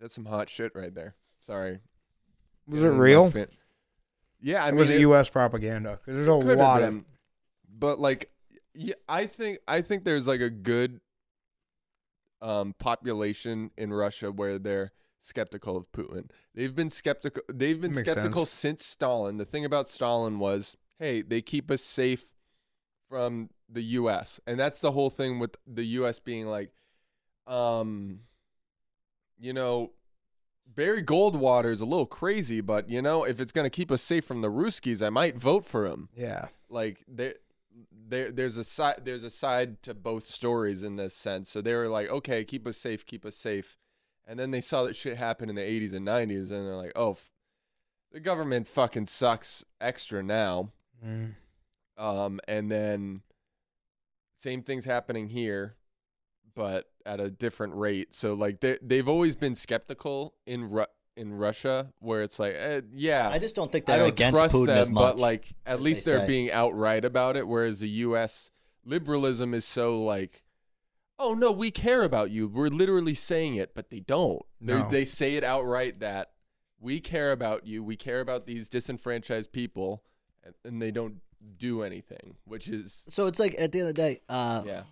Speaker 7: that's some hot shit right there. Sorry,
Speaker 6: Was
Speaker 7: Yeah,
Speaker 6: it
Speaker 7: my
Speaker 6: real?
Speaker 7: fan- Yeah, I
Speaker 6: It
Speaker 7: mean,
Speaker 6: was it
Speaker 7: it-
Speaker 6: U.S. propaganda? 'Cause there's a
Speaker 7: could have
Speaker 6: lot of
Speaker 7: been. but like yeah, I think I think there's like a good um population in Russia where they're skeptical of Putin. They've been skeptical they've been
Speaker 6: Makes
Speaker 7: skeptical since Stalin. The thing about Stalin was, hey, they keep us safe from the US. And that's the whole thing with the US being like um you know Barry Goldwater is a little crazy, but you know, if it's going to keep us safe from the Ruskies, I might vote for him
Speaker 6: yeah.
Speaker 7: like there there there's a side there's a side to both stories in this sense. So they were like, okay, keep us safe, keep us safe, and then they saw that shit happen in the 80s and 90s, and they're like, oh, f- the government fucking sucks extra now.
Speaker 6: Mm.
Speaker 7: Um, and then same things happening here, but at a different rate. So like they they've always been skeptical in Ru- in Russia, where it's like, eh, yeah,
Speaker 1: I just don't think
Speaker 7: I
Speaker 1: they're
Speaker 7: don't
Speaker 1: against
Speaker 7: trust
Speaker 1: Putin
Speaker 7: them,
Speaker 1: as much.
Speaker 7: but like at
Speaker 1: as
Speaker 7: least
Speaker 1: they
Speaker 7: they are
Speaker 1: say.
Speaker 7: being outright about it. Whereas the U.S. liberalism is so like, oh no, we care about you. We're literally saying it, but they don't. They
Speaker 6: No.
Speaker 7: They say it outright that we care about you. We care about these disenfranchised people, and- and they don't do anything, which is
Speaker 1: so it's like at the end of the day, uh,
Speaker 7: yeah.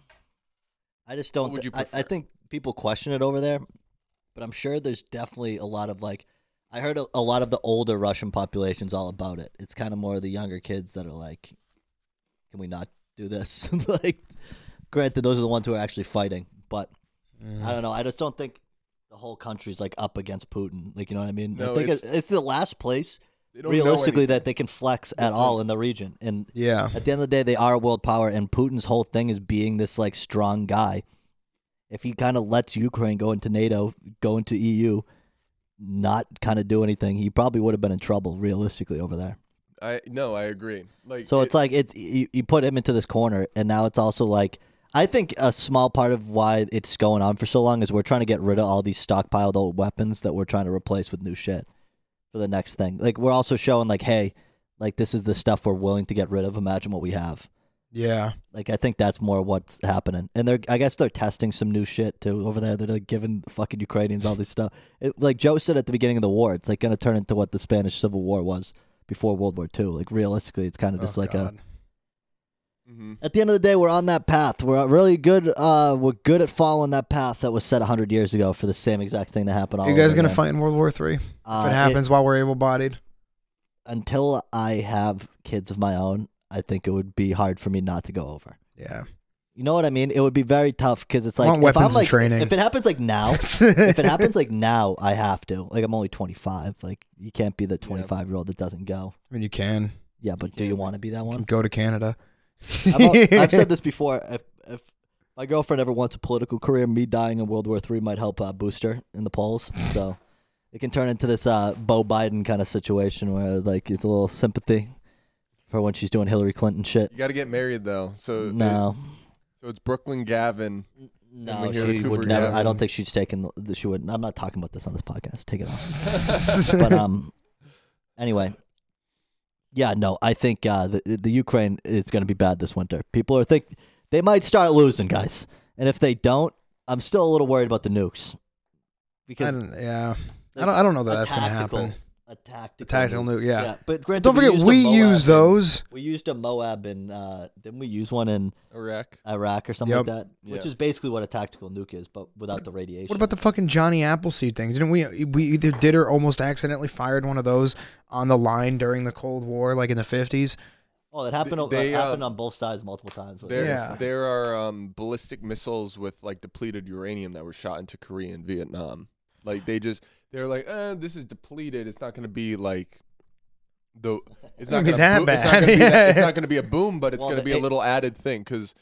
Speaker 1: I just don't.
Speaker 7: What would
Speaker 1: thi-
Speaker 7: you
Speaker 1: I, I
Speaker 7: prefer?
Speaker 1: think people question it over there, but I'm sure there's definitely a lot of like. I heard a, a lot of the older Russian population's all about it. It's kind of more the younger kids that are like, "Can we not do this?" (laughs) like, granted, those are the ones who are actually fighting, but I don't know. I just don't think the whole country's like up against Putin. Like, you know what I mean?
Speaker 7: No,
Speaker 1: I think it's,
Speaker 7: it's-
Speaker 1: it's, the last place
Speaker 7: They don't know
Speaker 1: realistically
Speaker 7: anything.
Speaker 1: that they can flex at all in the region, and
Speaker 6: Yeah.
Speaker 1: at the end of the day, they are a world power, and Putin's whole thing is being this like strong guy. If he kind of lets Ukraine go into NATO, go into EU, not kind of do anything, he probably would have been in trouble realistically over there.
Speaker 7: I no, I agree. Like
Speaker 1: So
Speaker 7: it-
Speaker 1: it's like it's you, you put him into this corner, and now it's also like I think a small part of why it's going on for so long is we're trying to get rid of all these stockpiled old weapons that we're trying to replace with new shit for the next thing. Like we're also showing like, hey, like this is the stuff we're willing to get rid of. Imagine what we have.
Speaker 6: Yeah.
Speaker 1: Like I think that's more what's happening, and they're I guess they're testing some new shit too over there. They're like giving the fucking Ukrainians all this stuff. It, like Joe said at the beginning of the war, it's like going to turn into what the Spanish Civil War was before World War II. Like realistically, it's kind of just
Speaker 6: Oh,
Speaker 1: like
Speaker 6: God.
Speaker 7: mhm.
Speaker 1: a. At the end of the day, we're on that path. We're really good. Uh, we're good at following that path that was set hundred years ago for the same exact thing to happen. All
Speaker 6: you guys
Speaker 1: over
Speaker 6: gonna
Speaker 1: again.
Speaker 6: fight in World War Three if
Speaker 1: Uh,
Speaker 6: it happens while we're able-bodied?
Speaker 1: until I have kids of my own. I think it would be hard for me not to go over.
Speaker 6: Yeah.
Speaker 1: You know what I mean? It would be very tough because it's like
Speaker 6: want
Speaker 1: if I'm,
Speaker 6: weapons and
Speaker 1: like-
Speaker 6: training.
Speaker 1: If it happens like
Speaker 6: (laughs)
Speaker 1: now, if it happens like now, I have to. Like I'm only 25. Like you can't be the 25 year old that doesn't go.
Speaker 6: I mean, you can
Speaker 1: Yeah, but do you want to be that one?
Speaker 6: go to Canada.
Speaker 1: I've,
Speaker 6: (laughs)
Speaker 1: al- I've said this before. If, if my girlfriend ever wants a political career, me dying in World War III might help uh, boost her in the
Speaker 6: (laughs)
Speaker 1: polls. So it can turn into this uh, Bo Biden kind of situation where like it's a little sympathy for when she's doing Hillary Clinton shit.
Speaker 7: You got to get married though.
Speaker 1: Uh,
Speaker 7: So
Speaker 1: No,
Speaker 7: so it's Brooklyn Gavin.
Speaker 1: no,
Speaker 7: we hear the
Speaker 1: she
Speaker 7: Cooper
Speaker 1: would never. I
Speaker 7: Gavin.
Speaker 1: don't think she's taken. The, she would. I'm not talking about this on this podcast. Take it off.
Speaker 6: (laughs)
Speaker 1: but um, anyway. Yeah, no, I think uh, the the Ukraine is going to be bad this winter. People are think they might start losing, guys, and if they don't, I'm still a little worried about the nukes
Speaker 6: I
Speaker 1: because
Speaker 6: don't, yeah, I don't. I don't know that that's going to happen.
Speaker 1: A tactical,
Speaker 6: The tactical nuke, yeah.
Speaker 1: but granted,
Speaker 6: Don't forget,
Speaker 1: used a
Speaker 6: we
Speaker 1: Moab
Speaker 6: use
Speaker 1: in-
Speaker 6: those.
Speaker 1: we used a Moab in uh, didn't we use one in
Speaker 7: Iraq.
Speaker 1: Iraq or something
Speaker 6: Yep.
Speaker 1: like that, which
Speaker 7: Yeah.
Speaker 1: is basically what a tactical nuke is, but without the radiation.
Speaker 6: What about the fucking Johnny Appleseed thing? Didn't we? We either did or almost accidentally fired one of those on the line during the Cold War, like in the fifties.
Speaker 1: Oh, it happened.
Speaker 7: They,
Speaker 1: it
Speaker 7: uh,
Speaker 1: happened on both sides multiple times.
Speaker 7: There,
Speaker 6: Yeah. (laughs)
Speaker 7: there are um, ballistic missiles with like depleted uranium that were shot into Korea and Vietnam. Like they just, they're like, eh, this is depleted. It's not going to be like the. It's not
Speaker 6: Gonna be
Speaker 7: going to
Speaker 6: that
Speaker 7: It's not
Speaker 6: bad.
Speaker 7: going to be, that- it's
Speaker 6: (laughs)
Speaker 7: not gonna be a boom, but it's
Speaker 1: Well,
Speaker 7: going to
Speaker 1: the-
Speaker 7: be a
Speaker 1: it-
Speaker 7: little added thing because,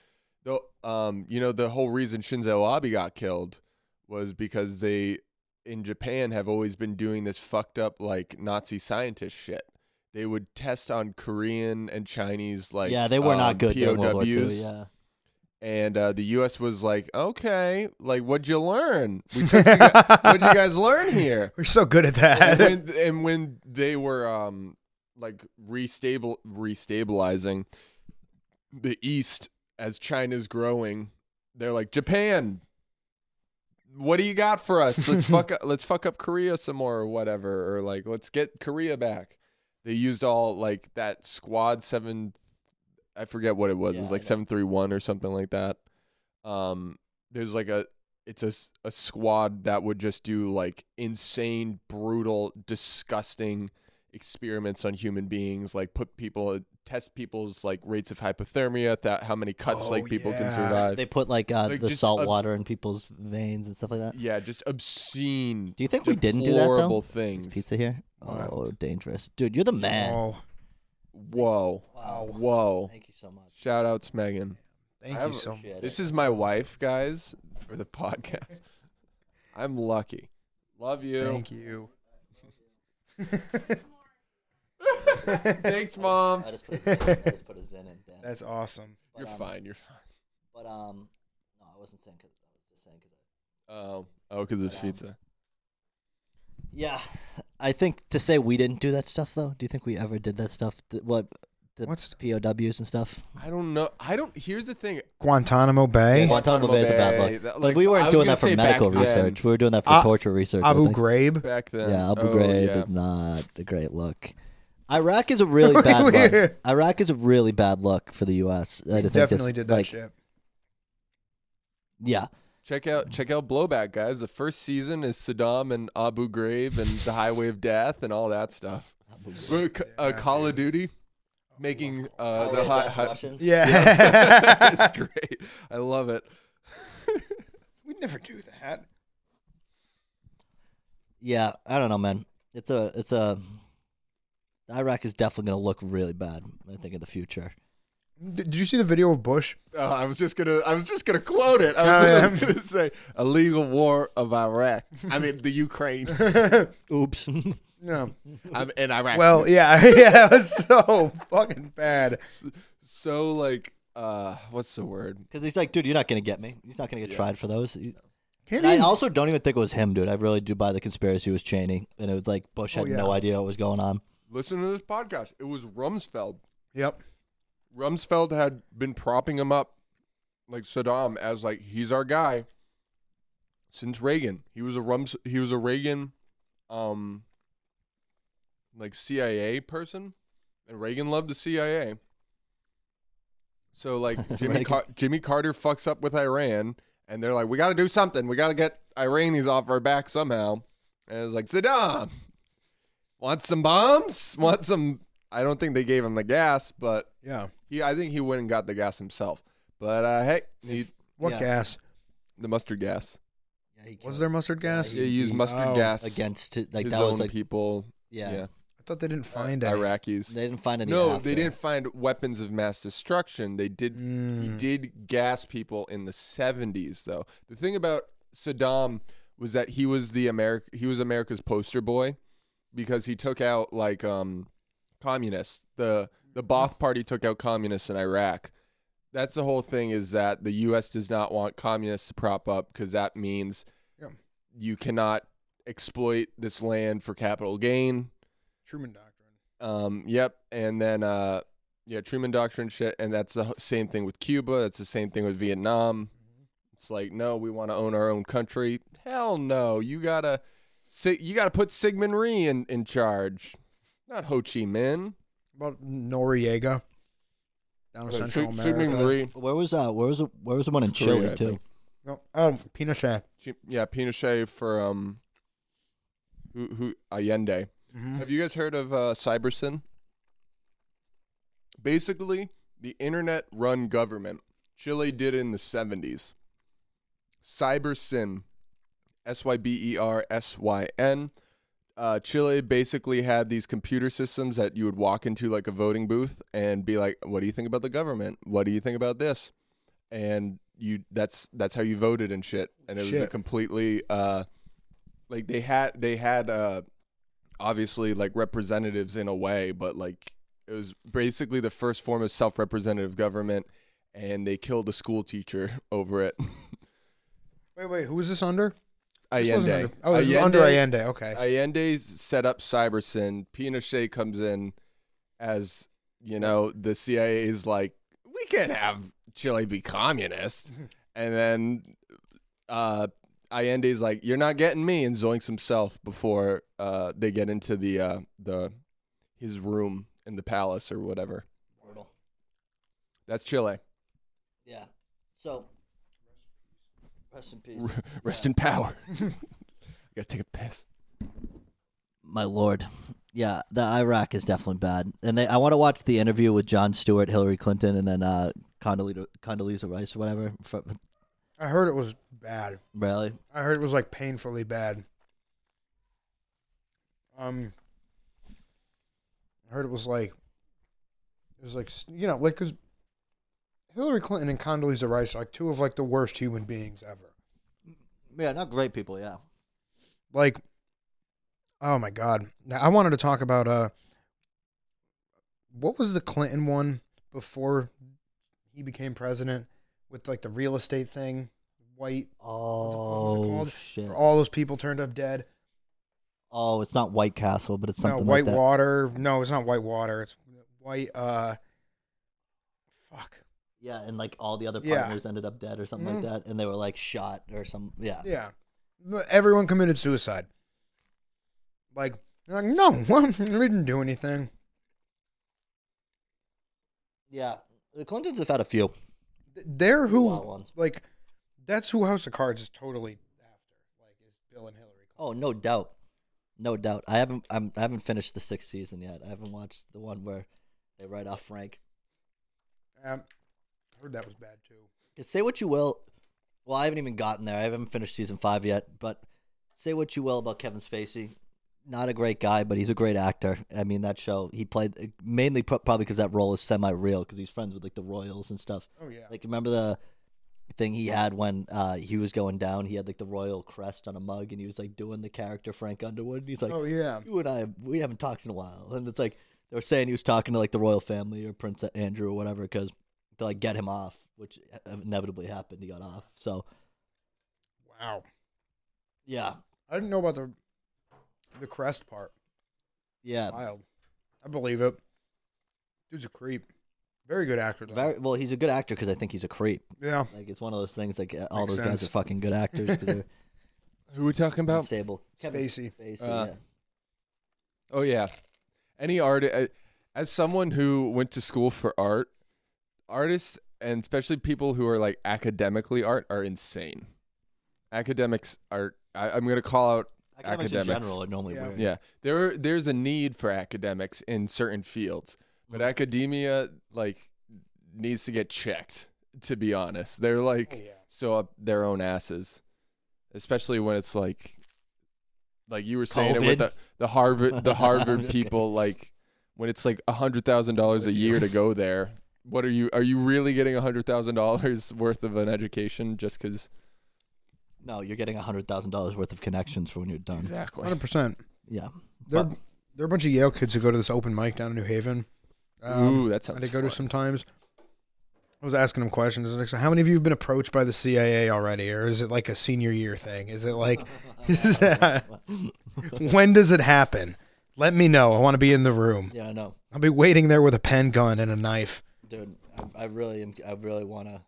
Speaker 7: um, you know, the whole reason Shinzo Abe got killed was because they in Japan have always been doing this fucked up like Nazi scientist shit. They would test on Korean and Chinese like
Speaker 1: yeah, they were
Speaker 7: um,
Speaker 1: not good during World War II.
Speaker 7: POWs
Speaker 1: Yeah.
Speaker 7: and uh, the U.S. was like, "Okay, like, what'd you learn? We took you
Speaker 6: (laughs)
Speaker 7: guys, what'd you guys learn here?"
Speaker 6: We're so good at
Speaker 7: And
Speaker 6: that. (laughs)
Speaker 7: when, and when they were um, like restable restabilizing the East as China's growing, they're like, "Japan, what do you got for
Speaker 1: (laughs)
Speaker 7: us? Let's fuck up, let's fuck up Korea some more or whatever, or like let's get Korea back." They used all like that squad seven, I forget what it was.
Speaker 1: Yeah,
Speaker 7: it's
Speaker 1: I
Speaker 7: like
Speaker 1: know.
Speaker 7: seven three one or something like that. Um, there's like a it's a s- a squad that would just do like insane, brutal, disgusting experiments on human beings, like put people test people's like rates of hypothermia, that how many cuts
Speaker 6: Oh,
Speaker 7: like people
Speaker 6: yeah.
Speaker 7: can survive.
Speaker 1: They put like, uh,
Speaker 7: Like,
Speaker 1: the
Speaker 7: just
Speaker 1: salt
Speaker 7: ob-
Speaker 1: water in people's veins and stuff like that.
Speaker 7: yeah, just obscene.
Speaker 1: Do you think we didn't do that, though?
Speaker 7: deplorable
Speaker 1: Is
Speaker 7: Things.
Speaker 1: pizza here? Oh,
Speaker 6: Wild.
Speaker 1: dangerous, dude! You're the man.
Speaker 6: Oh,
Speaker 7: Whoa.
Speaker 1: Wow.
Speaker 7: Whoa.
Speaker 1: Thank you so much.
Speaker 7: Shout outs, Megan.
Speaker 6: thank
Speaker 7: I
Speaker 6: you
Speaker 7: have-
Speaker 6: so.
Speaker 1: Appreciate
Speaker 7: This
Speaker 1: it.
Speaker 7: is my wife, guys, for the (laughs) podcast. I'm lucky. Love you.
Speaker 6: Thank you. (laughs)
Speaker 7: Thanks, mom.
Speaker 1: I just put a zen, I just put a zen in. Dan.
Speaker 6: That's awesome.
Speaker 7: You're
Speaker 1: um,
Speaker 7: fine. You're fine.
Speaker 1: But um, no, I wasn't saying because I was just saying because.
Speaker 7: Oh, oh, because of
Speaker 1: But, um,
Speaker 7: pizza.
Speaker 1: Yeah, I think to say we didn't do that stuff though. Do you think we ever did that stuff? Th- what the
Speaker 6: What's
Speaker 1: POWs and stuff?
Speaker 7: I don't know. I don't. Here's the thing.
Speaker 6: Guantanamo Bay?
Speaker 1: Guantanamo Bay is a bad look.
Speaker 7: That-
Speaker 1: Like,
Speaker 7: like,
Speaker 1: we
Speaker 7: I
Speaker 1: weren't
Speaker 7: was
Speaker 1: doing
Speaker 7: gonna
Speaker 1: that for
Speaker 7: say back
Speaker 1: medical
Speaker 7: then.
Speaker 1: research. We were doing that for
Speaker 6: Ah,
Speaker 1: torture research. I
Speaker 6: Abu
Speaker 1: think.
Speaker 6: Ghraib.
Speaker 7: Back then.
Speaker 1: Yeah, Abu
Speaker 7: Oh,
Speaker 1: Ghraib
Speaker 7: yeah.
Speaker 1: is not a great look. Iraq is a
Speaker 6: (laughs)
Speaker 1: really bad
Speaker 6: Yeah.
Speaker 1: look. Iraq is a really bad look for the U.S. I think this-
Speaker 6: Definitely did that
Speaker 1: like, (laughs)
Speaker 6: shit.
Speaker 1: Yeah,
Speaker 7: Check out check out Blowback, guys. The first season is Saddam and Abu Ghraib and the Highway of Death and all that (laughs) stuff. We're c- uh, Call of Duty, making uh, the hot. (laughs) hot
Speaker 6: Yeah.
Speaker 1: (laughs)
Speaker 6: (laughs)
Speaker 7: it's great. I love it.
Speaker 6: We'd never do that.
Speaker 1: yeah. I don't know, man. It's a it's a Iraq is definitely going to look really bad. I think in the future.
Speaker 6: Did, did you see the video of Bush?
Speaker 7: Uh, I was just gonna I was just gonna quote it. I
Speaker 6: Oh,
Speaker 7: was
Speaker 6: yeah.
Speaker 7: literally (laughs) gonna say illegal war of Iraq. I mean the (laughs) Ukraine.
Speaker 1: Oops. (laughs)
Speaker 6: No.
Speaker 7: I'm in Iraq.
Speaker 6: Well, yeah, (laughs) yeah, it was so fucking bad.
Speaker 7: so like uh, what's the word?
Speaker 1: Because he's like, dude, you're not gonna get me. He's not gonna get tried for those. He-
Speaker 6: Can
Speaker 1: And I also don't even think it was him, dude. I really do buy the conspiracy was Cheney, and it was like Bush had
Speaker 6: Oh, yeah.
Speaker 1: no idea what was going on.
Speaker 7: Listen to this podcast. It was Rumsfeld.
Speaker 6: Yep.
Speaker 7: Rumsfeld had been propping him up like Saddam as like he's our guy since Reagan. He was a Rums he was a Reagan um like CIA person and Reagan loved the CIA. So like Jimmy
Speaker 1: Reagan.
Speaker 7: Car- Jimmy Carter fucks up with Iran and they're like we got to do something. We got to get Iranians off our back somehow. And it's like Saddam want some bombs? Want some I don't think they gave him the gas, but
Speaker 6: Yeah.
Speaker 7: he, I think he went and got the gas himself. But uh, hey, you,
Speaker 6: What
Speaker 1: Yeah.
Speaker 6: gas?
Speaker 7: the mustard gas.
Speaker 6: Was there mustard gas?
Speaker 7: They use mustard
Speaker 6: Oh.
Speaker 7: gas
Speaker 1: against it, like
Speaker 7: his
Speaker 1: that
Speaker 7: own
Speaker 1: was like
Speaker 7: people.
Speaker 1: yeah,
Speaker 7: yeah.
Speaker 6: I thought
Speaker 7: uh,
Speaker 6: they didn't find any.
Speaker 7: Iraqis.
Speaker 1: they didn't find any.
Speaker 7: no,
Speaker 1: after.
Speaker 7: they didn't find weapons of mass destruction. They did. He did gas people in the seventies, though. The thing about Saddam was that he was the America. He was America's poster boy because he took out like um, communists. the The Ba'ath Party took out communists in Iraq. That's the whole thing. Is that the U.S. does not want communists to prop up because that means
Speaker 6: Yeah.
Speaker 7: you cannot exploit this land for capital gain.
Speaker 6: Truman Doctrine.
Speaker 7: Um, yep. And then, uh, yeah, Truman Doctrine shit. And that's the h- same thing with Cuba. That's the same thing with Vietnam.
Speaker 6: Mm-hmm.
Speaker 7: It's like, no, we want to own our own country. Hell no. You gotta, si- you gotta put Sigmund Rhee in, in charge, not Ho Chi Minh.
Speaker 6: About Noriega. Down in
Speaker 7: No, Sig-
Speaker 6: Central America.
Speaker 7: Sigmund Rhee.
Speaker 1: Where was that? Where was the, Where was the one in
Speaker 7: Korea,
Speaker 1: Chile
Speaker 7: I
Speaker 1: too?
Speaker 7: think.
Speaker 6: No, oh, Pinochet.
Speaker 7: Chi- Yeah, Pinochet for um, who who Allende. Have you guys heard of uh, Cybersyn? Basically, the internet-run government Chile did in the seventies. Cybersyn, S Y B E R S Y N. Uh, Chile basically had these computer systems that you would walk into like a voting booth and be like, "What do you think about the government? What do you think about this?" And you that's that's how you voted and shit. And it was a
Speaker 6: Shit.
Speaker 7: completely uh, like they had they had uh, obviously like representatives in a way, but like it was basically the first form of self-representative government. And they killed a school teacher (laughs) over it.
Speaker 6: Wait, wait, who was this under? This wasn't
Speaker 7: Allende.
Speaker 6: under- oh, this was under Allende. Okay.
Speaker 7: Allende's set up Cybersyn. Pinochet comes in as, you know, the CIA is like, we can't have Chile be
Speaker 6: (laughs)
Speaker 7: communist. and then uh, Allende's like, you're not getting me, and zoinks himself before uh, they get into the uh, the his room in the palace or whatever. That's Chile. (laughs)
Speaker 1: Yeah. So. Rest in peace.
Speaker 7: Rest in
Speaker 6: (laughs)
Speaker 7: power. (laughs) I gotta take a piss.
Speaker 1: My lord. Yeah, the Iraq is definitely bad. And they, I want to watch the interview with John Stewart, Hillary Clinton, and then uh, Condoleezza, Condoleezza Rice or whatever. Fr-
Speaker 6: I heard it was bad.
Speaker 1: Really?
Speaker 6: I heard it was like painfully bad. Um, I heard it was like, it was like s- you know, like because Hillary Clinton and Condoleezza Rice are like two of like the worst human beings ever.
Speaker 1: Yeah, not great people, yeah.
Speaker 6: Like, oh my god! Now I wanted to talk about uh, what was the Clinton one before he became president with like the real estate thing, white. What the fuck was it
Speaker 1: Oh,
Speaker 6: called?
Speaker 1: shit.
Speaker 6: where All those people turned up dead.
Speaker 1: Oh, it's not White Castle, but it's something
Speaker 6: no, white
Speaker 1: like that.
Speaker 6: water. No, it's not white water. It's white. Uh, fuck.
Speaker 1: Yeah, and like all the other
Speaker 6: Yeah.
Speaker 1: partners ended up dead or something
Speaker 6: Mhm.
Speaker 1: like that, and they were like shot or some. Yeah,
Speaker 6: Yeah, No, everyone committed suicide. Like, they're like no, (laughs) well, we didn't do anything.
Speaker 1: yeah. The Clintons have had a few.
Speaker 6: They're who,
Speaker 1: Wild ones.
Speaker 6: like, that's who House of Cards is totally after. Like, is Bill and Hillary.
Speaker 1: Oh, no doubt, no doubt. I haven't, I'm, I haven't finished the sixth season yet. I haven't watched the one where they write off Frank.
Speaker 6: Um, I heard that was bad too.
Speaker 1: 'Cause say what you will. Well, I haven't even gotten there. I haven't finished season five yet. But say what you will about Kevin Spacey, not a great guy, but he's a great actor. I mean, that show he played mainly pro- probably because that role is semi-real because he's friends with like the Royals and stuff.
Speaker 6: Oh yeah.
Speaker 1: Like remember the thing he had when uh, he was going down? He had like the royal crest on a mug, and he was like doing the character Frank Underwood. And he's like,
Speaker 6: oh yeah.
Speaker 1: "You and I, we haven't talked in a while." And it's like they were saying he was talking to like the royal family or Prince Andrew or whatever, because to like get him off, which e, inevitably happened. He got off. So
Speaker 6: Wow.
Speaker 1: yeah,
Speaker 6: I didn't know about the the crest part.
Speaker 1: yeah,
Speaker 6: Wild. I believe it. Dude's a creep. Very good actor. though.
Speaker 1: very well. He's a good actor because I think he's a creep.
Speaker 6: yeah.
Speaker 1: Like it's one of those things. Like uh, all
Speaker 6: Makes
Speaker 1: those guys
Speaker 6: sense.
Speaker 1: are fucking good actors because
Speaker 6: (laughs)
Speaker 1: they're
Speaker 7: Who are we talking about?
Speaker 1: unstable. Kevin
Speaker 6: Spacey.
Speaker 1: Spacey,
Speaker 7: Uh,
Speaker 1: yeah.
Speaker 7: Oh yeah, any art. uh, As someone who went to school for art, artists and especially people who are like academically art are insane. Academics are. I, I'm gonna call out.
Speaker 1: Academics, in
Speaker 7: academics.
Speaker 1: general are normally
Speaker 6: Yeah.
Speaker 1: weird.
Speaker 7: Yeah, there there's a need for academics in certain fields, but academia like needs to get checked. to be honest. They're like so up their own asses, especially when it's like, like you were saying it
Speaker 6: COVID.
Speaker 7: with the, the Harvard the Harvard people like when it's like a hundred thousand dollars a year to go there. What are you? Are you really getting a hundred thousand dollars worth of an education just because?
Speaker 1: No, you're getting hundred thousand dollars worth of connections for when you're done.
Speaker 7: Exactly.
Speaker 6: Hundred percent.
Speaker 1: Yeah.
Speaker 6: There,
Speaker 1: But-
Speaker 6: there are a bunch of Yale kids who go to this open mic down in New Haven. Um,
Speaker 7: Ooh, that sounds
Speaker 6: They go to
Speaker 7: fun.
Speaker 6: sometimes. I was asking them questions. I was like, "So how many of you have been approached by the CIA already, or is it like a senior year thing? Is it like, (laughs) is that- when does it happen? Let me know. I want to be in the room.
Speaker 1: (laughs) Yeah, I know,
Speaker 6: I'll be waiting there with a pen gun and a knife.
Speaker 1: dude. I, I really, am, I really want to.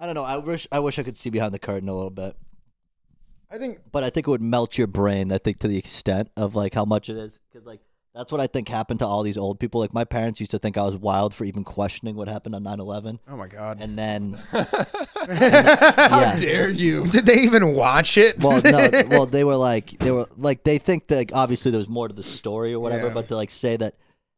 Speaker 1: I don't know. I wish, I wish I could see behind the curtain a little bit,
Speaker 6: I think
Speaker 1: but I think it would melt your brain. I think to the extent of like how much it is, because like that's what I think happened to all these old people. Like my parents used to think I was wild for even questioning what happened on 9-11.
Speaker 6: Oh my god!
Speaker 1: and then
Speaker 6: (laughs) How
Speaker 1: Yeah.
Speaker 6: dare you? Did they even watch it?
Speaker 1: well
Speaker 6: (laughs)
Speaker 1: no well they were like they were like they think that like, obviously there was more to the story or whatever
Speaker 6: Yeah.
Speaker 1: but to like say that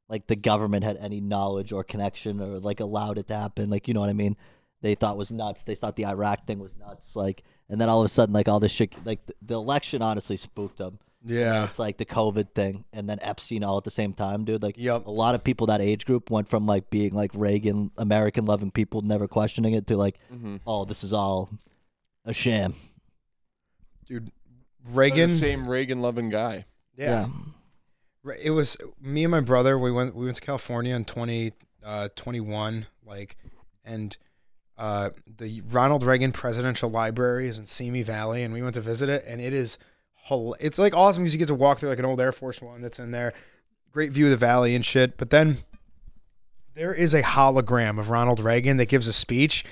Speaker 1: like the government had any knowledge or connection or like allowed it to happen like you know what i mean they thought was nuts they thought the iraq thing was nuts like and then all of a sudden like all this shit like the, the election honestly spooked them
Speaker 6: yeah.
Speaker 1: it's like the covid thing and then epstein all at the same time dude like
Speaker 6: Yup.
Speaker 1: a lot of people that age group went from like being like reagan american loving people never questioning it to like
Speaker 6: Mm-hmm.
Speaker 1: oh this is all a sham
Speaker 6: dude.
Speaker 7: They're
Speaker 6: Reagan.
Speaker 7: the same Reagan loving guy.
Speaker 6: yeah. Right, It was me and my brother. We went we went to California in twenty uh, twenty one, like, and uh, the Ronald Reagan Presidential Library is in Simi Valley, and we went to visit it, and it is hol- it's like awesome because you get to walk through like an old Air Force One that's in there, great view of the valley and shit. But then there is a hologram of Ronald Reagan that gives a speech,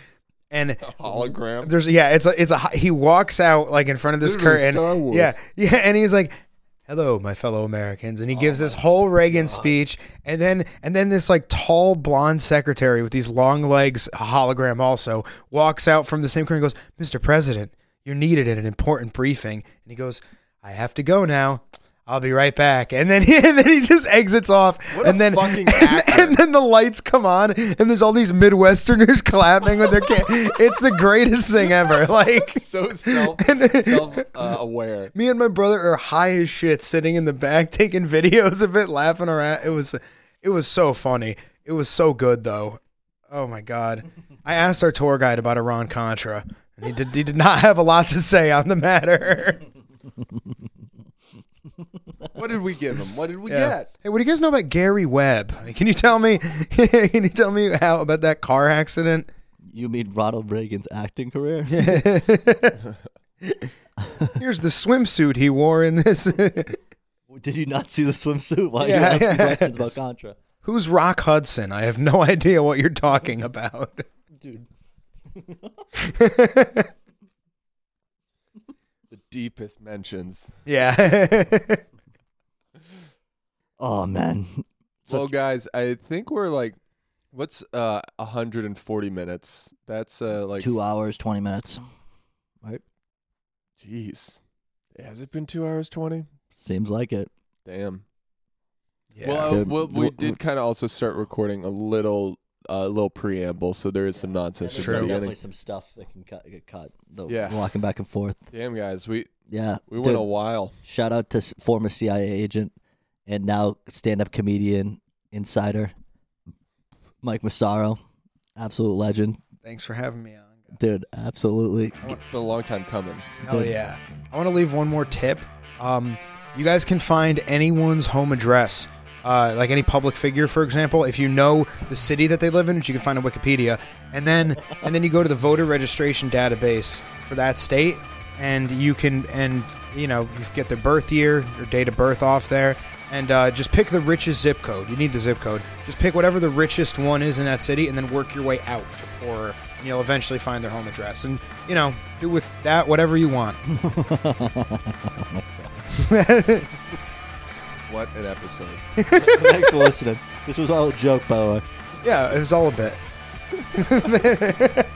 Speaker 6: and
Speaker 7: Hologram.
Speaker 6: there's yeah, it's a it's a he walks out like in front of this
Speaker 7: Literally
Speaker 6: curtain.
Speaker 7: Star Wars.
Speaker 6: Yeah, (laughs) yeah, and he's like, "Hello, my fellow Americans,"
Speaker 7: Oh
Speaker 6: and he gives this whole Reagan speech, and then and then this like tall blonde secretary with these long legs, a hologram also walks out from the same curtain, and goes, "Mr. President, you're needed at an important briefing," and he goes, "I have to go now." I'll be right back, and then (laughs) he, and then he just exits off,
Speaker 7: What a
Speaker 6: and then
Speaker 7: fucking
Speaker 6: (laughs) and,
Speaker 7: actor.
Speaker 6: and then the lights come on, and there's all these Midwesterners (laughs) clapping with their can. It's the greatest thing ever. (laughs) Like
Speaker 7: (laughs) So self self uh, aware.
Speaker 6: me and my brother are high as shit, sitting in the back (laughs) taking videos of it, laughing around. It was, it was so funny. It was so good though. Oh my god! I asked our tour guide about Iran Contra, and he did. He did not have a lot to say on the matter. (laughs)
Speaker 7: What did we give him? What did we get?
Speaker 6: Hey, what do you guys know about Gary Webb? Can you tell me? (laughs) Can you tell me how about that car accident?
Speaker 1: You mean Ronald Reagan's acting
Speaker 6: (laughs)
Speaker 1: career?
Speaker 6: Here's the swimsuit he wore in this.
Speaker 1: (laughs) Did you not see the swimsuit? Why
Speaker 6: Yeah,
Speaker 1: are you asking
Speaker 6: yeah.
Speaker 1: questions about Contra?
Speaker 6: Who's Rock Hudson? I have no (laughs) idea what you're talking about. (laughs)
Speaker 7: The deepest mentions.
Speaker 6: Yeah. (laughs)
Speaker 1: Oh man,
Speaker 7: well, guys, I think we're like, what's uh 140 minutes? That's uh
Speaker 1: (laughs)
Speaker 7: like,
Speaker 1: two hours twenty minutes.
Speaker 7: jeez, has it been two hours twenty?
Speaker 1: Seems like it.
Speaker 7: Damn.
Speaker 6: yeah.
Speaker 7: Well, uh,
Speaker 1: Dude,
Speaker 7: well, we
Speaker 1: w-
Speaker 7: did kind of also start recording a little, uh, a little preamble, so there is some nonsense
Speaker 6: there's
Speaker 7: at the
Speaker 6: true.
Speaker 7: beginning.
Speaker 1: Definitely some stuff that can cut, get cut. The
Speaker 7: Yeah.
Speaker 1: walking back and forth.
Speaker 7: Damn, guys, we
Speaker 1: Yeah,
Speaker 7: we
Speaker 1: Dude,
Speaker 7: went a while.
Speaker 1: shout out to s- former CIA agent and now stand-up comedian insider Mike Massaro, absolute legend,
Speaker 6: Thanks for having me on. guys.
Speaker 1: dude.
Speaker 6: (laughs)
Speaker 1: Absolutely.
Speaker 7: It's been a long time coming.
Speaker 6: Hell yeah. I want to leave one more tip. Um, you guys can find anyone's home address. Uh, like any public figure, for example, if you know the city that they live in, which you can find on Wikipedia, and then and then you go to the voter registration database for that state, and you can and you know you get their birth year, their date of birth off there, and uh, just pick the richest zip code. You need the zip code. Just pick whatever the richest one is in that city, and then work your way out to poorer, and you'll eventually find their home address. And you know, do with that whatever you want.
Speaker 7: What an episode!
Speaker 1: Thanks for listening. This was all a joke, by the way.
Speaker 6: Yeah, it was all a bit.